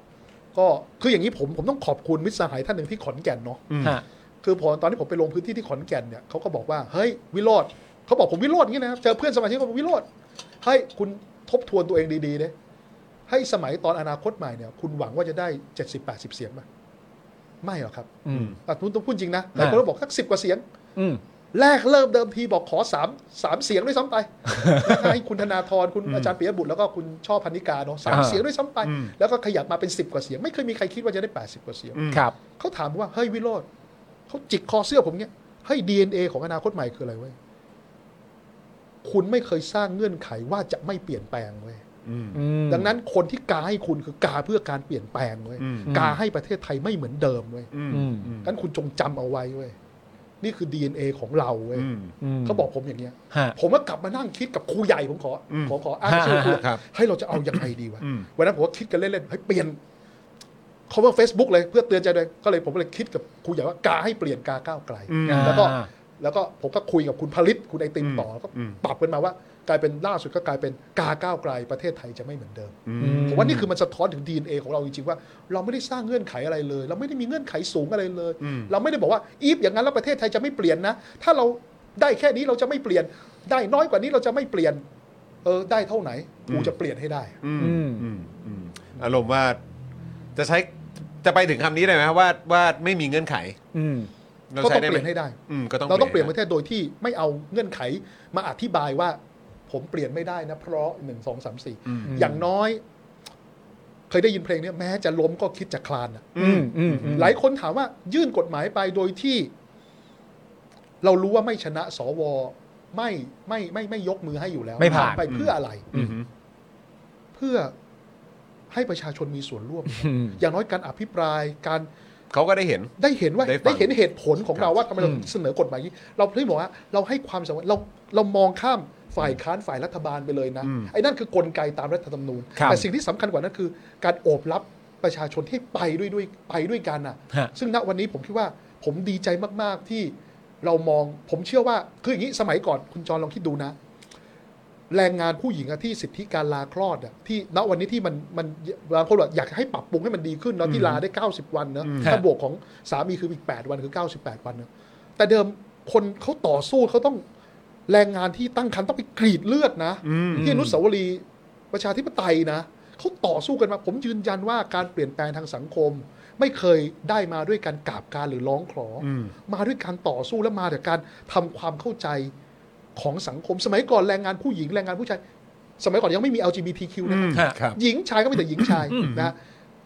ก็คืออย่างนี้ผมผมต้องขอบคุณมิตรสหายท่านหนึ่งที่ขอนแก่นเนาะ
อืม
ฮะ
คือพอตอนที่ผมไปลงพื้นที่ที่ขอนแก่นเนี่ยเขาก็บอกว่าเฮ้ยวิโรธเขาบอกผมวิโรธอย่างนี้นะครับเจอเพื่อนสมาชิกก็บอกวิโรธเฮ้ยคุณทบทวนตัวเองดีๆเนี่ยให้สมัยตอนอนาคตใหม่เนี่ย คุณหวังว่าจะได้ 70 80 เสียงไหมไม่หรอกครับ
อืม
อ่ะทุนต้องพูดจริงนะหลายคนก็บอกสักสิบกว่าเสียง
อืม
แรกเริ่มเดิมทีบอกขอสามสามเสียงด้วยซ้ำไป ให้คุณธนาธรคุณอาจารย์ปิยบุตรแล้วก็คุณช่อพันนิกาเนาะสาม
อ่า
เสียงด้วยซ้ำไป แล้วก็ขยับมาเป็นสิบกว่าเสียง ไม่เคยมีใครคิดว่าจะได้แปดสิบกว่าเสียง
ครับ
เขาถามผมว่าเฮ้ยวิโรธเขาจิกคอเสื้อผมเนี่ยเฮ้ยดีเอของอนาคตใหม่คืออะไรเว้ยคุณไม่เคยสร้างเงื่อนไขว่าจะไม่เปลี่ยนแปลงเว้ย
อืม
อืม
ดังนั้นคนที่กาให้คุณคือกาเพื่อการเปลี่ยนแปลงเว้ย
อืม
กาให้ประเทศไทยไม่เหมือนเดิมเว้ย
อืม
อืม
งั้นคุณจงจำเอาไว้เว้ยนี่คือ DNA ของเราเว้ย
อืม
ม
เขาบอกผมอย่างเงี้ย
ฮะ
ผมก็กลับมานั่งคิดกับครูใหญ่ผมขอ
อืม
ขอขออ้างชื่อครู
ครับ
ให้ยเราจะเอายังไงดีวะ
อืม
วันนั้นผมก็คิดกันเล่นๆให้ยเปลี่ยนเขาว่า Facebook เลยเพื่อเตือนใจเลยก็เลยผมก็เลยคิดกับครูใหญ่ว่ากาให้เปลี่ยนกาก้าวไกล
อืม
แล้วก็
อ่า
แล้วก็ผมก็คุยกับคุณผลิตคุณไอติมต่อแล้วก็
อืม
ปรับกันมาว่ากลายเป็นล่าสุดก็กลายเป็นกาก้าวไกลประเทศไทยจะไม่เหมือนเดิม
อืม
ผมว่านี่คือมันสะท้อนถึง DNA ของเราจริงๆว่า เราไม่ได้สร้างเงื่อนไขอะไรเลย เราไม่ได้มีเงื่อนไขสูงอะไรเลย
อืม
เราไม่ได้บอกว่าอีฟอย่างนั้นแล้วประเทศไทยจะไม่เปลี่ยนนะ ถ้าเราได้แค่นี้เราจะไม่เปลี่ยน ได้น้อยกว่านี้เราจะไม่เปลี่ยน เออได้เท่าไหนกูจะเปลี่ยนให้ได้
อืม
อืม
อืมอืมอารมณ์ว่าจะใช้จะไปถึงคำนี้ได้ไหมว่าว่าไม่มีเงื่อนไข
อืม
เรา
ก็ต้
ใช้
อง
ได้
เป
ไหม
ลี่ยนให้ได้
อืมก็ต้อง
เราต้องเปลี่ยนป
ให้
ระ
ได้
เทศโดยที่ไม่เอาเงื่อนไขมาอธิบายว่า ผมเปลี่ยนไม่ได้นะเพราะหนึ่งสองสามสี่
อืม
อย่างน้อย เคยได้ยินเพลงเนี้ยแม้จะล้มก็คิดจะคลานอะ
อืมอืมอืม
หลายคนถามว่ายื่นกฎหมายไปโดยที่ เรารู้ว่าไม่ชนะสวไม่ไม่ไม่ไม่ยกมือให้อยู่แล้ว
ไม่ผ่าน
ไปเพื่ออะไร
อืม
เพื่อให้ประชาชนมีส่วนร่วม
อืม
อย่างน้อยการอภิปรายการ
เขาก็ได้เห็น
ได้เห็นว่า
ได้ฟัง
ได้เห็นเหตุผลของเราว่าทำไมเรา
อืม
เสนอกฎหมายนี้เราเพิ่งบอกว่า เราให้ความสำคัญเราเรามองข้ามฝ่ายค้านฝ่ายรัฐบาลไปเลยนะไอ้นั่นคือกลไกตามรัฐธรรมนูญ
ครับ
แต่สิ่งที่สำคัญกว่านั้นคือ การโอบรับประชาชนที่ไปด้วยด้วยไปด้วยกันน่ะ
ฮะ
ซึ่งณวันนี้ผมคิดว่าผมดีใจมาก ๆ ที่เรามองผมเชื่อว่า คืออย่างนี้สมัยก่อนคุณจรลองคิดดูนะ แรงงานผู้หญิงอะที่สิทธิการลาคลอดอะที่ณวันนี้ที่มันมันบางคนบอกอยากให้ปรับปรุงให้มันดีขึ้นเนาะที่ลาได้ 90 วันเนาะถ้า
ฮะ
บวกของสามีคืออีก 8 วันคือ 98 วันเนาะแต่เดิมคนเขาต่อสู้เขาต้องแรงงานที่ตั้งครรภ์ต้องไปกรีดเลือดนะ ที่อนุสาวรีย์ประชาธิปไตยนะเขาต่อสู้กันมา ผมยืนยันว่าการเปลี่ยนแปลงทางสังคม ไม่เคยได้มาด้วยการกราบการหรือร้องขออ
ม
มาด้วยการต่อสู้และมาจากการทำความเข้าใจของสังคม สมัยก่อนแรงงานผู้หญิงแรงงานผู้ชาย สมัยก่อนยังไม่มี LGBTQ นะ
อืมครับ
หญิงชายก็มีแต่หญิงชายนะ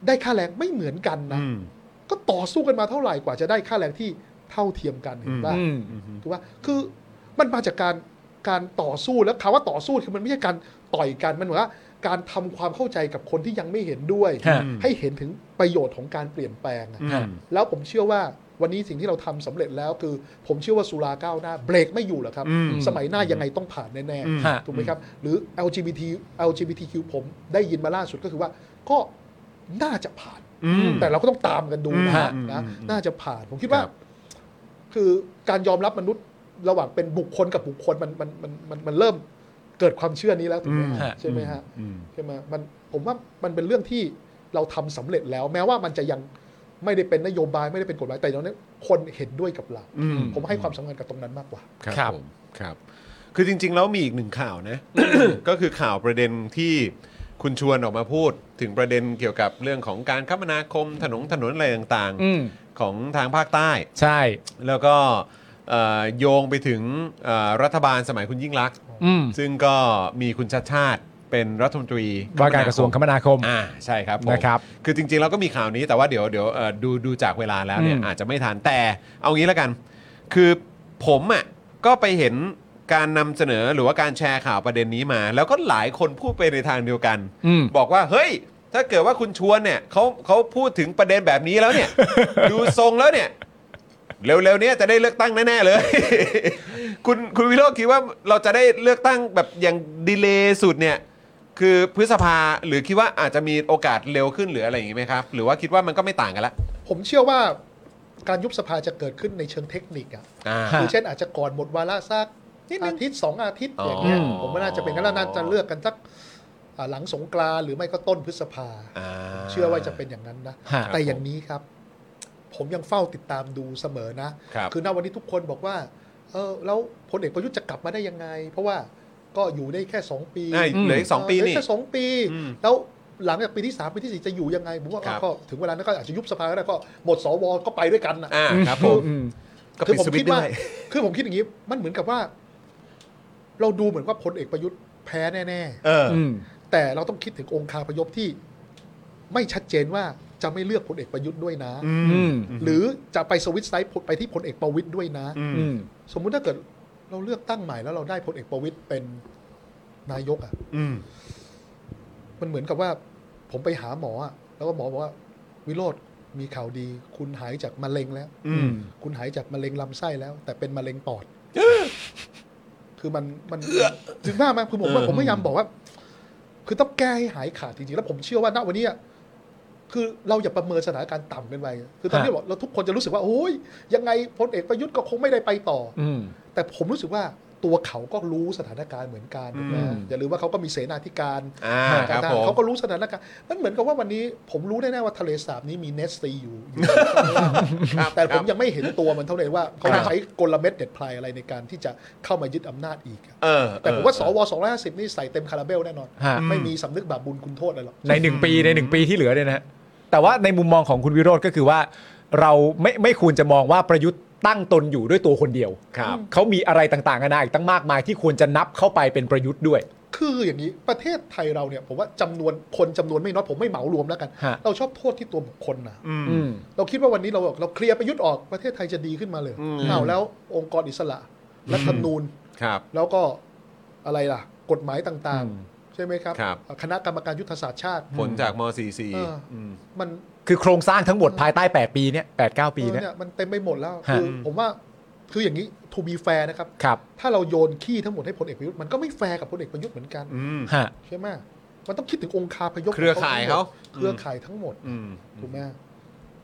ได้ค่าแรงไม่เหมือนกันนะ
อืม
ก็ต่อสู้กันมาเท่าไหร่กว่าจะได้ค่าแรงที่เท่าเทียมกันเห็นป่ะ
อืม
ถูกป่ะคือมันมาจากการการต่อสู้แล้วคำว่าต่อสู้คือมันไม่ใช่การต่อยกัน มันเหมือนว่าการทำความเข้าใจกับคนที่ยังไม่เห็นด้วย
ฮะ
ให้เห็นถึงประโยชน์ของการเปลี่ยนแปลงอะ
ฮะ
แล้วผมเชื่อว่า วันนี้สิ่งที่เราทำสำเร็จแล้วคือ ผมเชื่อว่าสุราก้าวหน้าเบรกไม่อยู่หรอกครับ
อืม
สมัยหน้ายังไงต้องผ่านแน่
อืม
ๆถูกไหมครับ หรือ LGBT LGBTQ ผมได้ยินมาล่าสุดก็คือว่าก็น่าจะผ่าน
อืม
แต่เราก็ต้องตามกันดูนะ
อืม
นะ
อืม
น่าจะผ่าน ผมคิดว่า
ครับ
คือการยอมรับมนุษย์ระหว่างเป็นบุคคลกับบุคคลมันมันมันมันมันเริ่มเกิดความเชื่อนี้แล้วถูกไหมฮะใช่ไหมฮะ
อืม
ใช่ไหมมันผมว่ามันเป็นเรื่องที่เราทำสำเร็จแล้ว แม้ว่ามันจะยังไม่ได้เป็นนโยบายไม่ได้เป็นกฎหมายแต่ตอนนี้คนเห็นด้วยกับเรา
อืม
ผมให้ความสำคัญกับตรงนั้นมากกว่า
ค
ค
รั
รับ บผมครับ คือจริง ๆ แล้วมีอีกหนึ่งข่าวนะ ก็คือข่าวประเด็นที่คุณชวนออกมาพูด ถึงประเด็นเกี่ยวกับเรื่องของการคมนาคมถนนถนนอะไรต่าง
อืม
ๆ ของทางภาคใต้
ใช่
แล้วก็เอ่อโยงไปถึงเอ่อรัฐบาลสมัยคุณยิ่งรักษณ์
อืม
ซึ่งก็มีคุณชาติชาติเป็นรัฐมนตรี
ว่าการกระทรวงคมนาคม
อ่าใช่ครับผม
นะครับ
คือจริงๆเราก็มีข่าวนี้แต่ว่าเดี๋ยวเดี๋ยวเอ่อดูดูจากเวลาแล้วเนี่ย
อืม
อาจจะไม่ทันแต่เอางี้แล้วกัน คือผมอ่ะก็ไปเห็นการนำเสนอหรือว่าการแชร์ข่าวประเด็นนี้มา แล้วก็หลายคนพูดไปในทางเดียวกัน
อืม
บอกว่าเฮ้ย ถ้าเกิดว่าคุณชวนเนี่ยเขาเขาพูดถึงประเด็นแบบนี้แล้วเนี่ย ดูทรงแล้วเนี่ย เร็วๆเนี้จะได้เลือกตั้งแน่ๆเลย คุณคุณวิโรจน์คิดว่าเราจะได้เลือกตั้งแบบอย่างดีเลย์สุดเนี่ย คือพฤษภาหรือคิดว่าอาจจะมีโอกาสเร็วขึ้นหรืออะไรอย่างงี้ไหมครับ หรือว่าคิดว่ามันก็ไม่ต่างกันละ
ผมเชื่อว่าการยุบสภาจะเกิดขึ้นในเชิงเทคนิคอะ
อ่า
ฮะ
คือเช่นอาจจะก่อนหมดวาระสัก
นิดนึง
อาทิตย์สองอาทิตย์
อ๋ออ
อย่างเงี้ย
อืม
ผมว่าน่าจะเป็นกันแล้วน่าจะเลือกกันสักอ่าหลังสงกรานต์หรือไม่ก็ต้นพฤษภา
อ่า
ผมเชื่อว่าจะเป็นอย่างนั้นนะ
ฮะ
แต่อย่างนี้ครับ ผมยังเฝ้าติดตามดูเสมอนะครับอณวันนี้ทุกคนบอกว่า เออแล้วพลเอกประยุทธ์จะกลับมาได้ยังไง เพราะว่าก็อยู่ได้แค่สองปี
อ่าเหลืออีกสองปีนี่
เหลืแค่สองปี
อืม
แล้วหลังจากปีที่สามปีที่สี่จะอยู่ยังไงผมว่า
ครับ
ก็ถึงเวลานั้นก็อาจจะยุบสภาก็ได้ก็หมดสวก็ไปด้วยกันนะ
อ่าครับผม
อืม
ก็
คื
เป็
อน ผม
สวิต
คิด
ช์ได้
ว่าคือผมคิดอย่างนี้ มันเหมือนกับว่า เราดูเหมือนว่าพลเอกประยุทธ์แพ้แน่
เอออ
อืม
ๆ แต่เราต้องคิดถึงองคาพยพที่ ไม่ชัดเจนว่าจะไม่เลือกพลเอกประยุทธ์ด้วยนะ
อืม
หรือจะไปสวิตช์ไซด์ไปที่พลเอกประวิทย์ด้วยนะ
อืม
สมมุติถ้าเกิดเราเลือกตั้งใหม่แล้วเราได้พลเอกประวิทย์เป็นนายกอ่ะ
อืม
มันเหมือนกับว่า ผมไปหาหมออะแล้วก็หมอบอกว่า วิโรธมีข่าวดี คุณหายจากมะเร็งแล้ว
อืม
คุณหายจากมะเร็งลำไส้แล้ว แต่เป็นมะเร็งป อด คือมันมันถึงหน้าพไหมคือผมว่าผมพยายามบอกว่า คือต้องแก้ให้หายขาดจริงๆ แล้วผมเชื่อว่าณวันนี้อะคือเราอย่าประเมินสถานการณ์ต่ำเกินไปคือตอนนี้
ฮะ
บอกเราทุกคนจะรู้สึกว่าโอ้ยยังไงพลเอกประยุทธ์ก็คงไม่ได้ไปต่ออ
อืม
แต่ผมรู้สึกว่าตัวเขาก็รู้สถานการณ์เหมือนกันถูกไหม
อืม
อย่าลืมว่าเขาก็มีเสนาธิการ
อ่าค
กา
รั
ร
บ
ทหาร
ผม
เขาก็รู้สถานการณ์มันเหมือนกับว่าวันนี้ผมรู้แน่ๆว่าทะเลสาบนี้มีเนสซีอยู่อยู่
ครับ
แต่ผ
ค
ม
รับ
ยังไม่เห็นตัวมันเท่าไหร่ว่าเขา
ครับ
ใช้กลเม็ดเด็ดพลายอะไรในการที่จะเข้ามายึดอำนาจอีกอะ
เออ
แต่ผมว่าส
เออ
วสองร้อยห้าสิบนี่ใส่เต็มคาราเบลแน่นอน
ฮะ
ไม่มีสำนึกบาปบุญคุณโทษอะไรหรอก
ในหนึ่งปีในหนึ่งปีที่เหลือเนี่ยนะฮะแต่ว่าในมุมมองของคุณวิโรธก็คือว่า เราไม่ไม่ควรจะมองว่าประยุทธ์ตั้งตนอยู่ด้วยตัวคนเดียว
ครับ
เขามีอะไรต่างๆกันาอีกตั้งมากมายที่ควรจะนับเข้าไปเป็นประยุทธ์ด้วย
คืออย่างนี้ประเทศไทยเราเนี่ยผมว่าจำนวนคนจำนวนไม่น้อยผมไม่เหมารวมแล้วกัน
ฮะ
เราชอบโทษที่ตัวบุคคลนะ
อืม
อืม
เราคิดว่าวันนี้เราเราเคลียร์ประยุทธ์ออกประเทศไทยจะดีขึ้นมาเลย
อืม
อ้าวแล้วองค์กรอิสระรัฐธรรมนูญ
ครับ
แล้วก็อะไรล่ะ กฎหมายต่าง
อืม
ๆ ใช่ไหมครับ
ครับ
คณะกรรมการยุทธศาสตร์ชาติ
ผลจากม .44
เอออื
ม
มัน
คือโครงสร้างทั้งหมดภายใต้ 8 ปีเนี่ยแปดเก้าปี
เออ
เนี่ย
เนี่ยมันเต็มไปหมดแล้ว
ฮะ
คือผมว่าคืออย่างนี้ to be fair นะครับ
ครับ
ถ้าเราโยนขี้ทั้งหมดให้พลเอกประยุทธ์มันก็ไม่แฟร์กับพลเอกประยุทธ์เหมือนกัน
อืม
ฮะ
ใช่ไหมมันต้องคิดถึงองค์คาพยพ
เครือข่ายเขา
เครือ
ม
ข่ายทั้งหมด
อืม
ถูกไหม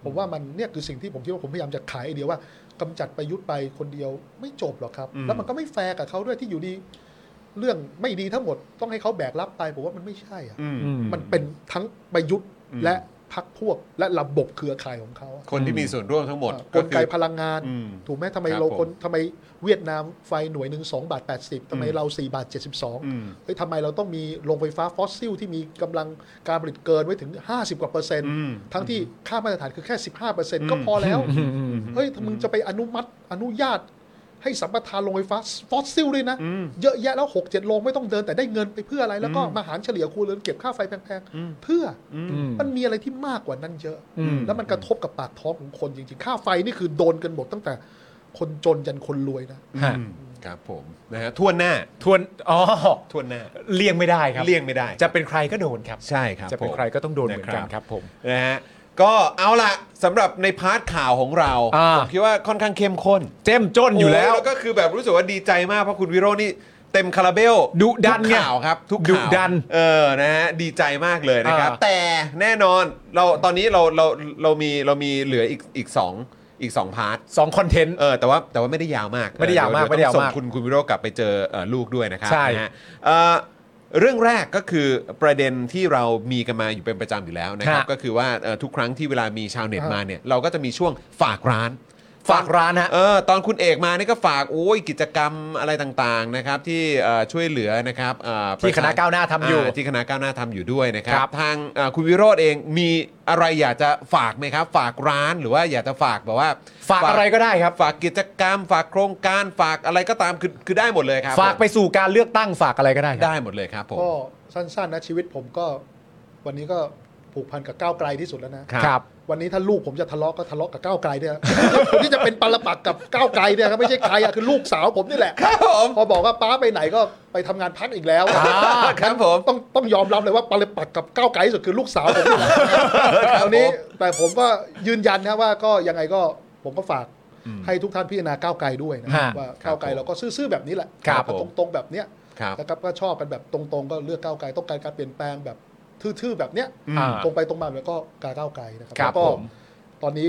ผมว่ามันเนี่ยคือสิ่งที่ผมคิดว่าผมพยายามจะขายไอเดียว่ากำจัดประยุทธ์ไปคนเดียวไม่จบหรอกครับ
อืม
แล้วมันก็ไม่แฟร์กับเขาด้วยที่อยู่ดี เรื่องไม่ดีทั้งหมด ต้องให้เขาแบกรับไปผมว่ามันไม่ใช่อ่ะ
อืม
อืม
มันเป็นทั้งประยุทธ์
อืม
และพักพวกและระบบเครือข่ายของเขาอะ
คนที่มีส่วนร่วมทั้งหมด
อ่ะก
ก็
ล
คื
ไก
อ
พลังงาน
อืม
ถูกไหมทำไม
ครับ
เรา
ผม
คนทำไมเวียดนามไฟหน่วยหนึ่งสองบาท 80ทำไม
อืม
เรา 4 บาท
อืม
72เฮ้ยทำไมเราต้องมีโรงไฟฟ้าฟอสซิลที่มีกำลังการผลิตเกินไว้ถึง 50 กว่าเปอร์เซ็นต์
อืม
ทั้งที่ค่ามาตรฐานคือแค่ 15เปอร์เซ็น
อื
ต์
ม
ก็พอแล้ว
อืมอืม
เฮ้ยถ้ามึงจะไปอนุมัติอนุญาต ให้สัมปทานโรงไฟฟ้าฟอสซิลด้วยนะ เยอะแยะแล้วหกเจ็ดโรงไม่ต้องเดินแต่ได้เงินไปเพื่ออะไร แล้วก็มาหารเฉลี่ยครัวเรือนเก็บค่าไฟแพงๆ เพื่ออ
ม
มันมีอะไรที่มากกว่านั้นเยอะ
อืม
แล้วมันกระทบกับปากท้องของคนจริงๆ ค่าไฟนี่คือโดนกันหมดตั้งแต่คนจนยันคนรวยนะ
ฮะ
อืมครับผมนะฮะทวนหน้า
ทวนอ๋อ
ทวนหน้า
เลี่ยงไม่ได้ครับ
เลี่ยงไม่ได้
จะเป็นใครก็โดนครับ
ใช่ครับ
จะเป็น
ผม
ใครก็ต้องโดนเหมือนกัน
นะ
ค
ครั
รับ บผม
นะฮะ ก็เอาละสำหรับในพาร์ทข่าวของเรา
อ่า
ผมคิดว่าค่อนข้างเข้มข้น
เจ้มจนอยู่แล้ว
โแล้วก็คือแบบรู้สึกว่าดีใจมากเพราะคุณวิโรจน์นี่เต็มคาราเบล
ดุดัน
ทุกข่าว
ไง
ครับ ทุกข่าว
ดุดัน
เออนะฮะดีใจมากเลยนะครับ
อ่า
แต่แน่นอนเราตอนนี้เราเราเรามีเรามีเหลืออีกอีกสองอีกสองพาร์ท
สองคอนเทนต์
เออแต่ว่าแต่ว่าไม่ได้ยาวมาก
ไม่ได้ยาวมาก
เ
ไม่ได้ยาวมาก
เต้องส่งคุณคุณวิโรจน์กลับไปเจอเอ่อลูกด้วยนะครั
ใช่
นะฮะเอ่อเรื่องแรกก็คือประเด็นที่เรามีกันมาอยู่เป็นประจำอยู่แล้วนะครับ
ฮะ
ก็คือว่าเอ่อทุกครั้งที่เวลามีชาวเน็ตมาเนี่ยเราก็จะมีช่วงฝากร้าน
ฝากร้านฮะ
เออตอนคุณเอกมานี่ก็ฝากโอ้ยกิจกรรมอะไรต่างๆนะครับที่เอ่อช่วยเหลือนะครับเอ่อ
ที่คณะก้าวหน้าทำอยู่
าที่คณะก้าวหน้าทำอยู่ด้วยนะครับ
ครับ
ทางเอ่อคุณวิโรธเองมีอะไรอยากจะฝากไหมครับ ฝากร้านหรือว่าอยากจะฝากแบบว่า
ฝากอะไรก็ได้ครับ
ฝากกิจกรรม ฝากโครงการฝากอะไรก็ตามคือคือได้หมดเลยครับ
ฝากไปสู่การเลือกตั้งฝากอะไรก็ได้ครับ
ได้หมดเลยครับผม
ก็สั้นๆนะชีวิตผมก็ วันนี้ก็ผูกพันกับก้าวไกลที่สุดแล้วนะ
ครับ
วันนี้ถ้าลูกผมจะทะเลาะก็ทะเลาะกับก้าวไกลเนี่ย คนที่จะเป็นปรปักษ์กับก้าวไกลเนี่ยครับไม่ใช่ใครอะคือลูกสาวผมนี่แหละ
ครับผม
พอบอกว่าป้าไปไหนก็ไปทำงานพักอีกแล้ว
ครับผม
ต้องต้องยอมรับเลยว่าปรปักษ์กับก้าวไกลที่สุดคือลูกสาวผมนี่แหละคราวนี้แต่ผมก็ยืนยันนะว่าก็ยังไงก็ผมก็ฝากให้ทุกท่านพิจารณาก้าวไกลด้วยนะ
ฮะ
ว่าก้าวไกลเราก็ซื่อๆแบบนี้แหละ
ครับ
ก็
ผม
ตรงๆแบบเนี้ย
ครับ
นะครับก็ชอบกันแบบตรงๆ ก็เลือกก้าวไกลต้องการการเปลี่ยนแปลงแบบทื่อๆแบบเนี้ย
อ่า
ตรงไปตรงมาแบบก็การก้าวไกลนะครับ
ครับ
แล้วก็
ผม
ตอนนี้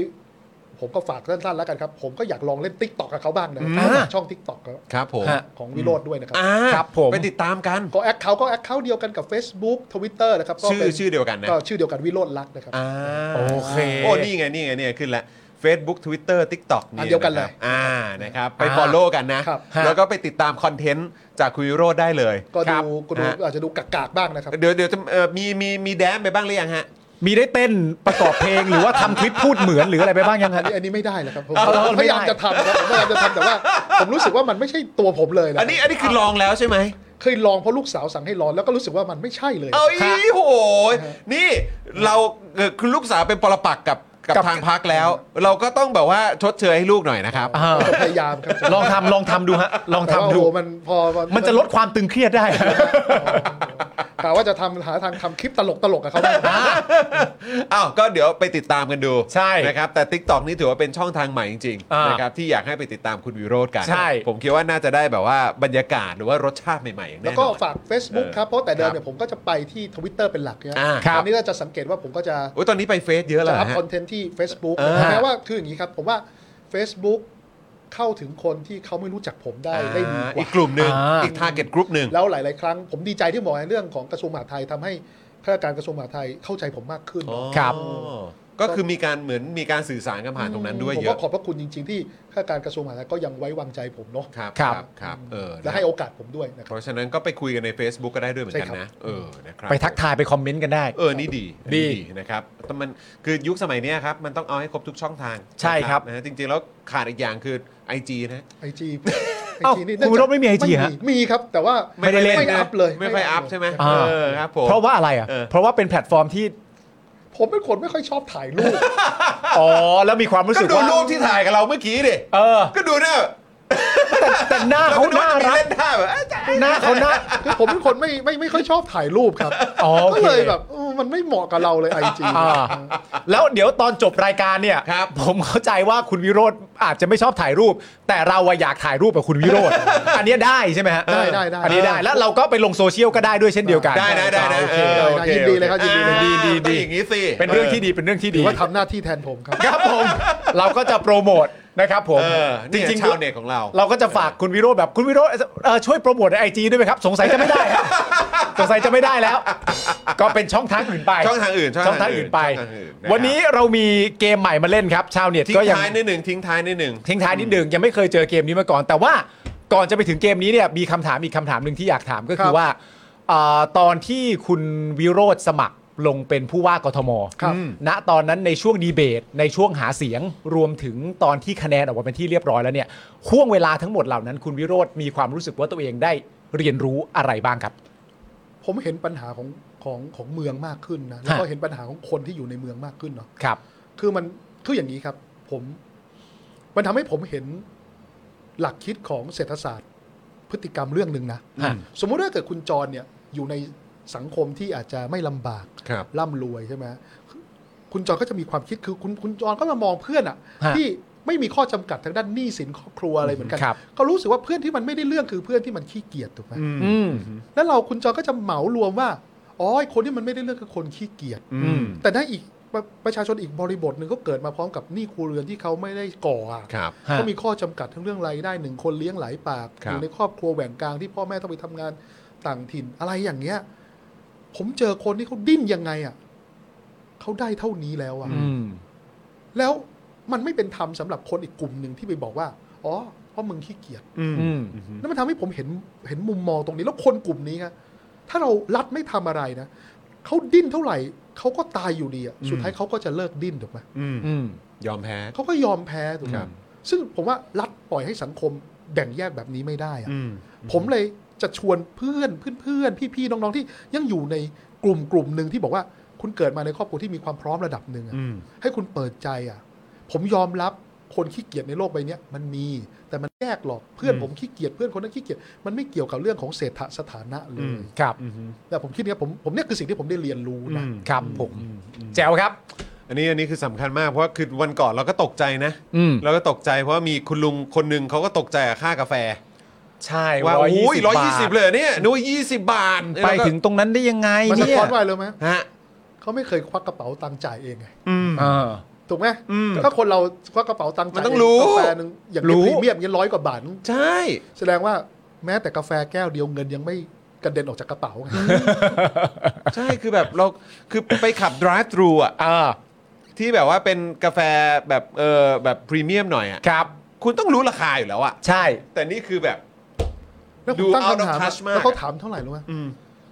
ผมก็ฝากสั้นๆแล้วกันครับ ผมก็อยากลองเล่นติ๊กตอกกับเขาบ้างนะ
อืม
ฝากช่องติ๊กตอก
ครับผม
ฮะ
ของวิโรธด้วยนะครับ
อ่า
ครับผม
ไปติดตามกัน
ก็แอคเคาท์ก็แอคเคาท์เดียวกันกับ Facebook Twitter นะครับก็
ชื่อ
ป็น
ชื่อเดียวกันนะ
ก็ชื่อเดียวกันวิโรธลักษณ์นะครับ
อ่า
โอเค
โอ้นี่ไงนี่ไงเนี่ยขึ้นละ Facebook Twitter TikTok
อันเดียวกันเล
ะ
ย
ครับอ่านะครับไป
อ่า
follow กันนะ
ครับ
แล้วก็ไปติดตามคอนเทนต์จากคุณวิโรธได้เลย
ก็
ครั
ดู
บ
ก็ดู
ฮะ
อาจจะดูกากๆบ้างนะครับ
เดี๋ยวเดี๋ยวจะเอ่อมีมีมีแดนไปบ้างหรือยังฮะ
มีได้เต้นประกอบเพลงหรือว่าทำคลิปพูดเหมือนหรืออะไรไปบ้างยังฮะ
อันนี้อันนี้ไม่ได้แหละครับผม
เออ
ผมพยายาม
ไม่ได้
จะทำครับผมพยายามจะทำแต่ว่า ผมรู้สึกว่ามันไม่ใช่ตัวผมเลยนะ
อันนี้อันนี้คือลองแล้วใช่ไหม
เคยลองเพราะลูกสาวสั่งให้ลองแล้วก็รู้สึกว่ามันไม่ใช่เลย
เอ้ยโหยนี่เราเอ่อคุณลูกสาวเป็นปรปักษ์กับกับ
กับ
ทางพักแล้ว เราก็ต้องแบบว่าชดเชยให้ลูกหน่อยนะครับ
อ่า
ก็พยายามครับ
ลองทำลองทำดูฮะ ลอง
แต่
ทำ
ว่าโอ้
ดู
โหมันพอ
มันจะลดความตึงเครียดได้
กะว่าจะทำหาทางทำคลิปตลกตลกๆกับเขาบ้าง
อ้าวก็เดี๋ยวไปติดตามกันดู
ใช่
นะครับแต่ Tik t o อกนี่ถือว่าเป็นช่องทางใหม่จริง
อ่า
ๆ
น
นะครับที่อยากให้ไปติดตามคุณวิโรธกัน
ใช่
ผมคิดว่าน่าจะได้แบบว่าบรรยากาศหรือว่ารสชาติใหม่ๆอย่าง
แล้
แน่
วน ก็
อน
ฝาก Facebook ครับ เพราะแต่เดิ
ค
ม
รับ
เนี่ยผมก็จะไปที่ Twitter เป็นหลักเนี่ย
อ่าครับ
อันนี้ก็จะสังเกตว่าผมก็จะ
โอ้ยตอนนี้ไปเฟซเยอะแล้
จะ
ว
อัพ
ฮะ
คอนเทนต์ที่ Facebook
เออ
แม้ว่าคืออย่างนี้ครับ ผมว่า Facebook เข้าถึงคนที่เขาไม่รู้จักผมได้ได้ดี
าก อี
ว่า
กกลุ่มหนึ่ง
อ่า
อีกทาร์เก็ตกลุ่มหนึ่ง
แล้วหลาย ๆ ครั้งผมดีใจที่หมอในเรื่องของกระทรวงมหาดไทยทำให้ข้าราชการกระทรวงมหาดไทยเข้าใจผมมากขึ้น
ครับ
อ๋อก็คือมีการเหมือนมีการสื่อสารกันผ่านตรงนั้นด้วย
ผม
เย
ก็
อะ
ขอบพระคุณจริง ๆ ที่ข้าราชการกระทรวงมหาดไทยก็ยังไว้วางใจผมเนาะ
ครับ
ครับ
ครับเออนะ
และให้โอกาสผมด้วยนะค
เพ
รับ
ราะฉะนั้นก็ไปคุยกันใน Facebook ก็ได้ด้วยเหมือนกัน
ใช่ครั
นะ
บ
เออนะครับ
ไปทักทายไปคอมเมนต์กันได้
เออนี่ดี
ดี
นี่นะครับแต่มันคือยุคสมัยเนี้ยครับ มันต้องเอาให้ครบทุกช่องทาง
ใช่ครับ
นะฮะจริง ๆ แล้วขาดอีกอย่างคือ IG นะ
ไอจี
เอ้าคุณวิโรจน์ไม่มี IG ฮะ
มีครับ แต่ว่า
ไม่ได้เล่น
ไม่อัพเลย
ไม่ค่อยอัพใช่ไหม
อ่า
เออครับผม
เพราะว่าอะไรอ่ะ
เออ
เพราะว่าเป็นแพลตฟอร์มที่
ผมเป็นคนไม่ค่อยชอบถ่ายรูป
อ๋อ แล้วมีความรู้
ก็
สึก
ดู
ว่า
รูปที่ถ่ายกับเราเมื่อกี้ดิ
เออ
ก็ดูนะ
แต่แต่หน้า
เรา
เขา
ก็ดู
น่า
ว่าจะมี
รัก
เล่นท่าแบบเอ้ยจ้ะ
หน้าเขาน่า
คือผมเป็นคนไม่ไม่ไม่ค่อยชอบถ่ายรูปครับ
อ๋อโอเค
ก็เลยแบบเออมันไม่เหมาะกับเราเลยไอจี
อ่าแล้วเดี๋ยวตอนจบรายการเนี่ย
ครับ
ผมเข้าใจว่าคุณวิโรธอาจจะไม่ชอบถ่ายรูป แต่เราอะอยากถ่ายรูปกับคุณวิโรธ อันเนี้ยได้ใช่ไหมฮะ
ได้ได้ได้
อันนี้ได้แล้วเราก็ไปลงโซเชียลก็ได้ด้วยเช่นเดียวกัน
ได้นะได้นะ
โอเค
เออโอเค
ยินดีเลยครับยินดีเลย
ดีดี
เป็
ดี
นอย่างนี้สิ
เป็นเรื่องที่ดีเป็นเรื่องที่
ถื
ดี
อว่าทำหน้าที่แทนผมครับ
ครับผมเราก็จะโปรโมทนะครับผม
เออ
จ
จริ
ริ
งๆ
งๆ
ชาวเน็ตของเรา
เราก็จะฝากคุณวิโรธแบบคุณวิโรธเอ่อช่วยโปรโมทในไอจีด้วยไหมครับ สงสัยจะไม่ได้ครับ สงสัยจะไม่ได้แล้ว ก็เป็นช่องทางอื่นไป
ช่องทางอื่น
ช่องทางอื่นไป
ช่องทางอื่นนะครับ
วันนี้เรามีเกมใหม่มาเล่นครับ ชาวเน็ต
ทิ้ง
ก็ยัง
ท้ายนิดหนึ่งทิ้งท้ายนิดหนึ่ง
ทิ้งท้ายนิดหนึ่งยังไม่เคยเจอเกมนี้มาก่อน แต่ว่าก่อนจะไปถึงเกมนี้เนี่ยมีคำถามอีกคำถามหนึ่งที่อยากถามก็คื
ครั
อบว่าเอ่อตอนที่คุณวิโรธสมัครลงเป็นผู้ว่ากทม
ครับ
ณตอนนั้นในช่วงดีเบต ในช่วงหาเสียงรวมถึงตอนที่คะแนนออกมาเป็นที่เรียบร้อยแล้วเนี่ยห่วงเวลาทั้งหมดเหล่านั้น คุณวิโรธมีความรู้สึกว่าตัวเองได้เรียนรู้อะไรบ้างครับ
ผมเห็นปัญหาของของของเมืองมากขึ้นนะแล้วก็เห็นปัญหาของคนที่อยู่ในเมืองมากขึ้นเนาะ
ครับ
คือมันคืออย่างนี้ครับ ผม มันทำให้ผมเห็นหลักคิดของเศรษฐศาสตร์ พฤติกรรมเรื่องหนึ่งนะ
ฮะ
สมมุติว่าเกิดคุณจรเนี่ย อยู่ในสังคมที่อาจจะไม่ลำบาก
ครับ
ร่ำรวยใช่ไหม คุณจอนก็จะมีความคิดคือคุณคุณจอนก็มามองเพื่อนอ่ะ
ฮะ
ที่ไม่มีข้อจำกัดทางด้านหนี้สินครอบครัวอะไรเหมือนกัน
ครับ
ก็รู้สึกว่าเพื่อนที่มันไม่ได้เรื่องคือเพื่อนที่มันขี้เกียจถูกไหม
อืม
แล้วเราคุณจอนก็จะเหมารวมว่าอ๋อไอ้คนที่มันไม่ได้เรื่องคือคนขี้เกียจ
อืม
แต่ได้อีกประประชาชนอีกบริบทหนึ่งก็เกิดมาพร้อมกับหนี้ครัวเรือนที่เขาไม่ได้ก่ออะ
ครับ
ฮะ
ก็มีข้อจำกัดทั้งเรื่องรายได้หนึ่งคนเลี้ยงหลายปาก
ครั
อบ ยู่ในครอบครัวแหว่งกลางที่พ่อแม่ต้องไปทำงานต่างถิ่น อะไรอย่างเงี้ย ผมเจอคนที่เขาดิ้นยังไงอ่ะเขาได้เท่านี้แล้วอ่ะ
อืม
แล้วมันไม่เป็นธรรมสำหรับคนอีกกลุ่มหนึ่งที่ไปบอกว่าอ๋อเพราะมึงขี้เกียจ
อืม
อืม
แล้วมันทำให้ผมเห็นเห็นมุมมองตรงนี้แล้วคนกลุ่มนี้ครับถ้าเรารัดไม่ทำอะไรนะเขาดิ้นเท่าไหร่เขาก็ตายอยู่ดีอะสุดท้ายเขาก็จะเลิกดิ้นถูกไหม
อืม
อืม
ยอมแพ้
เขาก็ยอมแพ้ถูกไหม
ครับ
ซึ่งผมว่ารัดปล่อยให้สังคมแบ่งแยกแบบนี้ไม่ได้อะ
อืม
ผมเลยจะชวนเพื่อนเพื่อนๆพี่ๆน้องๆที่ยังอยู่ในกลุ่มกลุ่มหนึ่งที่บอกว่าคุณเกิดมาในครอบครัวที่มีความพร้อมระดับหนึ่งอะ
อืม
ให้คุณเปิดใจอ่ะ ผมยอมรับคนขี้เกียจในโลกใบเนี้ยมันมี แต่มันแยกหรอกเพื่อน
อืม
ผมขี้เกียจเพื่อนคนนั้นขี้เกียจมันไม่เกี่ยวกับเรื่องของเศรษฐสถานะเล
อืม
ย
ครับ
อืม
แต่ผมคิดเนี่ยผมผมเนี่ยคือสิ่งที่ผมได้เรียนรู้นะ
ครับผม แจ๋วครับ
อันนี้อันนี้คือสำคัญมากเพราะว่าคือวันก่อนเราก็ตกใจนะ
อืม
เราก็ตกใจเพราะว่ามีคุณลุงคนหนึ่งเขาก็ตกใจกับค่ากาแฟ
ใช่
ว่าโอ้ยร้อยยี่สิบ
120
เลยเหรอเนี่ยนึกว่ายี่สิบบาท
ไปถึงตรงนั้นได้ยังไง
มันสะ
เนี่ย
ท้อนว่าอะไรรู้ไหม
ฮะ
เขาไม่เคยควักกระเป๋าตังค์จ่ายเองไง
เออ
ถูกไหม
อืม
ถ้าคนเราควักกระเป๋าตังค์
มั
จ่าย
นต้อง
เ
รู้
กาแฟหนึงอย่าง
รู้
นี้พรีเมียมเงี้ยร้อยกว่าบาท
ใช่
แสดงว่าแม้แต่กาแฟแก้วเดียวเงินยังไม่กระเด็นออกจากกระเป๋าไง
ใช่คือแบบเราคือไปขับ drive thru อ่ะที่แบบว่าเป็นกาแฟแบบเออแบบพรีเมียมหน่อยอ่ะ
ครับ
คุณต้องรู้ราคาอยู่แล้วอ่ะ
ใช่
แต่นี่คือแบบ
แล้วผ
ดู
มตั้ง
out of
คำถาม
touch มาก
แล้วเขาถามเท่าไหร่รู้ไหม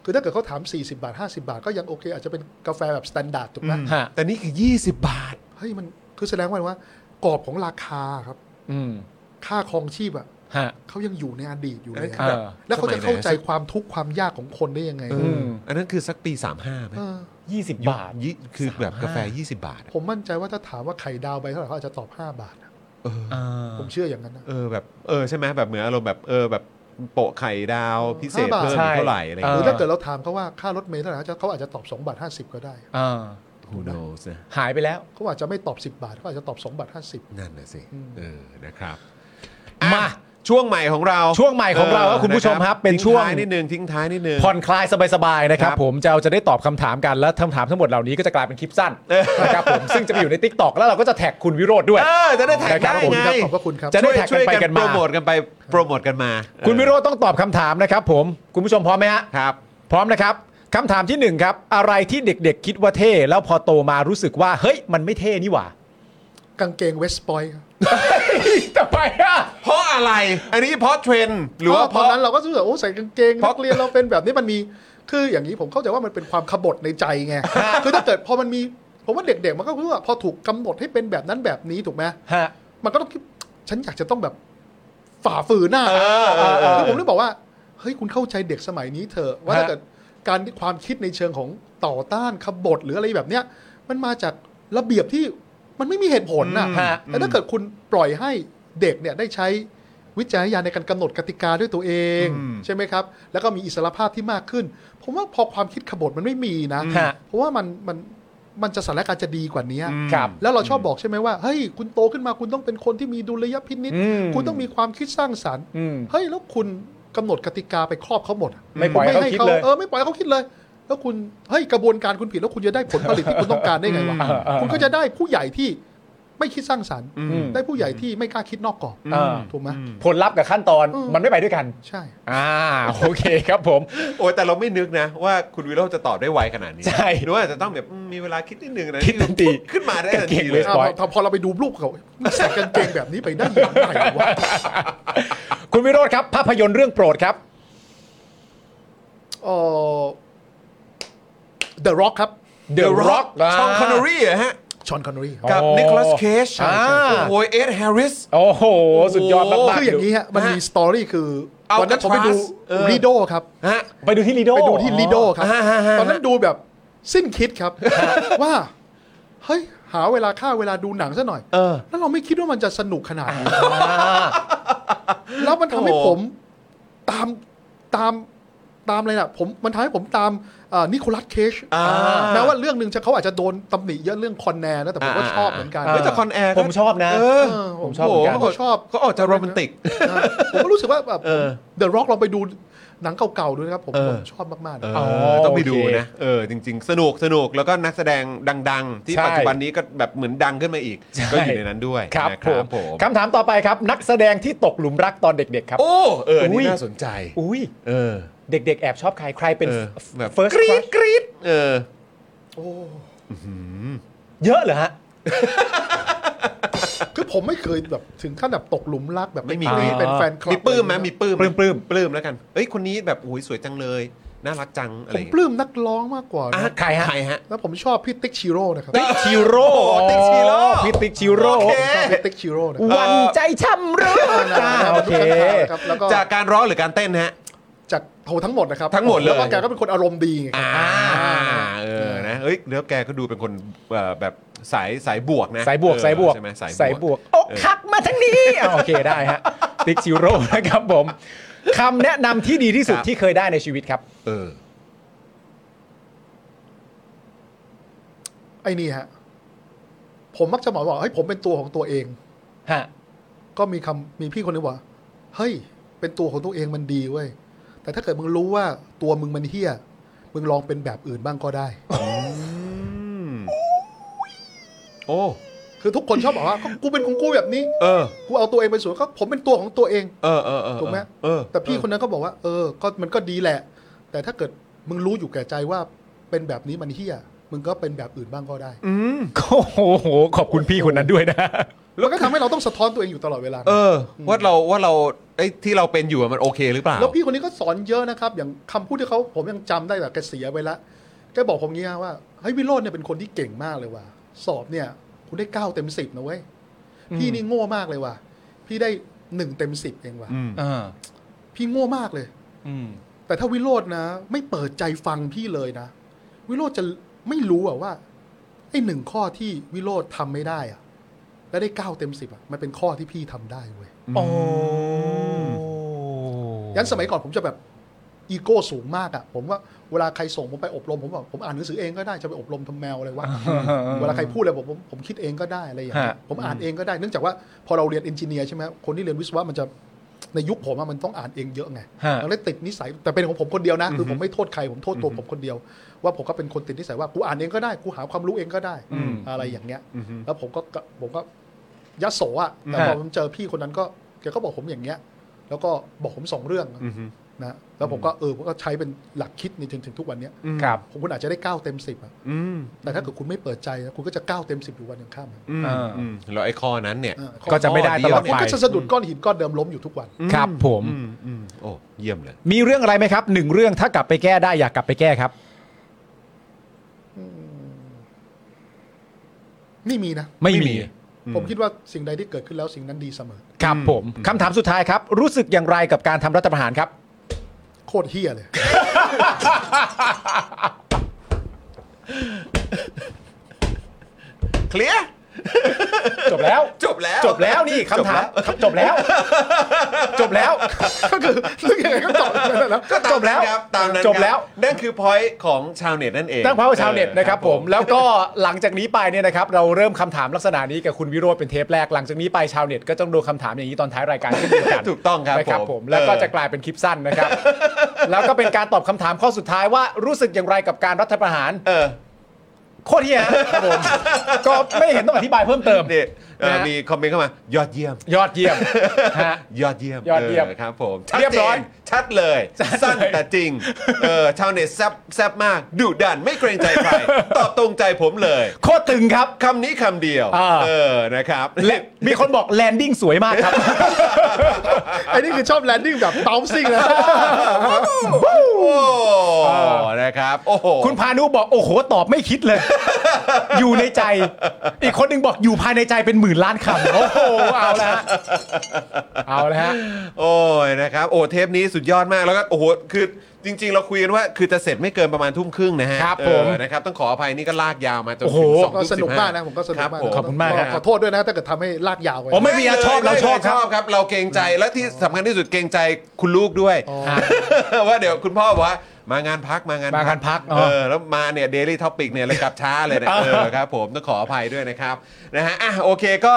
คือถ้าเกิดเขาถาม 40 บาท 50 บาท ก็ยังโอเค อาจจะเป็นกาแฟแบบสแตนดาร์ดถูกไหม
ฮะ
แต่นี่คือ 20 บาท
เฮ้ยมันคือแสดงว่าอะไรว่ากรอบของราคาครับ
อืม
ค่าครองชีพอ่ะ
ฮะ
เขายังอยู่ในอดีตอยู่เลยอะ
เออ
แล้วเขาจะเข้าใจความทุกข์ความยากของคนได้ยังไง
เอออันนั้นคือสักปี 35ไหม
เออ
ยี่สิบ
ยุค
บาท
ยี่คือแบบกาแฟ
35
20 บาทอะ
ผมมั่นใจว่าถ้าถามว่าไข่ดาวใบเท่าไหร่เขาอาจจะตอบ 5 บาทนะ
เออ
อ่า
ผมเชื่ออย่างนั้นนะ
เออแบบเออใช่ไหมแบบเหมือนอารมณ์แบบเออแบบโปะไข่ดาวพิเศษ
ห้าบาท
เพิ่ม
ใช่
เท่าไหร่อะไร
เอ
ห
อ
รือถ้าเกิดเราถามเขาว่าค่ารถเมล์เท่าไหร่เขาอาจจะตอบ2บาท50 ก็ได้
อ่า
ฮูโนสนะ
หายไปแล้ว
เขาอาจจะไม่ตอบ 10 บาทเขาอาจจะตอบ2บาท50
นั่นน่ะสิ
อืม
เออนะครับ
มา
อ่ะช่วงใหม่ของเรา
ช่วงใหม่ของเราครับคุณผู้ชมครับเป็น
ทิ้ง
ช่วง
ท้ายนิดนึงทิ้งท้ายนิดนึง
ผ่อนคลายสบายๆนะครั
ค
บ
รับ
ผมจะเอาจะได้ตอบคำถามกันและคำถามทั้งหมดเหล่านี้ก็จะกลายเป็นคลิปสั้นนะครับ ผมซึ่งจะไปอยู่ใน t ิ k t o k แล้วเราก็จะแท็กคุณวิโรธด้วย
เออจะได้แท็ก
นะครับ
ได้
ผม
ไง
ขอบพระคุณครับ
จะได้
ช่วย
แท็ก
ช่วย
กันไป
กั
กัน น
โปร
มา
โมทกันไปโปรโมทกันมา
คุณ
เออ
วิโรธต้องตอบคำถามนะครับผมคุณผู้ชมพร้อมไหมฮะ
ครับ
พร้อมนะครับคำถามที่หนึ่งครับ อะไรที่เด็กๆ คิดว่าเท่ แล้วพอโตมารู้สึกว่า เฮ้ย มันไม่เท่นี่หว่าก
างเกงเวสปอย
ทำไมอ่ะ
เพราะอะไร อันนี้เพราะเทรนด์หรือว่าเพ
ตอน
ราะ
นั้นเราก็รู้สึกว่าโอ้ใส่กางเกง
เพราะ
นักเรียนเราเป็นแบบนี้มันมีคืออย่างนี้ผมเข้าใจว่ามันเป็นความขบฏในใจ ไง คือถ้าเกิดพอมันมีผมว่าเด็กๆมันก็รู้ว่าพอถูกกำหนดให้เป็นแบบนั้นแบบนี้ถูกไหม
ฮะ
มันก็ต้องคิดฉันอยากจะต้องแบบฝ่าฝืนหน้า
เออเออเออ
คือผมเลยบอกว่า เฮ้ยคุณเข้าใจเด็กสมัยนี้เถอะว่า
ฮะ
ถ้าเกิดการความคิดในเชิงของต่อต้านขบฏหรืออะไรแบบเนี้ย มันมาจากระเบียบที่มันไม่มีเหตุผลนะ
ฮะ
แต่ถ้าเกิดคุณปล่อยให้เด็กเนี่ยได้ใช้วิจารณญาณในการกำหนดกติกาด้วยตัวเอง ใช่ไหมครับ แล้วก็มีอิสรภาพที่มากขึ้น ผมว่าพอความคิดขบฏมันไม่มีนะ
ฮะ
เพราะว่ามันมันมันจะสถานการณ์จะดีกว่านี้
ครับ
แล้วเราชอบบอกใช่ไหมว่าเฮ้ยคุณโตขึ้นมาคุณต้องเป็นคนที่มีดุลยพินิษ
อืม
คุณต้องมีความคิดสร้างสรรค์
อืม
เฮ้ยแล้วคุณกำหนดกติกาไปครอบเขาหมดะ
ไม่ปล่อยให้เขาคิดเลย
เออไม่ปล่อยให้เขาคิดเลย แล้วคุณเฮ้ยกระบวนการคุณผิดแล้วคุณจะได้ผลผลิตที่คุณต้องการได้ไงวะ
อืม
คุณก็จะได้ผู้ใหญ่ที่ไม่คิดสร้างสรรค์
อืม
ได้ผู้ใหญ่ที่ไม่กล้าคิดนอกกรอบ
อ่า
ถูกไหม
ผลลัพธ์กับขั้นตอน
อืม
มันไม่ไปด้วยกัน
ใช่
อ่า โอเคครับผม
โอ้ยแต่เราไม่นึกนะ ว่าคุณวิโรจน์จะตอบได้ไวขนาดนี้
ใช่
หรือว่าจะต้องแบบอืมมีเวลาคิดนิดนึงนะ
คิดทันที
ขึ้นมาได้ทันที
เก่ง
เล
เลย ย
อ่าพอพอเราไปดูรูปเขาใส่กางเกงแบบนี้ไปได้ยังไงวะ
คุณวิโรธครับ ภาพยนตร์เรื่องโปรดครับ
เออ The Rock ครับ
The Rock า
ช่องคอนเนอรี่เหรอฮะ
ชอนคอนนอรี
กับ
อ๋อ
นิโคลัสเคช
อ่า
โอ้ยเอ็ดแฮร์ริส
โอ้โห สุดยอดมากๆ
คืออย่างนี้
นี้
ฮะ มันมีสตอรี่คือ
เอา
วันนั้นผมไปดู
Alcatraz เออ
รีโดครับ
ฮะ
ไปดูที่ลีโด
ไปดูที่รีโดครับ
อ่าฮะฮะ
ตอนนั้นดูแบบสิ้นคิดครับ ว่า เฮ้ย หาเวลาค่าเวลาดูหนังซะหน่อย
เออ
แล้วเราไม่คิดว่ามันจะสนุกขนาดนี้
อ่า
แล้วมันทำให้
โอ้โห
ผมตามตาม ตามอะไรน่ะผมมันทำให้ผมตามนิโคลัสเคช
อ่า
แม้ว่าเรื่องหนึ่งจะเขาอาจจะโดนตำหนิเยอะเรื่องคอนแนนะแต่ผมก็ชอบเหมือนกัน
เฮ้ยแต่คอนแอร์ก็
ผมชอบนะ
เออ
เออ
ผมชอบเหมือนกัน
โโ
ชอบ
ก็ออกจะโรแมนติก
นะผมก็รู้สึกว่าแบบ
เออ
เดอะร็อกลองไปดูหนังเก่าๆดูนะครับ ผม
เออ
ผมชอบมากๆนะ
เออต้องไปดูนะเออจริง ๆ สนุกสนุกแล้วก็นักแสดงดัง ๆ ที่
ใช่
ปัจจุบันนี้ก็แบบเหมือนดังขึ้นมาอีก
ใช่
ก็อยู่ในนั้นด้วย
ครับ
นะ
ผมคำถามต่อไปครับ นักแสดงที่ตกหลุมรักตอนเด็ก ๆ ครับ
โอ้เออ
อุ๊
นี่
ย
น่าสนใจ
อุ้ย
เออ
เด็ก ๆ แอบชอบใคร ใครเป็น
เออแบบ
first
กรี๊ด
crush
กรี๊ดเออ
เยอะเหรอฮะ
คือผมไม่เคยแบบถึงขั้นแบบตกหลุมรักแบบ
ไม่มี
ป
อ่า
เป็นแฟนคลับ
มีปลื้มไหมมีปลื้มไห
ปลื้มปลื้ม
ปลื้มแล้วกันเอ้ยคนนี้แบบโอ้ยสวยจังเลย น่ารักจังอะไร
ผมปลื้มนักร้องมากกว่า
อ่ะ
นะ
ใครฮะใครฮะ
แล้วผมชอบพี่ติ๊กชิโร่นะครับ
ติ๊กชิโร่
โอ้ติ๊กชิโร่
พี่ติ๊กชิโร่
โอเค
ชอบพี่ติ๊กชิโร่นะครับ
วันใจช่ำรู้อ่าโอเค
ครับแล้วก็
จากการร้องหรือการเต้นฮะ
จากโททั้งหมดนะครับ
ทั้งหมดเลย
แล้วก็แกก็เป็นคนอารมณ์ดีไง
อ่าเออนะเอ้ยแล้วแกก็ดูเป็นคนเอ่อแบบสายสายบวกนะ
สายบวก
เออ
สายบวก
ใช่ไหมสาย
สาย
บบ ว
ว
ก
กอกหักมาทั้งนี้ อ่ะโอเคได้ฮะ ติ๊กชิโร่นะครับผมคำแนะนำที่ดีที่สุด
ครับ
ที่เคยได้ในชีวิตครับ
เออ
ไอ้นี่ฮะผมมักจะบอกว่าเฮ้ยผมเป็นตัวของตัวเอง
ฮะ
ก็มีคำมีพี่คนนึงว่าเฮ้ย เป็นตัวของตัวเองมันดีเว้ยแต่ถ้าเกิดมึงรู้ว่าตัวมึงมันเฮี้ยมึงลองเป็นแบบอื่นบ้างก็ได้
โอ้
คือทุกคนชอบบอกว่าก็กูเป็นของกูแบบนี้
เออ
กูเอาตัวเองไปนสวนก็ผมเป็นตัวของตัวเอง
เออเออเออ
ถูกไหม
เออ
แต่พี่คนนั้นก็บอกว่า เออ ก็มันก็ดีแหละ แต่ถ้าเกิดมึงรู้อยู่แก่ใจว่าเป็นแบบนี้มันเฮี้ยมึงก็เป็นแบบอื่นบ้างก็ได้
อืม
โอ้โห ขอบคุณพี่คนนั้นด้วยนะ
แล้วก็ทำให้เราต้องสะท้อนตัวเองอยู่ตลอดเวลา
เออ ว่าเราว่าเราไอ้ที่เราเป็นอยู่อะมันโอเคหรือเปล่า
แล้วพี่คนนี้ก็สอนเยอะนะครับ อย่างคำพูดที่เขาผมยังจำได้แต่แกเสียไปละแกบอกผมงี้ฮะว่าเฮ้ยวิโรจน์เนี่ยเป็นคนที่เก่งมากเลยว่ะสอบเนี่ยคุณได้เก้าเต็มสิบนะเว้ยพี่นี่โง่มากเลยว่ะพี่ได้หนึ่งเต็มสิบเองว่ะ
อืม
อ่า
พี่โง่มากเลย
อืม
แต่ถ้าวิโรจน์นะ ไม่เปิดใจฟังพี่เลยนะ วิโรจน์จะไม่รู้อะว่าไอ้หนึ่งข้อที่วิโรจน์ทำไม่ได้อะและได้เก้าเต็มสิบอะมันเป็นข้อที่พี่ทำได้เว้ย
โอ้
ยันสมัยก่อนผมจะแบบอีโก้สูงมากอะผมว่าเวลาใครส่งผมไปอบรมผมบอกผมอ่านหนังสือเองก็ได้จะไปอบรมทำแมวอะไรวะเวลาใครพูดอะไรผมผมผมคิดเองก็ได้อะไรอย่างเงี้ย
ฮะ
ผมอ่านเองก็ได้เนื่องจากว่าพอเราเรียนเอนจิเนียร์ใช่ไหมคนที่เรียนวิศวะมันจะในยุคผมอะมันต้องอ่านเองเยอะไง
ฮะ
แล้วติดนิสัยแต่เป็นของผมคนเดียวนะคือผมไม่โทษใครผมโทษตัวผมคนเดียว ว่าผมก็เป็นคนติดนิสัยว่ากูอ่านเองก็ได้กูหาความรู้เองก็ได้
อืม
อะไรอย่างเงี้ย
อือฮึ
แล้วผมก็กะผมก็ยัดโสอ่ะแต่พอผมเจอพี่คนนั้นก็แกก็บอกผมอย่างเงี้ย แล้วก็บอกผมสองเรื่อง
อือฮึ
นะแล้วผมก็เออผมก็ใช้เป็นหลักคิดในจนถึงทุกวันเนี้ย
ครับ
ผมคุณอาจจะได้เก้าเต็มสิบอะ
อืม
แต่ถ้าเกิดคุณไม่เปิดใจนะคุณก็จะเก้าเต็มสิบอยู่วันยังข้ามอะ
อืมอืมแล้วไอ้ข้อนั้นเนี่ย
อ่า
ก็จะไม่ได้ตลอด
มัน
ไป
ก็จะสะดุดก้อนหินก้อนเดิมล้มอยู่ทุกวัน
ครับผม
อืมอืมโอ้เยี่ยมเลย
มีเรื่องอะไรไหมครับหนึ่งเรื่องถ้ากลับไปแก้ได้อยากกลับไปแก้ครับ
นี่มีนะ
ไม่
ไม่มี
มี
ผมคิดว่าสิ่งใดที่เกิดขึ้นแล้วสิ่งนั้นดีเสมอ
ครับผมคำถามสุดท้ายครับ รู้สึกอย่างไรกับการทำรัฐประหารครับ
โคตรเฮี้ยเลย
เคลียร์
จบแล้ว
จบแล้ว
จบแล้วนี่คำถามครับจบแล้ว จบแล้ว
ก็คือเรื่องยังไงก็ตอบอย่างนั้นแหล้ว
ก็
จบแล้ว
ครับตามนั้น
จบแล้ว
ครับนั่นคือพอยต์ของชาวเน็ตนั่นเอง
ตั้งพาวชาวเน็ตนะครับผม
แล้ว
แล้วก็หลังจากนี้ไปเนี่ยนะครับ เราเริ่มคำถามลักษณะนี้กับคุณวิโรธเป็นเทปแรกหลังจากนี้ไปชาวเน็ตก็ต้องดูคำถามอย่างนี้ตอนท้ายรายการเช่นเดียวกัน
ถูกต้องครับ
นะครับ
ผ
ผม มแล้วก็
เออ
จะกลายเป็นคลิปสั้นนะครับ แล้วก็เป็นการตอบคำถามข้อสุดท้ายว่ารู้สึกอย่างไรกับการรัฐประหาร
เออ
โคตรเฮียครับผมก็ไม่เห็นต้องอธิบายเพิ่มเติม
นี่เอ่อ
นะฮะ
มีคอมเมนต์เข้ามายอดเยี่ยม
ยอดเยี่ยมฮะ
ยอดเยี่ยม
ยอดเยี่ยม
อครับผม
เรียบร้อย
ชัดจนชัดเลย
ชัดเลย
สั้นแต่จริงเออชาวเน็ตแซบแซบมากดุดันไม่เกรงใจ ใคร ตอบตรงใจผมเลย
โคตรตึงครับ
คำนี้คำเดียว
อ่า
เออนะครับ
และมีคนบอกแลนดิ้งสวยมากครับ
ไอ้นี่คือชอบแลนดิ้งแบบเบาซิ่งนะ
โอ้นะครับ โอ้โห
คุณพานุบอกโอ้โหตอบไม่คิดเลย อยู่ในใจ อีกคนหนึ่งบอกอยู่ภายในใจเป็นหมื่นล้านคำโอ้โหเอาละฮะเอาละฮะ
โอ้ยนะครับโอ้เทปนี้สุดยอดมากแล้วก็โอ้โหคือจริง ๆ เราคุยกันว่าคือจะเสร็จไม่เกินประมาณทุ่มครึ่งนะฮะ
ครับ
เออ
ผม
นะครับต้องขออภัยนี่ก็ลากยาวมาจน
โอ้โห
ถึงสอง
ก็
ทุ่ม
สนุก
15
มากนะผมก็สนุกมาก
ครับผม
ขอบคุณมากค
ก็
รับ
ขอโทษด้วยนะถ้าเกิดทำให้ลากยาวไป
ผมไม่มีอะชอบเราชอบครับ
ครับ เราเกรงใจและที่สำคัญที่สุดเกรงใจคุณลูกด้วย ว่าเดี๋ยวคุณพ่อบอกว่ามางานพักมางาน
มางานพัก
เอ
เอ
อ
อ
แล้วมาเนี่ยเดลี่ท็อปิกเนี่ยเลยกลับช้าเลยนะเออครับผมต้องขออภัยด้วยนะครับนะฮะอ่ะโอเคก็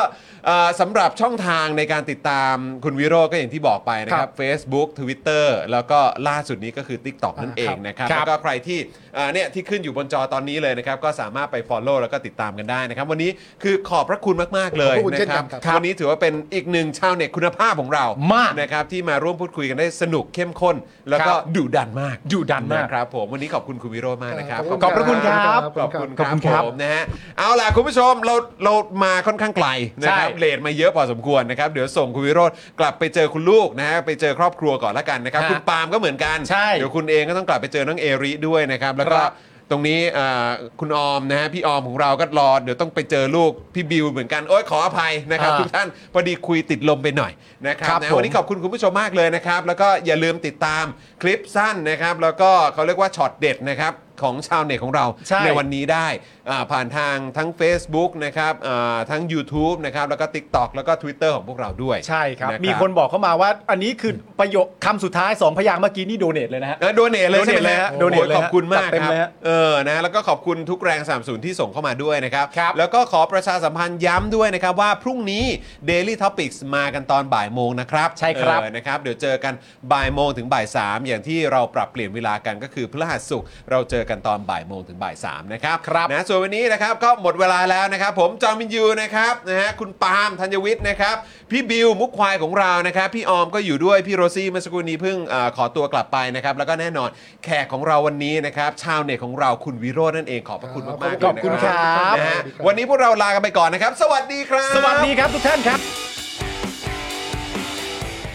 เอ่อสำหรับช่องทางในการติดตามคุณวิโรจน์ก็อย่างที่บอกไปนะค
ครั
รับ
บ
Facebook Twitter แล้วก็ล่าสุดนี้ก็คือ TikTok นั่นเองนะครับ
ครับ
แล้วก็ใครที่เอ่อเนี่ยที่ขึ้นอยู่บนจอตอนนี้เลยนะครับก็สามารถไป Follow แล้วก็ติดตามกันได้นะครับวันนี้คือขอบพระคุณมากๆเลย
ขอบคุณเช่
นะ
น
ค
กั
รับ
นครับ
วันนี้ถือว่าเป็นอีกหนึ่งชาวเน็ตคุณภาพของเรา
มาก
นะครับที่มาร่วมพูดคุยกันได้สนุกเข้มข้น แล้วก็
ครับ
ดุดันมาก
อยู่ดันมาก
ครับผมวันนี้ขอบคุณคุณวิโรจน์มากนะครับ
ขอบพระคุณครับ
ขอบคุณ
ขอบคุณ
ค
ครั
รับบ ผมนะฮะเอาล่ะคุณผู้ชมเราเรามาค่อนข้างไกลนะครับ
ใช่
เลทมาเยอะพอสมควรนะครับเดี๋ยวส่งคุณวิโรจน์กลับไปเจอคุณลูกนะฮะไปเจอครอบครัวก่อนละกันนะครับ
ฮะ
คุณปาล์มก็เหมือนกัน
ใช่
เดี๋ยวคุณเองก็ต้องกลับไปเจอน้องเอริด้วยนะครับแล้วก็
ครับ
ตรงนี้อ่าคุณออมนะฮะพี่ออมของเราก็รอเดี๋ยวต้องไปเจอลูกพี่บิวเหมือนกันโอ้ยขออภัยนะครับ
อ่า
ทุกท่านพอดีคุยติดลมไปหน่อยนะครั
ครับ บ
นะ
ผม
วันนี้ ขอบคุณคุณผู้ชมมากเลยนะครับ แล้วก็อย่าลืมติดตามคลิปสั้นนะครับ แล้วก็เขาเรียกว่าช็อตเด็ดนะครับ ของชาวเน็ตของเรา
ใช่
วันนี้ได้อ่าผ่านทางทั้ง Facebook นะครับอ่าทั้ง YouTube นะครับแล้วก็ TikTok แล้วก็ Twitter ของพวกเราด้วย
ใช่ครับ
ะ
มีคนบอกเข้ามาว่า อันนี้คือประโยคคำสุดท้ายสองพยางค์เมื่อกี้นี่โดเนทเลยนะฮะ
เออโดเนทเลยใช่ไหม
donate เลยฮะ
โอ้โห
donate เลยฮะ
ขอบคุณมาก
จัดเต็ม
ครับ
เลยฮะ
เออนะแล้วก็ขอบคุณทุกแรงสามสูนที่ส่งเข้ามาด้วยนะครับ
ครับ
แล้วก็ขอประชาสัมพันธ์ย้ำด้วยนะครับว่าพรุ่งนี้ Daily Topics มากันตอนบ่ายโมงนะครับ
ใช่ครับ
เออ นะครับเดี๋ยวเจอกันบ่ายโมงถึงบ่ายสามอย่างที่เราปรับเปลี่ยนเวลากันก็คือพฤหัสศุกร์เราเจอกันตอนบ่ายโมงถึงบ่ายสามนะครับ
ครับ
นะส่วนวันนี้นะครับก็หมดเวลาแล้วนะครับ ผมจอมินยูนะครับนะฮะคุณปาล์มธัญวิทย์นะครับพี่บิวมุกควายของเรานะครับพี่ออมก็อยู่ด้วยพี่โรซี่เมื่อสักครู่นี้เพิ่งเออขอตัวกลับไปนะครับแล้วก็แน่นอนแขกของเราวันนี้นะครับชาวเน็ตของเราคุณวิโรจน์นั่นเองขอบพระคุณมากๆ
ขอบคุณ
เลยนะครับ นะฮะวันนี้พวกเราลากันไปก่อนนะครับ สวัสดีครับ
สวัสดีครับทุกท่านครับ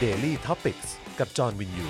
Daily Topics กับจอห์นวินยู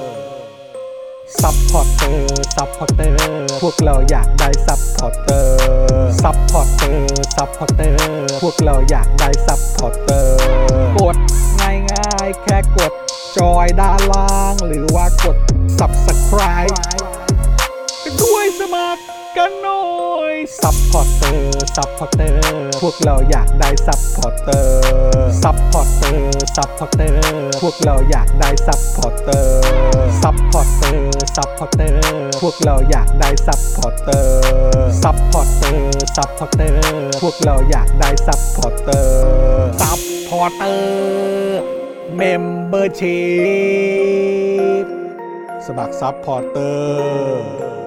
ซัพพอร์เตอร์ซัพพอร์เตอร์ พวกเราอยากได้ซัพพอร์เตอร์ซัพพอร์เตอร์ซัพพอร์เตอร์ พวกเราอยากได้ซัพพอร์เตอร์ กดง่ายๆ แค่กด จอยด้านล่าง หรือว่ากด subscribe ไปด้วยสมัครกันหน่อย s u p p อร์เตอร์ p ั r พอร์เตอร์ พวกเราอยากได้ s u p p อร์เตอร์ p ั r พอร์เตอร์ p ั r พอร์เตอร์ พวกเราอยากได้ s u p p อร์เตอร์ p ั r พอร์เตอร์ p ั r พอร์เตอร์ พวกเราอยากได้ s u p p อร์เตอร์ p ั r พอร์เตอร์ p ั r พอร์เตอร์ พวกเราอยากได้ s u p p อร์เตอร์ p ั r พอร์เตอร์ Membership สมัครซับพอร์เตอร์